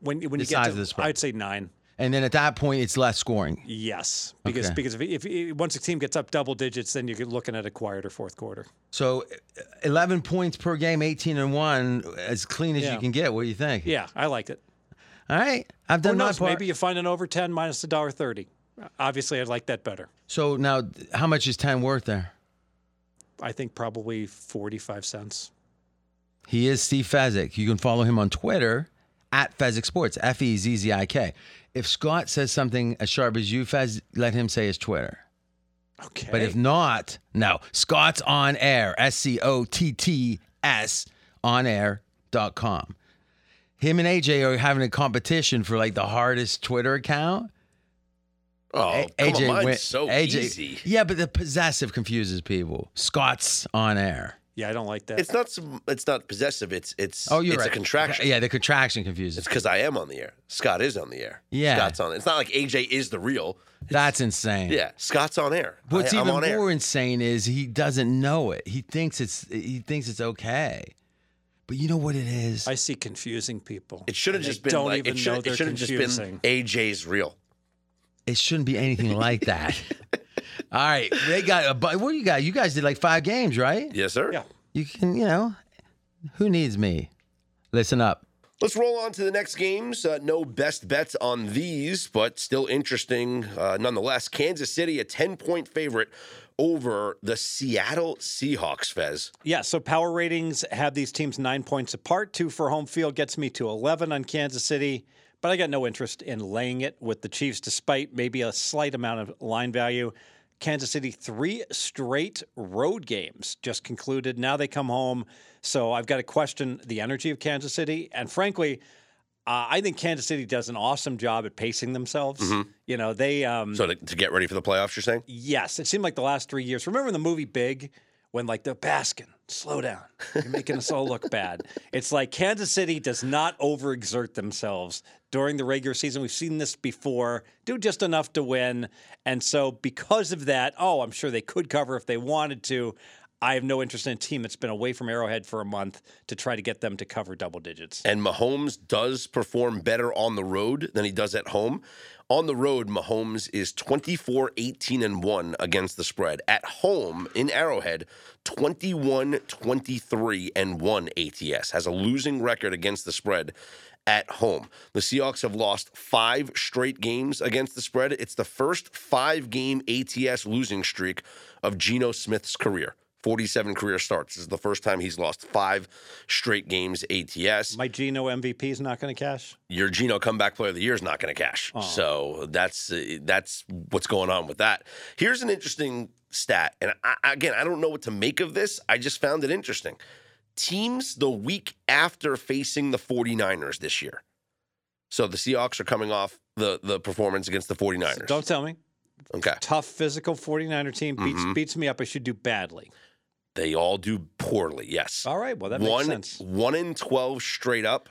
Speaker 3: When when you
Speaker 1: The
Speaker 3: get
Speaker 1: size
Speaker 3: to
Speaker 1: of the spread.
Speaker 3: I'd say nine.
Speaker 1: And then at that point, it's less scoring.
Speaker 3: Yes, because
Speaker 1: Okay.
Speaker 3: because if, if, if once a team gets up double digits, then you're looking at a quieter fourth quarter.
Speaker 1: So, uh, eleven points per game, eighteen and one, as clean as
Speaker 3: Yeah.
Speaker 1: you can get. What do you think?
Speaker 3: Yeah, I liked it.
Speaker 1: All right, I've
Speaker 3: Who
Speaker 1: done my
Speaker 3: knows?
Speaker 1: part.
Speaker 3: Maybe you find an over ten minus a dollar thirty. Obviously, I'd like that better.
Speaker 1: So now, how much is ten worth there?
Speaker 3: I think probably forty-five cents.
Speaker 1: He is Steve Fezzik. You can follow him on Twitter at Fezzik Sports, F E Z Z I K. If Scott says something as sharp as you, Fez, let him say his Twitter.
Speaker 3: Okay,
Speaker 1: But if not, no. Scott's on air, S C O T T S on air.com. Him and AJ are having a competition for like the hardest Twitter account.
Speaker 2: Oh,
Speaker 1: A-
Speaker 2: come on, mine's
Speaker 1: win-
Speaker 2: so easy.
Speaker 1: Yeah, but the possessive confuses people. Scott's on air.
Speaker 3: yeah, I don't like that.
Speaker 2: It's not. Some, it's not possessive. It's. It's.
Speaker 1: Oh, you're
Speaker 2: it's
Speaker 1: right.
Speaker 2: a contraction.
Speaker 1: Yeah, the contraction confuses.
Speaker 2: It's because I am on the air. Scott is on the air.
Speaker 1: Yeah.
Speaker 2: Scott's on. It's not like AJ is the real.
Speaker 1: That's insane.
Speaker 2: Yeah. Scott's on air.
Speaker 1: What's
Speaker 2: I, am
Speaker 1: even
Speaker 2: on air.
Speaker 1: more insane is he doesn't know it. He thinks it's he thinks it's okay. But you know what it is?
Speaker 3: I see confusing people.
Speaker 2: It should have
Speaker 3: and they
Speaker 2: just been
Speaker 3: don't
Speaker 2: like
Speaker 3: even
Speaker 2: it
Speaker 3: know
Speaker 2: should.
Speaker 3: they're
Speaker 2: It should have just
Speaker 3: confusing.
Speaker 2: been AJ's real.
Speaker 1: it shouldn't be anything like that. All right, they got a bu- what do you got? You guys did like five games, right?
Speaker 2: Yes, sir.
Speaker 3: Yeah.
Speaker 1: You can, you know, who needs me? Listen up.
Speaker 2: Let's roll on to the next games. Uh, no best bets on these, but still interesting uh, nonetheless. Kansas City, a 10 point favorite over the Seattle Seahawks, Fez.
Speaker 3: Yeah, so power ratings have these teams nine points apart. Two for home field gets me to 11 on Kansas City, but I got no interest in laying it with the Chiefs, despite maybe a slight amount of line value. Kansas City, three straight road games just concluded. Now they come home. So I've got to question the energy of Kansas City. And frankly, uh, I think Kansas City does an awesome job at pacing themselves.
Speaker 2: Mm-hmm.
Speaker 3: You know, they. Um,
Speaker 2: So to, to get ready for the playoffs, you're saying?
Speaker 3: Yes, it seemed like the last three years. Remember in the movie Big when like they're basking, slow down. You're making us all look bad. It's like Kansas City does not overexert themselves during the regular season. We've seen this before. Do just enough to win. And so because of that, oh, I'm sure they could cover if they wanted to. I have no interest in a team that's been away from Arrowhead for a month to try to get them to cover double digits.
Speaker 2: And Mahomes does perform better on the road than he does at home. On the road, Mahomes is 24 18 and 1 against the spread. At home in Arrowhead, 21 23 and 1 ATS has a losing record against the spread at home. The Seahawks have lost 5 straight games against the spread. It's the first 5-game ATS losing streak of Geno Smith's career. 47 career starts. This is the first time he's lost 5 straight games ATS
Speaker 3: My Geno MVP is not going to cash.
Speaker 2: your Geno comeback player of the year is not going to cash. So that's uh, that's what's going on with that. Here's an interesting stat, and I, again, I don't know what to make of this. I just found it interesting. Teams the week after facing the 49ers this year. So the Seahawks are coming off the the performance against the 49ers.
Speaker 3: Don't tell me.
Speaker 2: okay.
Speaker 3: Tough physical 49er team beats
Speaker 2: Mhm.
Speaker 3: beats me up. I should do badly.
Speaker 2: They all do poorly. Yes.
Speaker 3: All right. Well, that makes
Speaker 2: one,
Speaker 3: sense.
Speaker 2: One in twelve straight up,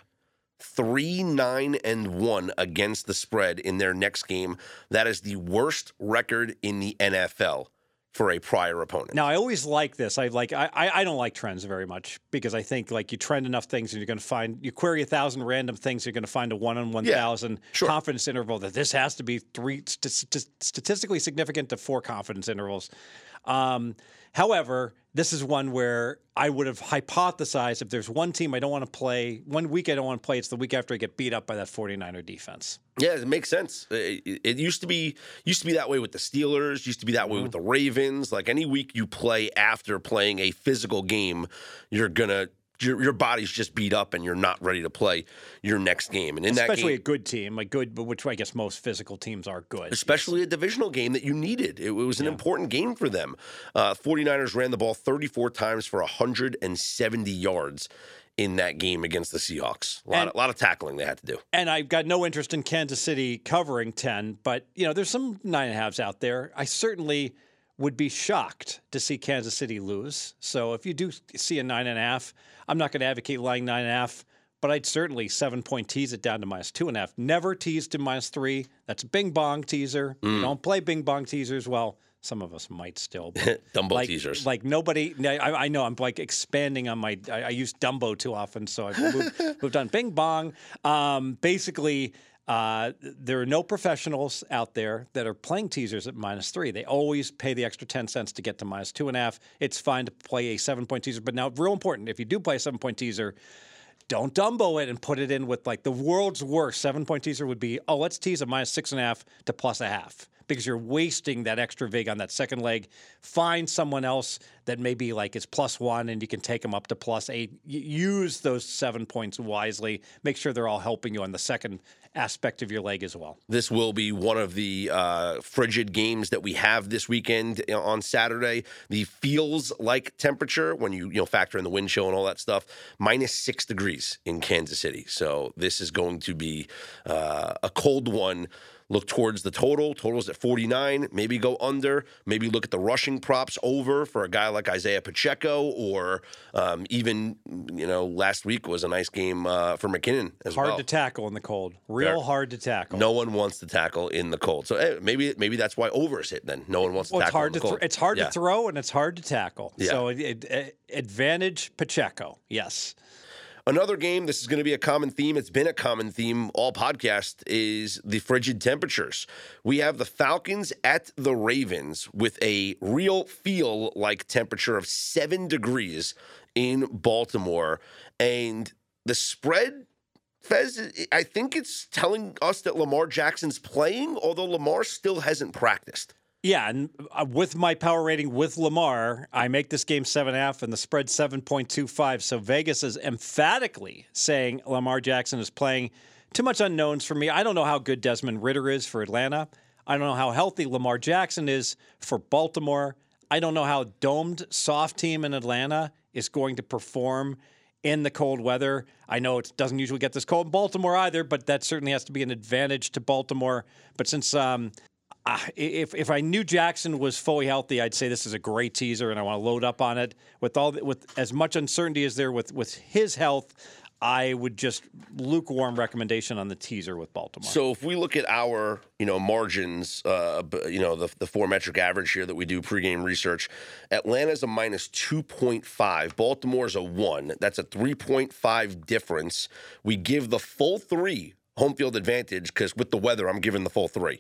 Speaker 2: three nine and one against the spread in their next game. That is the worst record in the NFL for a prior opponent.
Speaker 3: Now, I always like this. I like I I I don't like trends very much because I think like you trend enough things and you're going to find you query a thousand random things you're going to find a one on one
Speaker 2: Yeah,
Speaker 3: thousand
Speaker 2: sure.
Speaker 3: confidence interval that this has to be three st- st- statistically significant to four confidence intervals. Um, however, this is one where I would have hypothesized if there's one team I don't want to play, one week I don't want to play, it's the week after I get beat up by that 49er defense.
Speaker 2: yeah, it makes sense. It, it- it used to be used to be that way with the Steelers. Used to be that way with
Speaker 3: Mm-hmm.
Speaker 2: the Ravens. Like any week you play after playing a physical game, you're gonna. Your, your body's just beat up and you're not ready to play your next game. And in that game,
Speaker 3: Especially a good team, a good, which I guess most physical teams are good.
Speaker 2: especially a divisional game that you needed. It, was an important game for them. Uh, 49ers ran the ball 34 times for 170 yards in that game against the Seahawks. A lot,
Speaker 3: And-
Speaker 2: a lot of tackling they had to do.
Speaker 3: and I've got no interest in Kansas City covering 10, but you know, there's some nine and a halves out there. I certainly would be shocked to see Kansas City lose. So if you do see a nine and a half, I'm not going to advocate lying nine and a half, but I'd certainly seven point tease it down to minus two and a half. Never teased to minus three. That's a bing bong teaser. We Don't play bing bong teasers. Well, some of us might still. But
Speaker 2: Dumbo
Speaker 3: like,
Speaker 2: teasers.
Speaker 3: Like nobody, no, I, I know I'm like expanding on my. I, I use Dumbo too often, so I've moved, moved on. Bing bong. Um, basically, uh, there are no professionals out there that are playing teasers at minus three. They always pay the extra ten cents to get to minus two and a half. It's fine to play a seven point teaser, but now real important. If you do play a seven point teaser. Don't Dumbo it and put it in with like the world's worst seven point teaser would be oh, let's tease a minus six and a half to plus a half because you're wasting that extra vig on that second leg. Find someone else that maybe like is plus one and you can take them up to plus eight. Y- Use those seven points wisely. Make sure they're all helping you on the second aspect of your leg as well.
Speaker 2: This will be one of the uh, frigid games that we have this weekend you know, on Saturday. The feels like temperature when you you know factor in the wind chill and all that stuff minus six degrees in Kansas City. So this is going to be uh, a cold one. Look towards the total. Totals at 49. Maybe go under. Maybe look at the rushing props over for a guy like Isaiah Pacheco, or um, even you know last week was a nice game uh, for McKinnon as
Speaker 3: Hard
Speaker 2: well.
Speaker 3: to tackle in the cold. Real
Speaker 2: Fair.
Speaker 3: hard to tackle.
Speaker 2: No one wants to tackle in the cold. So eh, maybe maybe that's why over is hit. Then no one wants to
Speaker 3: Well, it's
Speaker 2: tackle
Speaker 3: hard
Speaker 2: in the
Speaker 3: to thr
Speaker 2: cold.
Speaker 3: it's hard
Speaker 2: Yeah.
Speaker 3: to throw and it's hard to tackle.
Speaker 2: Yeah.
Speaker 3: So it, it, it- advantage Pacheco. Yes.
Speaker 2: Another game. This is going to be a common theme. It's been a common theme all podcast is the frigid temperatures. We have the Falcons at the Ravens with a real feel like temperature of seven degrees in Baltimore, and the spread Fez, I think it's telling us that Lamar Jackson's playing, although Lamar still hasn't practiced.
Speaker 3: Yeah, and uh, with my power rating with Lamar, I make this game seven and a half and the spread seven point two five. So Vegas is emphatically saying Lamar Jackson is playing. Too much unknowns for me. I don't know how good Desmond Ritter is for Atlanta. I don't know how healthy Lamar Jackson is for Baltimore. I don't know how domed soft team in Atlanta is going to perform in the cold weather. I know it doesn't usually get this cold in Baltimore either, but that certainly has to be an advantage to Baltimore. But since um, uh, if if I knew Jackson was fully healthy, I'd say this is a great teaser, and I want to load up on it with all the, with as much uncertainty as there with with his health. I would just lukewarm recommendation on the teaser with Baltimore.
Speaker 2: So if we look at our, you know, margins, uh, b- you know, the, the four metric average here that we do pregame research, Atlanta's a minus 2.5. Baltimore's a one. That's a 3.5 difference. We give the full three home field advantage because with the weather, I'm giving the full 3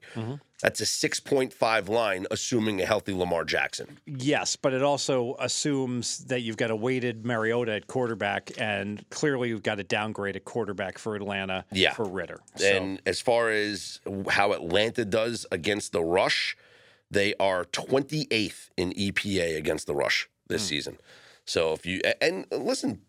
Speaker 2: That's a 6.5 line, assuming a healthy Lamar Jackson.
Speaker 3: yes, but it also assumes that you've got a weighted Mariota at quarterback, and clearly you've got a downgrade at quarterback for Atlanta
Speaker 2: Yeah.
Speaker 3: for Ritter. So-
Speaker 2: And as far as how Atlanta does against the rush, they are 28th in EPA against the rush this season. So if you and uh, listen,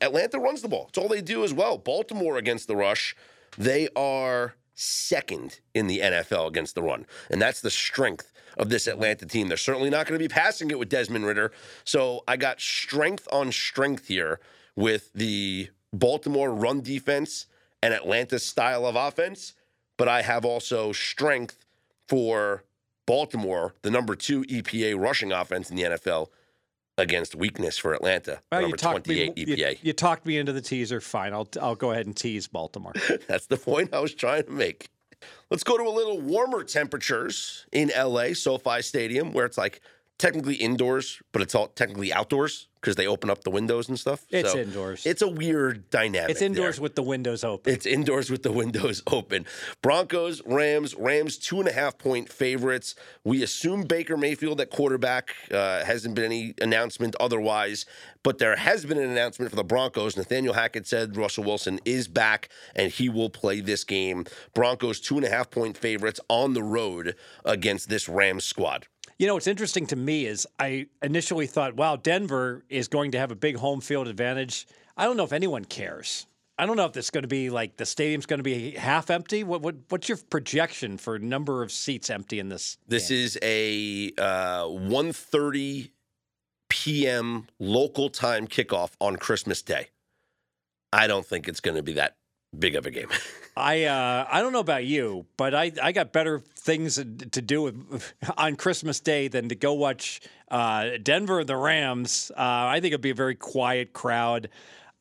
Speaker 2: Atlanta runs the ball. It's all they do as well. Baltimore against the rush, they are second in the NFL against the run. And that's the strength of this Atlanta team. They're certainly not going to be passing it with Desmond Ritter. So I got strength on strength here with the Baltimore run defense and Atlanta's style of offense, but I have also strength for Baltimore, the number two EPA rushing offense in the NFL, against weakness for Atlanta, the
Speaker 3: Well, you
Speaker 2: number E
Speaker 3: talked me.
Speaker 2: 28
Speaker 3: You,
Speaker 2: EPA.
Speaker 3: you talked me into the teaser. Fine, I'll I'll go ahead and tease Baltimore.
Speaker 2: That's the point I was trying to make. Let's go to a little warmer temperatures in LA, SoFi Stadium, where it's like technically indoors, but it's all technically outdoors because they open up the windows and stuff.
Speaker 3: It's indoors.
Speaker 2: It's a weird dynamic.
Speaker 3: It's indoors
Speaker 2: there.
Speaker 3: with the windows open.
Speaker 2: It's indoors with the windows open. Broncos, Rams, Rams, two and a half point favorites. We assume Baker Mayfield at quarterback. Uh, hasn't been any announcement otherwise, but there has been an announcement for the Broncos. Nathaniel Hackett said Russell Wilson is back and he will play this game. Broncos, two and a half point favorites on the road against this Rams squad.
Speaker 3: You know, what's interesting to me is I initially thought, wow, Denver is going to have a big home field advantage. I don't know if anyone cares. I don't know if it's going to be like the stadium's going to be half empty. What, what what's your projection for number of seats empty in this?
Speaker 2: This is a uh, 1.30 p.m. local time kickoff on Christmas Day. I don't think it's going to be that big of a game.
Speaker 3: I uh, I don't know about you, but I, I got better things to do with, on Christmas Day than to go watch uh, Denver and the Rams. Uh, I think it'd be a very quiet crowd.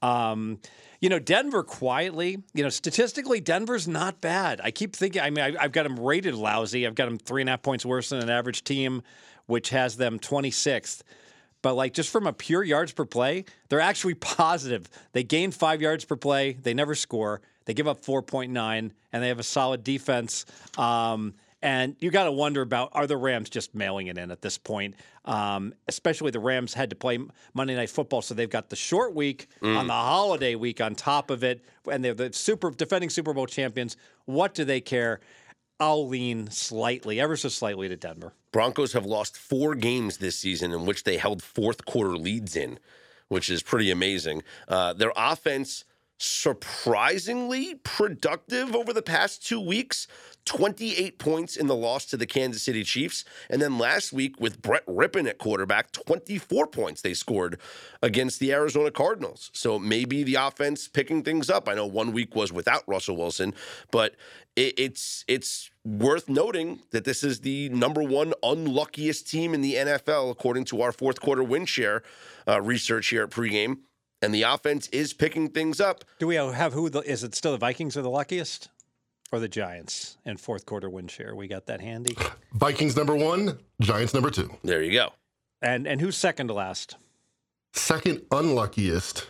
Speaker 3: Um, you know, Denver quietly, you know, statistically, Denver's not bad. I keep thinking, I mean, I, I've got them rated lousy. I've got them three and a half points worse than an average team, which has them 26th. But like just from a pure yards per play, they're actually positive. They gain five yards per play. They never score. They give up 4.9, and they have a solid defense. Um, and you got to wonder about are the Rams just mailing it in at this point? Um, especially the Rams had to play Monday Night Football, so they've got the short week on the holiday week on top of it, and they're the super defending Super Bowl champions. What do they care? I'll lean slightly, ever so slightly, to Denver.
Speaker 2: Broncos have lost four games this season in which they held fourth quarter leads in, which is pretty amazing. Uh, their offense surprisingly productive over the past two weeks 28 points in the loss to the Kansas City Chiefs. And then last week, with Brett Rippon at quarterback, 24 points they scored against the Arizona Cardinals. So maybe the offense picking things up. I know one week was without Russell Wilson, but it, it's it's worth noting that this is the number one unluckiest team in the NFL according to our fourth quarter win share uh, research here at pregame, and the offense is picking things up.
Speaker 3: Do we have who? The, is it still the Vikings are the luckiest, or the Giants in fourth quarter win share? We got that handy.
Speaker 4: Vikings number one, Giants number two.
Speaker 2: There you go.
Speaker 3: And and who's second to last?
Speaker 4: Second unluckiest,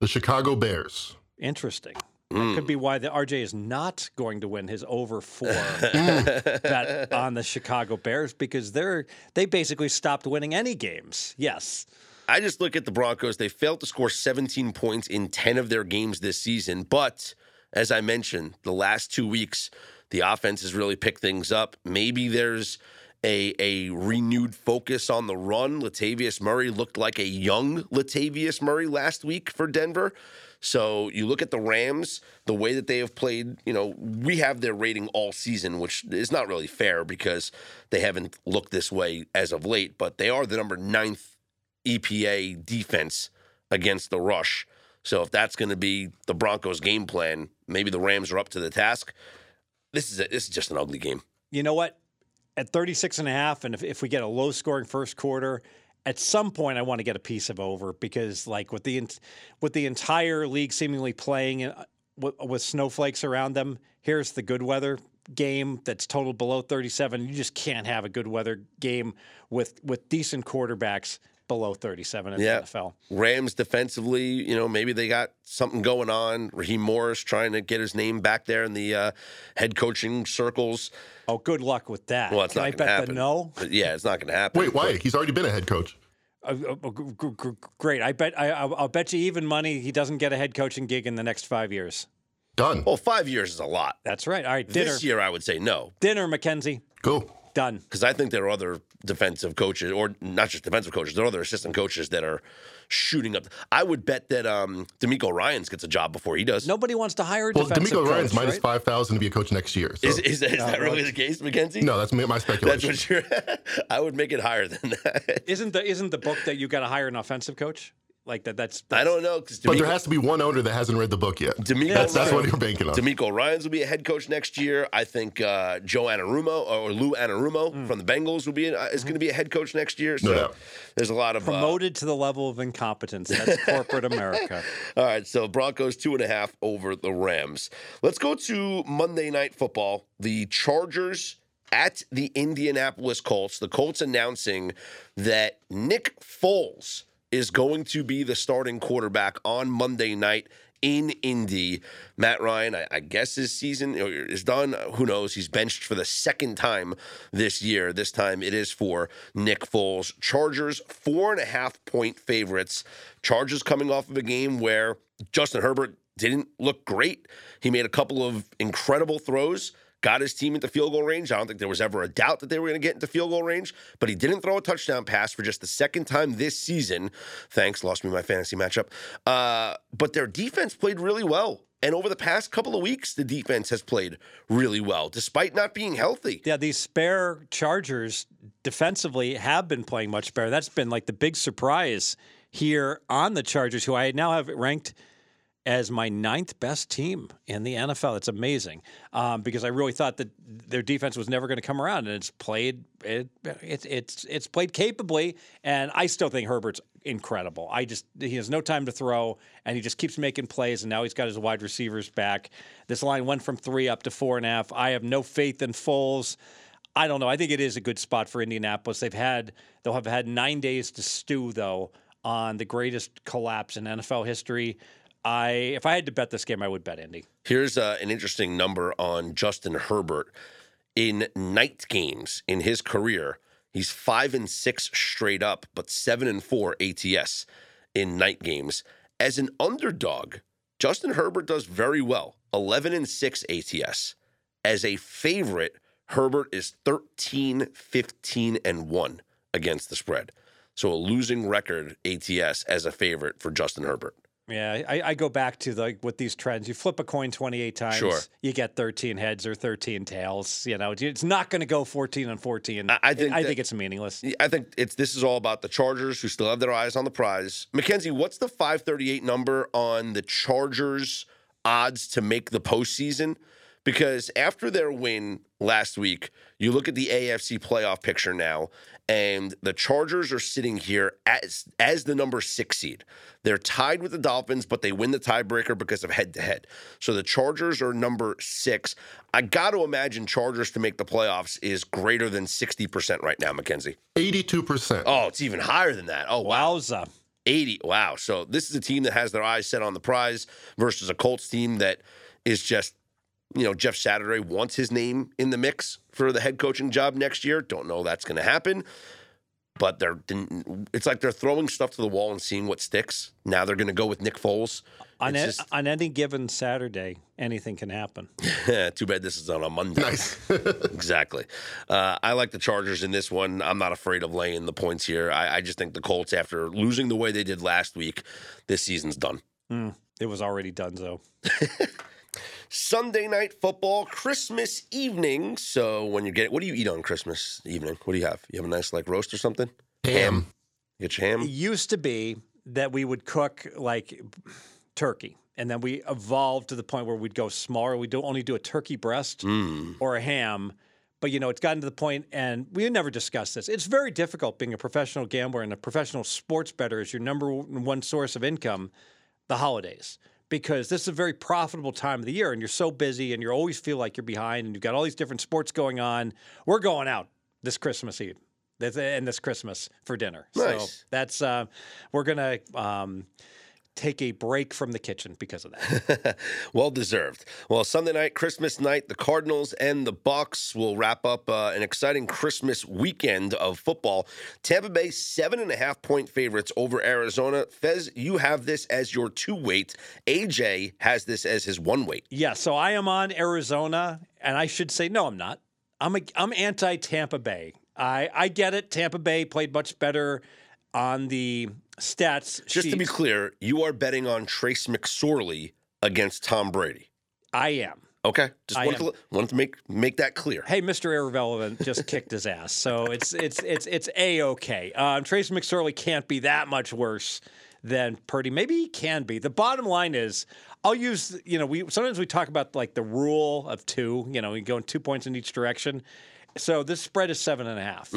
Speaker 4: the Chicago Bears.
Speaker 3: Interesting. That could be why the RJ is not going to win his over four
Speaker 2: Hmm.
Speaker 3: bet on the Chicago Bears because they're they basically stopped winning any games. Yes,
Speaker 2: I just look at the Broncos. They failed to score 17 points in 10 of their games this season. But as I mentioned, the last two weeks, the offense has really picked things up. Maybe there's a, a renewed focus on the run. Latavius Murray looked like a young Latavius Murray last week for Denver. So you look at the Rams, the way that they have played, you know, we have their rating all season, which is not really fair because they haven't looked this way as of late, but they are the number ninth EPA E defense against the rush. So if that's going to be the Broncos' game plan, maybe the Rams are up to the task. This is a, this is just an ugly game.
Speaker 3: you know what? At 36 and a half, and if, if we get a low scoring first quarter, at some point I want to get a piece of over because like with the en- with the entire league seemingly playing in- with, with snowflakes around them, here's the good weather game that's total below 37. You just can't have a good weather game with with decent quarterbacks below 37 in
Speaker 2: Yeah.
Speaker 3: the NFL.
Speaker 2: Rams defensively, you know, maybe they got something going on. Raheem Morris trying to get his name back there in the uh, head coaching circles.
Speaker 3: Oh, good luck with that.
Speaker 2: Well, it's
Speaker 3: Can
Speaker 2: not
Speaker 3: I
Speaker 2: going to
Speaker 3: bet
Speaker 2: happen.
Speaker 3: the no.
Speaker 2: But yeah, it's not going to happen.
Speaker 4: Wait, why? He's already been a head coach.
Speaker 3: Uh, uh, uh, gr- gr- gr- Great. I bet I, I'll I'll bet you even money he doesn't get a head coaching gig in the next five years.
Speaker 4: Done.
Speaker 2: Well, five years is a lot.
Speaker 3: That's right. All right, dinner,
Speaker 2: This year, I would say no,
Speaker 3: dinner, McKenzie,
Speaker 4: Cool.
Speaker 3: done.
Speaker 2: because I think there are other defensive coaches, or not just defensive coaches, there are other assistant coaches that are shooting up. I would bet that um, D'Amico Ryan's gets a job before he does.
Speaker 3: Nobody wants to hire a
Speaker 4: Well,
Speaker 3: defensive
Speaker 4: D'Amico
Speaker 3: coach,
Speaker 4: Ryan's minus
Speaker 3: right?
Speaker 4: 5,000 to be a coach next year. So.
Speaker 2: Is, is, that- is that really the case, McKenzie?
Speaker 4: no, that's my my speculation.
Speaker 2: That's what you're. I would make it higher than that.
Speaker 3: Isn't the isn't the book that you got to hire an offensive coach like that? That's,
Speaker 2: I don't uh, know because
Speaker 4: but there
Speaker 2: D'Amico,
Speaker 4: has to be one owner that hasn't read the book yet.
Speaker 2: D'Amico
Speaker 4: that's that's
Speaker 2: Ryan-
Speaker 4: what you're banking on.
Speaker 2: D'Amico Ryan's will be a head coach next year. I think uh, Joe Anarumo or Lou Anarumo from the Bengals will be uh, is going to be a head coach next year. So
Speaker 4: doubt.
Speaker 2: there's a lot of uh,
Speaker 3: promoted to the level of incompetence. That's corporate America.
Speaker 2: All right, so Broncos two and a half over the Rams. Let's go to Monday Night Football. The Chargers at the Indianapolis Colts. The Colts announcing that Nick Foles is going to be the starting quarterback on Monday night in Indy. Matt Ryan, I, I guess his season is done. Who knows? He's benched for the second time this year. This time it is for Nick Foles. Chargers, four and a half point favorites. Chargers coming off of a game where Justin Herbert didn't look great. He made a couple of incredible throws. Got his team into field goal range. I don't think there was ever a doubt that they were going to get into field goal range, but he didn't throw a touchdown pass for just the second time this season. Thanks, lost me my fantasy matchup. Uh, but their defense played really well. And over the past couple of weeks, the defense has played really well, despite not being healthy.
Speaker 3: Yeah, these spare Chargers defensively have been playing much better. That's been like the big surprise here on the Chargers, who I now have ranked as my ninth best team in the NFL. It's amazing um, because I really thought that their defense was never going to come around, and it's played it, it, it's it's played capably. And I still think Herbert's incredible. I just he has no time to throw, and he just keeps making plays. And now he's got his wide receivers back. This line went from three up to four and a half. I have no faith in Foles. I don't know. I think it is a good spot for Indianapolis. They've had they'll have had nine days to stew though on the greatest collapse in NFL history. I if I had to bet this game, I would bet Indy.
Speaker 2: Here's uh, an interesting number on Justin Herbert. In night games in his career, he's five and six straight up, but seven and four ATS in night games. As an underdog, Justin Herbert does very well, 11 and six ATS. As a favorite, Herbert is 13, 15, and one against the spread. So a losing record ATS as a favorite for Justin Herbert.
Speaker 3: Yeah, I, I go back to like with these trends. You flip a coin twenty eight times,
Speaker 2: Sure.
Speaker 3: you get thirteen heads or thirteen tails. You know, it's not going to go fourteen on fourteen.
Speaker 2: I- I think
Speaker 3: I
Speaker 2: that-
Speaker 3: think it's meaningless.
Speaker 2: Yeah, I think it's this is all about the Chargers who still have their eyes on the prize. Mackenzie, what's the 538 number on the Chargers odds to make the postseason? Because after their win last week, you look at the AFC playoff picture now, and the Chargers are sitting here as as the number six seed. They're tied with the Dolphins, but they win the tiebreaker because of head to head. So the Chargers are number six. I got to imagine Chargers to make the playoffs is greater than 60% right now, Mackenzie.
Speaker 4: 82%.
Speaker 2: Oh, it's even higher than that. Oh, wow.
Speaker 3: Wowza!
Speaker 2: 80. Wow. So this is a team that has their eyes set on the prize versus a Colts team that is just, you know, Jeff Saturday wants his name in the mix for the head coaching job next year. Don't know that's going to happen. But they're it's like they're throwing stuff to the wall and seeing what sticks. Now they're going to go with Nick Foles.
Speaker 3: On,
Speaker 2: It's
Speaker 3: a- on any given Saturday, anything can happen.
Speaker 2: just too bad this is on a Monday.
Speaker 4: Nice.
Speaker 2: Exactly. Uh, I like the Chargers in this one. I'm not afraid of laying the points here. I, I just think the Colts, after losing the way they did last week, this season's done.
Speaker 3: It was already done, so
Speaker 2: Sunday night football, Christmas evening. So when you get, what do you eat on Christmas evening? What do you have? You have a nice like roast or something?
Speaker 4: Ham.
Speaker 2: You get your ham.
Speaker 3: It used to be that we would cook like turkey, and then we evolved to the point where we'd go smaller. We don't only do a turkey breast
Speaker 2: Hmm.
Speaker 3: or a ham, but you know it's gotten to the point, and we never discussed this. It's very difficult being a professional gambler and a professional sports bettor as your number one source of income. The holidays. Because this is a very profitable time of the year, and you're so busy, and you always feel like you're behind, and you've got all these different sports going on. We're going out this Christmas Eve, this- and this Christmas for dinner. So
Speaker 2: Nice.
Speaker 3: that's uh, we're gonna um, take a break from the kitchen because of that.
Speaker 2: well deserved. Well, Sunday night, Christmas night, the Cardinals and the Bucks will wrap up uh, an exciting Christmas weekend of football. Tampa Bay seven and a half point favorites over Arizona. Fez, you have this as your two weight. AJ has this as his one weight.
Speaker 3: yeah. So I am on Arizona, and I should say no, I'm not. I'm a, I'm anti Tampa Bay. I I get it. Tampa Bay played much better on the stats.
Speaker 2: Just to be
Speaker 3: sheet.
Speaker 2: clear, you are betting on Trace McSorley against Tom Brady.
Speaker 3: I am.
Speaker 2: Okay, just
Speaker 3: I
Speaker 2: wanted to, wanted to make make that clear.
Speaker 3: Hey, Mr. Irrelevant just kicked his ass, so it's it's it's it's a okay. Um, Trace McSorley can't be that much worse than Purdy. Maybe he can be. The bottom line is, I'll use you know we sometimes we talk about like the rule of two. You know, you go in two points in each direction. So this spread is seven and a half.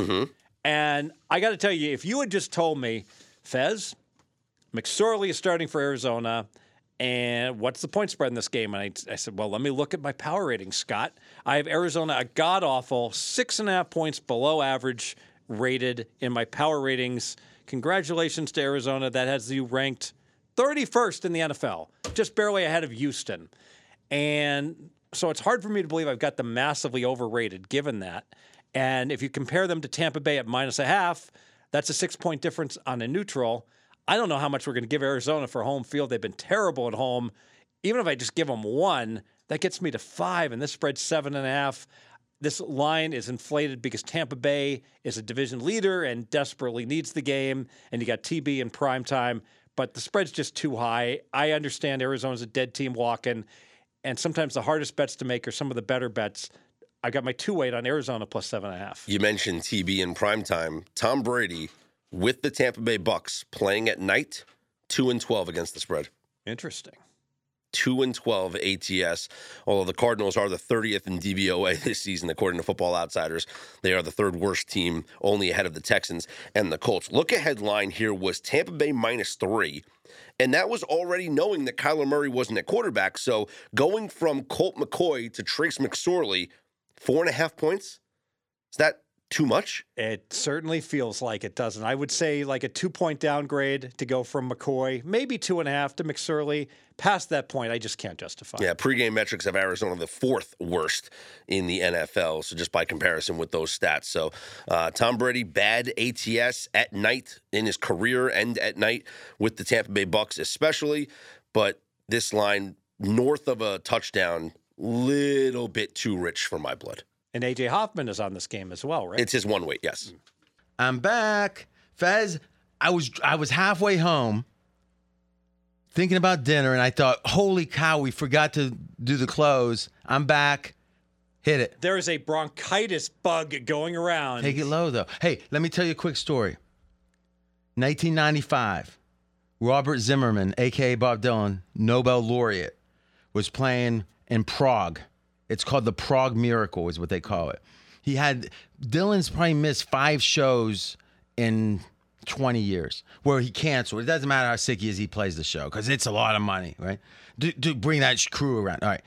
Speaker 3: and I got to tell you, if you had just told me, Fez, McSorley is starting for Arizona. And what's the point spread in this game? And I, I said, well, let me look at my power rating, Scott. I have Arizona a god awful six and a half points below average rated in my power ratings. Congratulations to Arizona. That has you ranked 31st in the NFL, just barely ahead of Houston. And so it's hard for me to believe I've got them massively overrated given that. And if you compare them to Tampa Bay at minus a half, that's a six point difference on a neutral. I don't know how much we're going to give Arizona for home field. They've been terrible at home. Even if I just give them one, that gets me to five, and this spread's seven and a half. This line is inflated because Tampa Bay is a division leader and desperately needs the game, and you got TB in prime time. But the spread's just too high. I understand Arizona's a dead team walking and sometimes the hardest bets to make are some of the better bets. I got my two weight on Arizona plus seven and a half.
Speaker 2: You mentioned TB in primetime. Tom Brady with the Tampa Bay Bucks playing at night, two and twelve against the spread.
Speaker 3: Interesting.
Speaker 2: two and twelve ATS. Although the Cardinals are the thirtieth in DVOA this season, according to Football Outsiders, they are the third worst team, only ahead of the Texans and the Colts. Look ahead line here was Tampa Bay minus three. And that was already knowing that Kyler Murray wasn't at quarterback. So going from Colt McCoy to Trace McSorley, four and a half points? Is that too much?
Speaker 3: It certainly feels like it doesn't. I would say like a two point downgrade to go from McCoy, maybe two and a half to McSurley. Past that point, I just can't justify.
Speaker 2: Yeah, pregame metrics of Arizona the fourth worst in the NFL. So just by comparison with those stats, so uh, Tom Brady bad ATS at night in his career and at night with the Tampa Bay Bucks especially, but this line north of a touchdown, little bit too rich for my blood.
Speaker 3: And AJ Hoffman is on this game as well, right?
Speaker 2: It's his one weight, yes.
Speaker 1: I'm back. Fez, I was I was halfway home thinking about dinner and I thought, holy cow, we forgot to do the close. I'm back. Hit it.
Speaker 3: there is a bronchitis bug going around.
Speaker 1: Take it low though. Hey, let me tell you a quick story. 1995, Robert Zimmerman, aka Bob Dylan, Nobel laureate, was playing in Prague. It's called the Prague Miracle, is what they call it. He had Dylan's probably missed five shows in 20 years where he canceled. It doesn't matter how sick he is, he plays the show because it's a lot of money, right? To, to bring that crew around. All right.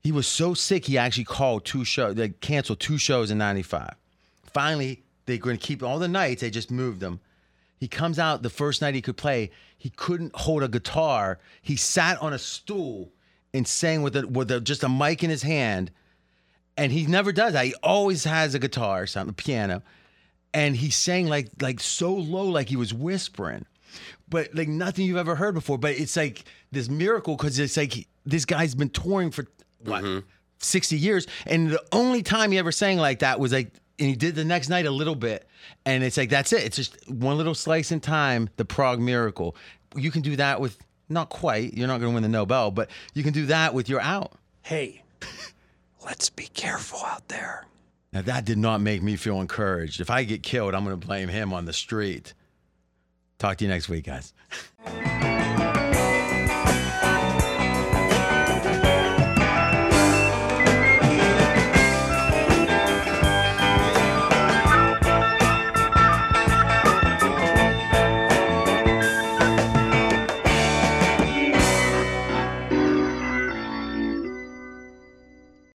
Speaker 1: He was so sick he actually called two shows, they canceled two shows in 95 finally they were going to keep all the nights they just moved them he comes out the first night he could play he couldn't hold a guitar he sat on a stool and sang with a, with a, just a mic in his hand and he never does that he always has a guitar or something a piano and he sang like like so low like he was whispering but like nothing you've ever heard before but it's like this miracle because it's like this guy's been touring for what 60 years and the only time he ever sang like that was like and he did the next night a little bit and it's like that's it it's just one little slice in time the prague miracle you can do that with not quite you're not going to win the nobel but you can do that with your out
Speaker 3: hey, let's be careful out there.
Speaker 1: now that did not make me feel encouraged if i get killed i'm going to blame him on the street talk to you next week guys